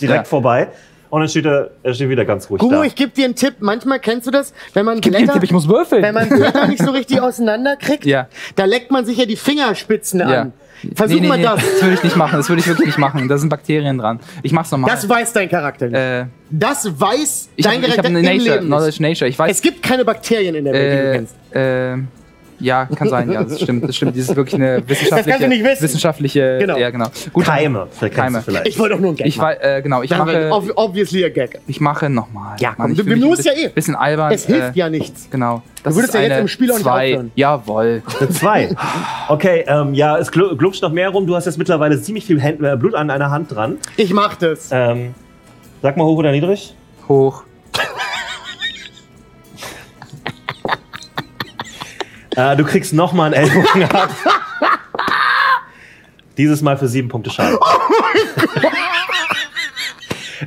[SPEAKER 1] direkt
[SPEAKER 2] Ja.
[SPEAKER 1] vorbei. Und dann steht er, er steht wieder ganz ruhig
[SPEAKER 3] Gumo,
[SPEAKER 1] da.
[SPEAKER 3] ich gebe dir einen Tipp. Manchmal kennst du das, wenn man
[SPEAKER 2] Gib mir einen
[SPEAKER 3] Blätter,
[SPEAKER 2] Tipp, ich muss würfeln.
[SPEAKER 3] wenn man Blätter nicht so richtig auseinanderkriegt,
[SPEAKER 2] Ja.
[SPEAKER 3] da leckt man sich ja die Fingerspitzen
[SPEAKER 2] ja.
[SPEAKER 3] an. Versuch mal das.
[SPEAKER 2] Das würde ich nicht machen. Das würde ich wirklich nicht machen. Da sind Bakterien dran. Ich mach's nochmal.
[SPEAKER 3] Das weiß dein Charakter nicht.
[SPEAKER 2] äh,
[SPEAKER 3] Das weiß
[SPEAKER 2] ich
[SPEAKER 3] dein
[SPEAKER 2] habe hab
[SPEAKER 3] Charakter
[SPEAKER 2] eine
[SPEAKER 3] im
[SPEAKER 2] Nature,
[SPEAKER 3] Leben nicht.
[SPEAKER 2] Knowledge Nature. Ich weiß.
[SPEAKER 3] Es gibt keine Bakterien in der Welt, die du
[SPEAKER 2] äh,
[SPEAKER 3] kennst.
[SPEAKER 2] äh, ja, kann sein, ja, das stimmt, das stimmt. Das ist wirklich eine
[SPEAKER 3] Das kannst
[SPEAKER 2] wissenschaftliche,
[SPEAKER 3] du nicht wissen.
[SPEAKER 2] wissenschaftliche,
[SPEAKER 3] Genau.
[SPEAKER 2] ja, genau. Gut,
[SPEAKER 1] Keime, vielleicht kennst
[SPEAKER 2] Keime.
[SPEAKER 1] du vielleicht.
[SPEAKER 3] Ich wollte doch nur einen Gag
[SPEAKER 2] ich
[SPEAKER 3] machen.
[SPEAKER 2] weiß, äh, genau, ich mache,
[SPEAKER 3] Ob- Obviously a Gag.
[SPEAKER 2] ich mache nochmal.
[SPEAKER 3] Ja, komm,
[SPEAKER 2] ich
[SPEAKER 3] du-
[SPEAKER 2] fühl
[SPEAKER 3] du
[SPEAKER 2] mich
[SPEAKER 3] musst
[SPEAKER 2] ein bi-
[SPEAKER 3] ja eh.
[SPEAKER 2] Bisschen albern.
[SPEAKER 3] Es hilft ja nichts.
[SPEAKER 2] Genau. Das ist
[SPEAKER 3] würdest ja jetzt
[SPEAKER 2] eine
[SPEAKER 3] im Spiel auch nicht
[SPEAKER 2] zwei.
[SPEAKER 3] aufhören.
[SPEAKER 2] Jawohl.
[SPEAKER 1] Zwei. Okay, ähm, ja, es glu- glubscht noch mehr rum. Du hast jetzt mittlerweile ziemlich viel Hand, äh, Blut an einer Hand dran.
[SPEAKER 3] Ich mach das.
[SPEAKER 1] Ähm, sag mal hoch oder niedrig.
[SPEAKER 2] Hoch.
[SPEAKER 1] Äh, du kriegst noch mal einen Ellbogen ab. Dieses Mal für sieben Punkte Schaden.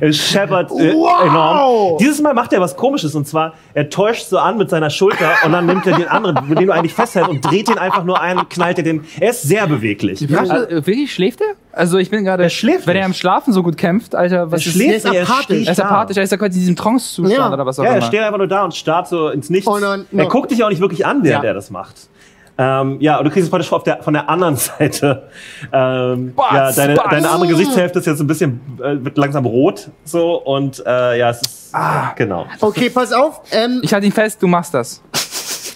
[SPEAKER 1] Es scheppert äh,
[SPEAKER 3] Wow!
[SPEAKER 1] enorm. Dieses Mal macht er was Komisches und zwar, er täuscht so an mit seiner Schulter und dann nimmt er den anderen, mit dem du eigentlich festhältst, und dreht ihn einfach nur ein und knallt er den. Er ist sehr beweglich.
[SPEAKER 2] Äh, wirklich, schläft er? Also ich bin gerade.
[SPEAKER 1] Er schläft
[SPEAKER 2] Wenn er
[SPEAKER 1] nicht.
[SPEAKER 2] im Schlafen so gut kämpft, Alter, was
[SPEAKER 1] Er
[SPEAKER 2] ist-
[SPEAKER 1] schläft
[SPEAKER 3] er ist
[SPEAKER 1] nicht, er
[SPEAKER 3] apathisch.
[SPEAKER 1] steht
[SPEAKER 2] Er ist
[SPEAKER 1] da.
[SPEAKER 2] apathisch, er ist ja quasi in diesem Trance-Zustand
[SPEAKER 3] Ja.
[SPEAKER 2] oder was auch
[SPEAKER 1] Ja, er
[SPEAKER 2] immer.
[SPEAKER 1] steht einfach nur da und starrt so ins Nichts.
[SPEAKER 3] Oh nein,
[SPEAKER 1] er
[SPEAKER 3] nein.
[SPEAKER 1] guckt dich auch nicht wirklich an, während
[SPEAKER 2] Ja.
[SPEAKER 1] er das macht. Ähm, ja, und du kriegst jetzt praktisch auf der, von der anderen Seite. Ähm,
[SPEAKER 2] Batz,
[SPEAKER 1] ja, deine,
[SPEAKER 2] batz.
[SPEAKER 1] deine andere Gesichtshälfte ist jetzt ein bisschen, äh, wird langsam rot. So, und äh, ja, es ist.
[SPEAKER 2] Ah.
[SPEAKER 1] Genau.
[SPEAKER 3] Okay, pass auf. Ähm,
[SPEAKER 2] Ich halte ihn fest, du machst das.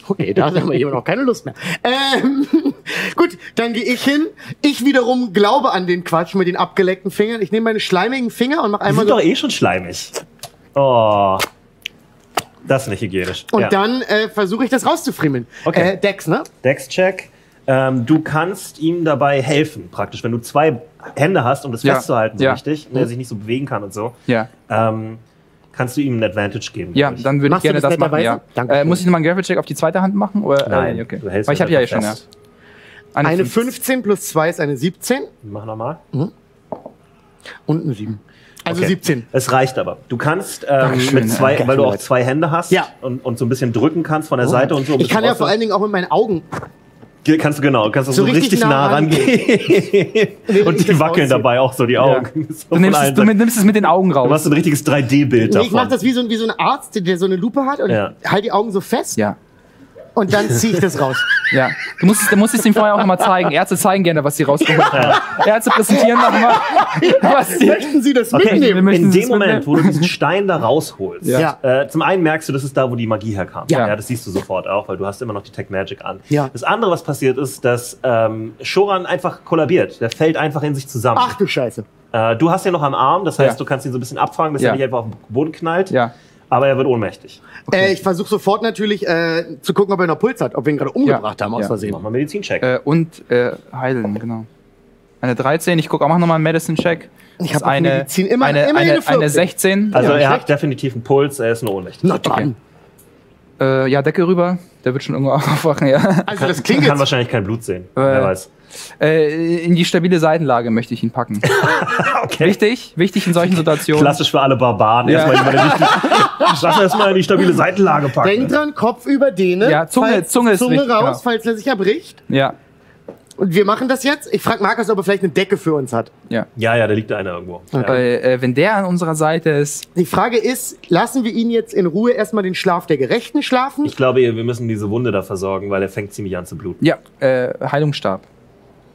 [SPEAKER 3] okay, da haben wir immer noch keine Lust mehr. Ähm, gut, dann gehe ich hin. Ich wiederum glaube an den Quatsch mit den abgeleckten Fingern. Ich nehme meine schleimigen Finger und mache
[SPEAKER 1] Die
[SPEAKER 3] einmal
[SPEAKER 1] sind
[SPEAKER 3] so.
[SPEAKER 1] doch eh schon schleimig. Oh. Das ist nicht hygienisch.
[SPEAKER 3] Und
[SPEAKER 1] eh- ja.
[SPEAKER 3] dann äh, versuche ich das rauszufriemeln.
[SPEAKER 1] Okay.
[SPEAKER 3] Äh, Dex, ne?
[SPEAKER 1] Dex-Check. Ähm, du kannst ihm dabei helfen, praktisch. Wenn du zwei Hände hast, um das
[SPEAKER 2] Ja.
[SPEAKER 1] festzuhalten, so
[SPEAKER 2] Ja.
[SPEAKER 1] richtig, und er sich nicht so bewegen kann und so,
[SPEAKER 2] Ja.
[SPEAKER 1] ähm, kannst du ihm einen Advantage geben.
[SPEAKER 2] Ja,
[SPEAKER 1] glaub ich.
[SPEAKER 2] dann würde ich
[SPEAKER 3] Machst du
[SPEAKER 2] gerne
[SPEAKER 3] das
[SPEAKER 2] das machen.
[SPEAKER 3] netterweise?
[SPEAKER 2] Ja.
[SPEAKER 3] Dankeschön.
[SPEAKER 2] Äh, muss ich nochmal einen Gravel-Check auf die zweite Hand machen? Oder?
[SPEAKER 1] Nein,
[SPEAKER 2] äh, okay.
[SPEAKER 1] du hältst
[SPEAKER 2] Weil ich
[SPEAKER 1] ihn
[SPEAKER 2] habe ja
[SPEAKER 1] einfach
[SPEAKER 2] ja schon, ja.
[SPEAKER 1] fest.
[SPEAKER 2] Eine,
[SPEAKER 3] Eine
[SPEAKER 2] fünf.
[SPEAKER 3] 15 plus 2 ist eine 17
[SPEAKER 1] Mach nochmal.
[SPEAKER 2] Hm.
[SPEAKER 3] und eine 7. Also
[SPEAKER 1] Okay.
[SPEAKER 3] 17.
[SPEAKER 1] Es reicht aber. Du kannst ähm,
[SPEAKER 2] Dankeschön,
[SPEAKER 1] mit zwei,
[SPEAKER 3] danke,
[SPEAKER 1] weil du auch
[SPEAKER 3] Leute.
[SPEAKER 1] zwei Hände hast
[SPEAKER 3] Ja.
[SPEAKER 1] und, und so ein bisschen drücken kannst
[SPEAKER 2] Oh.
[SPEAKER 1] von der Seite und so. um
[SPEAKER 3] Ich
[SPEAKER 1] das
[SPEAKER 3] kann ja
[SPEAKER 1] raus-
[SPEAKER 3] vor allen Dingen auch mit meinen Augen.
[SPEAKER 1] Ge- Kannst du genau, kannst du so, richtig, nah rangehen. und die
[SPEAKER 3] ich das
[SPEAKER 1] wackeln
[SPEAKER 3] rausziehe.
[SPEAKER 1] dabei auch so die Augen. So
[SPEAKER 2] Du
[SPEAKER 1] von
[SPEAKER 2] nimmst, es,
[SPEAKER 1] allen
[SPEAKER 2] du
[SPEAKER 1] Seiten.
[SPEAKER 2] nimmst es mit den Augen
[SPEAKER 1] Du
[SPEAKER 2] raus.
[SPEAKER 1] machst so ein richtiges 3D-Bild
[SPEAKER 3] Nee, ich mache
[SPEAKER 1] davon.
[SPEAKER 3] das wie so, wie so ein Arzt, der so eine Lupe hat und
[SPEAKER 1] Ja.
[SPEAKER 3] ich halte die Augen so fest
[SPEAKER 2] Ja.
[SPEAKER 3] und dann ziehe ich das raus.
[SPEAKER 2] Ja. Du musst, es- du musst es ihm vorher auch nochmal zeigen. Ärzte zeigen gerne, was sie rausgeholt haben. Ärzte präsentieren nochmal, was sie.
[SPEAKER 3] Möchten Sie das
[SPEAKER 1] Okay,
[SPEAKER 2] Wir
[SPEAKER 3] mitnehmen?
[SPEAKER 2] möchten
[SPEAKER 1] in
[SPEAKER 2] Sie
[SPEAKER 1] dem
[SPEAKER 2] es
[SPEAKER 1] Moment,
[SPEAKER 2] mitnehmen?
[SPEAKER 1] wo du diesen Stein da rausholst,
[SPEAKER 3] Ja.
[SPEAKER 1] äh, zum einen merkst du, das ist da, wo die Magie herkam.
[SPEAKER 2] Ja.
[SPEAKER 1] das siehst du sofort auch, weil du hast immer noch die Tech Magic an.
[SPEAKER 3] Ja.
[SPEAKER 1] Das andere, was passiert ist, dass ähm, Shoran einfach kollabiert. Der fällt einfach in sich zusammen.
[SPEAKER 3] Ach du Scheiße.
[SPEAKER 1] Äh, du hast ihn noch am Arm, das heißt,
[SPEAKER 2] Ja.
[SPEAKER 1] du kannst ihn so ein bisschen abfangen, dass
[SPEAKER 2] Ja.
[SPEAKER 1] er nicht einfach auf den Boden knallt.
[SPEAKER 2] Ja.
[SPEAKER 1] Aber er wird ohnmächtig.
[SPEAKER 3] Äh, ich versuche sofort natürlich äh, zu gucken, ob er noch Puls hat, ob wir ihn gerade umgebracht haben,
[SPEAKER 2] Ja.
[SPEAKER 3] aus
[SPEAKER 1] Mach
[SPEAKER 3] Versehen.
[SPEAKER 1] mal einen Medizincheck.
[SPEAKER 2] Äh, und äh, heilen, genau. Eine 13, ich gucke auch nochmal einen Medicine-Check.
[SPEAKER 3] Ich
[SPEAKER 2] Das
[SPEAKER 3] hab auf
[SPEAKER 2] eine,
[SPEAKER 3] Medizin immer-
[SPEAKER 2] eine,
[SPEAKER 3] immerhin
[SPEAKER 2] eine,
[SPEAKER 3] eine
[SPEAKER 2] eine
[SPEAKER 3] 14.
[SPEAKER 2] 16.
[SPEAKER 1] also
[SPEAKER 3] ja,
[SPEAKER 1] er
[SPEAKER 3] schlecht.
[SPEAKER 1] hat definitiv einen Puls, er ist nur ohnmächtig.
[SPEAKER 3] Na dann.
[SPEAKER 2] Äh, ja, Decke rüber. Der wird schon irgendwo aufwachen, ja.
[SPEAKER 3] Also das
[SPEAKER 1] Man
[SPEAKER 3] klingt
[SPEAKER 1] kann
[SPEAKER 3] jetzt.
[SPEAKER 1] wahrscheinlich kein Blut sehen. Wer weiß.
[SPEAKER 2] Äh, in die stabile Seitenlage möchte ich ihn packen.
[SPEAKER 1] Okay.
[SPEAKER 2] Wichtig, wichtig in solchen Situationen.
[SPEAKER 1] Klassisch für alle Barbaren.
[SPEAKER 2] Ja.
[SPEAKER 1] Erstmal jemanden in die, lass erstmal in die stabile Seitenlage packen.
[SPEAKER 3] Denk dran, Kopf überdehnen.
[SPEAKER 2] Ja, Zunge-
[SPEAKER 3] falls,
[SPEAKER 2] Zunge ist
[SPEAKER 3] Zunge
[SPEAKER 2] wichtig,
[SPEAKER 3] raus,
[SPEAKER 2] genau.
[SPEAKER 3] falls er sich erbricht.
[SPEAKER 2] Ja,
[SPEAKER 3] Und wir machen das jetzt. Ich frage Markus, ob er vielleicht eine Decke für uns hat.
[SPEAKER 2] ja.
[SPEAKER 1] Ja, ja, da liegt einer irgendwo. Ja.
[SPEAKER 2] Äh, äh, wenn der an unserer Seite ist,
[SPEAKER 3] Die Frage ist, lassen wir ihn jetzt in Ruhe erstmal den Schlaf der Gerechten schlafen?
[SPEAKER 1] Ich glaube, wir müssen diese Wunde da versorgen, weil er fängt ziemlich an zu bluten.
[SPEAKER 2] ja, äh, Heilungsstab.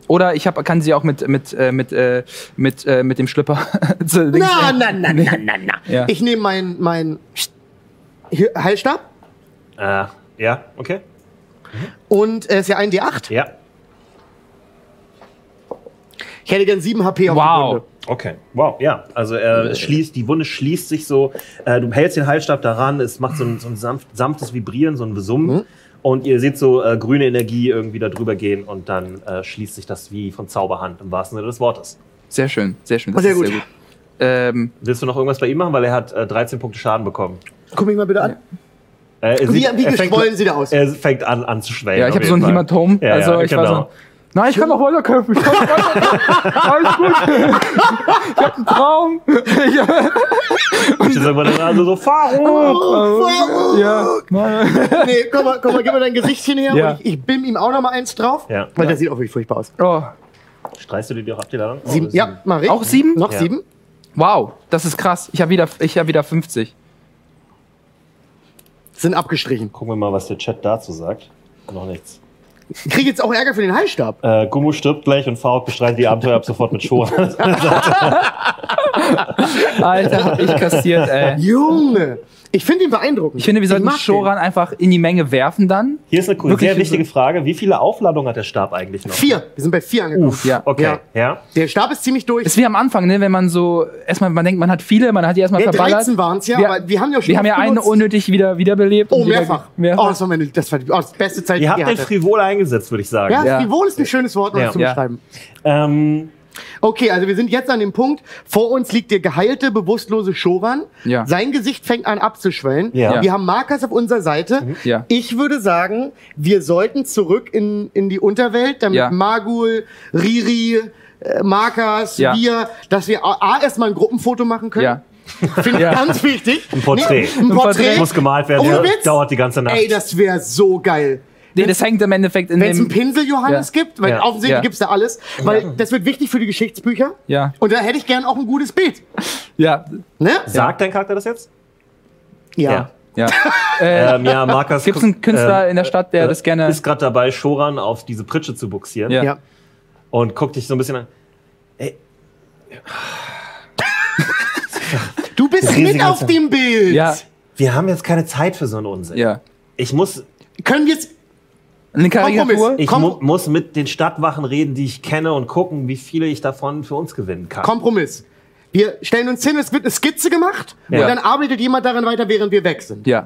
[SPEAKER 2] Oder ich hab, kann sie auch mit, mit, äh, mit, äh, mit, äh, mit dem Schlüpper zu Dings-
[SPEAKER 3] na, na, na, na, na, na.
[SPEAKER 2] Ja.
[SPEAKER 3] Ich nehme meinen mein hier- Heilstab
[SPEAKER 1] Äh,
[SPEAKER 2] Ah.
[SPEAKER 1] ja, okay.
[SPEAKER 3] und es äh, ist ja ein D8.
[SPEAKER 1] Ja,
[SPEAKER 3] Ich hätte gern 7 HP auf die
[SPEAKER 2] Wow.
[SPEAKER 3] Wunde.
[SPEAKER 1] okay. Wow, ja. Also äh, es schließt, die Wunde schließt sich so. Äh, du hältst den Heilstab daran, es macht so ein, so ein sanft, sanftes Vibrieren, so ein Besummen.
[SPEAKER 3] Mhm.
[SPEAKER 1] Und ihr seht so äh, grüne Energie irgendwie da drüber gehen und dann äh, schließt sich das wie von Zauberhand im wahrsten Sinne des Wortes.
[SPEAKER 2] Sehr schön, sehr schön.
[SPEAKER 3] Sehr gut.
[SPEAKER 2] Ähm,
[SPEAKER 1] Willst du noch irgendwas bei ihm machen? Weil er hat äh, 13 Punkte Schaden bekommen.
[SPEAKER 3] Guck mich mal bitte an.
[SPEAKER 1] Äh, er
[SPEAKER 3] Wie,
[SPEAKER 1] sieht-
[SPEAKER 3] wie
[SPEAKER 1] er fängt-
[SPEAKER 3] geschwollen sieht er aus?
[SPEAKER 1] Er fängt an, an zu schwellen.
[SPEAKER 2] ja, ich
[SPEAKER 1] auf
[SPEAKER 2] habe so ein
[SPEAKER 1] jeden Fall.
[SPEAKER 2] Hämatom.
[SPEAKER 1] Ja,
[SPEAKER 2] also
[SPEAKER 1] ja,
[SPEAKER 2] ich
[SPEAKER 1] genau.
[SPEAKER 2] war so. Nein, ich kann noch weiterkämpfen. Ich kann noch weiterkämpfen. Alles gut. Ich hab einen Traum. Ich hab,
[SPEAKER 1] Ich sag mal, dann also so, Fahrruf!
[SPEAKER 3] Oh,
[SPEAKER 2] ja, nein.
[SPEAKER 3] Nee, komm mal, komm mal, gib mir dein Gesichtchen her.
[SPEAKER 2] Ja.
[SPEAKER 3] Und ich, ich bimm ihm auch noch mal eins drauf.
[SPEAKER 1] Ja.
[SPEAKER 3] Weil der sieht auch wirklich furchtbar aus.
[SPEAKER 2] Oh,
[SPEAKER 1] Streichst du dir die auch ab, die Ladung? Oh,
[SPEAKER 3] Sieben,
[SPEAKER 1] das ist
[SPEAKER 3] ja, mach ich.
[SPEAKER 2] Auch sieben?
[SPEAKER 3] Noch
[SPEAKER 1] Ja.
[SPEAKER 3] sieben?
[SPEAKER 2] Wow, das ist krass. Ich habe wieder, ich hab wieder 50.
[SPEAKER 3] Sind abgestrichen.
[SPEAKER 1] Gucken wir mal, was der Chat dazu sagt. Noch nichts.
[SPEAKER 3] Ich krieg jetzt auch Ärger für den Heilstab.
[SPEAKER 1] Äh, Gummo stirbt gleich und Faruk bestreitet die Abenteuer ab sofort mit Shoah.
[SPEAKER 2] Alter, hab ich kassiert, ey.
[SPEAKER 3] Junge! Ich finde ihn beeindruckend.
[SPEAKER 2] Ich finde, wir sollten
[SPEAKER 3] mag den.
[SPEAKER 2] Shoran einfach in die Menge werfen dann.
[SPEAKER 1] Hier ist eine cool,
[SPEAKER 2] Wirklich
[SPEAKER 1] sehr wichtige Frage. Wie viele Aufladungen hat der Stab eigentlich noch?
[SPEAKER 3] Vier. Wir sind bei vier angekommen.
[SPEAKER 1] Uff,
[SPEAKER 2] Ja.
[SPEAKER 1] okay.
[SPEAKER 3] Ja.
[SPEAKER 1] Ja.
[SPEAKER 3] Der Stab ist ziemlich durch.
[SPEAKER 2] Ist wie am Anfang, ne, wenn man so erstmal, man denkt, man hat viele, man hat die erstmal
[SPEAKER 3] Ja,
[SPEAKER 2] verballert.
[SPEAKER 3] 13 waren es ja,
[SPEAKER 2] Wir-
[SPEAKER 3] aber wir haben ja schon.
[SPEAKER 2] Wir haben ja
[SPEAKER 3] oft
[SPEAKER 2] einen
[SPEAKER 3] benutzt.
[SPEAKER 2] unnötig wieder wiederbelebt.
[SPEAKER 3] Oh,
[SPEAKER 2] und wieder-
[SPEAKER 3] mehrfach. Oh,
[SPEAKER 2] mehrfach.
[SPEAKER 3] das war, meine, das war die oh, das beste Zeit,
[SPEAKER 1] Ihr
[SPEAKER 3] ich
[SPEAKER 1] habt den
[SPEAKER 3] hatte.
[SPEAKER 1] frivol eingesetzt, würde ich sagen.
[SPEAKER 3] Ja,
[SPEAKER 2] Ja.
[SPEAKER 3] frivol ist ein schönes Wort, um
[SPEAKER 1] Ja.
[SPEAKER 3] das zu
[SPEAKER 2] Ja.
[SPEAKER 3] beschreiben.
[SPEAKER 1] Ähm,
[SPEAKER 3] Okay, also wir sind jetzt an dem Punkt. Vor uns liegt der geheilte, bewusstlose Shoran.
[SPEAKER 2] Ja.
[SPEAKER 3] Sein Gesicht fängt an abzuschwellen.
[SPEAKER 1] Ja. Mhm.
[SPEAKER 3] Wir haben Markers auf unserer Seite.
[SPEAKER 2] Ja.
[SPEAKER 3] Ich würde sagen, wir sollten zurück in, in die Unterwelt, damit
[SPEAKER 2] Ja.
[SPEAKER 3] Magul, Riri, äh, Markers,
[SPEAKER 2] Ja.
[SPEAKER 3] wir, dass wir A, A, erstmal ein Gruppenfoto machen können.
[SPEAKER 2] Ja.
[SPEAKER 3] Finde ich
[SPEAKER 2] Ja.
[SPEAKER 3] ganz wichtig. Ne?
[SPEAKER 1] Ein Porträt.
[SPEAKER 3] ein
[SPEAKER 2] Ein
[SPEAKER 3] Porträt.
[SPEAKER 2] Porträt.
[SPEAKER 1] muss gemalt werden.
[SPEAKER 3] Ohne
[SPEAKER 1] Ja,
[SPEAKER 3] Witz?
[SPEAKER 1] Dauert die ganze Nacht.
[SPEAKER 3] Ey, das wäre so geil.
[SPEAKER 2] Nee, das hängt im Endeffekt in
[SPEAKER 3] Wenn es einen
[SPEAKER 2] dem.
[SPEAKER 3] Pinsel Johannes
[SPEAKER 2] Ja.
[SPEAKER 3] gibt, weil
[SPEAKER 1] Ja.
[SPEAKER 3] offensichtlich
[SPEAKER 2] Ja.
[SPEAKER 3] gibt's da alles, weil das wird wichtig für die Geschichtsbücher.
[SPEAKER 2] Ja.
[SPEAKER 3] Und da hätte ich gern auch ein gutes Bild.
[SPEAKER 2] Ja.
[SPEAKER 3] Ne?
[SPEAKER 1] Sagt dein Charakter das jetzt?
[SPEAKER 3] Ja.
[SPEAKER 2] Ja.
[SPEAKER 1] Ähm, ja, Markus. ähm,
[SPEAKER 2] Gibt es Äh, einen Künstler
[SPEAKER 3] Ähm,
[SPEAKER 2] in der Stadt,
[SPEAKER 3] äh,
[SPEAKER 2] der das gerne.
[SPEAKER 1] Ist gerade dabei, Shoran auf diese Pritsche zu buxieren.
[SPEAKER 2] Ja.
[SPEAKER 3] Ja.
[SPEAKER 1] Und guckt dich so ein bisschen an.
[SPEAKER 3] Du bist
[SPEAKER 1] Riesige
[SPEAKER 3] mit auf
[SPEAKER 1] Anzahl.
[SPEAKER 3] dem Bild.
[SPEAKER 2] Ja.
[SPEAKER 1] Wir haben jetzt keine Zeit für so einen Unsinn.
[SPEAKER 2] Ja.
[SPEAKER 1] Ich muss
[SPEAKER 3] Können wir jetzt.
[SPEAKER 2] Eine Karikatur?
[SPEAKER 1] Ich
[SPEAKER 3] Kom-
[SPEAKER 1] mu muss mit den Stadtwachen reden, die ich kenne, und gucken, wie viele ich davon für uns gewinnen kann.
[SPEAKER 3] Kompromiss. Wir stellen uns hin, es wird eine Skizze gemacht
[SPEAKER 1] Ja.
[SPEAKER 3] und dann arbeitet jemand daran weiter, während wir weg sind.
[SPEAKER 2] Ja.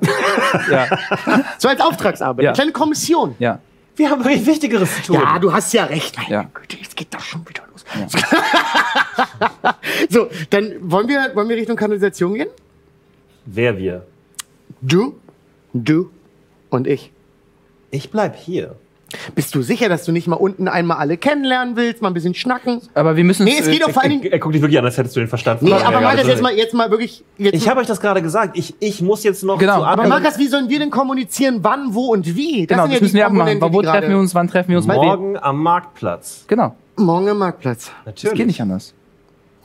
[SPEAKER 2] ja.
[SPEAKER 3] So als Auftragsarbeit.
[SPEAKER 2] Ja.
[SPEAKER 3] Eine kleine Kommission.
[SPEAKER 2] Ja.
[SPEAKER 1] Wir haben wirklich Wichtigeres zu tun.
[SPEAKER 3] Ja, du hast ja recht. Meine
[SPEAKER 2] Ja.
[SPEAKER 3] Güte, es geht doch schon wieder los. so, dann wollen wir, wollen wir Richtung Kanalisation gehen?
[SPEAKER 1] Wer wir?
[SPEAKER 3] Du, du und ich.
[SPEAKER 1] Ich bleib hier.
[SPEAKER 3] Bist du sicher, dass du nicht mal unten einmal alle kennenlernen willst, mal ein bisschen schnacken?
[SPEAKER 2] Aber wir äh, müssen.
[SPEAKER 3] Nee, es geht doch vor allen Dingen.
[SPEAKER 1] Er guckt dich wirklich an, als hättest du den Verstand
[SPEAKER 3] Nee,
[SPEAKER 1] verloren,
[SPEAKER 3] aber
[SPEAKER 1] der
[SPEAKER 3] Markus,
[SPEAKER 1] gerade
[SPEAKER 3] jetzt
[SPEAKER 1] so-
[SPEAKER 3] mal, jetzt mal wirklich. Jetzt
[SPEAKER 1] Ich habe euch das gerade gesagt. Ich, ich muss jetzt noch
[SPEAKER 2] Genau.
[SPEAKER 1] zu
[SPEAKER 3] aber
[SPEAKER 1] anderen.
[SPEAKER 3] Markus, wie sollen wir denn kommunizieren, wann, wo und wie?
[SPEAKER 2] Genau, das müssen wir abmachen.
[SPEAKER 3] Komponenten,
[SPEAKER 2] Wo
[SPEAKER 3] die
[SPEAKER 2] treffen
[SPEAKER 3] gerade-
[SPEAKER 2] wir uns? Wann treffen wir uns? bei wem?
[SPEAKER 1] Morgen am Marktplatz.
[SPEAKER 2] Genau.
[SPEAKER 3] Morgen am Marktplatz.
[SPEAKER 1] Natürlich.
[SPEAKER 2] Das geht nicht anders.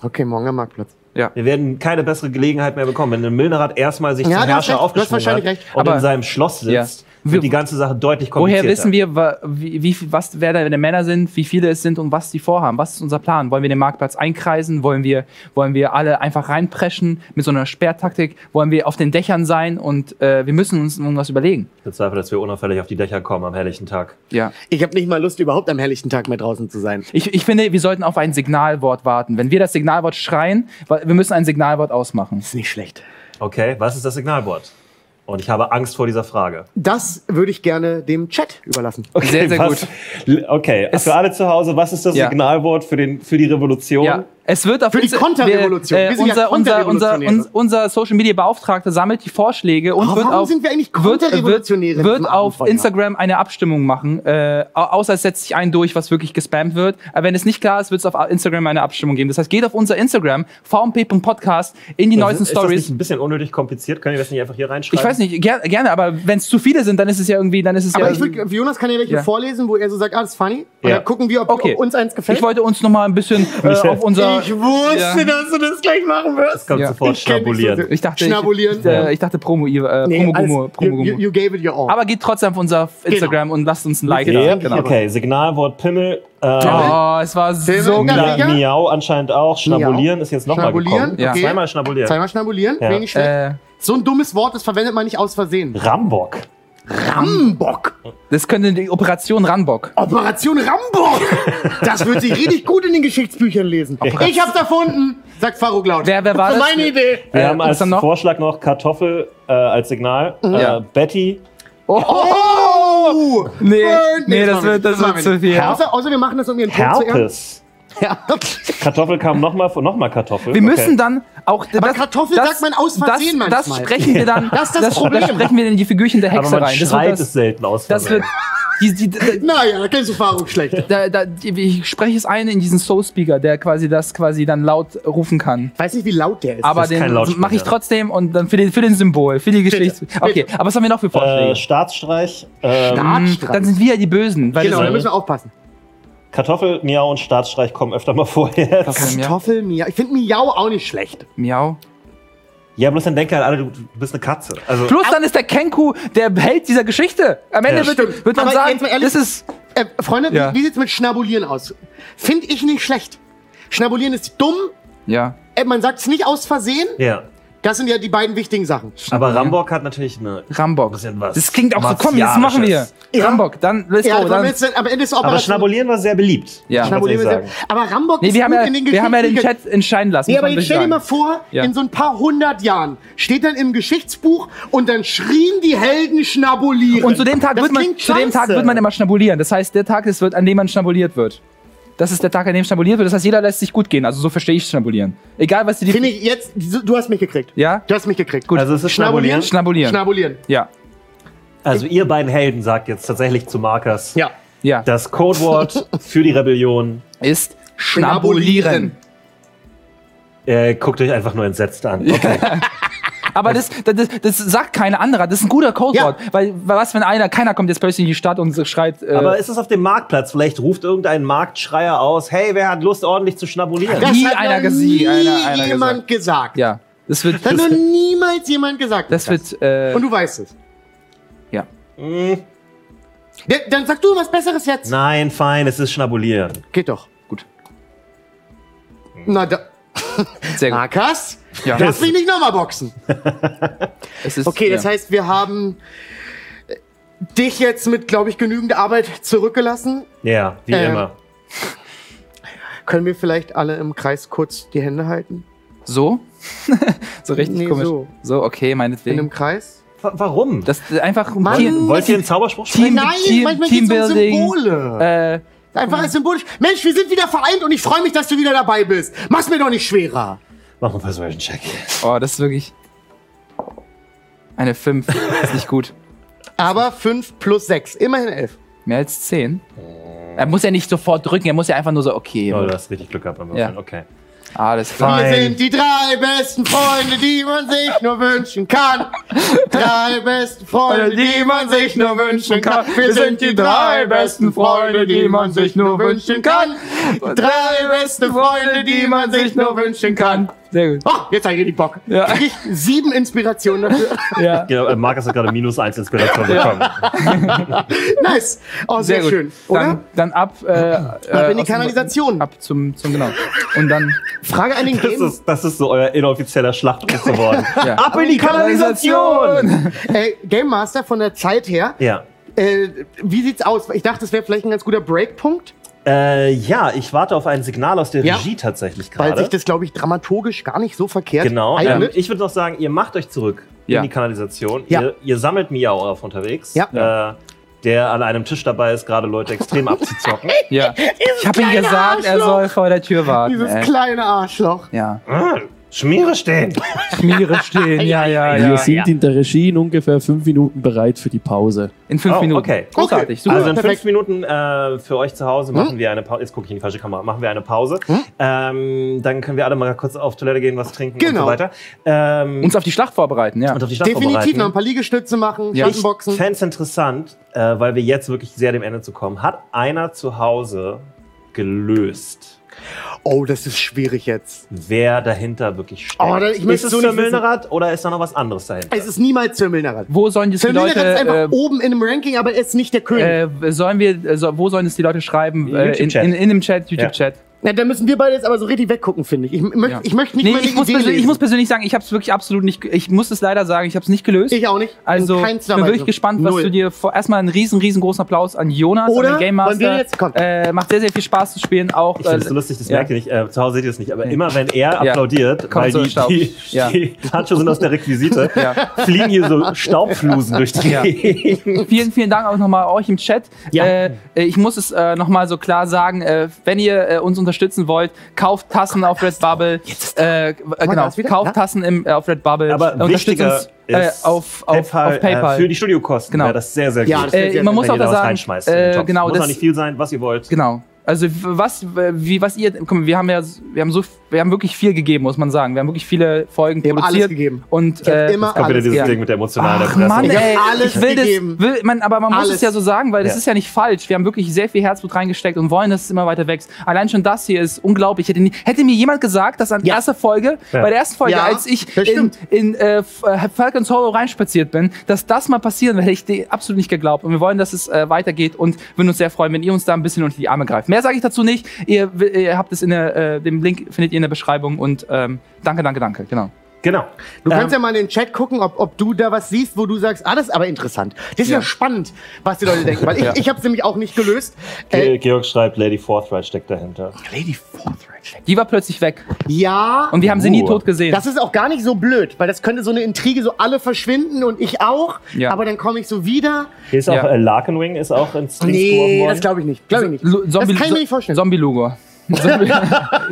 [SPEAKER 3] Okay, morgen am Marktplatz.
[SPEAKER 1] Wir werden keine bessere Gelegenheit mehr bekommen, wenn Milnerad erstmal sich zum
[SPEAKER 3] Ja, du hast
[SPEAKER 1] Herrscher
[SPEAKER 3] recht, du hast
[SPEAKER 1] aufgeschwungen hat
[SPEAKER 3] wahrscheinlich recht.
[SPEAKER 1] und
[SPEAKER 2] Aber-
[SPEAKER 1] in seinem Schloss
[SPEAKER 2] Ja.
[SPEAKER 1] sitzt,
[SPEAKER 2] Wir-
[SPEAKER 1] wird die ganze Sache deutlich komplizierter.
[SPEAKER 2] Woher wissen wir, wa- wie, wie, viel- was, wer da in der Männer sind, wie viele es sind und was die vorhaben? Was ist unser Plan? Wollen wir den Marktplatz einkreisen? Wollen wir, wollen wir alle einfach reinpreschen mit so einer Sperrtaktik? Wollen wir auf den Dächern sein? Und äh, wir müssen uns irgendwas überlegen.
[SPEAKER 1] Ich bezweifle, dass wir unauffällig auf die Dächer kommen am herrlichen Tag.
[SPEAKER 2] Ja.
[SPEAKER 3] Ich habe nicht mal Lust, überhaupt am helllichten Tag mehr draußen zu sein.
[SPEAKER 2] Ich, ich finde, wir sollten auf ein Signalwort warten. Wenn wir das Signalwort schreien, weil wir müssen ein Signalwort ausmachen.
[SPEAKER 3] Ist nicht schlecht.
[SPEAKER 1] Okay, was ist das Signalwort? Und ich habe Angst vor dieser Frage.
[SPEAKER 3] Das würde ich gerne dem Chat überlassen.
[SPEAKER 2] sehr, sehr
[SPEAKER 1] was,
[SPEAKER 2] gut.
[SPEAKER 1] L- Okay, für alle zu Hause, was ist das
[SPEAKER 2] Ja.
[SPEAKER 1] Signalwort für, den, für die Revolution?
[SPEAKER 2] Ja. Es wird auf
[SPEAKER 3] Für die
[SPEAKER 2] Insta-
[SPEAKER 3] Konterrevolution.
[SPEAKER 2] wir,
[SPEAKER 3] Wir
[SPEAKER 2] Äh,
[SPEAKER 3] sind ja
[SPEAKER 2] unser, unser, unser,
[SPEAKER 3] Konterrevolutionäre.
[SPEAKER 2] unser, unser Social Media Beauftragter sammelt die Vorschläge und
[SPEAKER 3] Aber
[SPEAKER 2] wird
[SPEAKER 3] warum
[SPEAKER 2] auf,
[SPEAKER 3] sind wir eigentlich
[SPEAKER 2] wird,
[SPEAKER 3] Konterrevolutionäre
[SPEAKER 2] wird,
[SPEAKER 3] im
[SPEAKER 2] wird auf
[SPEAKER 3] Abenteuer?
[SPEAKER 2] Instagram eine Abstimmung machen. Äh, au- außer es setzt sich ein durch, was wirklich gespammt wird. Aber wenn es nicht klar ist, wird es auf Instagram eine Abstimmung geben. Das heißt, geht auf unser Instagram, vmp.podcast, in die neuesten
[SPEAKER 1] ist das nicht
[SPEAKER 2] Stories.
[SPEAKER 1] ein bisschen unnötig kompliziert? Können wir das nicht einfach hier reinschreiben?
[SPEAKER 2] Ich weiß nicht, ger gerne, aber wenn es zu viele sind, dann ist es ja irgendwie, dann ist es
[SPEAKER 3] Aber
[SPEAKER 2] ja.
[SPEAKER 3] ich würd, Jonas kann ja welche
[SPEAKER 2] Ja.
[SPEAKER 3] vorlesen, wo er so sagt, ah, das ist funny. Und
[SPEAKER 1] Ja.
[SPEAKER 3] dann gucken wir, ob,
[SPEAKER 2] Okay.
[SPEAKER 3] ob uns eins gefällt.
[SPEAKER 2] ich wollte uns noch mal ein bisschen äh,
[SPEAKER 1] Michael.
[SPEAKER 2] auf unser.
[SPEAKER 3] Ich wusste,
[SPEAKER 2] Ja.
[SPEAKER 3] dass du das gleich machen
[SPEAKER 1] Das
[SPEAKER 3] wirst.
[SPEAKER 1] kommt
[SPEAKER 2] Ja.
[SPEAKER 1] sofort
[SPEAKER 3] Ich kenn dich so
[SPEAKER 1] schnabulieren.
[SPEAKER 3] sehr.
[SPEAKER 2] Ich dachte, ich,
[SPEAKER 3] Schnabulieren.
[SPEAKER 2] ich, äh, ich dachte Promo, äh, Promo
[SPEAKER 3] alles-
[SPEAKER 2] Gummo, Promo
[SPEAKER 3] you, you,
[SPEAKER 2] Gummo.
[SPEAKER 3] you gave it your all.
[SPEAKER 2] Aber geht trotzdem auf unser Instagram und lasst uns ein Like da.
[SPEAKER 1] Ja,
[SPEAKER 2] Genau.
[SPEAKER 1] Okay, Signalwort Pimmel. Äh,
[SPEAKER 2] Oh, es war so
[SPEAKER 3] Filme-
[SPEAKER 2] geil.
[SPEAKER 1] Mia-
[SPEAKER 3] Digga.
[SPEAKER 1] Miau anscheinend auch. Schnabulieren ist jetzt nochmal
[SPEAKER 3] Schnabulieren,
[SPEAKER 1] gekommen.
[SPEAKER 2] ja.
[SPEAKER 3] okay.
[SPEAKER 1] Zweimal schnabulieren.
[SPEAKER 3] Zweimal schnabulieren,
[SPEAKER 1] Ja.
[SPEAKER 3] wenig schlecht.
[SPEAKER 2] Äh,
[SPEAKER 3] So ein dummes Wort, das verwendet man nicht aus Versehen.
[SPEAKER 1] Rambock.
[SPEAKER 3] Rambock.
[SPEAKER 2] das könnte die Operation Ranbock.
[SPEAKER 3] Operation Rambock. Das wird sich richtig gut in den Geschichtsbüchern lesen. Ich hab's erfunden, sagt Faruk laut.
[SPEAKER 2] Wer, wer war
[SPEAKER 3] Das
[SPEAKER 2] das?
[SPEAKER 3] war meine Idee.
[SPEAKER 1] Wir
[SPEAKER 2] Äh,
[SPEAKER 1] haben
[SPEAKER 2] was
[SPEAKER 1] als
[SPEAKER 2] dann noch?
[SPEAKER 1] Vorschlag noch Kartoffel äh, als Signal. Äh,
[SPEAKER 2] Mhm. Ja.
[SPEAKER 1] Betty.
[SPEAKER 3] Oh!
[SPEAKER 2] Nee,
[SPEAKER 3] Nein,
[SPEAKER 2] nee, das
[SPEAKER 3] machen wir
[SPEAKER 2] wird, das
[SPEAKER 3] nicht,
[SPEAKER 2] wird
[SPEAKER 3] machen wir
[SPEAKER 2] zu
[SPEAKER 3] nicht.
[SPEAKER 2] viel.
[SPEAKER 3] Außer, außer wir machen das, um ihren Punkt zu ernten.
[SPEAKER 1] Herpes.
[SPEAKER 3] Ja.
[SPEAKER 1] Kartoffel kam nochmal von nochmal Kartoffel.
[SPEAKER 2] Wir müssen dann auch.
[SPEAKER 3] Aber Kartoffel sagt man aus Versehen
[SPEAKER 2] das, Das
[SPEAKER 3] manchmal.
[SPEAKER 2] sprechen wir dann.
[SPEAKER 3] Das ist das Problem.
[SPEAKER 2] das sprechen wir dann in die Figürchen der
[SPEAKER 1] Aber
[SPEAKER 2] Hexe
[SPEAKER 1] man
[SPEAKER 2] rein. Das
[SPEAKER 1] schreit
[SPEAKER 2] wird
[SPEAKER 1] es
[SPEAKER 2] das,
[SPEAKER 1] selten aus.
[SPEAKER 2] das wird.
[SPEAKER 1] Versehen.
[SPEAKER 2] Die, die, die,
[SPEAKER 3] Naja, da kennst du Faruk schlecht.
[SPEAKER 2] da, da, die, ich spreche es ein in diesen Soul Speaker, der quasi das quasi dann laut rufen kann.
[SPEAKER 3] Weiß nicht, wie laut der ist.
[SPEAKER 2] Aber
[SPEAKER 1] ist kein
[SPEAKER 2] den
[SPEAKER 1] Lautsprecher.
[SPEAKER 2] mache ich trotzdem und dann für den, für den Symbol, für die Geschichte. Okay, aber was haben wir noch für Vorschläge?
[SPEAKER 1] äh, Staatsstreich. Ähm,
[SPEAKER 2] Mm,
[SPEAKER 3] Arschstrahl.
[SPEAKER 2] Dann sind wir ja die Bösen. Weil
[SPEAKER 3] genau,
[SPEAKER 1] das-
[SPEAKER 3] da müssen wir aufpassen.
[SPEAKER 1] Kartoffel, Miau und Staatsstreich kommen öfter mal vorher.
[SPEAKER 2] das Miau.
[SPEAKER 3] Kartoffel, Miau. Ich finde Miau auch nicht schlecht.
[SPEAKER 2] Miau.
[SPEAKER 1] Ja, bloß dann denken halt alle, du, du bist eine Katze. Also,
[SPEAKER 2] Plus dann ist der Kenku der Held dieser Geschichte. Am Ende
[SPEAKER 1] Ja,
[SPEAKER 2] wird,
[SPEAKER 3] stimmt.
[SPEAKER 2] wird man
[SPEAKER 3] Aber
[SPEAKER 2] sagen,
[SPEAKER 3] jetzt mal ehrlich-
[SPEAKER 2] das ist
[SPEAKER 3] Äh, Freunde,
[SPEAKER 2] Ja.
[SPEAKER 3] wie, wie sieht's mit Schnabulieren aus? Finde ich nicht schlecht. Schnabulieren ist dumm.
[SPEAKER 2] ja.
[SPEAKER 3] Äh, man sagt es nicht aus Versehen.
[SPEAKER 1] ja.
[SPEAKER 3] Das sind ja die beiden wichtigen Sachen.
[SPEAKER 1] Aber Rambock hat natürlich eine.
[SPEAKER 2] Rambock.
[SPEAKER 1] Bisschen was
[SPEAKER 2] Das klingt auch so, komm, jetzt machen wir.
[SPEAKER 3] Ja.
[SPEAKER 2] Rambock, dann let's
[SPEAKER 3] Ja,
[SPEAKER 2] go.
[SPEAKER 3] wollen wir
[SPEAKER 2] Dann,
[SPEAKER 3] jetzt, am Ende ist
[SPEAKER 1] Aber
[SPEAKER 3] Operation.
[SPEAKER 1] Schnabulieren war sehr beliebt.
[SPEAKER 2] Ja.
[SPEAKER 1] muss man
[SPEAKER 3] Schnabulieren
[SPEAKER 1] tatsächlich
[SPEAKER 3] ist
[SPEAKER 1] sagen.
[SPEAKER 3] ja- aber Rambock
[SPEAKER 2] nee,
[SPEAKER 3] ist
[SPEAKER 2] wir haben,
[SPEAKER 3] gut
[SPEAKER 2] ja,
[SPEAKER 3] in den
[SPEAKER 2] wir haben ja den
[SPEAKER 3] Geschichtsbüchern.
[SPEAKER 2] Chat entscheiden lassen.
[SPEAKER 3] Nee,
[SPEAKER 2] muss
[SPEAKER 3] aber
[SPEAKER 2] man
[SPEAKER 3] jetzt
[SPEAKER 2] wirklich
[SPEAKER 3] stell dir
[SPEAKER 2] sagen.
[SPEAKER 3] mal vor,
[SPEAKER 2] Ja.
[SPEAKER 3] in so ein paar hundert Jahren steht dann im Geschichtsbuch und dann schrien die Helden Schnabulieren.
[SPEAKER 2] Und zu dem Tag
[SPEAKER 3] Das
[SPEAKER 2] wird man
[SPEAKER 3] klingt
[SPEAKER 2] zu dem Tag
[SPEAKER 3] scheiße.
[SPEAKER 2] wird man immer schnabulieren. Das heißt, der Tag ist wird, an dem man schnabuliert wird. Das ist der Tag, an dem schnabuliert wird. Das heißt, jeder lässt sich gut gehen. Also so verstehe ich schnabulieren. Egal was die die
[SPEAKER 3] Finde ich jetzt, du hast mich gekriegt.
[SPEAKER 2] Ja?
[SPEAKER 3] Du hast mich gekriegt.
[SPEAKER 2] Gut.
[SPEAKER 1] Also es ist
[SPEAKER 3] Schnabulieren?
[SPEAKER 1] Schnabulieren.
[SPEAKER 2] Schnabulieren.
[SPEAKER 3] Schnabulieren.
[SPEAKER 2] ja.
[SPEAKER 1] Also ihr beiden Helden sagt jetzt tatsächlich zu Markers.
[SPEAKER 3] Ja.
[SPEAKER 2] Ja.
[SPEAKER 1] Das Codewort für die Rebellion.
[SPEAKER 2] ist schnabulieren.
[SPEAKER 1] Äh, guckt euch einfach nur entsetzt an.
[SPEAKER 2] Aber das, das, das- das sagt keiner anderer. Das ist ein guter Codewort. Weil, weil was, wenn einer, keiner kommt jetzt plötzlich in die Stadt und so schreit. Äh,
[SPEAKER 1] Aber ist es auf dem Marktplatz? Vielleicht ruft irgendein Marktschreier aus, hey, wer hat Lust, ordentlich zu schnabulieren?
[SPEAKER 2] Ja.
[SPEAKER 3] Das
[SPEAKER 2] Nie
[SPEAKER 3] hat
[SPEAKER 2] einer
[SPEAKER 3] noch
[SPEAKER 2] gese-
[SPEAKER 3] nie
[SPEAKER 2] einer- einer
[SPEAKER 3] jemand gesagt.
[SPEAKER 2] ja, das wird.
[SPEAKER 3] Das
[SPEAKER 2] Das,
[SPEAKER 3] hat noch niemals jemand gesagt.
[SPEAKER 2] das wird. Äh,
[SPEAKER 3] Und du weißt es.
[SPEAKER 2] ja.
[SPEAKER 3] Ja, Dann sag du was Besseres jetzt.
[SPEAKER 1] Nein, fein, es ist schnabulieren.
[SPEAKER 3] Geht doch.
[SPEAKER 2] Gut.
[SPEAKER 3] Na da.
[SPEAKER 2] Sehr gut.
[SPEAKER 3] Markus,
[SPEAKER 2] Ja.
[SPEAKER 3] lass mich nicht nochmal boxen.
[SPEAKER 2] Es ist,
[SPEAKER 3] Okay,
[SPEAKER 2] ja.
[SPEAKER 3] das heißt, wir haben äh, dich jetzt mit, glaube ich, genügend Arbeit zurückgelassen.
[SPEAKER 1] Ja, wie
[SPEAKER 3] Ähm.
[SPEAKER 1] immer.
[SPEAKER 3] Können wir vielleicht alle im Kreis kurz die Hände halten?
[SPEAKER 2] So? so richtig
[SPEAKER 3] Nee,
[SPEAKER 2] komisch.
[SPEAKER 3] so.
[SPEAKER 2] So. okay,
[SPEAKER 3] In einem
[SPEAKER 2] meinetwegen.
[SPEAKER 3] Kreis?
[SPEAKER 1] Wa- warum?
[SPEAKER 2] Das äh, einfach.
[SPEAKER 3] Mann.
[SPEAKER 2] Team-
[SPEAKER 1] Wollt ihr einen Zauberspruch sprechen?
[SPEAKER 2] Team-
[SPEAKER 3] Nein,
[SPEAKER 2] Team-
[SPEAKER 3] manchmal geht es um
[SPEAKER 2] Teambuilding.
[SPEAKER 3] Symbole.
[SPEAKER 2] äh,
[SPEAKER 3] Einfach als symbolisch. Mensch, wir sind wieder vereint und ich freue mich, dass du wieder dabei bist. Mach's mir doch nicht schwerer.
[SPEAKER 1] Mach einen Persuasion-Check.
[SPEAKER 2] oh, das ist wirklich. Eine 5. ist nicht gut.
[SPEAKER 3] Aber 5 plus 6, immerhin 11.
[SPEAKER 2] Mehr als 10. Er muss ja nicht sofort drücken, er muss ja einfach nur so, okay.
[SPEAKER 1] Oh, du hast richtig Glück gehabt beim Würfeln.
[SPEAKER 2] Ja.
[SPEAKER 1] Okay.
[SPEAKER 2] Alles klar.
[SPEAKER 1] Fein.
[SPEAKER 3] Wir sind die drei besten Freunde, die man sich nur wünschen kann. Drei besten Freunde, die man sich nur wünschen kann. Wir sind die drei besten Freunde, die man sich nur wünschen kann. Drei beste Freunde, die man sich nur wünschen kann.
[SPEAKER 2] Sehr gut.
[SPEAKER 3] Oh, jetzt habe ich richtig Bock.
[SPEAKER 2] Ja.
[SPEAKER 3] Krieg ich sieben Inspirationen dafür.
[SPEAKER 2] Ja.
[SPEAKER 1] Genau, äh, Markus hat gerade minus 1 Inspiration bekommen.
[SPEAKER 3] Nice. Oh, sehr,
[SPEAKER 2] gut.
[SPEAKER 3] schön. Oder?
[SPEAKER 2] Dann, dann ab. Äh, ab
[SPEAKER 3] in die Kanalisation.
[SPEAKER 2] Ab zum, zum genau. Und dann
[SPEAKER 3] Frage an den
[SPEAKER 1] Das
[SPEAKER 3] Game.
[SPEAKER 1] ist, das ist so euer inoffizieller Schlachtruf geworden.
[SPEAKER 2] Ja.
[SPEAKER 1] Ab in die Kanalisation!
[SPEAKER 3] Äh, Game Master von der Zeit her.
[SPEAKER 1] Ja.
[SPEAKER 3] Äh, wie sieht's aus? Ich dachte, das wäre vielleicht ein ganz guter Breakpunkt,
[SPEAKER 1] Äh, ja, ich warte auf ein Signal aus der
[SPEAKER 3] Ja.
[SPEAKER 1] Regie tatsächlich
[SPEAKER 3] weil
[SPEAKER 1] gerade.
[SPEAKER 3] sich das, glaube ich, dramaturgisch gar nicht so verkehrt
[SPEAKER 1] Genau. Ähm,
[SPEAKER 3] eignet.
[SPEAKER 1] ich würde noch sagen, ihr macht euch zurück
[SPEAKER 2] Ja.
[SPEAKER 1] in die Kanalisation.
[SPEAKER 3] Ja.
[SPEAKER 1] Ihr, ihr sammelt Miau auf unterwegs.
[SPEAKER 3] Ja.
[SPEAKER 1] Äh, der an einem Tisch dabei ist, gerade Leute extrem abzuzocken.
[SPEAKER 2] Ja. Ich habe ihm
[SPEAKER 3] kleine
[SPEAKER 2] gesagt, er
[SPEAKER 3] Arschloch.
[SPEAKER 2] soll vor der Tür warten.
[SPEAKER 3] Dieses
[SPEAKER 2] Ey.
[SPEAKER 3] kleine Arschloch.
[SPEAKER 2] Ja.
[SPEAKER 1] Ah, Schmiere stehen.
[SPEAKER 2] Schmiere stehen, ja, ja,
[SPEAKER 6] Wir
[SPEAKER 2] ja.
[SPEAKER 6] sind in der Regie in ungefähr fünf Minuten bereit für die Pause.
[SPEAKER 2] In fünf
[SPEAKER 1] Oh,
[SPEAKER 2] Minuten.
[SPEAKER 1] okay.
[SPEAKER 2] Großartig, super.
[SPEAKER 1] also in
[SPEAKER 3] perfekt. Hm?
[SPEAKER 1] fünf Minuten äh, für euch zu Hause machen wir eine Pause. Jetzt gucke ich in die falsche Kamera. Machen wir eine Pause. Ähm, dann können wir alle mal kurz auf Toilette gehen, was trinken und
[SPEAKER 3] Genau.
[SPEAKER 1] so weiter. Ähm,
[SPEAKER 2] Uns auf die Schlacht vorbereiten, ja.
[SPEAKER 1] und auf die Stadt
[SPEAKER 3] Definitiv
[SPEAKER 1] vorbereiten.
[SPEAKER 3] noch ein paar Liegestütze machen,
[SPEAKER 2] Ja.
[SPEAKER 1] Ich
[SPEAKER 3] Schattenboxen.
[SPEAKER 1] fände es interessant, äh, weil wir jetzt wirklich sehr dem Ende zu kommen. Hat einer zu Hause gelöst,
[SPEAKER 3] Oh, das ist schwierig jetzt.
[SPEAKER 1] wer dahinter wirklich steckt?
[SPEAKER 3] Oh, da- ich
[SPEAKER 1] ist
[SPEAKER 3] möchte
[SPEAKER 1] es
[SPEAKER 3] es
[SPEAKER 1] Suna
[SPEAKER 3] nicht wissen.
[SPEAKER 1] Milnerat oder ist da noch was anderes dahinter?
[SPEAKER 3] Es ist niemals Zirmelnerat.
[SPEAKER 2] Wo sollen jetzt die
[SPEAKER 3] Zirmelnerat
[SPEAKER 2] Leute.
[SPEAKER 3] ist einfach
[SPEAKER 2] äh,
[SPEAKER 3] oben in dem Ranking, aber er ist nicht der König.
[SPEAKER 2] Äh, sollen wir, äh, so, wo sollen es die Leute schreiben? Äh, in,
[SPEAKER 1] YouTube-Chat.
[SPEAKER 2] in, in dem Chat, YouTube-Chat.
[SPEAKER 3] Na, da müssen wir beide jetzt aber so richtig weggucken, finde ich. Ich, möcht,
[SPEAKER 2] Ja.
[SPEAKER 3] ich möchte nicht
[SPEAKER 2] Nee,
[SPEAKER 3] meine
[SPEAKER 2] ich muss,
[SPEAKER 3] Idee
[SPEAKER 2] persönlich, ich
[SPEAKER 3] lesen.
[SPEAKER 2] muss persönlich sagen, ich habe es wirklich absolut nicht, ge- ich muss es leider sagen, ich habe es nicht gelöst.
[SPEAKER 3] ich auch nicht. In
[SPEAKER 2] also, ich
[SPEAKER 3] keinster
[SPEAKER 2] bin
[SPEAKER 3] Weise.
[SPEAKER 2] wirklich gespannt, was
[SPEAKER 3] Null.
[SPEAKER 2] du dir vor. Erstmal einen riesen, riesengroßen Applaus an Jonas,
[SPEAKER 3] Oder?
[SPEAKER 2] an den Game
[SPEAKER 3] Wollen wir
[SPEAKER 2] Master.
[SPEAKER 3] jetzt? Komm.
[SPEAKER 2] Äh, macht sehr, sehr viel Spaß zu spielen. Auch
[SPEAKER 1] Ich finde es so lustig, das
[SPEAKER 2] ja.
[SPEAKER 1] merkt ihr nicht. Äh, zu Hause seht ihr es nicht, aber immer wenn er applaudiert,
[SPEAKER 2] Kommt
[SPEAKER 1] weil
[SPEAKER 2] so
[SPEAKER 1] die,
[SPEAKER 2] Staub.
[SPEAKER 1] die,
[SPEAKER 2] Ja.
[SPEAKER 1] die Handschuhe sind aus der Requisite,
[SPEAKER 2] Ja.
[SPEAKER 1] fliegen hier so Staubflusen durch die
[SPEAKER 2] Ja.
[SPEAKER 1] Gegend.
[SPEAKER 2] Vielen, vielen Dank auch nochmal euch im Chat.
[SPEAKER 1] Ja.
[SPEAKER 2] Äh, ich muss es äh, nochmal so klar sagen, äh, wenn ihr äh, uns unterstützen wollt, kauft Tassen auf Redbubble. Äh, genau,
[SPEAKER 3] das wieder?
[SPEAKER 2] kauft
[SPEAKER 3] Ja.
[SPEAKER 2] Tassen im, äh, auf Redbubble.
[SPEAKER 1] Aber wichtiger
[SPEAKER 2] äh,
[SPEAKER 1] ist
[SPEAKER 2] auf, auf PayPal. Auf PayPal.
[SPEAKER 1] Äh, für die Studiokosten
[SPEAKER 2] Genau.
[SPEAKER 1] wäre das sehr, sehr gut.
[SPEAKER 3] Ja, das wäre
[SPEAKER 2] äh,
[SPEAKER 3] sehr
[SPEAKER 2] man
[SPEAKER 3] nett,
[SPEAKER 2] muss
[SPEAKER 1] wenn
[SPEAKER 2] auch
[SPEAKER 1] ihr da
[SPEAKER 2] da
[SPEAKER 1] was
[SPEAKER 2] sagen,
[SPEAKER 1] reinschmeißt. in den
[SPEAKER 2] äh,
[SPEAKER 1] Topf.
[SPEAKER 2] genau,
[SPEAKER 1] Muss auch
[SPEAKER 2] das,
[SPEAKER 1] nicht viel sein, was ihr wollt.
[SPEAKER 2] genau. Also w- was, wie was ihr, guck mal, wir haben ja, wir haben so, wir haben wirklich viel gegeben, muss man sagen. Wir haben wirklich viele Folgen
[SPEAKER 3] Wir haben alles
[SPEAKER 2] produziert
[SPEAKER 3] gegeben.
[SPEAKER 2] und
[SPEAKER 3] Ich hab
[SPEAKER 2] äh,
[SPEAKER 3] immer
[SPEAKER 1] Kommt wieder
[SPEAKER 3] alles
[SPEAKER 1] dieses
[SPEAKER 2] ja.
[SPEAKER 1] Ding mit der emotionalen
[SPEAKER 2] Ach,
[SPEAKER 1] Erpressung.
[SPEAKER 2] Mann,
[SPEAKER 3] Ich hab
[SPEAKER 2] ey,
[SPEAKER 3] alles
[SPEAKER 2] ich will
[SPEAKER 3] gegeben.
[SPEAKER 2] das, will, man, aber man muss
[SPEAKER 3] Alles.
[SPEAKER 2] es ja so sagen, weil das
[SPEAKER 1] Ja.
[SPEAKER 2] ist ja nicht falsch. Wir haben wirklich sehr viel Herzblut reingesteckt und wollen, dass es immer weiter wächst. Allein schon das hier ist unglaublich. Hätte, nie, hätte mir jemand gesagt, dass an
[SPEAKER 3] Ja.
[SPEAKER 2] erster Folge,
[SPEAKER 1] Ja.
[SPEAKER 2] bei der ersten Folge,
[SPEAKER 3] Ja,
[SPEAKER 2] als ich
[SPEAKER 3] das
[SPEAKER 2] in,
[SPEAKER 3] stimmt.
[SPEAKER 2] in äh, F- äh, Falcons Hollow reinspaziert bin, dass das mal passieren wird, hätte ich dir absolut nicht geglaubt. Und wir wollen, dass es äh, weitergeht und würden uns sehr freuen, wenn ihr uns da ein bisschen unter die Arme greift. Mehr sage ich dazu nicht. Ihr, w- ihr habt es in der, äh, den Link findet ihr in der Beschreibung und ähm, danke, danke, danke. Genau.
[SPEAKER 1] Genau.
[SPEAKER 3] Du
[SPEAKER 1] Ähm,
[SPEAKER 3] kannst ja mal in den Chat gucken, ob, ob du da was siehst, wo du sagst, ah, das ist aber interessant. Das ist ja,
[SPEAKER 2] Ja.
[SPEAKER 3] spannend, was die Leute denken, weil ich, ich habe es nämlich auch nicht gelöst. Äh,
[SPEAKER 1] Ge- Georg schreibt, Lady Forthright steckt dahinter.
[SPEAKER 3] Lady Forthright steckt.
[SPEAKER 2] Die war plötzlich weg
[SPEAKER 3] Ja,
[SPEAKER 2] und wir haben sie
[SPEAKER 1] Uh.
[SPEAKER 2] nie tot gesehen.
[SPEAKER 3] das ist auch gar nicht so blöd, weil das könnte so eine Intrige, so alle verschwinden und ich auch,
[SPEAKER 2] Ja.
[SPEAKER 3] aber dann komme ich so wieder.
[SPEAKER 1] Hier ist
[SPEAKER 2] Ja.
[SPEAKER 1] auch äh, Larkenwing ist auch ins Dings
[SPEAKER 3] Nee,
[SPEAKER 1] geworfen
[SPEAKER 3] das glaube ich nicht. Glaub ich nicht.
[SPEAKER 2] Lu- Zombie,
[SPEAKER 3] das kann ich mir nicht vorstellen.
[SPEAKER 2] Zombie Lugo.
[SPEAKER 1] worden.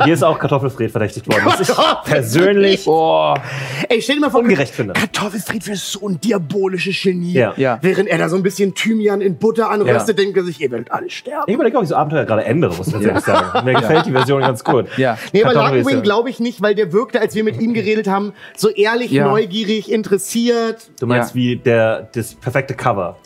[SPEAKER 1] Hier ist auch Kartoffelfred verdächtigt worden. Was ich persönlich
[SPEAKER 2] Oh,
[SPEAKER 3] Hm. Ey, stell dir mal vor,
[SPEAKER 1] ungerecht finde.
[SPEAKER 3] Kartoffelfried wäre so ein diabolisches Genie.
[SPEAKER 1] Ja.
[SPEAKER 2] ja.
[SPEAKER 3] Während er da so ein bisschen Thymian in Butter anröstet, denkt er sich, ihr werdet alle sterben.
[SPEAKER 1] Ich überlege, ob ich so Abenteuer gerade ändere, muss ich tatsächlich sagen. Mir gefällt die Version ganz gut.
[SPEAKER 2] Ja.
[SPEAKER 3] Nee, aber
[SPEAKER 1] Kartoffeln ist
[SPEAKER 3] Larkwing
[SPEAKER 1] ja-
[SPEAKER 3] glaube ich nicht, weil der wirkte, als wir mit ihm geredet haben, so ehrlich,
[SPEAKER 2] Ja.
[SPEAKER 3] neugierig, interessiert.
[SPEAKER 1] Du meinst
[SPEAKER 2] Ja.
[SPEAKER 1] wie der, das perfekte Cover.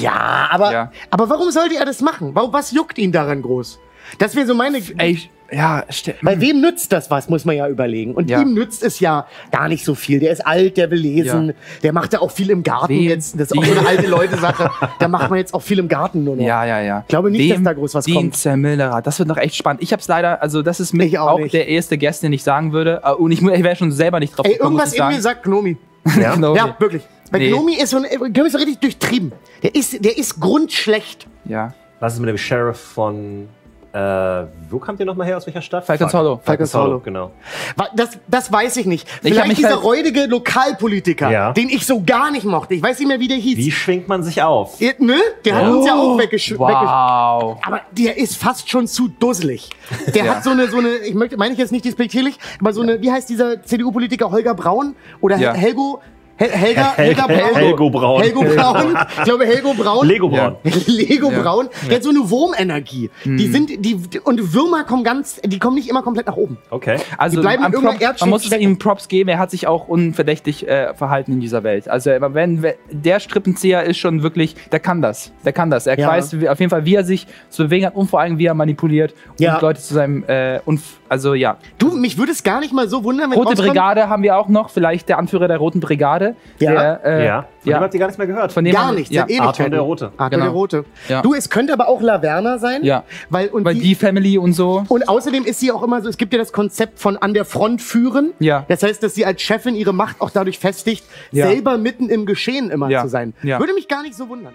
[SPEAKER 3] Ja, aber,
[SPEAKER 2] Ja.
[SPEAKER 3] aber warum sollte er das machen? Warum, was juckt ihn daran groß? Das wäre so meine.
[SPEAKER 2] Ey, ich- ja, ste-
[SPEAKER 3] Bei wem nützt das was, muss man ja überlegen. Und
[SPEAKER 2] Ja.
[SPEAKER 3] ihm nützt es ja gar nicht so viel. Der ist alt, der will lesen,
[SPEAKER 2] Ja.
[SPEAKER 3] der macht ja auch viel im Garten
[SPEAKER 2] Wem
[SPEAKER 3] jetzt. Das ist auch so eine alte Leute-Sache. da macht man jetzt auch viel im Garten nur noch.
[SPEAKER 2] ja, ja, ja. Ich
[SPEAKER 3] glaube nicht, dass da groß was kommt.
[SPEAKER 2] Zermillerer. Das wird noch echt spannend. Ich hab's leider, also das ist mit
[SPEAKER 3] Ich auch
[SPEAKER 2] auch,
[SPEAKER 3] nicht.
[SPEAKER 2] der erste Guest, den ich sagen würde. Äh, Und ich, mu- ich wäre schon selber nicht drauf
[SPEAKER 3] Ey,
[SPEAKER 2] gekommen,
[SPEAKER 3] irgendwas
[SPEAKER 2] muss ich
[SPEAKER 3] in mir
[SPEAKER 2] sagen.
[SPEAKER 3] sagt Gnomi.
[SPEAKER 1] Ja?
[SPEAKER 2] Genau.
[SPEAKER 3] Ja, wirklich. Weil
[SPEAKER 2] Nee.
[SPEAKER 3] Gnomi ist so, ein, Gnomi ist so richtig durchtrieben. Der ist, der ist grundschlecht.
[SPEAKER 2] Ja.
[SPEAKER 1] Was ist mit dem Sheriff von. Äh, wo kommt ihr nochmal her? Aus welcher Stadt?
[SPEAKER 2] Falcons
[SPEAKER 1] Fuck.
[SPEAKER 2] Hollow.
[SPEAKER 1] Falcons
[SPEAKER 3] Falcons
[SPEAKER 1] Hollow,
[SPEAKER 3] Hollow.
[SPEAKER 1] genau.
[SPEAKER 3] Wa- Das, das weiß ich nicht.
[SPEAKER 2] Ich hab
[SPEAKER 3] Vielleicht
[SPEAKER 2] mich
[SPEAKER 3] dieser
[SPEAKER 2] halt-
[SPEAKER 3] räudige Lokalpolitiker,
[SPEAKER 1] Ja.
[SPEAKER 3] den ich so gar nicht mochte. Ich weiß nicht mehr, wie der hieß.
[SPEAKER 1] Wie schwingt man sich auf?
[SPEAKER 3] Ihr- Ne? Der hat uns ja auch weggeschickt.
[SPEAKER 2] Wow.
[SPEAKER 3] Aber der ist fast schon zu dusselig. Der
[SPEAKER 2] Ja.
[SPEAKER 3] hat so eine, so eine, ich möchte, meine ich jetzt nicht despektierlich, aber so eine, wie heißt dieser CDU-Politiker Holger Braun oder
[SPEAKER 2] Ja.
[SPEAKER 3] Hel- Helgo? Hel Helga,
[SPEAKER 1] Hel-
[SPEAKER 3] Helga Braun.
[SPEAKER 1] Helgo Braun.
[SPEAKER 3] Helgo Braun. Ich glaube, Helgo Braun.
[SPEAKER 1] Lego Braun.
[SPEAKER 3] Lego
[SPEAKER 2] Ja. Hm.
[SPEAKER 3] Braun. Der hat so eine Wurmenergie. Die sind, die, und Würmer kommen ganz, die kommen nicht immer komplett nach oben.
[SPEAKER 1] Okay.
[SPEAKER 2] Also
[SPEAKER 3] Die bleiben
[SPEAKER 2] am
[SPEAKER 3] in irgendeiner
[SPEAKER 2] Prop-
[SPEAKER 3] Erdschicht
[SPEAKER 2] man muss es
[SPEAKER 3] stecken.
[SPEAKER 2] ihm Props geben, er hat sich auch unverdächtig äh, verhalten in dieser Welt. Also aber wenn we- der Strippenzieher ist schon wirklich, der kann das. Der kann das. Er
[SPEAKER 3] Ja.
[SPEAKER 2] weiß wie, auf jeden Fall, wie er sich zu bewegen hat und vor allem, wie er manipuliert
[SPEAKER 3] Ja.
[SPEAKER 2] und Leute zu seinem äh, und f- also ja.
[SPEAKER 3] Du, mich würde es gar nicht mal so wundern, wenn
[SPEAKER 2] Rote
[SPEAKER 3] rauskommt-
[SPEAKER 2] Brigade haben wir auch noch, vielleicht der Anführer der Roten Brigade.
[SPEAKER 3] Ja.
[SPEAKER 2] Der, äh,
[SPEAKER 1] ja. Von dem habt ihr gar nichts mehr gehört.
[SPEAKER 2] Von dem
[SPEAKER 3] Gar
[SPEAKER 2] haben-
[SPEAKER 3] nichts,
[SPEAKER 2] Ja.
[SPEAKER 3] seit Ewigkeiten.
[SPEAKER 1] Arthur der Rote.
[SPEAKER 3] Arthur
[SPEAKER 2] Genau.
[SPEAKER 3] der Rote.
[SPEAKER 2] Ja.
[SPEAKER 3] Du, es könnte aber auch Laverna sein.
[SPEAKER 2] Ja.
[SPEAKER 3] Weil, und
[SPEAKER 2] Weil
[SPEAKER 3] die,
[SPEAKER 2] die Family und so.
[SPEAKER 3] und außerdem ist sie auch immer so, es gibt ja das Konzept von an der Front führen.
[SPEAKER 2] Ja.
[SPEAKER 3] Das heißt, dass sie als Chefin ihre Macht auch dadurch festigt,
[SPEAKER 2] Ja.
[SPEAKER 3] selber mitten im Geschehen immer
[SPEAKER 2] Ja.
[SPEAKER 3] zu sein.
[SPEAKER 2] Ja.
[SPEAKER 3] Würde mich gar nicht so wundern.